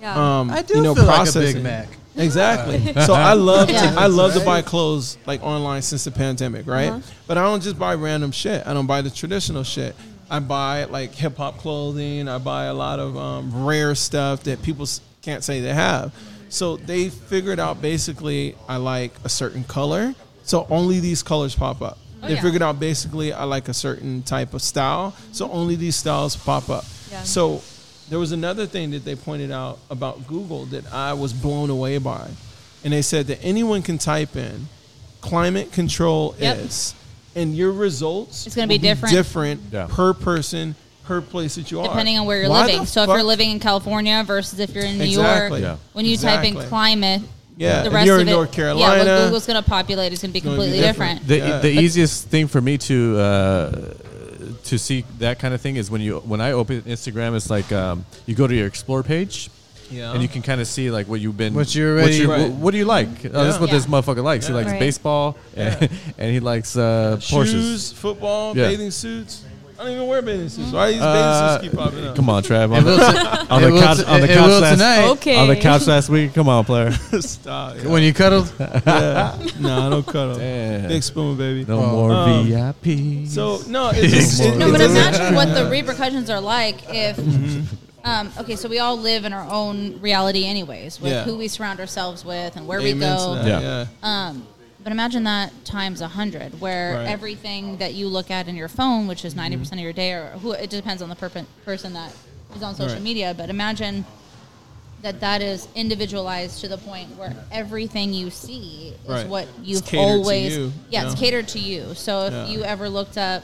[SPEAKER 5] Yeah.
[SPEAKER 3] um,
[SPEAKER 4] I do
[SPEAKER 3] you know,
[SPEAKER 4] feel like a
[SPEAKER 3] processing.
[SPEAKER 4] Big Mac.
[SPEAKER 3] Exactly. so I love
[SPEAKER 2] Yeah.
[SPEAKER 3] to, I love to buy clothes like online since the pandemic, right?
[SPEAKER 2] Uh-huh.
[SPEAKER 3] But I don't just buy random shit. I don't buy the traditional shit. I buy like hip hop clothing. I buy a lot of um, rare stuff that people s- can't say they have. So they figured out basically I like a certain color. So only these colors pop up.
[SPEAKER 2] Oh,
[SPEAKER 3] they
[SPEAKER 2] yeah.
[SPEAKER 3] figured out basically I like a certain type of style. So only these styles pop up.
[SPEAKER 5] Yeah.
[SPEAKER 3] So so there was another thing that they pointed out about Google that I was blown away by. And they said that anyone can type in climate control
[SPEAKER 2] Yep.
[SPEAKER 3] is and your results
[SPEAKER 2] It's gonna be
[SPEAKER 3] will
[SPEAKER 2] different.
[SPEAKER 3] different
[SPEAKER 1] Yeah.
[SPEAKER 3] per person, per place that you are.
[SPEAKER 2] depending on where you're
[SPEAKER 3] Why
[SPEAKER 2] living.
[SPEAKER 3] the
[SPEAKER 2] So if
[SPEAKER 3] fuck-
[SPEAKER 2] you're living in California versus if you're in New
[SPEAKER 3] Exactly.
[SPEAKER 2] York,
[SPEAKER 1] Yeah.
[SPEAKER 2] when you type
[SPEAKER 3] Exactly.
[SPEAKER 2] in climate,
[SPEAKER 3] Yeah,
[SPEAKER 2] the
[SPEAKER 3] if
[SPEAKER 2] rest
[SPEAKER 3] you're
[SPEAKER 2] of
[SPEAKER 3] in
[SPEAKER 2] it,
[SPEAKER 3] North
[SPEAKER 2] yeah,
[SPEAKER 3] Carolina-
[SPEAKER 2] what Google's going to populate is going to be
[SPEAKER 3] gonna be
[SPEAKER 2] completely
[SPEAKER 3] different.
[SPEAKER 2] different.
[SPEAKER 1] The,
[SPEAKER 3] Yeah.
[SPEAKER 1] the easiest thing for me to uh, to see that kind of thing is when you when I open Instagram, it's like um, you go to your explore page.
[SPEAKER 3] Yeah.
[SPEAKER 1] And you can kind of see like what you've been,
[SPEAKER 4] What you're
[SPEAKER 1] what,
[SPEAKER 4] already-
[SPEAKER 1] you-
[SPEAKER 3] Right.
[SPEAKER 1] what, do you like? Oh, this is what
[SPEAKER 2] Yeah.
[SPEAKER 1] this motherfucker likes. He
[SPEAKER 3] Yeah.
[SPEAKER 1] likes
[SPEAKER 5] Right.
[SPEAKER 1] baseball, and, and he likes uh, Porsches.
[SPEAKER 3] shoes, football,
[SPEAKER 1] Yeah.
[SPEAKER 3] bathing suits. I don't even wear bathing suits. Why do these
[SPEAKER 1] Uh,
[SPEAKER 3] bathing suits keep popping up?
[SPEAKER 1] Come on, Trav.
[SPEAKER 4] It
[SPEAKER 1] On
[SPEAKER 4] will,
[SPEAKER 1] the,
[SPEAKER 4] t-
[SPEAKER 1] on
[SPEAKER 4] it
[SPEAKER 1] the
[SPEAKER 4] will
[SPEAKER 1] couch,
[SPEAKER 4] t-
[SPEAKER 1] on the
[SPEAKER 4] it
[SPEAKER 1] couch
[SPEAKER 4] will
[SPEAKER 1] last,
[SPEAKER 4] tonight
[SPEAKER 2] Oh.
[SPEAKER 5] Okay.
[SPEAKER 1] on the couch last week. Come on, player.
[SPEAKER 3] Stop. Yeah.
[SPEAKER 4] when you cuddled.
[SPEAKER 3] nah, I don't
[SPEAKER 1] Damn.
[SPEAKER 3] cut them. Big spoon, baby.
[SPEAKER 1] No more
[SPEAKER 3] Um,
[SPEAKER 1] VIP.
[SPEAKER 3] So no, it's just,
[SPEAKER 1] No
[SPEAKER 3] it,
[SPEAKER 2] No,
[SPEAKER 3] it
[SPEAKER 2] but
[SPEAKER 3] doesn't-
[SPEAKER 2] imagine what the repercussions are like if.
[SPEAKER 3] Mm-hmm.
[SPEAKER 2] Um, okay, so we all live in our own reality, anyways, with
[SPEAKER 3] Yeah.
[SPEAKER 2] who we surround ourselves with and where
[SPEAKER 3] Amen to
[SPEAKER 2] we go.
[SPEAKER 3] that,
[SPEAKER 1] Yeah.
[SPEAKER 3] yeah.
[SPEAKER 2] Um, but imagine that times a hundred, where
[SPEAKER 3] Right. Mm-hmm.
[SPEAKER 2] everything that you look at in your phone, which is 90 percent of your day, or who it depends on the perp- person that is on social
[SPEAKER 3] Right.
[SPEAKER 2] media. But imagine that that is individualized to the point where everything you see is
[SPEAKER 3] Right.
[SPEAKER 2] what
[SPEAKER 3] It's
[SPEAKER 2] you've
[SPEAKER 3] catered to
[SPEAKER 2] always
[SPEAKER 3] you,
[SPEAKER 2] yeah, it's
[SPEAKER 3] yeah.
[SPEAKER 2] catered to you. So if
[SPEAKER 3] Yeah.
[SPEAKER 2] you ever looked up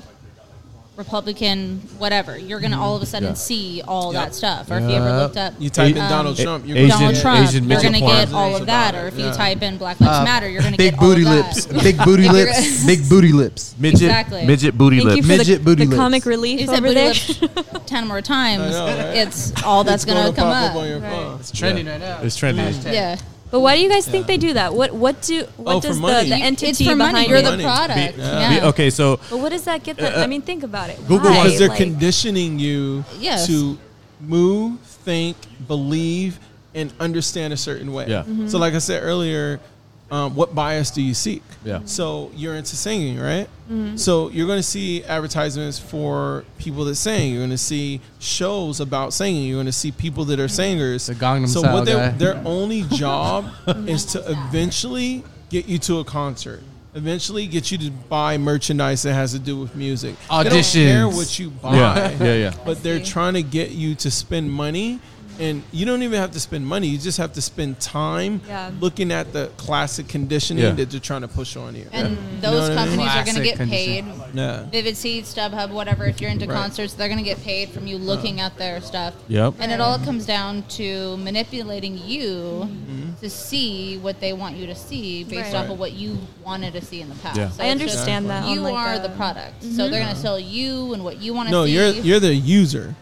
[SPEAKER 2] Republican whatever, you're gonna all of a sudden
[SPEAKER 1] Yeah.
[SPEAKER 2] see all
[SPEAKER 3] Mm-hmm. Yep.
[SPEAKER 2] that stuff. Or if you ever
[SPEAKER 4] Yep.
[SPEAKER 2] looked up
[SPEAKER 3] You type in
[SPEAKER 2] Um,
[SPEAKER 3] Donald
[SPEAKER 1] A-
[SPEAKER 3] Trump, you're
[SPEAKER 1] Asian-
[SPEAKER 2] Donald Trump,
[SPEAKER 1] Asian
[SPEAKER 2] you're gonna
[SPEAKER 1] mitchell porn.
[SPEAKER 2] get all of that. Or if you
[SPEAKER 3] Yeah.
[SPEAKER 2] type in Black Lives Matter, you're gonna
[SPEAKER 4] Uh, big
[SPEAKER 2] get
[SPEAKER 4] booty
[SPEAKER 2] all of
[SPEAKER 4] lips.
[SPEAKER 2] That.
[SPEAKER 4] Big booty
[SPEAKER 2] If you're-
[SPEAKER 4] lips. Big booty lips.
[SPEAKER 1] midget,
[SPEAKER 2] Exactly.
[SPEAKER 1] midget booty
[SPEAKER 5] Thank you
[SPEAKER 1] lips.
[SPEAKER 5] for
[SPEAKER 4] Midget
[SPEAKER 5] the,
[SPEAKER 4] booty
[SPEAKER 5] the
[SPEAKER 4] lips.
[SPEAKER 5] comic relief
[SPEAKER 2] You said
[SPEAKER 5] over
[SPEAKER 2] booty
[SPEAKER 5] there.
[SPEAKER 2] lips ten more times.
[SPEAKER 3] I know, right?
[SPEAKER 2] It's all that's
[SPEAKER 3] It's
[SPEAKER 2] gonna,
[SPEAKER 3] gonna
[SPEAKER 2] come
[SPEAKER 3] pop
[SPEAKER 2] up.
[SPEAKER 3] on your
[SPEAKER 5] Right.
[SPEAKER 3] phone.
[SPEAKER 4] It's trending right now.
[SPEAKER 1] It's trendy.
[SPEAKER 4] Hashtag.
[SPEAKER 2] Yeah,
[SPEAKER 5] But why do you guys think they do that? What what do what
[SPEAKER 3] Oh, for
[SPEAKER 5] does the,
[SPEAKER 3] money.
[SPEAKER 5] the
[SPEAKER 3] You-
[SPEAKER 5] entity
[SPEAKER 2] it's for money.
[SPEAKER 5] behind
[SPEAKER 2] You're
[SPEAKER 5] it?
[SPEAKER 2] the
[SPEAKER 3] Money.
[SPEAKER 2] product.
[SPEAKER 1] Be-
[SPEAKER 2] yeah.
[SPEAKER 1] be- okay, so
[SPEAKER 5] But what does that get
[SPEAKER 3] Uh,
[SPEAKER 5] them? I mean, think about it.
[SPEAKER 1] Google
[SPEAKER 5] Why?
[SPEAKER 1] wants-
[SPEAKER 3] because they're
[SPEAKER 5] Like,
[SPEAKER 3] conditioning you
[SPEAKER 2] Yes.
[SPEAKER 3] to move, think, believe, and understand a certain way.
[SPEAKER 1] Yeah.
[SPEAKER 3] So, like I said earlier, um, what bias do you seek?
[SPEAKER 1] Yeah.
[SPEAKER 3] So you're into singing, right? So you're going to see advertisements for people that sing. You're going to see shows about singing. You're going to see people that are singers.
[SPEAKER 4] The Gangnam
[SPEAKER 3] so
[SPEAKER 4] Style
[SPEAKER 3] what their
[SPEAKER 4] guy.
[SPEAKER 3] their only job is to eventually get you to a concert. Eventually, get you to buy merchandise that has to do with music. They don't care
[SPEAKER 4] Auditions.
[SPEAKER 3] what you buy
[SPEAKER 1] yeah, yeah, yeah.
[SPEAKER 3] but they're trying to get you to spend money and you don't even have to spend money you just have to spend time
[SPEAKER 5] Yeah.
[SPEAKER 3] looking at the classic conditioning
[SPEAKER 1] Yeah.
[SPEAKER 3] that they're trying to push on you
[SPEAKER 2] And
[SPEAKER 3] You know
[SPEAKER 2] those
[SPEAKER 3] what I mean?
[SPEAKER 2] companies are going to
[SPEAKER 4] Classic
[SPEAKER 2] get paid.
[SPEAKER 4] condition.
[SPEAKER 3] yeah
[SPEAKER 2] Vivid Seats, StubHub, whatever. If you're into
[SPEAKER 3] Right.
[SPEAKER 2] concerts, they're going to get paid from you looking at their stuff.
[SPEAKER 1] Yep.
[SPEAKER 2] And it all comes down to manipulating you
[SPEAKER 3] Mm-hmm.
[SPEAKER 2] to see what they want you to see based
[SPEAKER 5] Right.
[SPEAKER 2] off
[SPEAKER 3] Right.
[SPEAKER 2] of what you wanted to see in the past.
[SPEAKER 1] Yeah.
[SPEAKER 2] So
[SPEAKER 5] I
[SPEAKER 2] it's just
[SPEAKER 5] understand that. on,
[SPEAKER 2] You
[SPEAKER 5] like,
[SPEAKER 2] are
[SPEAKER 5] the- Mm-hmm.
[SPEAKER 2] the product, so they're going to sell you and what you want to
[SPEAKER 3] no
[SPEAKER 2] see.
[SPEAKER 3] you're you're the user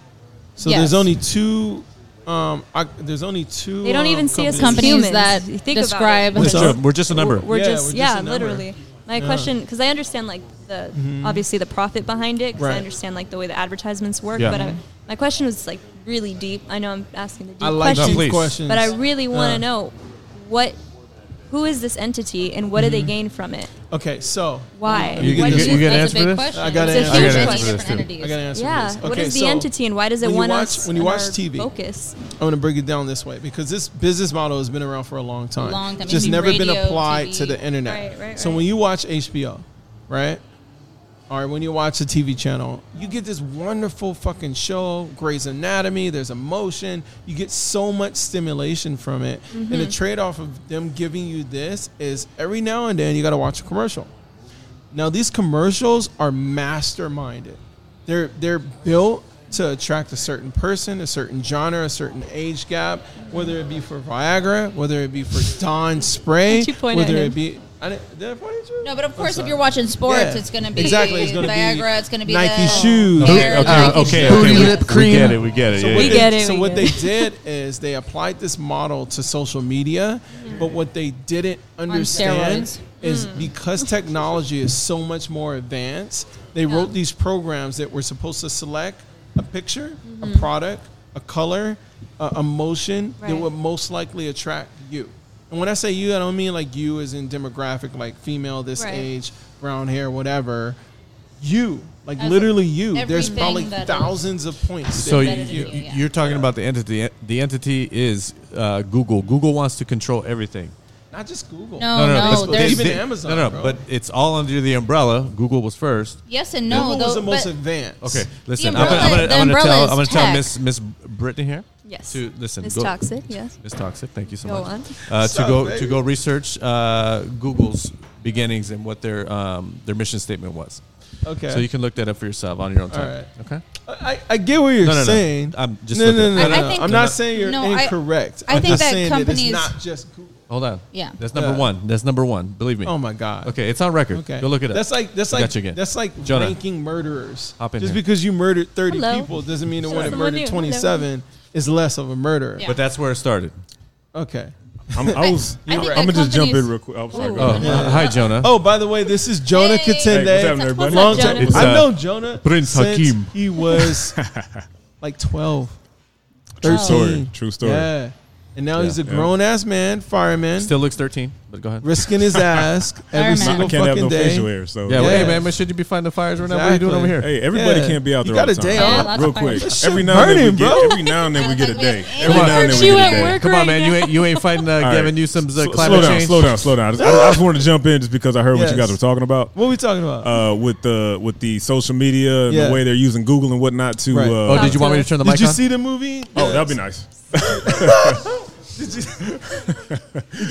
[SPEAKER 3] so
[SPEAKER 2] Yes.
[SPEAKER 3] there's only two um I, there's only two
[SPEAKER 5] They don't
[SPEAKER 3] um,
[SPEAKER 5] even see us as
[SPEAKER 2] companies
[SPEAKER 5] humans.
[SPEAKER 2] that
[SPEAKER 5] You think
[SPEAKER 2] describe
[SPEAKER 5] about it.
[SPEAKER 1] We're just, we're just a number.
[SPEAKER 5] We're
[SPEAKER 3] Yeah,
[SPEAKER 5] just
[SPEAKER 3] we're just
[SPEAKER 5] yeah,
[SPEAKER 3] a number.
[SPEAKER 5] literally. My
[SPEAKER 3] Yeah. Mm-hmm.
[SPEAKER 5] question, because I understand like the obviously the profit behind it, because
[SPEAKER 3] Right.
[SPEAKER 5] I understand like the way the advertisements work.
[SPEAKER 1] Yeah.
[SPEAKER 5] But I, my question was like really deep. I know I'm asking the deep
[SPEAKER 3] I like
[SPEAKER 1] No,
[SPEAKER 5] questions,
[SPEAKER 1] please.
[SPEAKER 3] these questions
[SPEAKER 5] but I really want to
[SPEAKER 3] Uh.
[SPEAKER 5] know what, who is this entity and what
[SPEAKER 3] Mm-hmm.
[SPEAKER 5] do they gain from it?
[SPEAKER 3] okay so
[SPEAKER 5] Why?
[SPEAKER 1] You
[SPEAKER 5] Why
[SPEAKER 1] get-
[SPEAKER 5] do
[SPEAKER 1] you get-
[SPEAKER 2] That's a
[SPEAKER 1] answer
[SPEAKER 2] big
[SPEAKER 1] for this?
[SPEAKER 2] question.
[SPEAKER 3] I gotta
[SPEAKER 5] It's a answer- I huge gotta
[SPEAKER 1] answer
[SPEAKER 2] Different
[SPEAKER 1] question.
[SPEAKER 2] entities.
[SPEAKER 3] i gotta answer
[SPEAKER 5] yeah.
[SPEAKER 3] this.
[SPEAKER 5] what
[SPEAKER 3] Okay,
[SPEAKER 5] is the
[SPEAKER 3] so
[SPEAKER 5] entity and why does it
[SPEAKER 3] when you
[SPEAKER 5] want
[SPEAKER 3] watch-
[SPEAKER 5] us
[SPEAKER 3] when you
[SPEAKER 5] on
[SPEAKER 3] watch
[SPEAKER 5] our
[SPEAKER 3] TV,
[SPEAKER 5] focus?
[SPEAKER 3] I'm going to break it down this way because this business model has been around for a long time.
[SPEAKER 2] Long time.
[SPEAKER 3] Just
[SPEAKER 2] Maybe
[SPEAKER 3] never been
[SPEAKER 2] radio,
[SPEAKER 3] applied
[SPEAKER 2] TV.
[SPEAKER 3] to the internet.
[SPEAKER 5] Right, right,
[SPEAKER 3] so
[SPEAKER 5] right.
[SPEAKER 3] when you watch HBO, right? Or when you watch a TV channel, you get this wonderful fucking show, Grey's Anatomy, there's emotion. You get so much stimulation from it. And
[SPEAKER 5] Mm-hmm.
[SPEAKER 3] the trade off of them giving you this is every now and then you got to watch a commercial. Now these commercials are masterminded. They're they're built to attract a certain person, a certain genre, a certain age gap, whether it be for Viagra, whether it be for Dawn spray,
[SPEAKER 5] Did you point at
[SPEAKER 3] whether
[SPEAKER 5] him?
[SPEAKER 3] it be I didn't, did I point at you?
[SPEAKER 2] No, but of
[SPEAKER 3] I'm
[SPEAKER 2] course, if
[SPEAKER 3] sorry.
[SPEAKER 2] you're watching sports,
[SPEAKER 3] Yeah.
[SPEAKER 2] it's going to be
[SPEAKER 3] Exactly, it's gonna be
[SPEAKER 2] Viagra. it's going to be
[SPEAKER 3] Nike
[SPEAKER 2] the
[SPEAKER 3] shoes. uh,
[SPEAKER 1] Who-
[SPEAKER 2] hair,
[SPEAKER 1] okay,
[SPEAKER 2] Nike
[SPEAKER 1] okay,
[SPEAKER 2] shoes.
[SPEAKER 1] okay,
[SPEAKER 4] Booty
[SPEAKER 1] we,
[SPEAKER 4] lip
[SPEAKER 1] we
[SPEAKER 4] cream.
[SPEAKER 1] get it. We get it.
[SPEAKER 3] So
[SPEAKER 1] yeah,
[SPEAKER 3] what
[SPEAKER 5] We
[SPEAKER 1] yeah.
[SPEAKER 3] they,
[SPEAKER 5] get it,
[SPEAKER 3] So
[SPEAKER 5] we
[SPEAKER 3] what
[SPEAKER 5] get
[SPEAKER 3] they
[SPEAKER 5] it.
[SPEAKER 3] did is they applied this model to social media, but what they didn't understand
[SPEAKER 2] steroids.
[SPEAKER 3] is
[SPEAKER 5] Hmm.
[SPEAKER 3] because technology is so much more advanced, they wrote these programs that were supposed to select a picture,
[SPEAKER 5] Mm-hmm.
[SPEAKER 3] a product, a color, a emotion that
[SPEAKER 5] Right.
[SPEAKER 3] would most likely attract you. And when I say you, I don't mean like you as in demographic, like female, this
[SPEAKER 5] Right.
[SPEAKER 3] age, brown hair, whatever. You, like
[SPEAKER 2] As
[SPEAKER 3] literally you. There's
[SPEAKER 2] everything
[SPEAKER 3] probably
[SPEAKER 2] that is-
[SPEAKER 3] thousands of points.
[SPEAKER 1] So you,
[SPEAKER 3] that
[SPEAKER 2] Better than
[SPEAKER 3] you.
[SPEAKER 2] you, yeah.
[SPEAKER 1] you're talking about the entity. The entity is uh, Google. Google wants to control everything.
[SPEAKER 3] Not just Google.
[SPEAKER 2] No, No, no, no,
[SPEAKER 1] that's-
[SPEAKER 2] there's-
[SPEAKER 1] they-
[SPEAKER 3] Oh, Even
[SPEAKER 1] they-
[SPEAKER 3] Amazon,
[SPEAKER 1] No, no,
[SPEAKER 3] bro.
[SPEAKER 1] but it's all under the umbrella. Google was first.
[SPEAKER 2] Yes and no.
[SPEAKER 3] Google was
[SPEAKER 2] though,
[SPEAKER 3] the most
[SPEAKER 2] but-
[SPEAKER 3] advanced.
[SPEAKER 1] Okay, listen.
[SPEAKER 2] umbrella-
[SPEAKER 1] I'm gonna, I'm
[SPEAKER 2] the
[SPEAKER 1] gonna, I'm gonna
[SPEAKER 2] umbrella
[SPEAKER 1] tell.
[SPEAKER 2] is
[SPEAKER 1] I'm gonna tell
[SPEAKER 2] tech.
[SPEAKER 1] Miss Miss Brittany here.
[SPEAKER 5] Yes.
[SPEAKER 1] To listen.
[SPEAKER 5] Miss
[SPEAKER 1] go-
[SPEAKER 5] Toxic, yes.
[SPEAKER 1] Miss Toxic. Thank you so
[SPEAKER 5] Go
[SPEAKER 1] much.
[SPEAKER 5] on.
[SPEAKER 1] Uh, to
[SPEAKER 3] Sup,
[SPEAKER 1] go to
[SPEAKER 3] baby?
[SPEAKER 1] go research uh, Google's beginnings and what their um, their mission statement was.
[SPEAKER 3] Okay.
[SPEAKER 1] So you can look that up for yourself on your own time.
[SPEAKER 3] Alright.
[SPEAKER 1] Okay.
[SPEAKER 3] I, I get what you're
[SPEAKER 1] No, no, no.
[SPEAKER 3] saying.
[SPEAKER 1] I'm just
[SPEAKER 3] no,
[SPEAKER 1] looking
[SPEAKER 3] no,
[SPEAKER 2] I-
[SPEAKER 1] at-
[SPEAKER 3] no, no,
[SPEAKER 2] I
[SPEAKER 3] no.
[SPEAKER 2] think-
[SPEAKER 3] I'm not saying you're
[SPEAKER 2] No, I-
[SPEAKER 3] incorrect.
[SPEAKER 2] I
[SPEAKER 3] am
[SPEAKER 2] think
[SPEAKER 3] just
[SPEAKER 2] that
[SPEAKER 3] saying
[SPEAKER 2] companies-
[SPEAKER 3] that it's not just Google.
[SPEAKER 1] Hold on.
[SPEAKER 2] Yeah.
[SPEAKER 1] That's number
[SPEAKER 3] Yeah.
[SPEAKER 1] one. That's number one. Believe me.
[SPEAKER 3] Oh my God.
[SPEAKER 1] Okay, it's on record.
[SPEAKER 3] Okay.
[SPEAKER 1] Go look it up.
[SPEAKER 3] That's like that's
[SPEAKER 1] I
[SPEAKER 3] like
[SPEAKER 1] got you again.
[SPEAKER 3] that's like
[SPEAKER 1] Jonah.
[SPEAKER 3] ranking murderers.
[SPEAKER 1] Hop in
[SPEAKER 3] just
[SPEAKER 1] here.
[SPEAKER 3] because you murdered 30
[SPEAKER 5] Hello.
[SPEAKER 3] people doesn't mean the
[SPEAKER 5] Show
[SPEAKER 3] one that
[SPEAKER 5] someone
[SPEAKER 3] murdered
[SPEAKER 5] new.
[SPEAKER 3] 27 is less of a murderer.
[SPEAKER 2] Yeah.
[SPEAKER 1] but that's where it started.
[SPEAKER 3] Okay.
[SPEAKER 6] I'm, I was.
[SPEAKER 2] I
[SPEAKER 6] I
[SPEAKER 2] think
[SPEAKER 6] am
[SPEAKER 2] that
[SPEAKER 6] gonna just jump in
[SPEAKER 2] companies-
[SPEAKER 6] real quick. I'm sorry.
[SPEAKER 5] Ooh.
[SPEAKER 6] go
[SPEAKER 1] Oh,
[SPEAKER 6] ahead.
[SPEAKER 1] uh, hi Jonah.
[SPEAKER 3] Oh, by the way, this is Jonah
[SPEAKER 2] Hey.
[SPEAKER 6] Hey,
[SPEAKER 3] Katende.
[SPEAKER 6] what's happening,
[SPEAKER 5] What's up,
[SPEAKER 6] everybody?
[SPEAKER 3] Long time.
[SPEAKER 5] Jonah?
[SPEAKER 6] It's,
[SPEAKER 3] I've
[SPEAKER 6] uh,
[SPEAKER 3] known Jonah
[SPEAKER 6] Prince
[SPEAKER 3] since
[SPEAKER 6] Hakeem.
[SPEAKER 3] He was like 12. 13.
[SPEAKER 5] Oh.
[SPEAKER 6] True story. True story.
[SPEAKER 3] Mm. Yeah. And now he's a
[SPEAKER 6] Yeah.
[SPEAKER 3] grown ass man, fireman,
[SPEAKER 1] Still looks 13, but go ahead.
[SPEAKER 3] risking his ass every
[SPEAKER 2] Fireman.
[SPEAKER 6] I
[SPEAKER 3] single
[SPEAKER 6] can't have
[SPEAKER 3] fucking
[SPEAKER 6] no
[SPEAKER 3] day.
[SPEAKER 6] facial hair. So
[SPEAKER 1] Yeah, well,
[SPEAKER 3] Yeah.
[SPEAKER 1] hey man, but should you be fighting the fires right now? What are you doing over
[SPEAKER 3] Exactly.
[SPEAKER 1] here?
[SPEAKER 6] Hey, everybody
[SPEAKER 3] Yeah.
[SPEAKER 6] can't be out
[SPEAKER 3] You
[SPEAKER 6] there.
[SPEAKER 3] got
[SPEAKER 6] all
[SPEAKER 3] a
[SPEAKER 6] the
[SPEAKER 3] day
[SPEAKER 6] time.
[SPEAKER 2] Yeah, off. lots
[SPEAKER 6] Real
[SPEAKER 2] of fires.
[SPEAKER 6] quick.
[SPEAKER 3] That shit
[SPEAKER 6] Every now and then
[SPEAKER 3] burning,
[SPEAKER 6] we get.
[SPEAKER 3] bro.
[SPEAKER 6] Every now and then we get a day. Every
[SPEAKER 1] Come on.
[SPEAKER 6] now and then we
[SPEAKER 5] You
[SPEAKER 6] get a
[SPEAKER 5] at
[SPEAKER 6] day.
[SPEAKER 5] work
[SPEAKER 1] Come on,
[SPEAKER 5] right
[SPEAKER 1] man. You
[SPEAKER 5] now.
[SPEAKER 1] ain't you ain't fighting uh,
[SPEAKER 6] All right.
[SPEAKER 1] Gavin Newsom's uh,
[SPEAKER 6] Sl-
[SPEAKER 1] climate
[SPEAKER 6] slow down,
[SPEAKER 1] change.
[SPEAKER 6] slow down, slow down. I just, I just wanted to jump in just because I heard what
[SPEAKER 3] Yes.
[SPEAKER 6] you guys were talking about
[SPEAKER 3] What are we talking about?
[SPEAKER 6] uh, with the with the social media and
[SPEAKER 3] Yeah.
[SPEAKER 6] the way they're using Google and whatnot to.
[SPEAKER 3] Right.
[SPEAKER 6] Uh,
[SPEAKER 1] Oh, did you want me to turn the
[SPEAKER 3] Did
[SPEAKER 1] mic
[SPEAKER 3] you
[SPEAKER 1] on?
[SPEAKER 3] see the movie?
[SPEAKER 6] oh, that'd be nice.
[SPEAKER 3] Did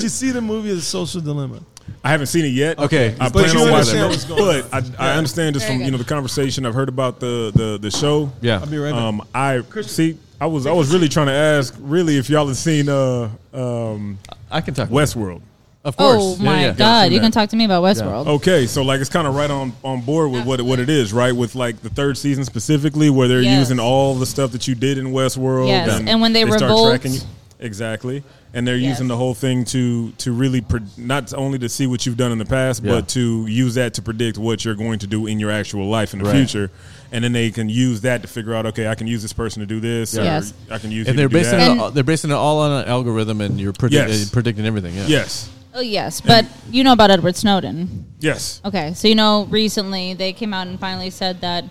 [SPEAKER 3] you see the movie The Social Dilemma?
[SPEAKER 6] I haven't seen it yet.
[SPEAKER 1] Okay.
[SPEAKER 6] I
[SPEAKER 1] But
[SPEAKER 6] plan
[SPEAKER 1] you
[SPEAKER 6] on watching
[SPEAKER 1] understand
[SPEAKER 6] it,
[SPEAKER 3] what's going
[SPEAKER 6] but I, I understand this
[SPEAKER 2] Very
[SPEAKER 6] from you
[SPEAKER 2] good.
[SPEAKER 6] know the conversation I've heard about the the the show.
[SPEAKER 1] yeah.
[SPEAKER 3] I'll be right back.
[SPEAKER 6] Um, I see. I was I was really trying to ask, really, if y'all had seen uh, um,
[SPEAKER 1] I can talk.
[SPEAKER 6] Westworld.
[SPEAKER 1] Of course.
[SPEAKER 2] Oh
[SPEAKER 1] Yeah,
[SPEAKER 2] my
[SPEAKER 1] yeah.
[SPEAKER 2] God!
[SPEAKER 6] Yeah.
[SPEAKER 2] You can talk to me about Westworld.
[SPEAKER 3] Oh.
[SPEAKER 6] Okay, so like it's kind of right on on board with what it, what it is, right? With like the third season specifically, where they're
[SPEAKER 2] Yes.
[SPEAKER 6] using all the stuff that you did in Westworld.
[SPEAKER 2] Yes, and when they
[SPEAKER 6] start
[SPEAKER 2] revolt.
[SPEAKER 6] tracking you. Exactly, and they're
[SPEAKER 2] Yes.
[SPEAKER 6] using the whole thing to to really pre- not only to see what you've done in the past,
[SPEAKER 1] Yeah.
[SPEAKER 6] but to use that to predict what you're going to do in your actual life in the
[SPEAKER 1] Right.
[SPEAKER 6] future, and then they can use that to figure out, okay, I can use this person to do this, or
[SPEAKER 2] Yes.
[SPEAKER 6] I can use. you
[SPEAKER 1] And
[SPEAKER 6] to
[SPEAKER 1] they're
[SPEAKER 6] do
[SPEAKER 1] basing
[SPEAKER 6] that.
[SPEAKER 1] it
[SPEAKER 2] And-
[SPEAKER 1] all, they're basing it all on an algorithm, and you're predi-
[SPEAKER 6] Yes.
[SPEAKER 1] uh, predicting everything. Yeah.
[SPEAKER 6] yes,
[SPEAKER 2] Oh yes, but you know about Edward Snowden.
[SPEAKER 6] yes,
[SPEAKER 2] Okay, so you know recently they came out and finally said that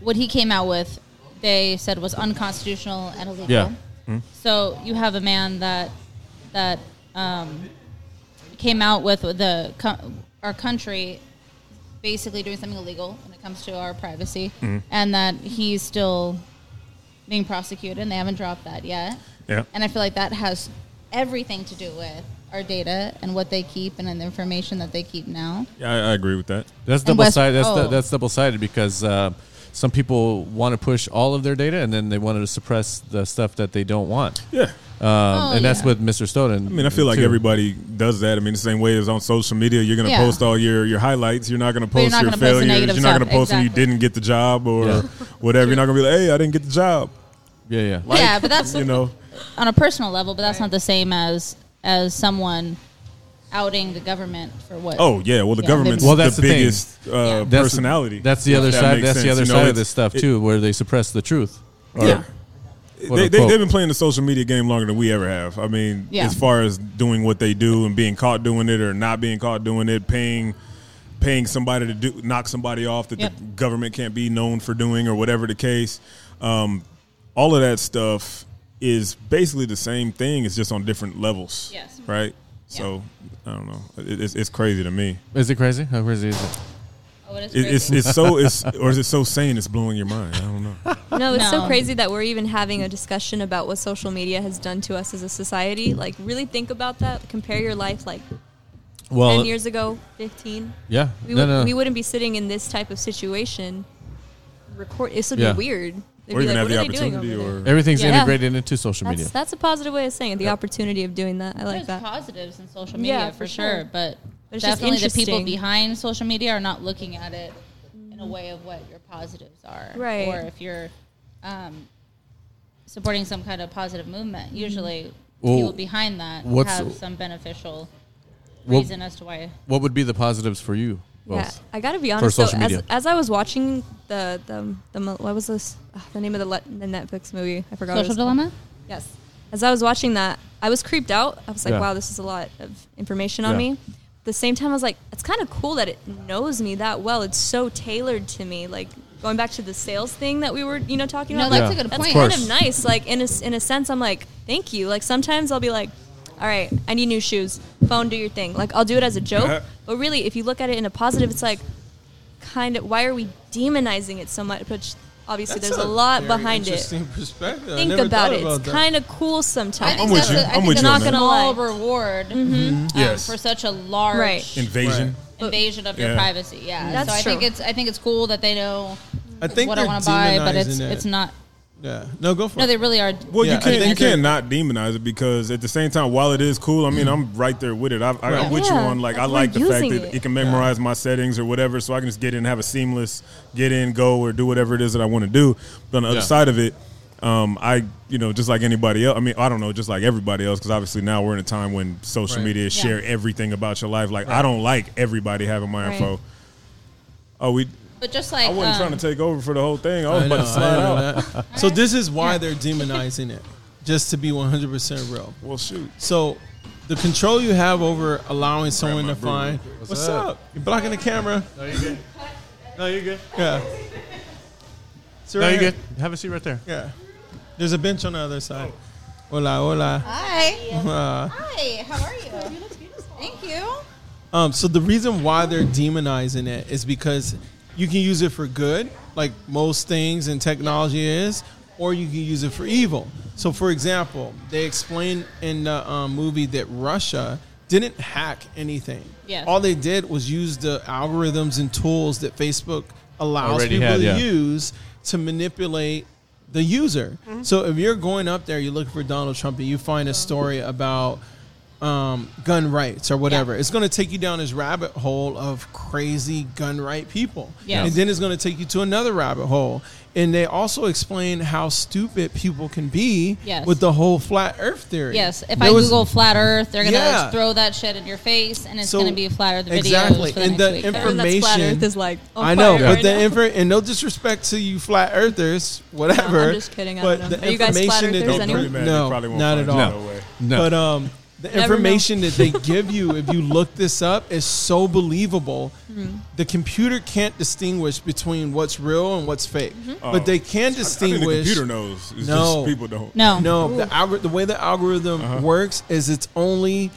[SPEAKER 2] what he came out with, they said was unconstitutional and illegal.
[SPEAKER 1] Yeah.
[SPEAKER 2] So you have a man that that um, came out with the co- our country basically doing something illegal when it comes to our privacy, and that he's still being prosecuted, and they haven't dropped that yet.
[SPEAKER 6] yeah,
[SPEAKER 2] And I feel like that has everything to do with our data and what they keep and the information that they keep now.
[SPEAKER 6] yeah I, I agree with that.
[SPEAKER 1] That's
[SPEAKER 2] And
[SPEAKER 1] double
[SPEAKER 2] West-
[SPEAKER 1] sided. That's
[SPEAKER 2] oh.
[SPEAKER 1] that's double sided because uh, some people want to push all of their data, and then they want to suppress the stuff that they don't want.
[SPEAKER 6] Yeah,
[SPEAKER 1] Um,
[SPEAKER 5] Oh,
[SPEAKER 1] and that's
[SPEAKER 2] yeah.
[SPEAKER 1] with Mr. Snowden.
[SPEAKER 6] I mean, I feel like
[SPEAKER 1] too.
[SPEAKER 6] everybody does that. I mean, the same way as on social media, you're going to
[SPEAKER 2] Yeah.
[SPEAKER 6] post all your, your highlights. You're not going to
[SPEAKER 2] you're
[SPEAKER 6] post
[SPEAKER 2] not
[SPEAKER 6] your
[SPEAKER 2] gonna post the
[SPEAKER 6] failures.
[SPEAKER 2] negative
[SPEAKER 6] you're not going to
[SPEAKER 2] stuff.
[SPEAKER 6] post when you
[SPEAKER 2] Exactly.
[SPEAKER 6] didn't get the job or
[SPEAKER 1] Yeah.
[SPEAKER 6] whatever. You're not going to be like, hey, I didn't get the job.
[SPEAKER 1] Yeah, yeah.
[SPEAKER 2] yeah, but that's
[SPEAKER 6] You know,
[SPEAKER 2] on a personal level, but that's not the same as as someone outing the government for what.
[SPEAKER 6] oh yeah, well the
[SPEAKER 2] Yeah,
[SPEAKER 6] government's
[SPEAKER 2] they- Well,
[SPEAKER 1] that's
[SPEAKER 6] the,
[SPEAKER 1] the thing.
[SPEAKER 6] biggest uh,
[SPEAKER 1] That's-
[SPEAKER 6] personality.
[SPEAKER 1] That's the
[SPEAKER 6] If
[SPEAKER 1] other
[SPEAKER 6] that
[SPEAKER 1] side.
[SPEAKER 6] makes
[SPEAKER 1] That's the
[SPEAKER 6] sense.
[SPEAKER 1] other
[SPEAKER 6] You know,
[SPEAKER 1] side of
[SPEAKER 6] it's-
[SPEAKER 1] this stuff
[SPEAKER 6] it-
[SPEAKER 1] too, where they suppress the truth. Or-
[SPEAKER 6] Yeah.
[SPEAKER 1] quote,
[SPEAKER 6] They, they,
[SPEAKER 1] unquote.
[SPEAKER 6] they've been playing the social media game longer than we ever have. I mean,
[SPEAKER 2] Yeah.
[SPEAKER 6] as far as doing what they do and being caught doing it or not being caught doing it, paying paying somebody to do knock somebody off that the
[SPEAKER 2] Yep.
[SPEAKER 6] government can't be known for doing or whatever the case, um, all of that stuff is basically the same thing. It's just on different levels.
[SPEAKER 2] Yes.
[SPEAKER 5] Mm-hmm.
[SPEAKER 6] Right. So I don't know. It, it's, it's crazy to me.
[SPEAKER 1] Is it crazy? How crazy is it?
[SPEAKER 2] Oh, it is
[SPEAKER 6] It, it's
[SPEAKER 2] crazy.
[SPEAKER 6] it's so it's or is it so sane? It's blowing your mind. I don't know.
[SPEAKER 5] No, it's
[SPEAKER 2] No.
[SPEAKER 5] so crazy that we're even having a discussion about what social media has done to us as a society. Like, really think about that. Compare your life like
[SPEAKER 1] Well,
[SPEAKER 5] 10 years ago, 15.
[SPEAKER 1] yeah.
[SPEAKER 5] We,
[SPEAKER 1] no,
[SPEAKER 5] would,
[SPEAKER 1] no.
[SPEAKER 5] we wouldn't be sitting in this type of situation. Record. This would
[SPEAKER 1] Yeah.
[SPEAKER 5] be weird. They'd
[SPEAKER 6] or
[SPEAKER 5] be like,
[SPEAKER 6] even have
[SPEAKER 5] what
[SPEAKER 6] the
[SPEAKER 5] are they doing
[SPEAKER 6] opportunity
[SPEAKER 5] over there?
[SPEAKER 6] or
[SPEAKER 1] Everything's
[SPEAKER 5] Yeah.
[SPEAKER 1] integrated into social media.
[SPEAKER 5] That's, that's a positive way of saying it. The opportunity of doing that. I like
[SPEAKER 2] There's
[SPEAKER 5] that.
[SPEAKER 2] positives in social media
[SPEAKER 5] Yeah,
[SPEAKER 2] for,
[SPEAKER 5] for
[SPEAKER 2] sure,
[SPEAKER 5] sure.
[SPEAKER 2] but
[SPEAKER 5] But it's just
[SPEAKER 2] definitely the people
[SPEAKER 5] interesting.
[SPEAKER 2] behind social media are not looking at it in a way of what your positives are,
[SPEAKER 5] Right.
[SPEAKER 2] Or if you're um, supporting some kind of positive movement, usually
[SPEAKER 1] Well,
[SPEAKER 2] people behind that
[SPEAKER 1] what's-
[SPEAKER 2] have some beneficial
[SPEAKER 1] Well-
[SPEAKER 2] reason as to why.
[SPEAKER 1] what would be the positives for you? Both?
[SPEAKER 5] Yeah, I gotta be honest.
[SPEAKER 1] social
[SPEAKER 5] though, as,
[SPEAKER 1] media.
[SPEAKER 5] as I was watching the the, the mo- what was this? Ugh, the name of the, le- the Netflix movie? I forgot. what it
[SPEAKER 2] Social
[SPEAKER 5] was called.
[SPEAKER 2] dilemma.
[SPEAKER 5] Yes. As I was watching that, I was creeped out. I was like,
[SPEAKER 1] Yeah.
[SPEAKER 5] wow, this is a lot of information on
[SPEAKER 1] Yeah.
[SPEAKER 5] me. At the same time, I was like, it's kind of cool that it knows me that well. It's so tailored to me. Like going back to the sales thing that we were, you know, talking
[SPEAKER 2] No,
[SPEAKER 5] about.
[SPEAKER 2] that's
[SPEAKER 1] Yeah.
[SPEAKER 2] a good
[SPEAKER 5] That's
[SPEAKER 2] point.
[SPEAKER 5] kind
[SPEAKER 1] course.
[SPEAKER 5] of nice. Like in a, s- in a sense, I'm like, thank you. Like sometimes I'll be like, all right, I need new shoes. Phone, do your thing. Like I'll do it as a joke. but really, if you look at it in a positive, it's like, kind of, why are we demonizing it so much? Which obviously
[SPEAKER 3] That's
[SPEAKER 5] there's a, lot
[SPEAKER 3] very
[SPEAKER 5] behind it
[SPEAKER 3] Interesting perspective. I
[SPEAKER 5] think
[SPEAKER 3] never
[SPEAKER 5] about
[SPEAKER 3] thought
[SPEAKER 5] it.
[SPEAKER 3] About
[SPEAKER 5] It's kind of cool sometimes.
[SPEAKER 6] I'm with you. I'm with you on
[SPEAKER 2] Not
[SPEAKER 6] that. Mm-hmm.
[SPEAKER 2] gonna small
[SPEAKER 5] Like-
[SPEAKER 2] reward um,
[SPEAKER 6] Yes.
[SPEAKER 2] for such a large
[SPEAKER 5] Mm-hmm. Right. Mm-hmm.
[SPEAKER 6] invasion.
[SPEAKER 2] invasion of your
[SPEAKER 6] Yeah.
[SPEAKER 2] privacy. Yeah,
[SPEAKER 5] That's
[SPEAKER 2] so I think
[SPEAKER 5] true.
[SPEAKER 2] it's I think it's cool that they know
[SPEAKER 3] I think
[SPEAKER 2] what I
[SPEAKER 3] they're
[SPEAKER 2] want to buy, but it's
[SPEAKER 3] demonizing it.
[SPEAKER 2] it's not.
[SPEAKER 3] Yeah. No, go for
[SPEAKER 2] No,
[SPEAKER 3] it.
[SPEAKER 2] they really are.
[SPEAKER 6] Well,
[SPEAKER 3] Yeah,
[SPEAKER 6] you can't
[SPEAKER 3] I
[SPEAKER 6] you
[SPEAKER 3] think
[SPEAKER 6] can't not demonize it because at the same time, while it is cool, I
[SPEAKER 3] Mm.
[SPEAKER 6] mean, I'm right there with it. I, I, am
[SPEAKER 5] Right.
[SPEAKER 6] with you
[SPEAKER 5] Yeah,
[SPEAKER 6] on like I
[SPEAKER 5] that's
[SPEAKER 6] like
[SPEAKER 5] why
[SPEAKER 6] the fact
[SPEAKER 5] using
[SPEAKER 6] that it.
[SPEAKER 5] it.
[SPEAKER 6] can memorize my settings or whatever, so I can just get in, and have a seamless get in, go, or do whatever it is that I want to do. But on the
[SPEAKER 1] Yeah.
[SPEAKER 6] other side of it, um, I you know just like anybody else. I mean, I don't know, just like everybody else, because obviously now we're in a time when social
[SPEAKER 3] Right.
[SPEAKER 6] media share everything about your life. Like I don't like everybody having my
[SPEAKER 5] Right.
[SPEAKER 6] info. Oh, we.
[SPEAKER 2] But just like
[SPEAKER 6] I wasn't
[SPEAKER 2] um,
[SPEAKER 6] trying to take over for the whole thing. I was
[SPEAKER 3] I
[SPEAKER 6] about
[SPEAKER 3] know,
[SPEAKER 6] to slide out.
[SPEAKER 3] I know that. So this is why they're demonizing it, just to be 100% real.
[SPEAKER 6] Well, shoot.
[SPEAKER 3] So the control you have over allowing someone to
[SPEAKER 6] brew.
[SPEAKER 3] find what's, up? You're blocking the camera.
[SPEAKER 1] No, you're good. No, you're good.
[SPEAKER 3] Yeah. So
[SPEAKER 1] No,
[SPEAKER 3] right
[SPEAKER 1] you're
[SPEAKER 3] here-
[SPEAKER 1] good. Have a seat right there.
[SPEAKER 3] Yeah. There's a bench on the other side. Hola, hola.
[SPEAKER 2] Hi,
[SPEAKER 3] Uh,
[SPEAKER 2] hi. How are you? You look beautiful. Thank you.
[SPEAKER 3] Um, so the reason why they're demonizing it is because you can use it for good, like most things in technology is, or you can use it for evil. So, for example, they explain in the um, movie that Russia didn't hack anything.
[SPEAKER 2] Yes.
[SPEAKER 3] All they did was use the algorithms and tools that Facebook allows
[SPEAKER 1] Already
[SPEAKER 3] people
[SPEAKER 1] had,
[SPEAKER 3] to
[SPEAKER 1] yeah.
[SPEAKER 3] use to manipulate the user. So if you're going up there, you're looking for Donald Trump, and you find a story about um, gun rights or whatever. It's going to take you down this rabbit hole of crazy gun right people.
[SPEAKER 2] Yes.
[SPEAKER 3] And then it's going to take you to another rabbit hole. And they also explain how stupid people can be
[SPEAKER 2] Yes.
[SPEAKER 3] with the whole flat earth theory.
[SPEAKER 2] Yes, if
[SPEAKER 3] There
[SPEAKER 2] I
[SPEAKER 3] was-
[SPEAKER 2] Google flat Earth, they're gonna
[SPEAKER 3] Yeah.
[SPEAKER 2] throw that shit in your face, and it's
[SPEAKER 3] So-
[SPEAKER 2] gonna be flat Earth videos
[SPEAKER 3] Exactly.
[SPEAKER 2] for the
[SPEAKER 3] And
[SPEAKER 2] next
[SPEAKER 3] the
[SPEAKER 2] week.
[SPEAKER 3] inf-
[SPEAKER 5] Everyone that's flat
[SPEAKER 3] Information.
[SPEAKER 5] Earth is like, on
[SPEAKER 3] I know,
[SPEAKER 5] fire
[SPEAKER 3] but
[SPEAKER 5] right
[SPEAKER 3] the
[SPEAKER 5] now.
[SPEAKER 3] info and no disrespect to you flat earthers, whatever.
[SPEAKER 5] No, I'm just kidding. I
[SPEAKER 3] But
[SPEAKER 5] don't know.
[SPEAKER 3] the
[SPEAKER 5] Are you guys flat
[SPEAKER 3] information that
[SPEAKER 5] earthers
[SPEAKER 3] they-
[SPEAKER 6] Don't
[SPEAKER 5] anyone?
[SPEAKER 6] really matter.
[SPEAKER 3] No,
[SPEAKER 6] They probably won't
[SPEAKER 3] not at
[SPEAKER 6] find
[SPEAKER 3] all.
[SPEAKER 6] you,
[SPEAKER 1] No.
[SPEAKER 6] No way.
[SPEAKER 1] No.
[SPEAKER 3] But um, the
[SPEAKER 5] Never know.
[SPEAKER 3] information that they give you, if you look this up, is so believable.
[SPEAKER 2] Mm-hmm.
[SPEAKER 3] The computer can't distinguish between what's real and what's fake,
[SPEAKER 2] Mm-hmm.
[SPEAKER 3] but they can
[SPEAKER 6] Oh. I think the
[SPEAKER 3] distinguish.
[SPEAKER 6] computer knows. It's
[SPEAKER 3] No.
[SPEAKER 6] just people don't.
[SPEAKER 2] no,
[SPEAKER 3] No, the, algor- the way the algorithm
[SPEAKER 6] Uh-huh.
[SPEAKER 3] works is it's only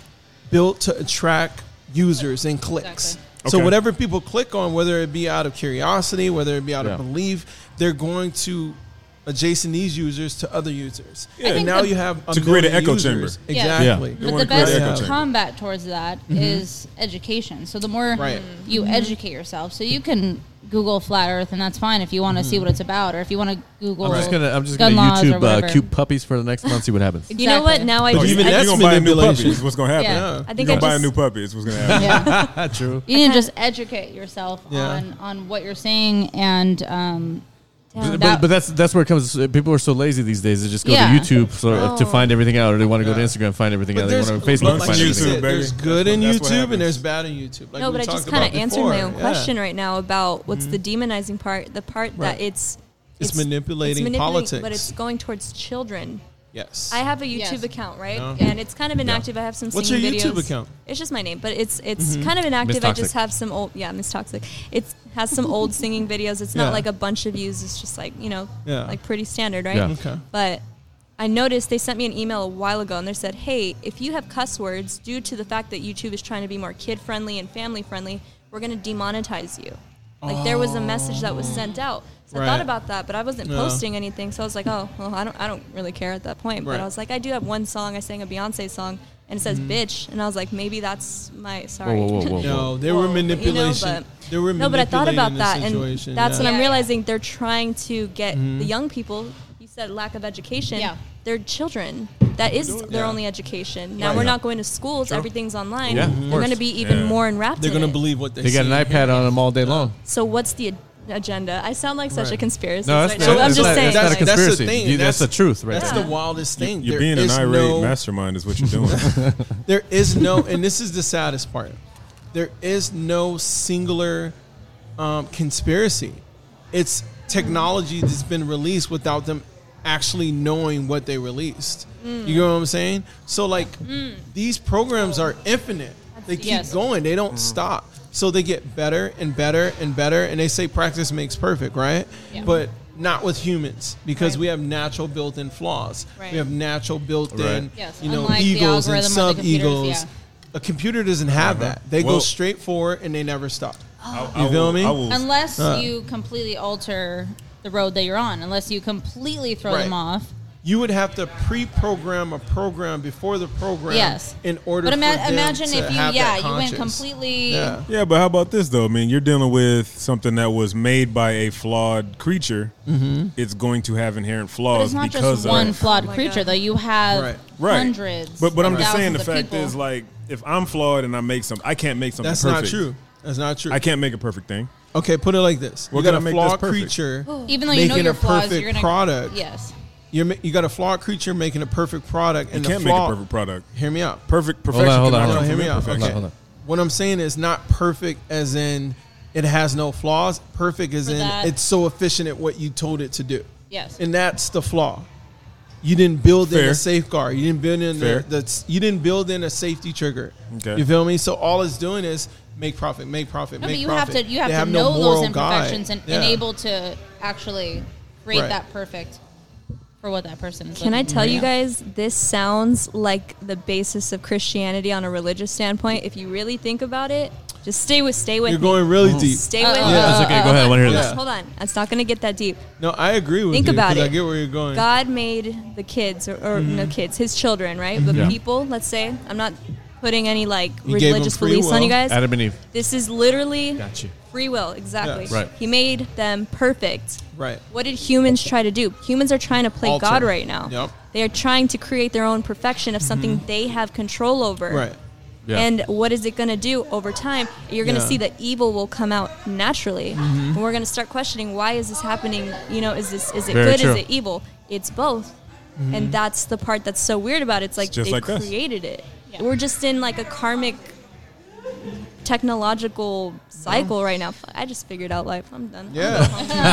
[SPEAKER 3] built to attract users and clicks.
[SPEAKER 2] Exactly.
[SPEAKER 3] So
[SPEAKER 6] Okay.
[SPEAKER 3] whatever people click on, whether it be out of curiosity, whether it be out
[SPEAKER 1] Yeah.
[SPEAKER 3] of belief, they're going to adjacent these users to other users.
[SPEAKER 6] I
[SPEAKER 3] And
[SPEAKER 2] think
[SPEAKER 3] now
[SPEAKER 2] the-
[SPEAKER 3] you have a
[SPEAKER 6] To create an
[SPEAKER 3] million
[SPEAKER 6] echo
[SPEAKER 3] users.
[SPEAKER 6] chamber.
[SPEAKER 2] Yeah.
[SPEAKER 3] Exactly.
[SPEAKER 6] They
[SPEAKER 2] But the
[SPEAKER 6] wanna create Mm-hmm.
[SPEAKER 2] best
[SPEAKER 3] echo
[SPEAKER 6] chamber.
[SPEAKER 2] combat towards that is education. So the more
[SPEAKER 3] Right.
[SPEAKER 2] you
[SPEAKER 6] Mm-hmm.
[SPEAKER 2] educate yourself, so you can Google flat Earth, and that's fine if you want to
[SPEAKER 6] Mm-hmm.
[SPEAKER 2] see what it's about, or if you want to Google.
[SPEAKER 1] I'm just gonna I'm just
[SPEAKER 2] uh, gun
[SPEAKER 1] gonna
[SPEAKER 2] laws or
[SPEAKER 1] YouTube uh,
[SPEAKER 2] whatever.
[SPEAKER 1] cute puppies for the next month. See what happens.
[SPEAKER 5] You know what?
[SPEAKER 2] Exactly.
[SPEAKER 6] Oh,
[SPEAKER 5] Now I
[SPEAKER 3] But
[SPEAKER 5] just,
[SPEAKER 3] even
[SPEAKER 5] I
[SPEAKER 3] that's
[SPEAKER 6] You're gonna buy a new puppy.
[SPEAKER 3] manipulation.
[SPEAKER 6] Is what's gonna happen.
[SPEAKER 2] Yeah.
[SPEAKER 3] Yeah.
[SPEAKER 5] I
[SPEAKER 6] You're
[SPEAKER 5] think I
[SPEAKER 6] gonna buy a
[SPEAKER 5] just
[SPEAKER 6] new puppy. Is what's gonna happen.
[SPEAKER 2] Yeah.
[SPEAKER 1] True.
[SPEAKER 2] you need to just educate yourself
[SPEAKER 3] Yeah.
[SPEAKER 2] on on what you're saying and. Um,
[SPEAKER 1] But,
[SPEAKER 2] that-
[SPEAKER 1] but that's that's where it comes. uh, People are so lazy these days. They just go
[SPEAKER 2] Yeah.
[SPEAKER 1] to YouTube so, uh, to
[SPEAKER 5] Oh.
[SPEAKER 1] find everything out, or they want to go to
[SPEAKER 3] Yeah.
[SPEAKER 1] Instagram and find everything out. They want
[SPEAKER 3] there's,
[SPEAKER 1] to go to Facebook and
[SPEAKER 3] like
[SPEAKER 1] find
[SPEAKER 3] you
[SPEAKER 1] everything.
[SPEAKER 3] said,
[SPEAKER 6] out.
[SPEAKER 3] there's
[SPEAKER 6] Baby.
[SPEAKER 3] good in
[SPEAKER 6] That's what
[SPEAKER 3] YouTube and
[SPEAKER 6] happens.
[SPEAKER 3] there's bad in YouTube. Like
[SPEAKER 5] no,
[SPEAKER 3] we
[SPEAKER 5] but I
[SPEAKER 3] talked
[SPEAKER 5] just kind
[SPEAKER 3] about
[SPEAKER 5] of answered my
[SPEAKER 3] before. Yeah.
[SPEAKER 5] own
[SPEAKER 3] Mm-hmm.
[SPEAKER 5] question right now about what's the demonizing part, the part
[SPEAKER 3] Right.
[SPEAKER 5] that it's
[SPEAKER 3] It's manipulating politics.
[SPEAKER 5] but it's going towards children.
[SPEAKER 3] Yes.
[SPEAKER 5] I have a YouTube
[SPEAKER 2] Yes.
[SPEAKER 5] account, right?
[SPEAKER 3] Yeah.
[SPEAKER 5] And it's kind of inactive. I have some.
[SPEAKER 3] What's
[SPEAKER 5] singing
[SPEAKER 3] your YouTube
[SPEAKER 5] videos.
[SPEAKER 3] account? Mm-hmm.
[SPEAKER 5] It's just my name, but it's it's kind of inactive. I
[SPEAKER 1] Toxic.
[SPEAKER 5] just have some old, yeah, Miss Toxic. It has some old singing videos. It's
[SPEAKER 3] Yeah.
[SPEAKER 5] not like a bunch of views. It's just like you know,
[SPEAKER 3] Yeah.
[SPEAKER 5] like pretty standard, right?
[SPEAKER 1] Yeah.
[SPEAKER 3] Okay.
[SPEAKER 5] But I noticed they sent me an email a while ago and they said, hey, if you have cuss words due to the fact that YouTube is trying to be more kid friendly and family friendly, we're going to demonetize you. Like there was a message that was sent out. So I
[SPEAKER 3] Right.
[SPEAKER 5] thought about that, but I wasn't
[SPEAKER 3] Yeah.
[SPEAKER 5] posting anything. So I was like, oh, well, I don't, I don't really care at that point. But
[SPEAKER 3] Right.
[SPEAKER 5] I was like, I do have one song. I sang a Beyonce song and it says bitch. And I was like, maybe that's my,
[SPEAKER 1] Whoa,
[SPEAKER 5] sorry.
[SPEAKER 1] whoa, whoa, whoa, whoa.
[SPEAKER 3] No, there
[SPEAKER 5] Well,
[SPEAKER 3] were
[SPEAKER 5] you know,
[SPEAKER 3] manipulation.
[SPEAKER 5] but-
[SPEAKER 3] there were
[SPEAKER 5] no, but I thought about
[SPEAKER 3] manipulating the
[SPEAKER 5] that,
[SPEAKER 3] situation,
[SPEAKER 5] and
[SPEAKER 3] yeah.
[SPEAKER 5] that's when
[SPEAKER 2] Yeah,
[SPEAKER 5] I'm
[SPEAKER 2] yeah.
[SPEAKER 5] realizing they're trying to get
[SPEAKER 3] Mhm.
[SPEAKER 5] the young people. You said lack of education.
[SPEAKER 2] Yeah.
[SPEAKER 5] they're children. That is their
[SPEAKER 3] Yeah.
[SPEAKER 5] only education. Now
[SPEAKER 3] Right.
[SPEAKER 5] we're
[SPEAKER 3] Yeah.
[SPEAKER 5] not going to schools. Everything's online.
[SPEAKER 1] Yeah, of
[SPEAKER 5] they're
[SPEAKER 1] course.
[SPEAKER 5] going to be even
[SPEAKER 6] Yeah.
[SPEAKER 5] more enwrapped.
[SPEAKER 3] They're
[SPEAKER 5] going
[SPEAKER 3] gonna
[SPEAKER 5] to
[SPEAKER 3] believe what they.
[SPEAKER 1] They got an
[SPEAKER 3] see and hear.
[SPEAKER 1] iPad on them all day long.
[SPEAKER 5] So what's the a- agenda? I sound like such a
[SPEAKER 3] Right.
[SPEAKER 5] conspiracy.
[SPEAKER 1] No, that's
[SPEAKER 5] right
[SPEAKER 1] not,
[SPEAKER 5] now.
[SPEAKER 3] So
[SPEAKER 5] I'm
[SPEAKER 1] that's
[SPEAKER 5] just
[SPEAKER 1] not,
[SPEAKER 5] saying.
[SPEAKER 1] that's not a
[SPEAKER 5] like,
[SPEAKER 3] that's the
[SPEAKER 1] conspiracy.
[SPEAKER 3] thing,
[SPEAKER 1] You- that's,
[SPEAKER 3] that's-
[SPEAKER 1] the truth, right?
[SPEAKER 3] That's
[SPEAKER 1] there.
[SPEAKER 3] the wildest thing.
[SPEAKER 6] You're
[SPEAKER 3] There
[SPEAKER 6] being an
[SPEAKER 3] is
[SPEAKER 6] irate
[SPEAKER 3] no-
[SPEAKER 6] mastermind is what you're doing.
[SPEAKER 3] There is no, and this is the saddest part. There is no singular um, conspiracy. It's technology that's been released without them actually knowing what they released. You know what I'm saying? So like these programs are infinite. They keep
[SPEAKER 2] Yes.
[SPEAKER 3] going. They don't stop. So they get better and better and better and they say practice makes perfect, right?
[SPEAKER 2] Yeah.
[SPEAKER 3] But not with humans because
[SPEAKER 5] Right.
[SPEAKER 3] we have natural built-in flaws.
[SPEAKER 5] Right.
[SPEAKER 3] We have natural built-in,
[SPEAKER 1] Right.
[SPEAKER 2] Yes,
[SPEAKER 3] you know,
[SPEAKER 2] unlike the
[SPEAKER 3] egos and
[SPEAKER 2] algorithm on the computers,
[SPEAKER 3] sub-egos.
[SPEAKER 2] yeah.
[SPEAKER 3] A computer doesn't have that. They go
[SPEAKER 6] Uh-huh. Well-
[SPEAKER 3] straight forward and they never stop.
[SPEAKER 6] I,
[SPEAKER 3] You feel
[SPEAKER 6] will,
[SPEAKER 3] me?
[SPEAKER 6] I will,
[SPEAKER 2] unless
[SPEAKER 3] Uh.
[SPEAKER 2] you completely alter the road that you're on, unless you completely throw
[SPEAKER 3] Right.
[SPEAKER 2] them off.
[SPEAKER 3] You would have to pre-program a program before the program,
[SPEAKER 2] Yes.
[SPEAKER 3] in order.
[SPEAKER 2] But ima-
[SPEAKER 3] for them
[SPEAKER 2] imagine
[SPEAKER 3] to
[SPEAKER 2] if you,
[SPEAKER 3] have
[SPEAKER 2] yeah,
[SPEAKER 3] that
[SPEAKER 2] you went
[SPEAKER 3] conscience.
[SPEAKER 2] completely.
[SPEAKER 3] Yeah.
[SPEAKER 6] Yeah, but how about this though? I mean, you're dealing with something that was made by a flawed creature.
[SPEAKER 3] Mm-hmm.
[SPEAKER 6] It's going to have inherent
[SPEAKER 2] But
[SPEAKER 6] flaws
[SPEAKER 2] it's not
[SPEAKER 6] because
[SPEAKER 2] just one
[SPEAKER 6] of
[SPEAKER 2] flawed
[SPEAKER 5] Oh my
[SPEAKER 2] creature,
[SPEAKER 5] God.
[SPEAKER 2] though. You have
[SPEAKER 3] Right.
[SPEAKER 6] right.
[SPEAKER 2] hundreds.
[SPEAKER 6] But but I'm
[SPEAKER 2] of
[SPEAKER 6] just saying the
[SPEAKER 2] thousands of
[SPEAKER 6] fact
[SPEAKER 2] people.
[SPEAKER 6] is like if I'm flawed and I make something, I can't make something
[SPEAKER 3] That's
[SPEAKER 6] perfect.
[SPEAKER 3] not true. That's not true.
[SPEAKER 6] I can't make a perfect thing.
[SPEAKER 3] Okay, put it like this:
[SPEAKER 6] We're
[SPEAKER 3] you got
[SPEAKER 6] gonna
[SPEAKER 3] a
[SPEAKER 6] make this
[SPEAKER 3] flawed
[SPEAKER 6] perfect.
[SPEAKER 3] creature.
[SPEAKER 2] even though you know
[SPEAKER 3] making
[SPEAKER 2] your
[SPEAKER 3] a
[SPEAKER 2] flaws,
[SPEAKER 3] perfect
[SPEAKER 2] you're gonna
[SPEAKER 3] product.
[SPEAKER 2] Yes,
[SPEAKER 3] You're, ma- you got a flawed creature making a perfect product,
[SPEAKER 6] You
[SPEAKER 3] and
[SPEAKER 6] can't
[SPEAKER 3] the
[SPEAKER 6] make
[SPEAKER 3] flaw.
[SPEAKER 6] a perfect product.
[SPEAKER 3] Hear me out.
[SPEAKER 6] Perfect
[SPEAKER 1] on,
[SPEAKER 6] perfection.
[SPEAKER 1] hold on,
[SPEAKER 6] cannot
[SPEAKER 1] hold
[SPEAKER 3] No,
[SPEAKER 6] come
[SPEAKER 1] on.
[SPEAKER 3] hear
[SPEAKER 6] from
[SPEAKER 3] me out.
[SPEAKER 6] imperfection.
[SPEAKER 3] Okay.
[SPEAKER 1] Hold on.
[SPEAKER 3] What I'm saying is not perfect as in it has no flaws. Perfect as
[SPEAKER 2] For
[SPEAKER 3] in
[SPEAKER 2] that-
[SPEAKER 3] it's so efficient at what you told it to do.
[SPEAKER 2] yes.
[SPEAKER 3] And that's the flaw. You didn't build in
[SPEAKER 6] Fair.
[SPEAKER 3] a safeguard. You didn't build in
[SPEAKER 6] Fair.
[SPEAKER 3] the, the you didn't build in a safety trigger.
[SPEAKER 6] Okay.
[SPEAKER 3] You feel me? So all it's doing is make profit, make profit,
[SPEAKER 2] no,
[SPEAKER 3] make
[SPEAKER 2] but you
[SPEAKER 3] profit.
[SPEAKER 2] have to you have
[SPEAKER 3] They
[SPEAKER 2] to
[SPEAKER 3] no
[SPEAKER 2] know
[SPEAKER 3] moral
[SPEAKER 2] those imperfections
[SPEAKER 3] guide.
[SPEAKER 2] and,
[SPEAKER 3] Yeah.
[SPEAKER 2] and able to actually create
[SPEAKER 3] Right.
[SPEAKER 2] that perfect for what that person is.
[SPEAKER 5] Can I
[SPEAKER 2] looking
[SPEAKER 5] tell
[SPEAKER 2] for.
[SPEAKER 5] you guys, this sounds like the basis of Christianity on a religious standpoint. If you really think about it, just stay with, stay with
[SPEAKER 3] You're
[SPEAKER 5] me.
[SPEAKER 3] going really deep.
[SPEAKER 5] Stay
[SPEAKER 2] Uh,
[SPEAKER 5] with
[SPEAKER 2] uh,
[SPEAKER 5] me.
[SPEAKER 1] It's okay. Go ahead. I want to hear
[SPEAKER 3] Yeah.
[SPEAKER 1] this.
[SPEAKER 5] Hold on. It's not going to get that deep.
[SPEAKER 3] No, I agree with
[SPEAKER 5] Think
[SPEAKER 3] you.
[SPEAKER 5] about
[SPEAKER 3] 'cause I
[SPEAKER 5] it.
[SPEAKER 3] get where you're going. Mm-hmm.
[SPEAKER 5] God made the kids, or, or no kids, his children, right? The
[SPEAKER 1] Yeah.
[SPEAKER 5] people, let's say. I'm not putting any like
[SPEAKER 3] He gave 'em
[SPEAKER 5] religious
[SPEAKER 3] free
[SPEAKER 5] beliefs on
[SPEAKER 3] will.
[SPEAKER 5] you guys.
[SPEAKER 1] Adam and Eve.
[SPEAKER 5] This is literally
[SPEAKER 4] Got you.
[SPEAKER 5] free will, exactly.
[SPEAKER 3] Yes.
[SPEAKER 1] Right.
[SPEAKER 5] He made them perfect.
[SPEAKER 3] Right.
[SPEAKER 5] What did humans try to do? Humans are trying to play
[SPEAKER 3] Alter.
[SPEAKER 5] God right now.
[SPEAKER 3] Yep.
[SPEAKER 5] They are trying to create their own perfection of something they have control over.
[SPEAKER 3] Right.
[SPEAKER 1] Yeah.
[SPEAKER 5] And what is it going to do over time? You're going to
[SPEAKER 3] Yeah.
[SPEAKER 5] see that evil will come out naturally, and we're going to start questioning why is this happening? You know, is this is it
[SPEAKER 1] Very
[SPEAKER 5] good?
[SPEAKER 1] true.
[SPEAKER 5] Is it evil? It's both, and that's the part that's so weird about it. It's like
[SPEAKER 6] just
[SPEAKER 5] they
[SPEAKER 6] like us.
[SPEAKER 5] created it.
[SPEAKER 2] Yeah.
[SPEAKER 5] We're just in like a karmic technological cycle right now. I just figured out life. I'm done. I'm
[SPEAKER 3] Yeah.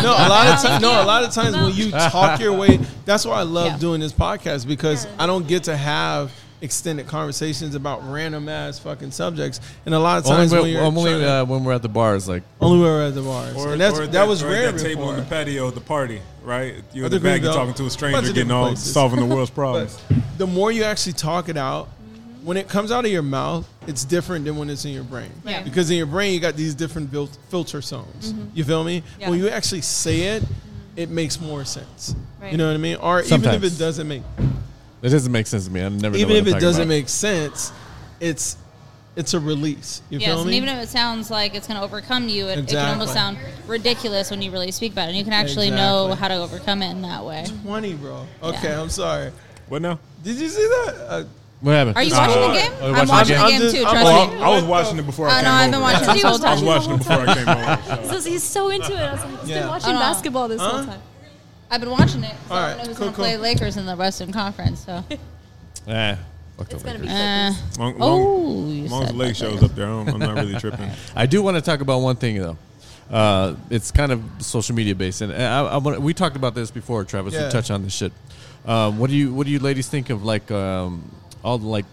[SPEAKER 3] no, a lot of times. No, a lot of times when you talk your way, that's why I love
[SPEAKER 2] Yeah.
[SPEAKER 3] doing this podcast because I don't get to have extended conversations about random ass fucking subjects. And a lot of
[SPEAKER 1] Only,
[SPEAKER 3] times when,
[SPEAKER 1] when,
[SPEAKER 3] you're trying
[SPEAKER 1] only
[SPEAKER 3] to-
[SPEAKER 1] uh, when we're at the bars, like
[SPEAKER 3] only when we're at the bars,
[SPEAKER 6] Or,
[SPEAKER 3] and that's,
[SPEAKER 6] or
[SPEAKER 3] that,
[SPEAKER 6] at
[SPEAKER 3] was
[SPEAKER 6] or at
[SPEAKER 3] rare
[SPEAKER 6] that table
[SPEAKER 3] before.
[SPEAKER 6] on the patio, at the party, right? You're
[SPEAKER 3] At the
[SPEAKER 6] in the back,
[SPEAKER 3] Greenbelt.
[SPEAKER 6] you're talking to a
[SPEAKER 3] Bunch
[SPEAKER 6] stranger,
[SPEAKER 3] of
[SPEAKER 6] getting
[SPEAKER 3] different
[SPEAKER 6] all
[SPEAKER 3] places.
[SPEAKER 6] solving the world's problems.
[SPEAKER 3] But the more you actually talk it out, when it comes out of your mouth, it's different than when it's in your brain.
[SPEAKER 2] Yeah.
[SPEAKER 3] Because in your brain, you got these different built filter zones. You feel me?
[SPEAKER 5] Yeah.
[SPEAKER 3] When you actually say it, it makes more sense. You
[SPEAKER 5] Right.
[SPEAKER 3] know what I mean? Or even if
[SPEAKER 1] Sometimes.
[SPEAKER 3] it doesn't make,
[SPEAKER 1] it doesn't make sense to me. I never know
[SPEAKER 3] even
[SPEAKER 1] what
[SPEAKER 3] if
[SPEAKER 1] I'm
[SPEAKER 3] it
[SPEAKER 1] talking
[SPEAKER 3] doesn't
[SPEAKER 1] about.
[SPEAKER 3] make sense, it's it's a release. You
[SPEAKER 2] Yes,
[SPEAKER 3] feel
[SPEAKER 2] and
[SPEAKER 3] me?
[SPEAKER 2] even if it sounds like it's going to overcome you, it, it
[SPEAKER 3] Exactly.
[SPEAKER 2] can almost sound ridiculous when you really speak about it. And you can actually know
[SPEAKER 3] Exactly.
[SPEAKER 2] how to overcome it in that way.
[SPEAKER 3] Twenty, bro. Okay,
[SPEAKER 2] Yeah.
[SPEAKER 3] I'm sorry.
[SPEAKER 6] What now?
[SPEAKER 3] Did you see that? Uh,
[SPEAKER 1] What happened?
[SPEAKER 2] Are you
[SPEAKER 1] Uh,
[SPEAKER 2] watching
[SPEAKER 6] uh,
[SPEAKER 2] the game?
[SPEAKER 1] oh,
[SPEAKER 2] I'm
[SPEAKER 1] watching the
[SPEAKER 2] watching the
[SPEAKER 1] game.
[SPEAKER 3] I'm
[SPEAKER 2] game
[SPEAKER 3] just-
[SPEAKER 2] too.
[SPEAKER 3] I'm
[SPEAKER 6] Oh,
[SPEAKER 2] Trust
[SPEAKER 3] watching-
[SPEAKER 2] me.
[SPEAKER 6] I, I was watching it before I
[SPEAKER 2] Oh,
[SPEAKER 6] came
[SPEAKER 2] no, I've been
[SPEAKER 6] over.
[SPEAKER 2] watching it.
[SPEAKER 5] He was
[SPEAKER 6] I was
[SPEAKER 5] watching
[SPEAKER 6] watching it before I came over.
[SPEAKER 5] He's, he's so into it. I was like, he's
[SPEAKER 3] Yeah.
[SPEAKER 5] been watching
[SPEAKER 2] Oh, no.
[SPEAKER 5] basketball this
[SPEAKER 3] Huh?
[SPEAKER 5] whole time.
[SPEAKER 2] I've been watching it. So
[SPEAKER 3] All
[SPEAKER 2] I
[SPEAKER 3] right,
[SPEAKER 2] don't know who's
[SPEAKER 3] cool,
[SPEAKER 2] going to play
[SPEAKER 3] cool.
[SPEAKER 2] Lakers in the Western Conference. So,
[SPEAKER 1] Eh, fuck the
[SPEAKER 5] It's gonna
[SPEAKER 1] Lakers.
[SPEAKER 5] be.
[SPEAKER 2] uh,
[SPEAKER 6] So long, long,
[SPEAKER 2] oh, you
[SPEAKER 6] as long as
[SPEAKER 2] said
[SPEAKER 6] Lake
[SPEAKER 2] that
[SPEAKER 6] shows
[SPEAKER 2] later.
[SPEAKER 6] up there, I'm, I'm not really tripping.
[SPEAKER 1] I do want to talk about one thing though. Uh, it's kind of social media based, and I, I wanna, we talked about this before, Travis.
[SPEAKER 3] Yeah.
[SPEAKER 1] We touched on this shit. Um, what do you What do you ladies think of like um, all the, like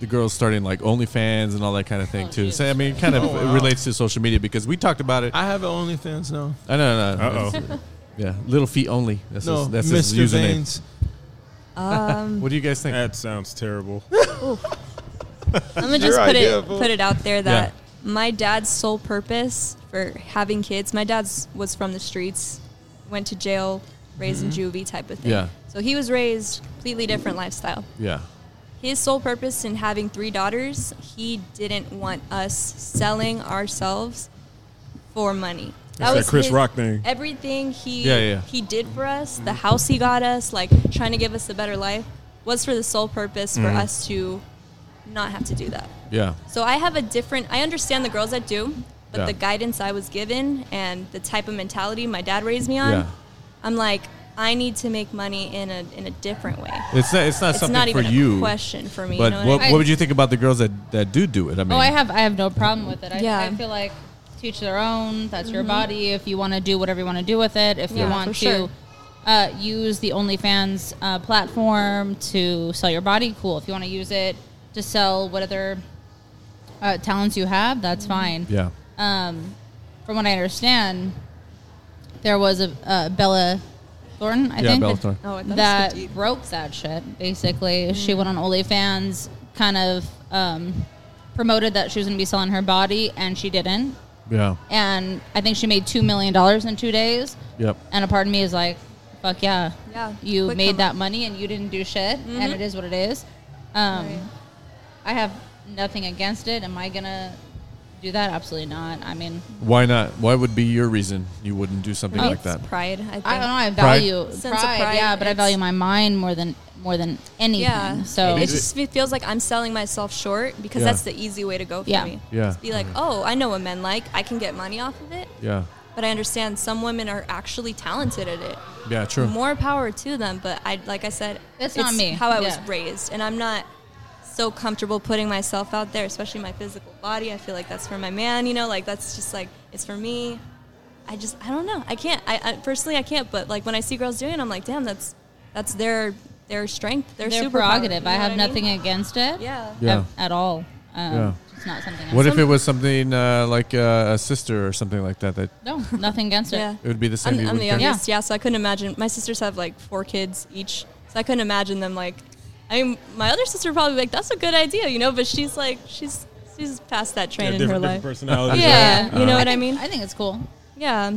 [SPEAKER 1] the girls starting like OnlyFans and all that kind of
[SPEAKER 5] Oh,
[SPEAKER 1] thing too? So I mean, it kind of
[SPEAKER 3] Oh, wow.
[SPEAKER 1] relates to social media because we talked about it. I,
[SPEAKER 3] I have OnlyFans now.
[SPEAKER 1] no, no, no.
[SPEAKER 6] Uh
[SPEAKER 1] It's-
[SPEAKER 6] oh.
[SPEAKER 1] Yeah, little feet only. That's
[SPEAKER 3] No,
[SPEAKER 1] his, that's
[SPEAKER 3] Mr.
[SPEAKER 1] his username.
[SPEAKER 3] Veins.
[SPEAKER 1] What do you guys think?
[SPEAKER 3] Uh,
[SPEAKER 6] That sounds terrible.
[SPEAKER 5] I'm gonna
[SPEAKER 3] your
[SPEAKER 5] just put
[SPEAKER 3] idea,
[SPEAKER 5] it
[SPEAKER 3] fool.
[SPEAKER 5] put it out there that my dad's sole purpose for having kids, my dad's was from the streets, went to jail, raised in
[SPEAKER 3] Mm-hmm.
[SPEAKER 5] juvie type of thing.
[SPEAKER 1] Yeah.
[SPEAKER 5] So he was raised completely different lifestyle.
[SPEAKER 1] yeah,
[SPEAKER 5] His sole purpose in having three daughters, he didn't want us selling ourselves for money.
[SPEAKER 6] It's that Chris
[SPEAKER 5] his-
[SPEAKER 6] Rock thing.
[SPEAKER 5] Everything he
[SPEAKER 1] Yeah, yeah.
[SPEAKER 5] he did for us, the house he got us, like trying to give us a better life, was for the sole purpose
[SPEAKER 1] Mm.
[SPEAKER 5] for us to not have to do that.
[SPEAKER 1] yeah,
[SPEAKER 5] So I have a different. I understand the girls that do, but
[SPEAKER 1] Yeah.
[SPEAKER 5] the guidance I was given and the type of mentality my dad raised me on,
[SPEAKER 1] yeah.
[SPEAKER 5] I'm like, I need to make money in a in a different way.
[SPEAKER 1] It's not. It's not
[SPEAKER 5] It's
[SPEAKER 1] something
[SPEAKER 5] not even
[SPEAKER 1] for
[SPEAKER 5] a
[SPEAKER 1] you.
[SPEAKER 5] question for me.
[SPEAKER 1] But
[SPEAKER 5] you know
[SPEAKER 1] what,
[SPEAKER 5] what I
[SPEAKER 1] what would you think about the girls that, that do do it? I mean,
[SPEAKER 2] Oh, I have I have no problem with it. I,
[SPEAKER 5] Yeah. Mm-hmm.
[SPEAKER 2] I feel like teach their own. That's your body. If you want to do whatever you want to do with it, if
[SPEAKER 5] Yeah,
[SPEAKER 2] you want
[SPEAKER 5] for
[SPEAKER 2] to
[SPEAKER 5] sure.
[SPEAKER 2] uh, use the OnlyFans uh, platform to sell your body, cool. If you want to use it to sell what other uh, talents you have, that's
[SPEAKER 5] Mm-hmm.
[SPEAKER 2] fine.
[SPEAKER 1] Yeah.
[SPEAKER 2] Um, from what I understand, there was a uh, Bella Thornton. I
[SPEAKER 1] Yeah,
[SPEAKER 2] think
[SPEAKER 1] Bella
[SPEAKER 2] that-
[SPEAKER 1] Thornton.
[SPEAKER 5] Oh, I thought it was Mm.
[SPEAKER 2] that
[SPEAKER 5] 50.
[SPEAKER 2] broke that shit. Basically, she went on OnlyFans, kind of um, promoted that she was going to be selling her body, and she didn't.
[SPEAKER 1] Yeah.
[SPEAKER 2] And I think she made two million dollars in two days.
[SPEAKER 1] Yep.
[SPEAKER 2] And a part of me is like, "Fuck yeah,
[SPEAKER 5] Yeah,
[SPEAKER 2] you
[SPEAKER 5] quick
[SPEAKER 2] made
[SPEAKER 5] come
[SPEAKER 2] that
[SPEAKER 5] up. Mm-hmm.
[SPEAKER 2] money and you didn't do shit, and it is what it is." Um,
[SPEAKER 5] Right.
[SPEAKER 2] I have nothing against it. Am I gonna do that? Absolutely not. I mean,
[SPEAKER 1] Why not? Why would be your reason you wouldn't do something
[SPEAKER 5] mean?
[SPEAKER 1] like that?
[SPEAKER 5] It's pride. I think.
[SPEAKER 2] I don't know. I
[SPEAKER 1] Pride?
[SPEAKER 2] value pride,
[SPEAKER 5] Sense of pride,
[SPEAKER 2] yeah, but I
[SPEAKER 5] it's-
[SPEAKER 2] value my mind more than more than anything.
[SPEAKER 5] Yeah.
[SPEAKER 2] So
[SPEAKER 5] it just fe- feels like I'm selling myself short because
[SPEAKER 1] Yeah.
[SPEAKER 5] that's the easy way to go for
[SPEAKER 2] Yeah.
[SPEAKER 5] me.
[SPEAKER 1] Yeah. Mm-hmm.
[SPEAKER 5] Just be like, oh, I know what men like. I can get money off of it.
[SPEAKER 1] Yeah.
[SPEAKER 5] But I understand some women are actually talented at it.
[SPEAKER 1] Yeah. True.
[SPEAKER 5] More power to them, but I like I said,
[SPEAKER 2] That's not me.
[SPEAKER 5] How I
[SPEAKER 2] Yeah.
[SPEAKER 5] was raised, and I'm not so comfortable putting myself out there, especially my physical body. I feel like that's for my man. You know, like that's just like it's for me. I just I don't know. I can't. I, I personally I can't. But like when I see girls doing it, I'm like, damn, that's that's their their strength. Their
[SPEAKER 2] they're
[SPEAKER 5] superpower,
[SPEAKER 2] prerogative.
[SPEAKER 5] you know
[SPEAKER 2] I have
[SPEAKER 5] what mean?
[SPEAKER 2] nothing against it.
[SPEAKER 5] Yeah.
[SPEAKER 1] Yeah.
[SPEAKER 2] At, at all. Um,
[SPEAKER 1] Yeah.
[SPEAKER 2] It's not something.
[SPEAKER 1] What
[SPEAKER 2] I
[SPEAKER 1] if it was something uh, like uh, a sister or something like that? That
[SPEAKER 2] no, nothing against it.
[SPEAKER 5] Yeah.
[SPEAKER 1] it would be the same.
[SPEAKER 5] I'm,
[SPEAKER 1] you
[SPEAKER 5] I'm
[SPEAKER 1] would
[SPEAKER 5] the
[SPEAKER 1] think?
[SPEAKER 5] youngest, yeah. So I couldn't imagine. My sisters have like four kids each, so I couldn't imagine them like. I mean, my other sister would probably be like, "That's a good idea," you know. But she's like, she's she's past that train
[SPEAKER 6] Yeah,
[SPEAKER 5] in
[SPEAKER 6] different,
[SPEAKER 5] her
[SPEAKER 6] different
[SPEAKER 5] life.
[SPEAKER 6] personalities.
[SPEAKER 5] Yeah,
[SPEAKER 6] right?
[SPEAKER 5] you know
[SPEAKER 6] Uh,
[SPEAKER 5] what I mean.
[SPEAKER 2] I think it's cool.
[SPEAKER 5] Yeah,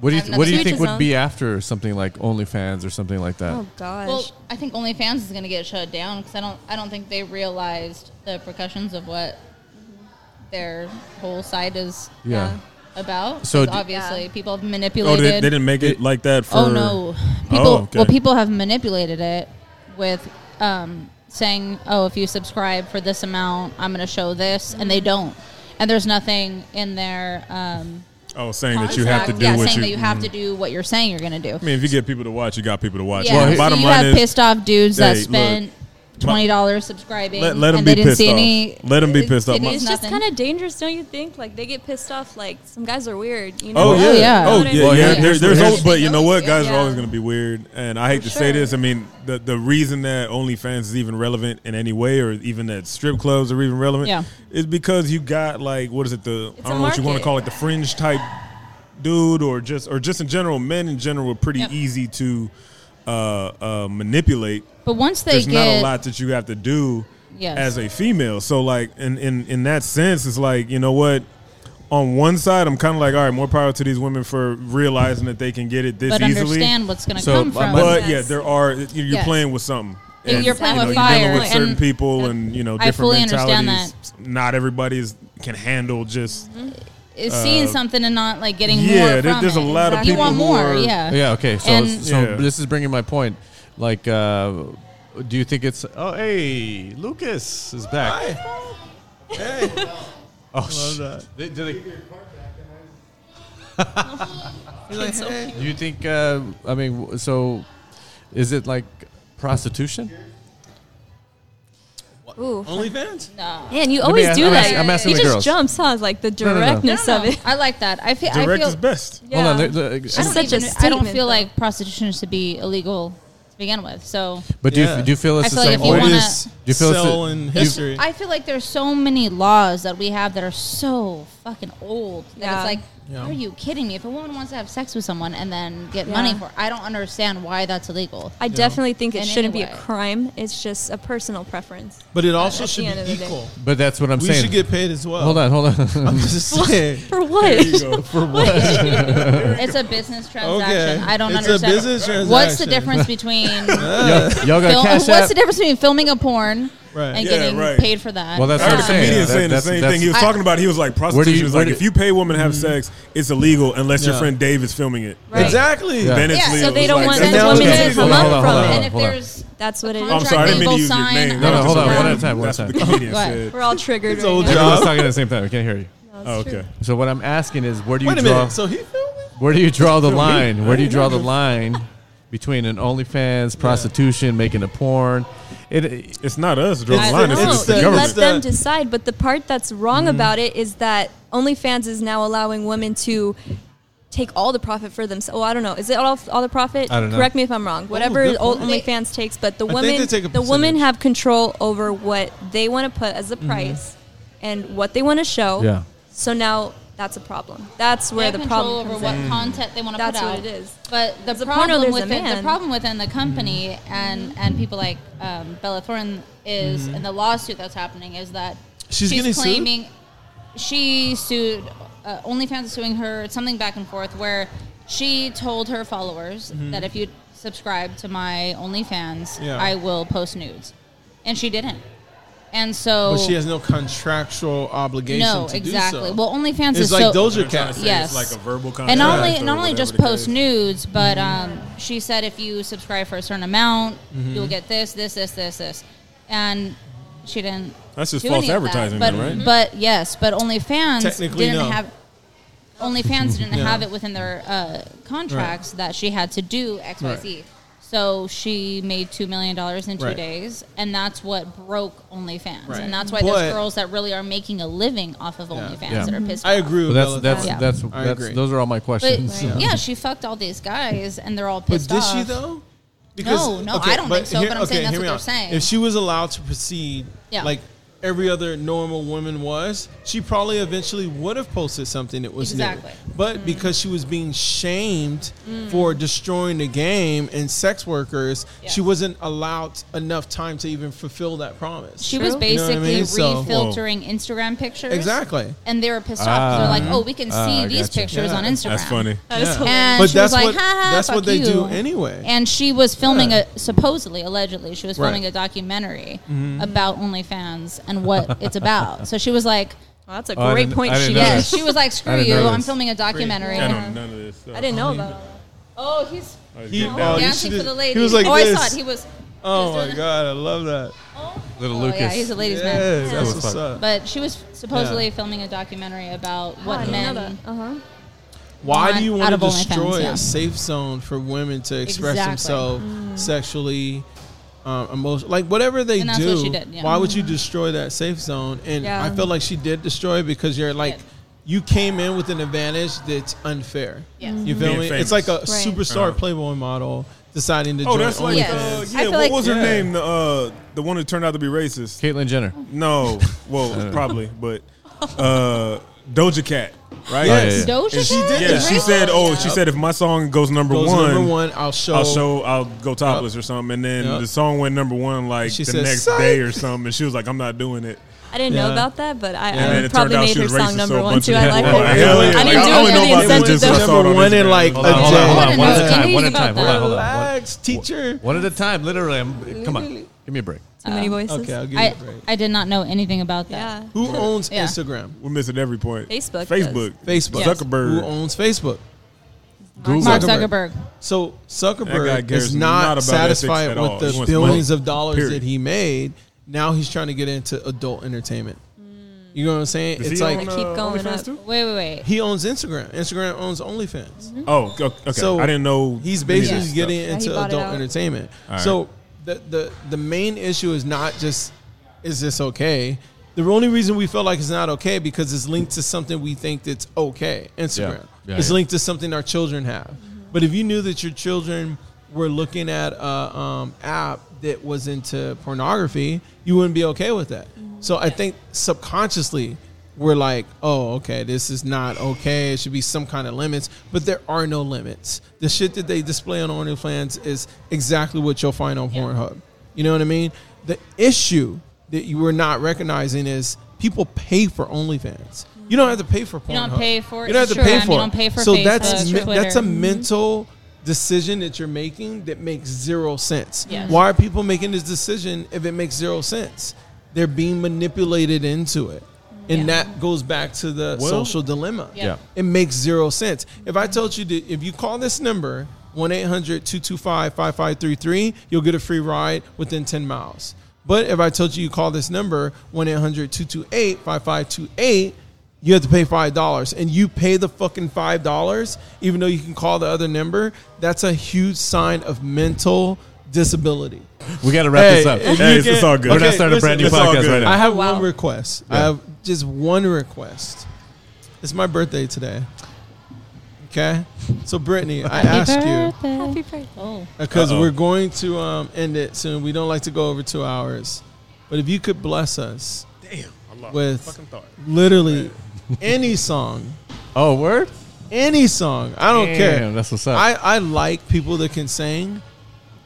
[SPEAKER 1] What do you
[SPEAKER 2] Have
[SPEAKER 1] th- What do you
[SPEAKER 5] another-
[SPEAKER 1] think
[SPEAKER 5] Each his
[SPEAKER 1] would
[SPEAKER 5] own.
[SPEAKER 1] be after something like OnlyFans or something like that?
[SPEAKER 5] Oh gosh.
[SPEAKER 2] Well, I think OnlyFans is going to get shut down because I don't. I don't think they realized the repercussions of what their whole site is
[SPEAKER 1] yeah.
[SPEAKER 5] yeah.
[SPEAKER 2] about.
[SPEAKER 1] So
[SPEAKER 2] 'Cause
[SPEAKER 1] d-
[SPEAKER 2] obviously,
[SPEAKER 5] Yeah.
[SPEAKER 2] people have
[SPEAKER 6] Oh,
[SPEAKER 2] manipulated.
[SPEAKER 6] they, they didn't make it like that for.
[SPEAKER 2] oh no, people.
[SPEAKER 6] Oh, okay.
[SPEAKER 2] Well, people have manipulated it with um, saying, "Oh, if you subscribe for this amount, I'm going to show this," and they don't. And there's nothing in their um,
[SPEAKER 6] Oh, saying that you have to do
[SPEAKER 2] yeah,
[SPEAKER 6] what
[SPEAKER 2] saying
[SPEAKER 6] you. Mm-hmm.
[SPEAKER 2] that you have to do what you're saying you're going to do.
[SPEAKER 6] I mean, if you get people to watch, you got people to watch.
[SPEAKER 2] Yeah,
[SPEAKER 6] Well,
[SPEAKER 2] so
[SPEAKER 6] bottom
[SPEAKER 2] you
[SPEAKER 6] line
[SPEAKER 2] have
[SPEAKER 6] is,
[SPEAKER 2] pissed off dudes
[SPEAKER 6] hey,
[SPEAKER 2] that
[SPEAKER 6] look,
[SPEAKER 2] spent
[SPEAKER 6] my-
[SPEAKER 2] twenty dollars subscribing.
[SPEAKER 6] Let- let 'em
[SPEAKER 2] and
[SPEAKER 6] be
[SPEAKER 2] they didn't
[SPEAKER 6] pissed
[SPEAKER 2] see
[SPEAKER 6] off.
[SPEAKER 2] Any,
[SPEAKER 6] Let 'em be
[SPEAKER 2] they
[SPEAKER 6] pissed off.
[SPEAKER 2] didn't
[SPEAKER 6] My-
[SPEAKER 5] it's
[SPEAKER 2] use
[SPEAKER 5] just
[SPEAKER 2] nothing.
[SPEAKER 5] kind of dangerous, don't you think? Like they get pissed off. Like some guys are weird. You know?
[SPEAKER 6] Oh,
[SPEAKER 5] You
[SPEAKER 6] yeah.
[SPEAKER 5] know
[SPEAKER 2] yeah.
[SPEAKER 6] Oh
[SPEAKER 5] what I
[SPEAKER 6] yeah.
[SPEAKER 5] mean?
[SPEAKER 6] yeah.
[SPEAKER 1] yeah.
[SPEAKER 6] There's, there's
[SPEAKER 1] Yeah.
[SPEAKER 6] always, but you know what? Guys are
[SPEAKER 5] Yeah.
[SPEAKER 6] always going to be weird, and I hate to
[SPEAKER 5] sure.
[SPEAKER 6] say this. I mean, the the reason that OnlyFans is even relevant in any way, or even that strip clubs are even relevant,
[SPEAKER 2] Yeah.
[SPEAKER 6] is because you got like what is it? The
[SPEAKER 5] It's
[SPEAKER 6] I
[SPEAKER 5] a
[SPEAKER 6] don't know what you want
[SPEAKER 5] market.
[SPEAKER 6] to call it, the fringe type dude, or just or just in general, men in general are pretty
[SPEAKER 2] Yep.
[SPEAKER 6] easy to uh, uh, manipulate.
[SPEAKER 2] but once they
[SPEAKER 6] There's
[SPEAKER 2] get
[SPEAKER 6] not a lot that you have to do
[SPEAKER 2] Yes.
[SPEAKER 6] as a female. So like in, in in that sense, it's like you know what. On one side, I'm kind of like, all right, more power to these women for realizing that they can get it this
[SPEAKER 2] but
[SPEAKER 6] easily.
[SPEAKER 2] understand what's going to
[SPEAKER 1] So,
[SPEAKER 2] come
[SPEAKER 1] my-
[SPEAKER 2] from.
[SPEAKER 1] my-
[SPEAKER 6] But yeah, there are you're
[SPEAKER 2] Yes.
[SPEAKER 6] playing with something.
[SPEAKER 2] You're playing with
[SPEAKER 6] you're dealing
[SPEAKER 2] fire,
[SPEAKER 6] with certain
[SPEAKER 2] and-
[SPEAKER 6] people and you know
[SPEAKER 2] I
[SPEAKER 6] different
[SPEAKER 2] fully
[SPEAKER 6] mentalities.
[SPEAKER 2] understand Mm-hmm.
[SPEAKER 6] Not everybody is, can handle just
[SPEAKER 2] Is seeing something and not like getting
[SPEAKER 6] uh, yeah,
[SPEAKER 2] more.
[SPEAKER 6] there-
[SPEAKER 2] from
[SPEAKER 6] there's a
[SPEAKER 2] it.
[SPEAKER 6] lot of
[SPEAKER 2] You want
[SPEAKER 6] people who
[SPEAKER 2] more,
[SPEAKER 6] are-
[SPEAKER 2] yeah.
[SPEAKER 1] Yeah. Okay. So,
[SPEAKER 2] And-
[SPEAKER 1] so
[SPEAKER 6] Yeah.
[SPEAKER 1] this is bringing my point. Like, uh, do you think it's? Oh, hey, Lucas is back. Oh, shit. They- do they- do you think? Uh, I mean, w- so is it like prostitution?
[SPEAKER 5] Ooh.
[SPEAKER 3] OnlyFans?
[SPEAKER 2] No.
[SPEAKER 5] Man, you
[SPEAKER 1] me
[SPEAKER 5] always
[SPEAKER 1] ask-
[SPEAKER 5] do
[SPEAKER 1] I'm
[SPEAKER 5] that.
[SPEAKER 1] asking- I'm asking
[SPEAKER 5] he
[SPEAKER 1] the
[SPEAKER 5] just
[SPEAKER 1] girls.
[SPEAKER 5] jumps, huh? Like the
[SPEAKER 1] no, no.
[SPEAKER 2] No,
[SPEAKER 5] directness
[SPEAKER 2] no, no.
[SPEAKER 5] of it.
[SPEAKER 2] I like that. I feel. I
[SPEAKER 6] direct
[SPEAKER 2] feel.
[SPEAKER 6] is best.
[SPEAKER 5] Yeah.
[SPEAKER 1] Hold on. the- the-
[SPEAKER 2] I
[SPEAKER 5] It's
[SPEAKER 2] don't,
[SPEAKER 5] such a
[SPEAKER 2] even, I don't
[SPEAKER 5] statement,
[SPEAKER 2] feel
[SPEAKER 5] though.
[SPEAKER 2] like prostitution should be illegal to begin with. So
[SPEAKER 1] but do
[SPEAKER 3] Yeah.
[SPEAKER 1] you do you feel it's
[SPEAKER 2] I
[SPEAKER 1] the
[SPEAKER 2] feel like
[SPEAKER 1] same
[SPEAKER 2] if you
[SPEAKER 1] way?
[SPEAKER 2] wanna-
[SPEAKER 3] Oldest
[SPEAKER 1] Do you feel it's
[SPEAKER 3] cell
[SPEAKER 1] a-
[SPEAKER 3] in
[SPEAKER 1] do you-
[SPEAKER 3] history.
[SPEAKER 2] I feel like there's so many laws that we have that are so fucking old that
[SPEAKER 5] Yeah.
[SPEAKER 2] it's like,
[SPEAKER 3] Yeah.
[SPEAKER 2] are you kidding me? If a woman wants to have sex with someone and then get
[SPEAKER 5] Yeah.
[SPEAKER 2] money for it, I don't understand why that's illegal.
[SPEAKER 5] I definitely think
[SPEAKER 2] In
[SPEAKER 5] it
[SPEAKER 2] any
[SPEAKER 5] shouldn't be a
[SPEAKER 2] way.
[SPEAKER 5] crime. It's just a personal preference.
[SPEAKER 3] But it also
[SPEAKER 5] at the
[SPEAKER 3] should
[SPEAKER 5] end of
[SPEAKER 3] be
[SPEAKER 5] the day.
[SPEAKER 3] equal.
[SPEAKER 1] But that's what I'm
[SPEAKER 3] We
[SPEAKER 1] saying.
[SPEAKER 3] should get paid as well.
[SPEAKER 1] hold on. Hold on.
[SPEAKER 3] I'm just saying.
[SPEAKER 5] For what?
[SPEAKER 2] It's a business transaction. I don't
[SPEAKER 3] It's a
[SPEAKER 2] understand.
[SPEAKER 3] business transaction.
[SPEAKER 2] What's the difference between film,
[SPEAKER 1] Y'all got cash
[SPEAKER 2] what's
[SPEAKER 1] app.
[SPEAKER 2] the difference between filming a porn
[SPEAKER 3] Right.
[SPEAKER 2] and
[SPEAKER 6] Yeah,
[SPEAKER 2] getting
[SPEAKER 6] right.
[SPEAKER 2] paid for that?
[SPEAKER 1] Well, that's
[SPEAKER 6] I heard
[SPEAKER 1] what
[SPEAKER 6] a
[SPEAKER 1] I'm saying.
[SPEAKER 6] comedian
[SPEAKER 1] Yeah, that-
[SPEAKER 6] saying the
[SPEAKER 1] that's-
[SPEAKER 6] same
[SPEAKER 1] that's-
[SPEAKER 6] thing. He was
[SPEAKER 2] I-
[SPEAKER 6] talking about. He was like prostitution. He was
[SPEAKER 1] where
[SPEAKER 6] like
[SPEAKER 1] do- Mm-hmm.
[SPEAKER 6] if you pay a woman to have sex, it's illegal unless your
[SPEAKER 3] Yeah.
[SPEAKER 6] friend Dave is filming it.
[SPEAKER 5] Right.
[SPEAKER 3] Exactly.
[SPEAKER 1] Yeah.
[SPEAKER 6] Then it's
[SPEAKER 2] Yeah, so
[SPEAKER 6] legal.
[SPEAKER 5] they
[SPEAKER 6] It's
[SPEAKER 5] don't
[SPEAKER 6] like,
[SPEAKER 5] want
[SPEAKER 6] that's
[SPEAKER 5] them
[SPEAKER 6] what
[SPEAKER 5] women to
[SPEAKER 6] it is.
[SPEAKER 5] come
[SPEAKER 1] Hold on,
[SPEAKER 5] up
[SPEAKER 1] hold on,
[SPEAKER 5] from
[SPEAKER 1] hold on.
[SPEAKER 5] it.
[SPEAKER 2] and if
[SPEAKER 1] hold on.
[SPEAKER 2] there's
[SPEAKER 5] That's what it
[SPEAKER 2] The
[SPEAKER 5] is.
[SPEAKER 6] I'm sorry, I didn't mean to use your
[SPEAKER 2] Contract
[SPEAKER 6] name.
[SPEAKER 2] legal
[SPEAKER 1] No, no,
[SPEAKER 6] That's
[SPEAKER 1] hold
[SPEAKER 6] what-
[SPEAKER 1] on, one at a time, one
[SPEAKER 6] That's
[SPEAKER 1] at a
[SPEAKER 6] what the
[SPEAKER 1] time.
[SPEAKER 6] comedian
[SPEAKER 2] What?
[SPEAKER 6] said.
[SPEAKER 5] We're all triggered.
[SPEAKER 3] It's
[SPEAKER 5] right
[SPEAKER 3] old
[SPEAKER 5] now.
[SPEAKER 3] job.
[SPEAKER 1] Everyone's talking at the same time. I can't hear you.
[SPEAKER 5] No, it's
[SPEAKER 6] Oh,
[SPEAKER 5] true.
[SPEAKER 6] okay.
[SPEAKER 1] So what I'm asking is, where do you
[SPEAKER 3] Wait a
[SPEAKER 1] draw?
[SPEAKER 3] minute. So he filmed it?
[SPEAKER 1] Where do you draw the
[SPEAKER 6] me.
[SPEAKER 1] line? Where do you
[SPEAKER 6] I
[SPEAKER 1] draw the line between an OnlyFans, prostitution, making a porn? It, it-
[SPEAKER 6] It's not us drawing
[SPEAKER 5] I
[SPEAKER 6] the line. It's,
[SPEAKER 5] don't
[SPEAKER 6] it's
[SPEAKER 5] know.
[SPEAKER 6] the
[SPEAKER 5] you
[SPEAKER 6] government.
[SPEAKER 5] let them
[SPEAKER 3] It's the-
[SPEAKER 5] decide. But the part that's wrong about it is that OnlyFans is now allowing women to take all the profit for themselves. Oh, I don't know. Is it all, all the profit?
[SPEAKER 1] I don't know.
[SPEAKER 5] Correct me if I'm wrong. Whatever
[SPEAKER 3] good
[SPEAKER 5] old
[SPEAKER 3] point.
[SPEAKER 5] OnlyFans takes, but the
[SPEAKER 3] think
[SPEAKER 5] women
[SPEAKER 3] they take a
[SPEAKER 5] the women
[SPEAKER 3] percentage.
[SPEAKER 5] have control over what they want to put as a price and what they want to show.
[SPEAKER 1] Yeah.
[SPEAKER 5] So now that's a problem. That's
[SPEAKER 2] they
[SPEAKER 5] where
[SPEAKER 2] have
[SPEAKER 5] the
[SPEAKER 2] control
[SPEAKER 5] problem
[SPEAKER 2] over
[SPEAKER 5] comes
[SPEAKER 2] what
[SPEAKER 5] in.
[SPEAKER 2] content they want to put
[SPEAKER 5] That's
[SPEAKER 2] out.
[SPEAKER 5] what it is.
[SPEAKER 2] But the
[SPEAKER 5] As a porno,
[SPEAKER 2] problem
[SPEAKER 5] there's a
[SPEAKER 2] within the
[SPEAKER 5] man.
[SPEAKER 2] problem within the company and and people like um, Bella Thorne is and the lawsuit that's happening is that
[SPEAKER 3] She's getting sued?
[SPEAKER 2] claiming she sued uh, OnlyFans is suing her something back and forth where she told her followers that if you subscribe to my OnlyFans,
[SPEAKER 3] Yeah.
[SPEAKER 2] I will post nudes, and she didn't. And so
[SPEAKER 3] But she has no contractual obligation
[SPEAKER 2] no,
[SPEAKER 3] to
[SPEAKER 2] exactly.
[SPEAKER 3] do so.
[SPEAKER 2] Well, OnlyFans
[SPEAKER 3] it's
[SPEAKER 2] is
[SPEAKER 3] like
[SPEAKER 2] so,
[SPEAKER 3] Doja
[SPEAKER 6] Trying
[SPEAKER 3] Cat.
[SPEAKER 6] to say
[SPEAKER 2] Yes.
[SPEAKER 6] It's like a verbal contract.
[SPEAKER 2] and not only
[SPEAKER 6] or
[SPEAKER 2] not only
[SPEAKER 6] whatever
[SPEAKER 2] just
[SPEAKER 6] the case.
[SPEAKER 2] post nudes, but um, she said if you subscribe for a certain amount, you'll get this, this, this, this, this, and she didn't.
[SPEAKER 6] That's just
[SPEAKER 2] do
[SPEAKER 6] false
[SPEAKER 2] any of that.
[SPEAKER 6] advertising,
[SPEAKER 2] but,
[SPEAKER 6] then, right?
[SPEAKER 2] But yes, but OnlyFans
[SPEAKER 3] Technically,
[SPEAKER 2] didn't
[SPEAKER 3] no.
[SPEAKER 2] have. OnlyFans didn't
[SPEAKER 3] Yeah.
[SPEAKER 2] have it within their uh, contracts that she had to do X, Y,
[SPEAKER 3] Right.
[SPEAKER 2] Z. So she made two million dollars in two
[SPEAKER 3] Right.
[SPEAKER 2] days, and that's what broke OnlyFans,
[SPEAKER 3] Right.
[SPEAKER 2] and that's why
[SPEAKER 3] But-
[SPEAKER 2] there's girls that really are making a living off of OnlyFans
[SPEAKER 1] Yeah.
[SPEAKER 2] that are pissed.
[SPEAKER 3] I
[SPEAKER 2] off.
[SPEAKER 3] agree
[SPEAKER 1] but
[SPEAKER 3] with
[SPEAKER 1] that's
[SPEAKER 3] Bella
[SPEAKER 1] that's
[SPEAKER 3] Thorne.
[SPEAKER 1] that's,
[SPEAKER 3] I
[SPEAKER 1] that's,
[SPEAKER 3] agree.
[SPEAKER 1] those are all my
[SPEAKER 2] But
[SPEAKER 1] questions.
[SPEAKER 2] yeah. she fucked all these guys, and they're all
[SPEAKER 3] But
[SPEAKER 2] pissed
[SPEAKER 3] did
[SPEAKER 2] off.
[SPEAKER 3] she though?
[SPEAKER 2] No, no, I don't think so, but I'm saying that's
[SPEAKER 3] hear
[SPEAKER 2] what
[SPEAKER 3] me
[SPEAKER 2] they're
[SPEAKER 3] out.
[SPEAKER 2] saying.
[SPEAKER 3] If she was allowed to proceed,
[SPEAKER 2] Yeah.
[SPEAKER 3] like every other normal woman was, she probably eventually would have posted something that was
[SPEAKER 2] Exactly. Mm.
[SPEAKER 3] new. But because she was being shamed for destroying the game and sex workers,
[SPEAKER 2] Yeah.
[SPEAKER 3] she wasn't allowed enough time to even fulfill that promise.
[SPEAKER 2] She was
[SPEAKER 5] True.
[SPEAKER 3] You know what I
[SPEAKER 2] basically
[SPEAKER 3] mean? So-
[SPEAKER 2] refiltering Instagram pictures.
[SPEAKER 3] exactly.
[SPEAKER 2] And they were pissed off. They're like, oh, we can see
[SPEAKER 1] Ah,
[SPEAKER 2] these
[SPEAKER 1] gotcha.
[SPEAKER 2] pictures
[SPEAKER 3] Yeah.
[SPEAKER 2] on Instagram.
[SPEAKER 6] That's funny.
[SPEAKER 5] That is
[SPEAKER 3] Yeah.
[SPEAKER 5] hilarious.
[SPEAKER 2] And
[SPEAKER 3] But
[SPEAKER 2] she was
[SPEAKER 3] that's
[SPEAKER 2] like,
[SPEAKER 3] what-
[SPEAKER 2] ha, ha,
[SPEAKER 3] that's
[SPEAKER 2] fuck
[SPEAKER 3] what they
[SPEAKER 2] you.
[SPEAKER 3] do anyway.
[SPEAKER 2] And she was filming
[SPEAKER 3] Yeah.
[SPEAKER 2] a supposedly, allegedly, she was
[SPEAKER 3] Right. Mm-hmm.
[SPEAKER 2] filming a documentary about OnlyFans and what it's about. So she was like,
[SPEAKER 5] Well, that's a
[SPEAKER 1] Oh, I
[SPEAKER 5] great
[SPEAKER 1] didn't-
[SPEAKER 5] point
[SPEAKER 1] I
[SPEAKER 5] she
[SPEAKER 1] didn't know
[SPEAKER 5] did.
[SPEAKER 2] yes,
[SPEAKER 1] that.
[SPEAKER 2] she was like, screw
[SPEAKER 1] didn't
[SPEAKER 2] you,
[SPEAKER 1] know
[SPEAKER 2] I'm
[SPEAKER 1] this.
[SPEAKER 2] filming a documentary.
[SPEAKER 6] I don't know none of this stuff.
[SPEAKER 5] I didn't know about all
[SPEAKER 2] Oh, he's
[SPEAKER 6] I was
[SPEAKER 3] He-
[SPEAKER 6] getting
[SPEAKER 3] oh,
[SPEAKER 6] down.
[SPEAKER 3] you
[SPEAKER 2] dancing for
[SPEAKER 3] should've-
[SPEAKER 2] the ladies.
[SPEAKER 3] he was like
[SPEAKER 2] oh, I
[SPEAKER 3] this.
[SPEAKER 2] saw it. He was.
[SPEAKER 3] Oh
[SPEAKER 2] he was
[SPEAKER 3] my
[SPEAKER 2] doing-
[SPEAKER 3] god, I love that.
[SPEAKER 1] Little
[SPEAKER 2] Oh,
[SPEAKER 1] Lucas.
[SPEAKER 2] yeah, he's a ladies' man.
[SPEAKER 3] Yeah,
[SPEAKER 1] That
[SPEAKER 3] that's
[SPEAKER 1] was
[SPEAKER 3] what's
[SPEAKER 1] fun.
[SPEAKER 3] up.
[SPEAKER 2] But she was supposedly
[SPEAKER 3] Yeah.
[SPEAKER 2] filming a documentary about
[SPEAKER 5] Oh, I
[SPEAKER 2] what
[SPEAKER 5] didn't know
[SPEAKER 2] men.
[SPEAKER 5] that. Uh-huh.
[SPEAKER 3] Why
[SPEAKER 2] want
[SPEAKER 3] do you
[SPEAKER 2] out
[SPEAKER 3] want to
[SPEAKER 2] of OnlyFans,
[SPEAKER 3] destroy
[SPEAKER 2] yeah.
[SPEAKER 3] a safe zone for women to express
[SPEAKER 2] Exactly. Mm.
[SPEAKER 3] themselves sexually, um, emotionally, like whatever they
[SPEAKER 2] And that's
[SPEAKER 3] do?
[SPEAKER 2] what she did, yeah. Mm-hmm.
[SPEAKER 3] Why would you destroy that safe zone? And
[SPEAKER 5] Yeah.
[SPEAKER 3] I feel like she did destroy it because you're like,
[SPEAKER 2] did.
[SPEAKER 3] you came in with an advantage that's unfair.
[SPEAKER 2] Yes.
[SPEAKER 3] You feel
[SPEAKER 6] Mm-hmm. Being
[SPEAKER 3] me?
[SPEAKER 6] famous.
[SPEAKER 3] It's like a
[SPEAKER 6] Right.
[SPEAKER 3] superstar
[SPEAKER 6] Uh-huh.
[SPEAKER 3] Playboy model deciding to
[SPEAKER 6] Oh,
[SPEAKER 3] join
[SPEAKER 6] that's like
[SPEAKER 2] Yes.
[SPEAKER 6] uh,
[SPEAKER 3] OnlyFans.
[SPEAKER 2] I
[SPEAKER 6] yeah.
[SPEAKER 2] feel
[SPEAKER 6] What
[SPEAKER 2] like-
[SPEAKER 6] was her
[SPEAKER 3] Yeah.
[SPEAKER 6] name? The uh, the one who turned out to be racist.
[SPEAKER 1] Caitlyn Jenner.
[SPEAKER 6] No, well, probably, but uh, Doja Cat, right?
[SPEAKER 1] Yeah, yeah, yeah.
[SPEAKER 2] Doja
[SPEAKER 6] And she
[SPEAKER 2] Cat?
[SPEAKER 6] did. Yeah, she
[SPEAKER 2] Really?
[SPEAKER 6] said, "Oh, she said if my song goes number
[SPEAKER 3] Goes
[SPEAKER 6] one,
[SPEAKER 3] number one, I'll show.
[SPEAKER 6] I'll show, I'll go topless or something." And then
[SPEAKER 3] Yep.
[SPEAKER 6] the song went number one like
[SPEAKER 3] She
[SPEAKER 6] the
[SPEAKER 3] said,
[SPEAKER 6] next
[SPEAKER 3] "Psych."
[SPEAKER 6] day or something, and she was like, "I'm not doing it."
[SPEAKER 5] I didn't
[SPEAKER 3] Yeah.
[SPEAKER 5] know about that, but I,
[SPEAKER 3] Yeah.
[SPEAKER 5] I
[SPEAKER 3] And
[SPEAKER 6] it
[SPEAKER 5] probably
[SPEAKER 6] turned out
[SPEAKER 5] made
[SPEAKER 6] she
[SPEAKER 5] her
[SPEAKER 6] was racist
[SPEAKER 5] song number
[SPEAKER 6] to a
[SPEAKER 5] one
[SPEAKER 6] bunch
[SPEAKER 5] too.
[SPEAKER 6] of
[SPEAKER 5] I
[SPEAKER 6] people.
[SPEAKER 5] like
[SPEAKER 6] Like,
[SPEAKER 5] it.
[SPEAKER 6] hell yeah.
[SPEAKER 5] I didn't
[SPEAKER 6] Like,
[SPEAKER 5] do
[SPEAKER 6] I only know
[SPEAKER 5] anything
[SPEAKER 6] about
[SPEAKER 5] except
[SPEAKER 6] that just
[SPEAKER 5] that-
[SPEAKER 6] because I saw it
[SPEAKER 3] number
[SPEAKER 6] on
[SPEAKER 3] one in
[SPEAKER 6] Instagram.
[SPEAKER 3] like
[SPEAKER 1] Hold on, hold on, hold on. One at a time. One at a time. Hold on, hold on. One,
[SPEAKER 3] Relax, teacher.
[SPEAKER 1] one at a time. Literally. I'm, come on. Give me a break.
[SPEAKER 5] Too many voices.
[SPEAKER 3] Okay, I'll give you
[SPEAKER 2] I,
[SPEAKER 3] a break.
[SPEAKER 2] I did not know anything about that.
[SPEAKER 5] Yeah.
[SPEAKER 3] Who owns
[SPEAKER 2] Yeah.
[SPEAKER 3] Instagram?
[SPEAKER 6] We're missing every point.
[SPEAKER 5] Facebook does.
[SPEAKER 6] Facebook,
[SPEAKER 3] Facebook.
[SPEAKER 5] Yes.
[SPEAKER 6] Zuckerberg.
[SPEAKER 3] Who owns Facebook?
[SPEAKER 6] Google.
[SPEAKER 2] Mark
[SPEAKER 3] Zuckerberg.
[SPEAKER 2] Zuckerberg.
[SPEAKER 3] So
[SPEAKER 6] guy
[SPEAKER 3] Zuckerberg
[SPEAKER 6] cares
[SPEAKER 3] is
[SPEAKER 6] not
[SPEAKER 3] not,
[SPEAKER 6] about ethics
[SPEAKER 3] satisfied
[SPEAKER 6] at all.
[SPEAKER 3] with
[SPEAKER 6] He
[SPEAKER 3] the
[SPEAKER 6] wants
[SPEAKER 3] billions
[SPEAKER 6] money.
[SPEAKER 3] of dollars
[SPEAKER 6] Period.
[SPEAKER 3] that he made. Now he's trying to get into adult entertainment. You know what I'm saying?
[SPEAKER 6] Does
[SPEAKER 3] it's
[SPEAKER 6] he
[SPEAKER 3] like
[SPEAKER 5] They
[SPEAKER 6] own,
[SPEAKER 5] keep
[SPEAKER 6] uh,
[SPEAKER 5] going
[SPEAKER 6] OnlyFans
[SPEAKER 5] up.
[SPEAKER 6] too?
[SPEAKER 2] Wait, wait, wait.
[SPEAKER 3] he owns Instagram. Instagram owns OnlyFans.
[SPEAKER 6] Oh, o- okay.
[SPEAKER 3] So
[SPEAKER 6] I didn't
[SPEAKER 3] He's
[SPEAKER 6] know any of this
[SPEAKER 3] basically
[SPEAKER 6] stuff.
[SPEAKER 3] getting
[SPEAKER 5] Mm-hmm. he
[SPEAKER 3] into
[SPEAKER 5] bought it
[SPEAKER 3] adult
[SPEAKER 5] out.
[SPEAKER 3] entertainment.
[SPEAKER 6] right.
[SPEAKER 3] So the, the the main issue is not just is this okay. The only reason we feel like it's not okay because it's linked to something we think that's okay. Instagram.
[SPEAKER 1] Yeah,
[SPEAKER 3] it's
[SPEAKER 1] yeah.
[SPEAKER 3] linked to something our children have. But if you knew that your children were looking at a um, app that was into pornography, you wouldn't be okay with that.
[SPEAKER 2] Mm-hmm.
[SPEAKER 3] So I think subconsciously we're like, oh, okay, this is not okay. It should be some kind of limits, but there are no limits. The shit that they display on OnlyFans is exactly what you'll find on Pornhub. You know what I mean? The issue that you were not recognizing is people pay for OnlyFans. You don't have to pay for Pornhub.
[SPEAKER 2] You don't pay for
[SPEAKER 3] Uh-huh. You don't have to pay
[SPEAKER 2] Instagram,
[SPEAKER 3] for
[SPEAKER 2] you
[SPEAKER 3] it.
[SPEAKER 2] don't pay for
[SPEAKER 3] so that's
[SPEAKER 2] Facebook,
[SPEAKER 3] me-
[SPEAKER 2] Twitter. Mm-hmm.
[SPEAKER 3] that's a mental decision that you're making that makes zero sense.
[SPEAKER 2] Yes.
[SPEAKER 3] Why are people making this decision if it makes zero sense? They're being manipulated into it. And
[SPEAKER 2] Yeah.
[SPEAKER 3] that goes back to the
[SPEAKER 1] Well-
[SPEAKER 3] social dilemma.
[SPEAKER 2] Yeah.
[SPEAKER 3] It makes zero sense. If I told you that if you call this number, 1 800 225 5533, you'll get a free ride within 10 miles. But if I told you you call this number, 1 800 228 5528, you have to pay $5. And you pay the fucking $5, even though you can call the other number, that's a huge sign of mental disability.
[SPEAKER 1] We got to wrap this
[SPEAKER 3] Hey,
[SPEAKER 1] up.
[SPEAKER 3] if
[SPEAKER 6] Hey, it's, it's all good.
[SPEAKER 1] We're
[SPEAKER 3] Okay,
[SPEAKER 1] not starting a brand new
[SPEAKER 6] it's all
[SPEAKER 1] podcast
[SPEAKER 6] good.
[SPEAKER 1] right
[SPEAKER 3] I
[SPEAKER 1] now.
[SPEAKER 3] have
[SPEAKER 5] Wow.
[SPEAKER 3] one request. I
[SPEAKER 1] Yeah.
[SPEAKER 3] have just one request. It's my birthday today. Okay, so Brittany, I ask you
[SPEAKER 5] Happy birthday.
[SPEAKER 2] Oh,
[SPEAKER 3] because
[SPEAKER 6] Uh-oh.
[SPEAKER 3] we're going to um, end it soon. We don't like to go over two hours, but if you could bless us
[SPEAKER 6] Damn, I lost
[SPEAKER 3] With-
[SPEAKER 6] my fucking thought.
[SPEAKER 3] literally any song,
[SPEAKER 1] Oh, word?
[SPEAKER 3] any song, I don't
[SPEAKER 1] Damn,
[SPEAKER 3] care.
[SPEAKER 1] That's what's up.
[SPEAKER 3] I, I like people that can sing,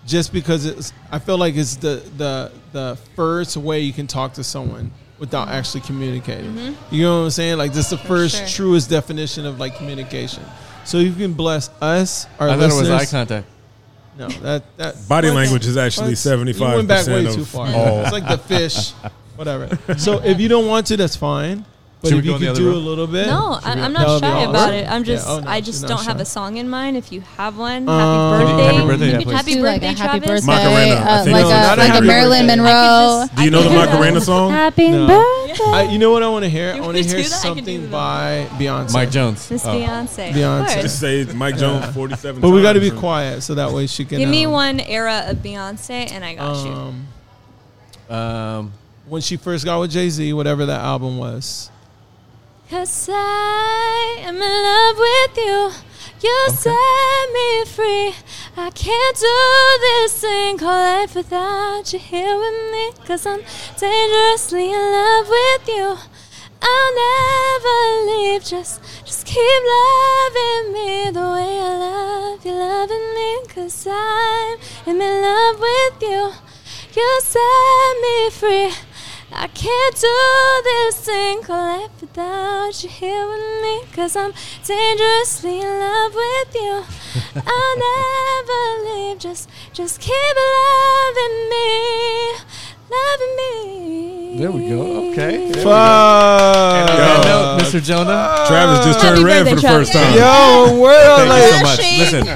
[SPEAKER 3] just because it's. I feel like it's the the the first way you can talk to someone without actually communicating. You know what I'm saying? Like this is the first
[SPEAKER 5] Mm-hmm. sure.
[SPEAKER 3] truest definition of like communication. So you can bless us, our
[SPEAKER 1] I thought it
[SPEAKER 3] listeners.
[SPEAKER 1] was eye contact.
[SPEAKER 3] No, that that
[SPEAKER 6] Body
[SPEAKER 3] what?
[SPEAKER 6] language is actually
[SPEAKER 3] What?
[SPEAKER 6] seventy
[SPEAKER 3] You
[SPEAKER 6] five
[SPEAKER 3] went back way
[SPEAKER 6] percent of
[SPEAKER 3] too far.
[SPEAKER 6] all.
[SPEAKER 3] It's like the fish, whatever. So if you don't want to, that's fine. But
[SPEAKER 1] Should we
[SPEAKER 3] if you
[SPEAKER 1] go in the
[SPEAKER 3] could
[SPEAKER 1] other
[SPEAKER 3] do
[SPEAKER 1] room?
[SPEAKER 3] a little bit,
[SPEAKER 5] No, I, I'm
[SPEAKER 3] That
[SPEAKER 5] not
[SPEAKER 3] would be
[SPEAKER 5] shy
[SPEAKER 3] awesome.
[SPEAKER 5] about it. I'm
[SPEAKER 3] Yeah,
[SPEAKER 5] just,
[SPEAKER 3] oh, no,
[SPEAKER 5] I
[SPEAKER 3] she's
[SPEAKER 5] just
[SPEAKER 3] not
[SPEAKER 5] don't
[SPEAKER 3] shy.
[SPEAKER 5] have a song in mind. If you have
[SPEAKER 3] Um,
[SPEAKER 5] one, happy birthday.
[SPEAKER 1] Happy birthday, yeah, please.
[SPEAKER 5] happy
[SPEAKER 2] do like
[SPEAKER 5] birthday,
[SPEAKER 2] a happy
[SPEAKER 5] Travis.
[SPEAKER 2] birthday,
[SPEAKER 6] Macarena, I
[SPEAKER 2] uh,
[SPEAKER 6] think.
[SPEAKER 2] like
[SPEAKER 3] No,
[SPEAKER 2] a
[SPEAKER 3] not
[SPEAKER 2] like a
[SPEAKER 3] happy
[SPEAKER 2] Marilyn
[SPEAKER 3] birthday.
[SPEAKER 2] Monroe.
[SPEAKER 5] just-
[SPEAKER 6] Do you know the
[SPEAKER 5] I can do
[SPEAKER 6] Macarena
[SPEAKER 5] that.
[SPEAKER 6] song?
[SPEAKER 2] Happy
[SPEAKER 3] No.
[SPEAKER 2] birthday.
[SPEAKER 3] I, you know what I want to hear? I
[SPEAKER 5] You
[SPEAKER 3] want to
[SPEAKER 5] could
[SPEAKER 3] hear
[SPEAKER 5] do that? I could do
[SPEAKER 3] something
[SPEAKER 5] that.
[SPEAKER 3] by Beyonce.
[SPEAKER 1] Mike Jones.
[SPEAKER 5] Miss
[SPEAKER 1] Oh.
[SPEAKER 5] Beyonce. of
[SPEAKER 3] Beyonce.
[SPEAKER 5] course.
[SPEAKER 6] Just say Mike Jones forty seven.
[SPEAKER 3] But we got to be quiet so that way she can.
[SPEAKER 5] Give me
[SPEAKER 3] um,
[SPEAKER 5] one era of Beyonce, and I got you.
[SPEAKER 3] Um,
[SPEAKER 1] Um,
[SPEAKER 3] when she first got with Jay Z, whatever that album was.
[SPEAKER 5] Cause I am in love with you. You set me free. I can't do this thing called life without you here with me. Cause I'm dangerously in love with you. I'll never leave. Just, just keep loving me the way I love you, loving me. Cause I'm am in love with you. You set me free. I can't do this thing called life without you here with me. Cause I'm dangerously in love with you. I'll never leave. Just, just keep loving me. Loving me.
[SPEAKER 1] There we go. Okay. There we go.
[SPEAKER 3] Fuck.
[SPEAKER 1] On that note, Mr. Jonah.
[SPEAKER 6] Travis just turned
[SPEAKER 5] Happy
[SPEAKER 6] red for the
[SPEAKER 5] birthday,
[SPEAKER 6] first time.
[SPEAKER 5] Travis.
[SPEAKER 3] Yo,
[SPEAKER 1] Thank
[SPEAKER 3] world.
[SPEAKER 1] you so
[SPEAKER 3] Like,
[SPEAKER 1] much.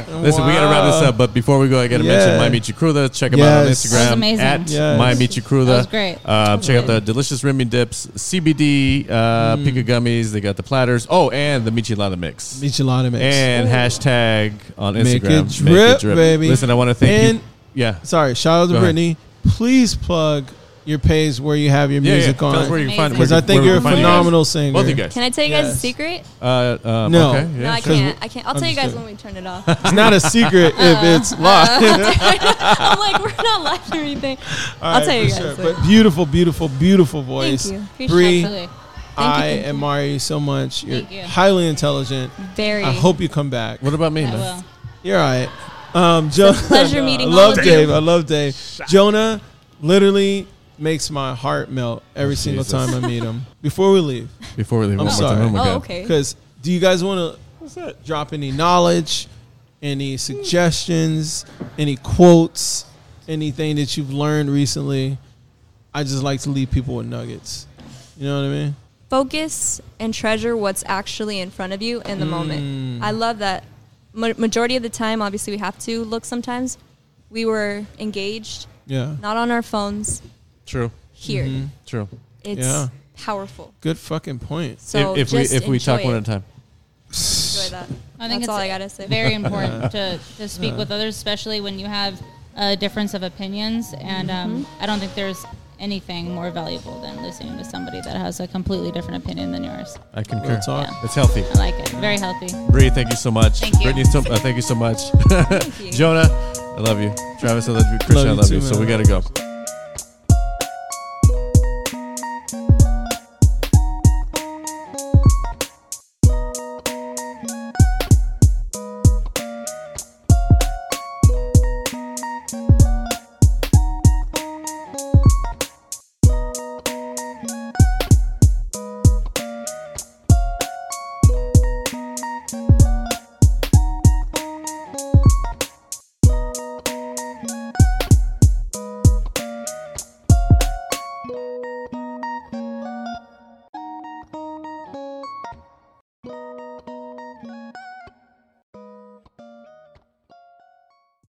[SPEAKER 1] Listen, listen, we gotta wrap this up. But before we go, I gotta mention
[SPEAKER 3] Yeah.
[SPEAKER 1] My Michi Cruda. Check them out on
[SPEAKER 3] Yes.
[SPEAKER 1] Instagram
[SPEAKER 2] That was amazing.
[SPEAKER 1] at
[SPEAKER 3] Yes.
[SPEAKER 1] My Michi Cruda.
[SPEAKER 2] That was great.
[SPEAKER 1] Uh, check out the delicious Remy dips, CBD uh,
[SPEAKER 3] Mm.
[SPEAKER 1] pika gummies. They got the platters. Oh, and the Michelada mix.
[SPEAKER 3] Michelada mix.
[SPEAKER 1] And hashtag on
[SPEAKER 3] Make
[SPEAKER 1] Instagram.
[SPEAKER 3] it drip, baby.
[SPEAKER 1] Listen, I want to thank
[SPEAKER 3] And-
[SPEAKER 1] you. Yeah.
[SPEAKER 3] Sorry, shout out to
[SPEAKER 1] Go ahead.
[SPEAKER 3] Brittany. Please plug your page where you have your
[SPEAKER 1] Yeah, yeah.
[SPEAKER 3] music
[SPEAKER 1] Tell us where
[SPEAKER 3] on.
[SPEAKER 1] you can find
[SPEAKER 3] Because
[SPEAKER 1] where
[SPEAKER 3] I
[SPEAKER 1] we-
[SPEAKER 3] think
[SPEAKER 1] where we
[SPEAKER 3] you're a
[SPEAKER 1] can find you guys.
[SPEAKER 3] phenomenal singer.
[SPEAKER 1] Both of you guys.
[SPEAKER 5] Can I tell you guys a
[SPEAKER 3] Yes.
[SPEAKER 5] secret?
[SPEAKER 1] Uh, um,
[SPEAKER 3] No.
[SPEAKER 1] Okay,
[SPEAKER 5] no,
[SPEAKER 1] yeah.
[SPEAKER 5] I can't. I can't. I'll tell you guys
[SPEAKER 3] Understood.
[SPEAKER 5] when we turn it off.
[SPEAKER 3] It's not a secret if it's
[SPEAKER 5] Uh,
[SPEAKER 3] live.
[SPEAKER 5] I'm like, we're not live or anything. I'll tell you guys. later.
[SPEAKER 3] But beautiful, beautiful, beautiful voice.
[SPEAKER 5] you. Appreciate
[SPEAKER 3] Bree,
[SPEAKER 5] it.
[SPEAKER 2] Absolutely.
[SPEAKER 3] I
[SPEAKER 5] thank you.
[SPEAKER 3] admire you so much. You're
[SPEAKER 2] Thank you.
[SPEAKER 3] highly intelligent.
[SPEAKER 5] Very.
[SPEAKER 3] I hope you come back.
[SPEAKER 1] What about me,
[SPEAKER 2] I
[SPEAKER 1] man?
[SPEAKER 2] will.
[SPEAKER 3] You're all right. Um, jo-
[SPEAKER 5] pleasure meeting
[SPEAKER 3] I
[SPEAKER 5] all
[SPEAKER 3] love
[SPEAKER 5] of you.
[SPEAKER 3] Dave. I love Dave. Jonah literally makes my heart melt every single
[SPEAKER 1] Jesus.
[SPEAKER 3] time I meet him. Before we leave,
[SPEAKER 1] Before we leave, one
[SPEAKER 3] I'm
[SPEAKER 1] more
[SPEAKER 3] sorry.
[SPEAKER 1] time.
[SPEAKER 5] Oh,
[SPEAKER 1] God.
[SPEAKER 5] okay.
[SPEAKER 3] because do you guys want to drop any knowledge, any suggestions, any quotes, anything that you've learned recently? I just like to leave people with nuggets. You know what I mean?
[SPEAKER 5] focus and treasure what's actually in front of you in the
[SPEAKER 1] Hmm.
[SPEAKER 5] moment. I love that. Ma- majority of the time, obviously, we have to look sometimes. We were engaged,
[SPEAKER 3] Yeah.
[SPEAKER 5] not on our phones,
[SPEAKER 1] True.
[SPEAKER 5] here.
[SPEAKER 1] Mm-hmm. True.
[SPEAKER 5] It's
[SPEAKER 3] Yeah.
[SPEAKER 5] powerful.
[SPEAKER 3] Good fucking point.
[SPEAKER 5] So
[SPEAKER 1] if if
[SPEAKER 5] just
[SPEAKER 1] we if we
[SPEAKER 5] enjoy
[SPEAKER 1] talk one
[SPEAKER 5] it.
[SPEAKER 1] at a time.
[SPEAKER 5] enjoy that.
[SPEAKER 2] I think
[SPEAKER 5] That's
[SPEAKER 2] it's
[SPEAKER 5] all I gotta say.
[SPEAKER 2] Very important to, to speak with others, especially when you have a difference of opinions. And um, I don't think there's anything more valuable than listening to somebody that has a completely different opinion than yours.
[SPEAKER 1] I
[SPEAKER 3] Real
[SPEAKER 1] concur.
[SPEAKER 3] talk.
[SPEAKER 2] Yeah.
[SPEAKER 1] It's healthy.
[SPEAKER 2] I like it. Very healthy.
[SPEAKER 1] Bree, thank you so much.
[SPEAKER 2] Thank you.
[SPEAKER 1] Brittany, so, uh, thank you so much.
[SPEAKER 5] you.
[SPEAKER 1] Jonah, I love you. Travis, I love you. Christian, I
[SPEAKER 3] you
[SPEAKER 1] love you.
[SPEAKER 3] too,
[SPEAKER 1] So we
[SPEAKER 3] man.
[SPEAKER 1] gotta go.